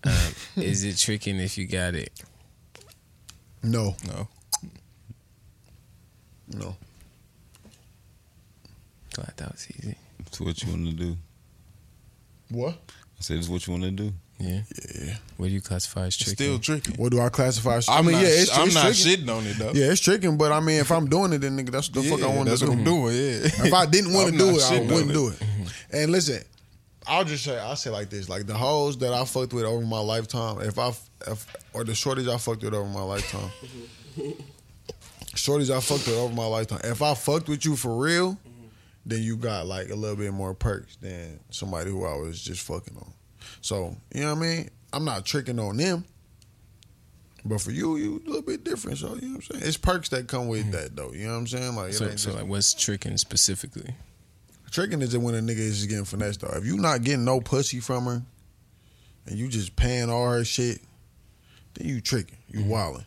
Speaker 3: um, is it tricking if you got it?
Speaker 2: No,
Speaker 1: No.
Speaker 2: no.
Speaker 3: Glad that was easy.
Speaker 4: So what you want to do?
Speaker 2: What?
Speaker 4: I said, "This is what you want to do."
Speaker 3: Yeah.
Speaker 2: Yeah.
Speaker 3: What do you classify
Speaker 1: It's
Speaker 3: as tricky?
Speaker 1: still tricky.
Speaker 2: What do I classify? as-
Speaker 1: I'm
Speaker 2: I mean,
Speaker 1: not,
Speaker 2: yeah, it's,
Speaker 1: I'm
Speaker 2: it's
Speaker 1: not
Speaker 2: tricking.
Speaker 1: shitting on it though.
Speaker 2: Yeah, it's tricking, but I mean, if I'm doing it, then nigga, that's what the fuck I want to
Speaker 1: that's
Speaker 2: do.
Speaker 1: what I'm doing. Yeah.
Speaker 2: If I didn't want
Speaker 1: I'm
Speaker 2: to
Speaker 1: not
Speaker 2: do it, I
Speaker 1: shitting on
Speaker 2: wouldn't do it. And listen, I'll just say I say like this: like the hoes that I fucked with over my lifetime, if I if, or the shorties I fucked with over my lifetime, shorties I fucked with over my lifetime. If I fucked with you for real, then you got like a little bit more perks than somebody who I was just fucking on. So you know what I mean? I'm not tricking on them. But for you, you a little bit different. So you know what I'm saying? It's perks that come with that though. You know what I'm saying? Like it
Speaker 3: So,
Speaker 2: ain't
Speaker 3: so
Speaker 2: just-
Speaker 3: like, what's tricking specifically?
Speaker 2: Tricking is when a nigga is just getting finessed though. If you not getting no pussy from her and you just paying all her shit, then you tricking. You
Speaker 3: Mm-hmm.
Speaker 2: wilding.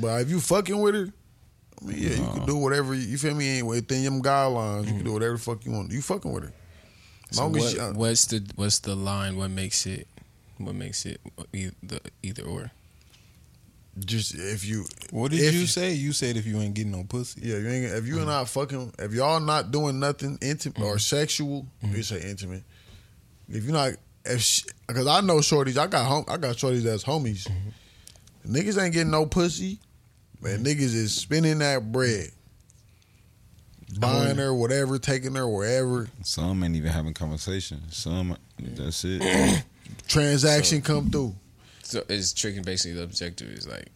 Speaker 2: But if you fucking with her, I mean yeah, you can do whatever you you feel me within them guidelines. You can do whatever the fuck you want. You fucking with her.
Speaker 3: Mm. So
Speaker 2: Long as
Speaker 3: what,
Speaker 2: she- uh,
Speaker 3: what's the what's the line? What makes it? What makes it e- the either or?
Speaker 2: just if you
Speaker 1: What did
Speaker 2: if
Speaker 1: you say? You said if you ain't getting no pussy.
Speaker 2: Yeah, you ain't, if
Speaker 1: Mm-hmm.
Speaker 2: you not fucking, if y'all not doing nothing intimate or sexual,
Speaker 1: Mm-hmm.
Speaker 2: you say intimate. If you not, if because I know shorties, I got hom- I got shorties that's homies.
Speaker 1: Mm-hmm.
Speaker 2: Niggas ain't getting no pussy, but niggas is spending that bread, buying her whatever, taking her wherever.
Speaker 4: Some ain't even having conversation. Some, that's it.
Speaker 2: Transaction come through.
Speaker 3: So it's tricking. Basically, the objective is like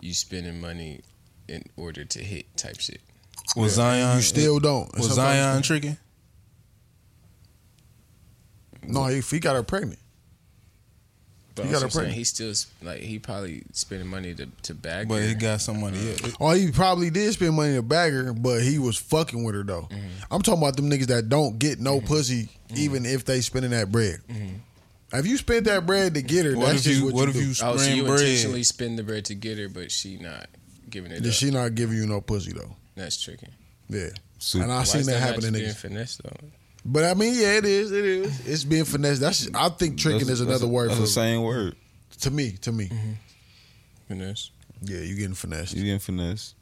Speaker 3: you spending money in order to hit type shit.
Speaker 1: Was Zion
Speaker 2: You still don't.
Speaker 1: was
Speaker 2: Sometimes-
Speaker 1: Zion tricking?
Speaker 2: No, he, he got her pregnant.
Speaker 3: But
Speaker 2: You
Speaker 3: also
Speaker 2: gotta pray.
Speaker 3: saying he still s- like he probably spending money to to bag.
Speaker 1: But
Speaker 3: her.
Speaker 1: it got somebody else.
Speaker 2: Or Oh, he probably did spend money to bag her, but he was fucking with her though. I'm talking about them niggas that don't get no pussy, even if they spending that bread. If you spent that bread to get her,
Speaker 1: What
Speaker 2: that's
Speaker 1: if
Speaker 2: just
Speaker 1: you
Speaker 2: what,
Speaker 1: what
Speaker 2: you
Speaker 1: if
Speaker 2: do.
Speaker 1: you
Speaker 3: oh, so
Speaker 1: spring
Speaker 3: you intentionally
Speaker 1: bread?
Speaker 3: spend the bread to get her, but she not giving it
Speaker 2: Then
Speaker 3: up.
Speaker 2: she not giving you no pussy though.
Speaker 3: That's tricking.
Speaker 2: Yeah,
Speaker 4: Super.
Speaker 2: and
Speaker 4: Why
Speaker 2: I
Speaker 3: Why
Speaker 2: seen
Speaker 3: is
Speaker 2: that,
Speaker 3: not
Speaker 2: happen to
Speaker 3: just being
Speaker 2: niggas.
Speaker 3: finesse though.
Speaker 2: But I mean, yeah, it is. It is. It's being finessed. That's I think tricking
Speaker 4: That's-
Speaker 2: is another
Speaker 4: that's-
Speaker 2: word
Speaker 4: That's
Speaker 2: for
Speaker 4: the same word.
Speaker 2: to me. To me,
Speaker 3: Finesse.
Speaker 2: yeah, you getting finessed.
Speaker 4: You
Speaker 2: You,
Speaker 4: getting finesse.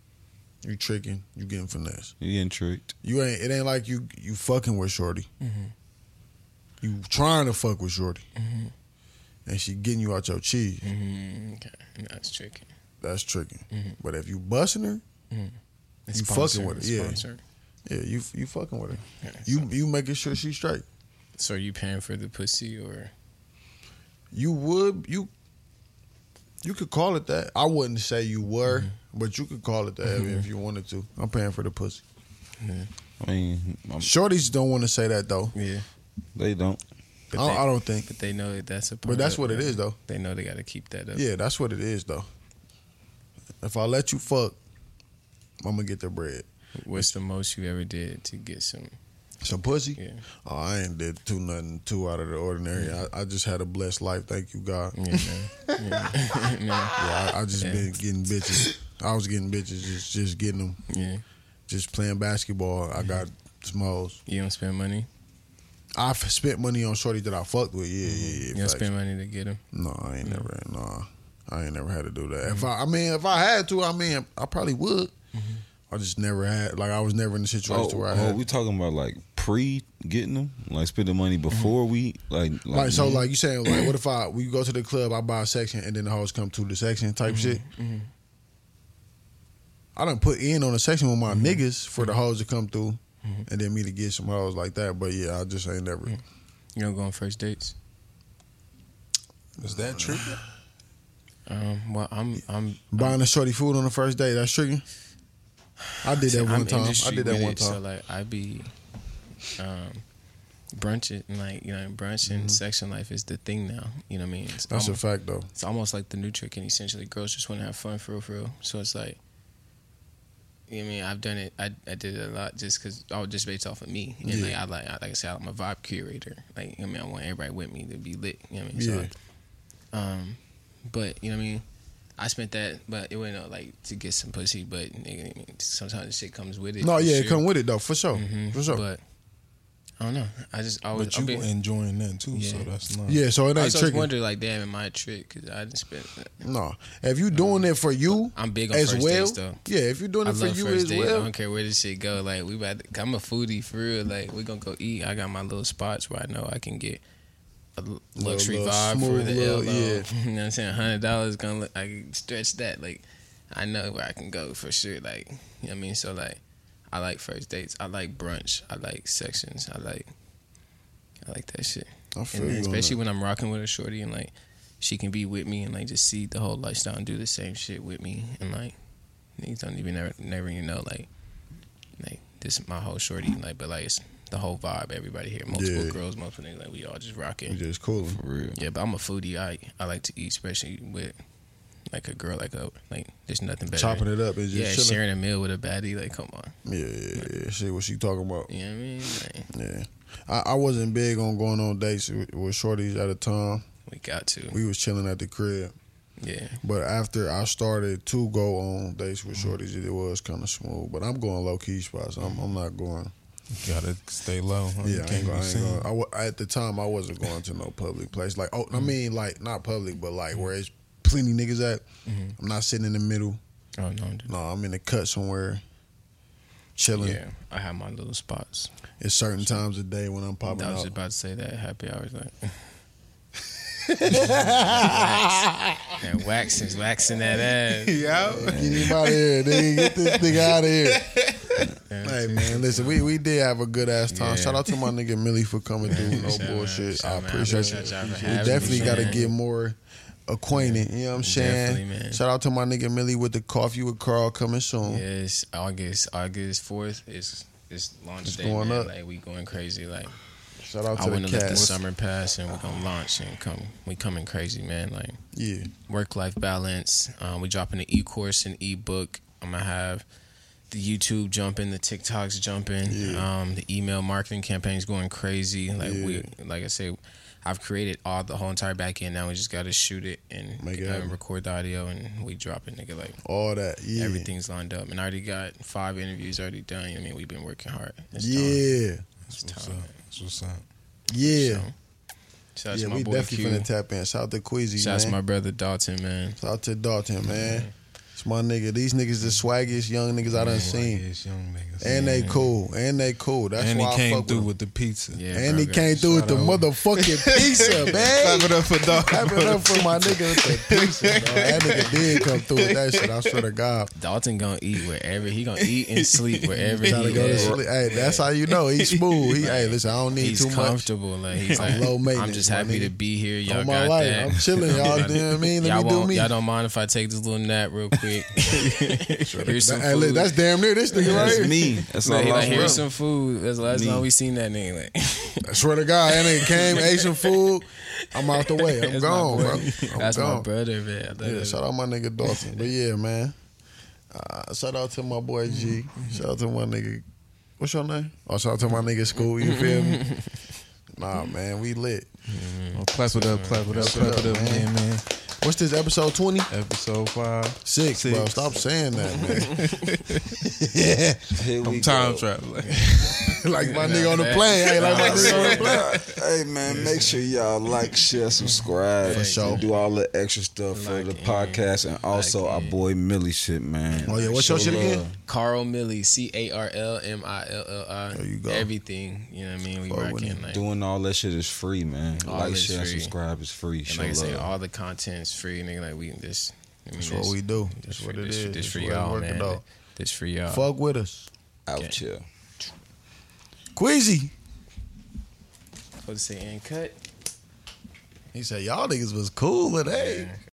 Speaker 2: tricking. You getting finessed.
Speaker 4: You getting tricked.
Speaker 2: You ain't. It ain't like you you fucking with shorty. You trying to fuck with shorty, and she getting you out your cheese.
Speaker 3: Mm, okay, that's tricking.
Speaker 2: That's tricking. But if you busting her,
Speaker 3: It's
Speaker 2: You
Speaker 3: sponsored,
Speaker 2: fucking with it,
Speaker 3: it's
Speaker 2: yeah.
Speaker 3: sponsored.
Speaker 2: yeah, you you fucking with her.
Speaker 3: Okay,
Speaker 2: You
Speaker 3: so-
Speaker 2: you making sure she's straight.
Speaker 3: So are you paying for the pussy or
Speaker 2: You would you you could call it that. I wouldn't say you were, but you could call it that if you wanted to. I'm paying for the pussy.
Speaker 4: I mean, I'm,
Speaker 2: Shorties don't want to say that though.
Speaker 3: yeah?
Speaker 4: they don't.
Speaker 2: I,
Speaker 3: they-
Speaker 2: I don't think.
Speaker 3: But they know that that's a. Part
Speaker 2: But that's
Speaker 3: of
Speaker 2: what it is though.
Speaker 3: They know they got to keep that up.
Speaker 2: Yeah, that's what it is though. If I let you fuck, I'm gonna get the bread.
Speaker 3: What's the most you ever did to get some?
Speaker 2: Some pussy.
Speaker 3: Yeah.
Speaker 2: Oh, I ain't did too nothing too out of the ordinary. I, I just had a blessed life. Thank you, God.
Speaker 3: Yeah, man. yeah. man.
Speaker 2: Yeah, I, I just
Speaker 3: Yeah.
Speaker 2: been getting bitches. I was getting bitches, just just getting them,
Speaker 3: yeah.
Speaker 2: just playing basketball. I got smalls.
Speaker 3: You don't spend money.
Speaker 2: I've spent money on shorty that I fucked with. Yeah, yeah, yeah.
Speaker 3: You don't
Speaker 2: facts.
Speaker 3: spend money to get them.
Speaker 2: No, I ain't never. Nah, I ain't never had to do that. If I, I mean, if I had to, I mean, I probably would. I just never had. Like, I was never in a situation
Speaker 4: Oh,
Speaker 2: where I
Speaker 4: oh,
Speaker 2: had.
Speaker 4: we talking about like pre getting them, like spending money before we like like,
Speaker 2: like
Speaker 3: Mm-hmm.
Speaker 2: so, like you saying, like what if I we go to the club, I buy a section, and then the hoes come to the section
Speaker 3: Mm-hmm.
Speaker 2: type shit. I done put in on a section with my
Speaker 3: Mm-hmm.
Speaker 2: niggas for the hoes to come through, and then me to get some hoes like that. But yeah, I just ain't never.
Speaker 3: Mm-hmm. You don't go on first dates.
Speaker 1: Is that tricking?
Speaker 3: Um, well, I'm I'm
Speaker 2: Buying a shorty food on the first day, that's tricking. I did that
Speaker 3: I'm
Speaker 2: one time. I
Speaker 3: industry
Speaker 2: did that
Speaker 3: with
Speaker 2: one
Speaker 3: it, So
Speaker 2: time.
Speaker 3: like I be um brunching like you know brunching and section life is the thing now. You know what I mean? It's
Speaker 2: Mm-hmm. That's a
Speaker 3: almost,
Speaker 2: fact though.
Speaker 3: it's almost like the new trick and essentially girls just want to have fun for real for real. So it's like you know what I mean, I've done it. I, I did it a lot just because I was just based off of me, and
Speaker 2: Yeah.
Speaker 3: like I like I, like I said, I'm a vibe curator. Like you know what I mean, I want everybody with me to be lit. You know what I mean?
Speaker 2: Yeah.
Speaker 3: So, um, but you know what I mean. I spent that, but it wasn't uh, like to get some pussy. But nigga, I mean, sometimes the shit comes with it.
Speaker 2: No,
Speaker 3: for
Speaker 2: yeah, it
Speaker 3: sure.
Speaker 2: come with it though, for sure,
Speaker 3: Mhm,
Speaker 2: for sure.
Speaker 3: But I don't know. I just always.
Speaker 1: But you
Speaker 3: I've been-
Speaker 1: enjoying that too, so
Speaker 3: Yeah.
Speaker 1: that's not.
Speaker 2: yeah, so it
Speaker 3: I
Speaker 2: ain't
Speaker 3: just always
Speaker 2: tricking.
Speaker 3: wonder like, damn, am I a trick? Because I just spent.
Speaker 2: No, if you doing
Speaker 3: Uh-huh.
Speaker 2: it for you
Speaker 3: I'm big on
Speaker 2: as
Speaker 3: first
Speaker 2: well,
Speaker 3: dates though.
Speaker 2: yeah, if you doing
Speaker 3: I
Speaker 2: it for
Speaker 3: love
Speaker 2: you
Speaker 3: first
Speaker 2: as
Speaker 3: dates. I
Speaker 2: well,
Speaker 3: don't care where this shit go. Like we about, to, I'm a foodie for real. Like we gonna go eat. I got my little spots where I know I can get a l- luxury
Speaker 2: little
Speaker 3: vibe for
Speaker 2: smooth
Speaker 3: the
Speaker 2: little-
Speaker 3: LO.
Speaker 2: yeah.
Speaker 3: You know what I'm saying? Hundred dollars gonna look, I can stretch that. Like I know where I can go for sure. Like you know what I mean? So like I like first dates. I like brunch. I like sections. I like I like that shit.
Speaker 2: I
Speaker 3: And
Speaker 2: feel
Speaker 3: then
Speaker 2: you. on
Speaker 3: especially when I'm rocking with a shorty and like she can be with me and like just see the whole lifestyle and do the same shit with me and like niggas don't even never never even know like like this is my whole shorty like but like it's the whole vibe everybody here multiple
Speaker 2: Yeah.
Speaker 3: girls multiple niggas like we all just
Speaker 2: that. You
Speaker 3: rocking
Speaker 2: just cool.
Speaker 4: For real.
Speaker 3: yeah but I'm a foodie I I like to eat especially with like a girl like a like there's nothing better
Speaker 2: Chopping it up and just
Speaker 3: yeah
Speaker 2: chilling.
Speaker 3: sharing a meal with a baddie like come on
Speaker 2: Yeah, yeah, yeah. Shit, what she talking about?
Speaker 3: you know what I mean like,
Speaker 2: Yeah. I, I wasn't big on going on dates with, with shorties at a time.
Speaker 3: we got to
Speaker 2: We was chilling at the crib.
Speaker 3: yeah
Speaker 2: But after I started to go on dates with
Speaker 3: Mm-hmm.
Speaker 2: shorties, it was kind of smooth. But I'm going low key spots. I'm, I'm not going.
Speaker 1: You gotta stay low.
Speaker 3: Oh,
Speaker 1: huh? You
Speaker 2: Yeah, I
Speaker 1: can't be
Speaker 2: ain't going. I ain't
Speaker 1: seen.
Speaker 2: going. I wa- at the time, I wasn't going to no public place. Like, oh,
Speaker 3: Mm.
Speaker 2: I mean, like not public, but like where it's plenty niggas at. I'm not sitting in the middle.
Speaker 3: Mm-hmm. oh no dude.
Speaker 2: No, I'm in the cut somewhere, chilling.
Speaker 3: yeah I have my little spots
Speaker 2: It's certain times of day when I'm popping
Speaker 3: I
Speaker 2: out.
Speaker 3: was just about to say that happy hours like. and waxing, waxing that ass.
Speaker 2: Oh, Get him out of here, nigga. Get this nigga out of here. Hey man, listen, we, we did have a good ass time.
Speaker 3: Yeah.
Speaker 2: Shout out to my nigga Millie for coming through. No
Speaker 3: Shout out,
Speaker 2: bullshit.
Speaker 3: shout
Speaker 2: I
Speaker 3: out, man.
Speaker 2: appreciate you.
Speaker 3: Appreciate y'all for
Speaker 2: We
Speaker 3: having
Speaker 2: definitely
Speaker 3: me,
Speaker 2: got to
Speaker 3: man.
Speaker 2: get more acquainted. You know what I'm saying?
Speaker 3: Definitely, man.
Speaker 2: Shout out to my nigga Millie with the coffee with Carl coming soon.
Speaker 3: Yes, August, August fourth is is launch
Speaker 2: It's
Speaker 3: day.
Speaker 2: going
Speaker 3: man.
Speaker 2: up.
Speaker 3: Like we going crazy. Like
Speaker 2: Shout out
Speaker 3: I
Speaker 2: to the
Speaker 3: wouldn't let the
Speaker 2: cats.
Speaker 3: summer pass, and we're gonna launch and come. We coming crazy, man. Like
Speaker 2: Yeah,
Speaker 3: work life balance. Um, we dropping an e course and e book. I'm gonna have the YouTube jumping, the TikToks jumping,
Speaker 2: Yeah.
Speaker 3: um, the email marketing campaign's going crazy. Like we,
Speaker 2: Yeah.
Speaker 3: like I say, I've created all the whole entire back end. Now we just gotta shoot it and
Speaker 2: Make it
Speaker 3: uh,
Speaker 2: happen.
Speaker 3: record the audio, and we drop it, nigga. Like
Speaker 2: all that. Yeah,
Speaker 3: everything's lined up, and I already got five interviews already done. You know what I mean, we've been working hard. It's time.
Speaker 2: Yeah,
Speaker 3: it's
Speaker 1: That's what's
Speaker 3: time.
Speaker 1: up. That's what's up.
Speaker 2: yeah,
Speaker 3: So, shout out
Speaker 2: yeah.
Speaker 3: to my
Speaker 2: We
Speaker 3: boy
Speaker 2: definitely
Speaker 3: Q.
Speaker 2: finna tap in. Shout out to Queasy,
Speaker 3: Shout out to
Speaker 2: man.
Speaker 3: my brother Dalton, man.
Speaker 2: Shout out to Dalton, man. It's my nigga. These niggas the swaggiest young niggas I done
Speaker 1: Yeah,
Speaker 2: seen.
Speaker 1: it's young niggas.
Speaker 2: And they
Speaker 3: Yeah.
Speaker 2: cool. And they cool. That's
Speaker 1: and
Speaker 2: why
Speaker 1: he
Speaker 2: I
Speaker 1: came
Speaker 2: fuck
Speaker 1: through
Speaker 2: with
Speaker 1: with the pizza.
Speaker 3: Yeah,
Speaker 2: him. And he
Speaker 3: bro,
Speaker 2: came through with the
Speaker 1: Shout out.
Speaker 2: motherfucking pizza, man.
Speaker 1: Clap it up for dog.
Speaker 2: Clap it up for my nigga with the pizza, dog. That nigga did come through with that shit. I swear to God.
Speaker 3: Dalton gonna eat wherever he gonna eat and sleep wherever he
Speaker 2: Trying to go to
Speaker 3: is.
Speaker 2: sleep. Hey, that's how you know. He's smooth. He, hey, listen, I don't need
Speaker 3: He's
Speaker 2: too much.
Speaker 3: comfortable. Like he's
Speaker 2: I'm
Speaker 3: like,
Speaker 2: low
Speaker 3: I'm
Speaker 2: maintenance,
Speaker 3: just
Speaker 2: my
Speaker 3: happy to
Speaker 2: nigga.
Speaker 3: be here. Y'all
Speaker 2: On my
Speaker 3: got
Speaker 2: life.
Speaker 3: that.
Speaker 2: I'm chilling, y'all. You know what I mean? Let
Speaker 3: y'all
Speaker 2: me do
Speaker 3: won't-
Speaker 2: me.
Speaker 3: Y'all don't mind if I take this little nap real quick. here's some
Speaker 2: Hey, look,
Speaker 3: food.
Speaker 2: that's damn near this nigga right
Speaker 4: That's
Speaker 2: here.
Speaker 4: me. That's all
Speaker 3: like, he
Speaker 4: I
Speaker 3: like, here's
Speaker 4: was.
Speaker 3: some food. That's the last
Speaker 4: Me.
Speaker 3: time we seen that nigga. Like,
Speaker 2: I swear to God, that nigga came, ate some food. I'm out the way. I'm
Speaker 3: that's
Speaker 2: gone,
Speaker 3: my
Speaker 2: bro.
Speaker 3: boy.
Speaker 2: I'm
Speaker 3: that's
Speaker 2: gone.
Speaker 3: my brother, man. I love
Speaker 2: Yeah,
Speaker 3: that
Speaker 2: shout out my nigga Dawson. But yeah, man. Uh, shout out to my boy G.
Speaker 1: Mm-hmm.
Speaker 2: Shout out to my nigga. What's your name? Oh, shout out to my nigga school. You feel me? Nah, man, we lit.
Speaker 1: Oh, clap it up, clap it up,
Speaker 2: Clap it
Speaker 1: clap it
Speaker 2: up,
Speaker 1: up,
Speaker 2: man.
Speaker 1: man, man.
Speaker 2: What's this episode twenty
Speaker 1: Episode five.
Speaker 2: six,
Speaker 1: Six.
Speaker 2: bro? Stop saying that, man.
Speaker 4: Here we
Speaker 1: I'm time
Speaker 4: go.
Speaker 1: traveling.
Speaker 2: like my nigga on the plane. Hey, like my nigga on the plane.
Speaker 4: hey man, make sure y'all like, share, subscribe.
Speaker 2: For sure.
Speaker 4: Do all the extra stuff
Speaker 3: Like
Speaker 4: for the
Speaker 3: it.
Speaker 4: podcast and also our boy Millie shit, man.
Speaker 2: Oh yeah, what's your
Speaker 4: Show
Speaker 2: shit
Speaker 4: love.
Speaker 2: again?
Speaker 3: Carl Millie, C A R L M I L L I.
Speaker 2: There you go.
Speaker 3: Everything. You know what I mean? We
Speaker 2: Fuck with
Speaker 3: rocking. Like,
Speaker 4: Doing all that shit is free, man.
Speaker 3: All
Speaker 4: like,
Speaker 3: is
Speaker 4: share,
Speaker 3: free.
Speaker 4: subscribe is free.
Speaker 3: and
Speaker 4: Show
Speaker 3: like I say,
Speaker 4: love.
Speaker 3: all the content's free, nigga. Like we this. I mean,
Speaker 2: That's what
Speaker 3: this-
Speaker 2: we do.
Speaker 3: This
Speaker 2: That's
Speaker 3: for
Speaker 2: what it
Speaker 3: this,
Speaker 2: is.
Speaker 3: This
Speaker 2: That's
Speaker 3: for
Speaker 2: what it
Speaker 3: y'all,
Speaker 2: working
Speaker 3: man.
Speaker 2: out.
Speaker 3: This for y'all.
Speaker 2: Fuck with us,
Speaker 4: Out
Speaker 3: Okay.
Speaker 4: here.
Speaker 2: Queasy.
Speaker 3: Supposed to say and cut.
Speaker 2: He said y'all niggas was cool today.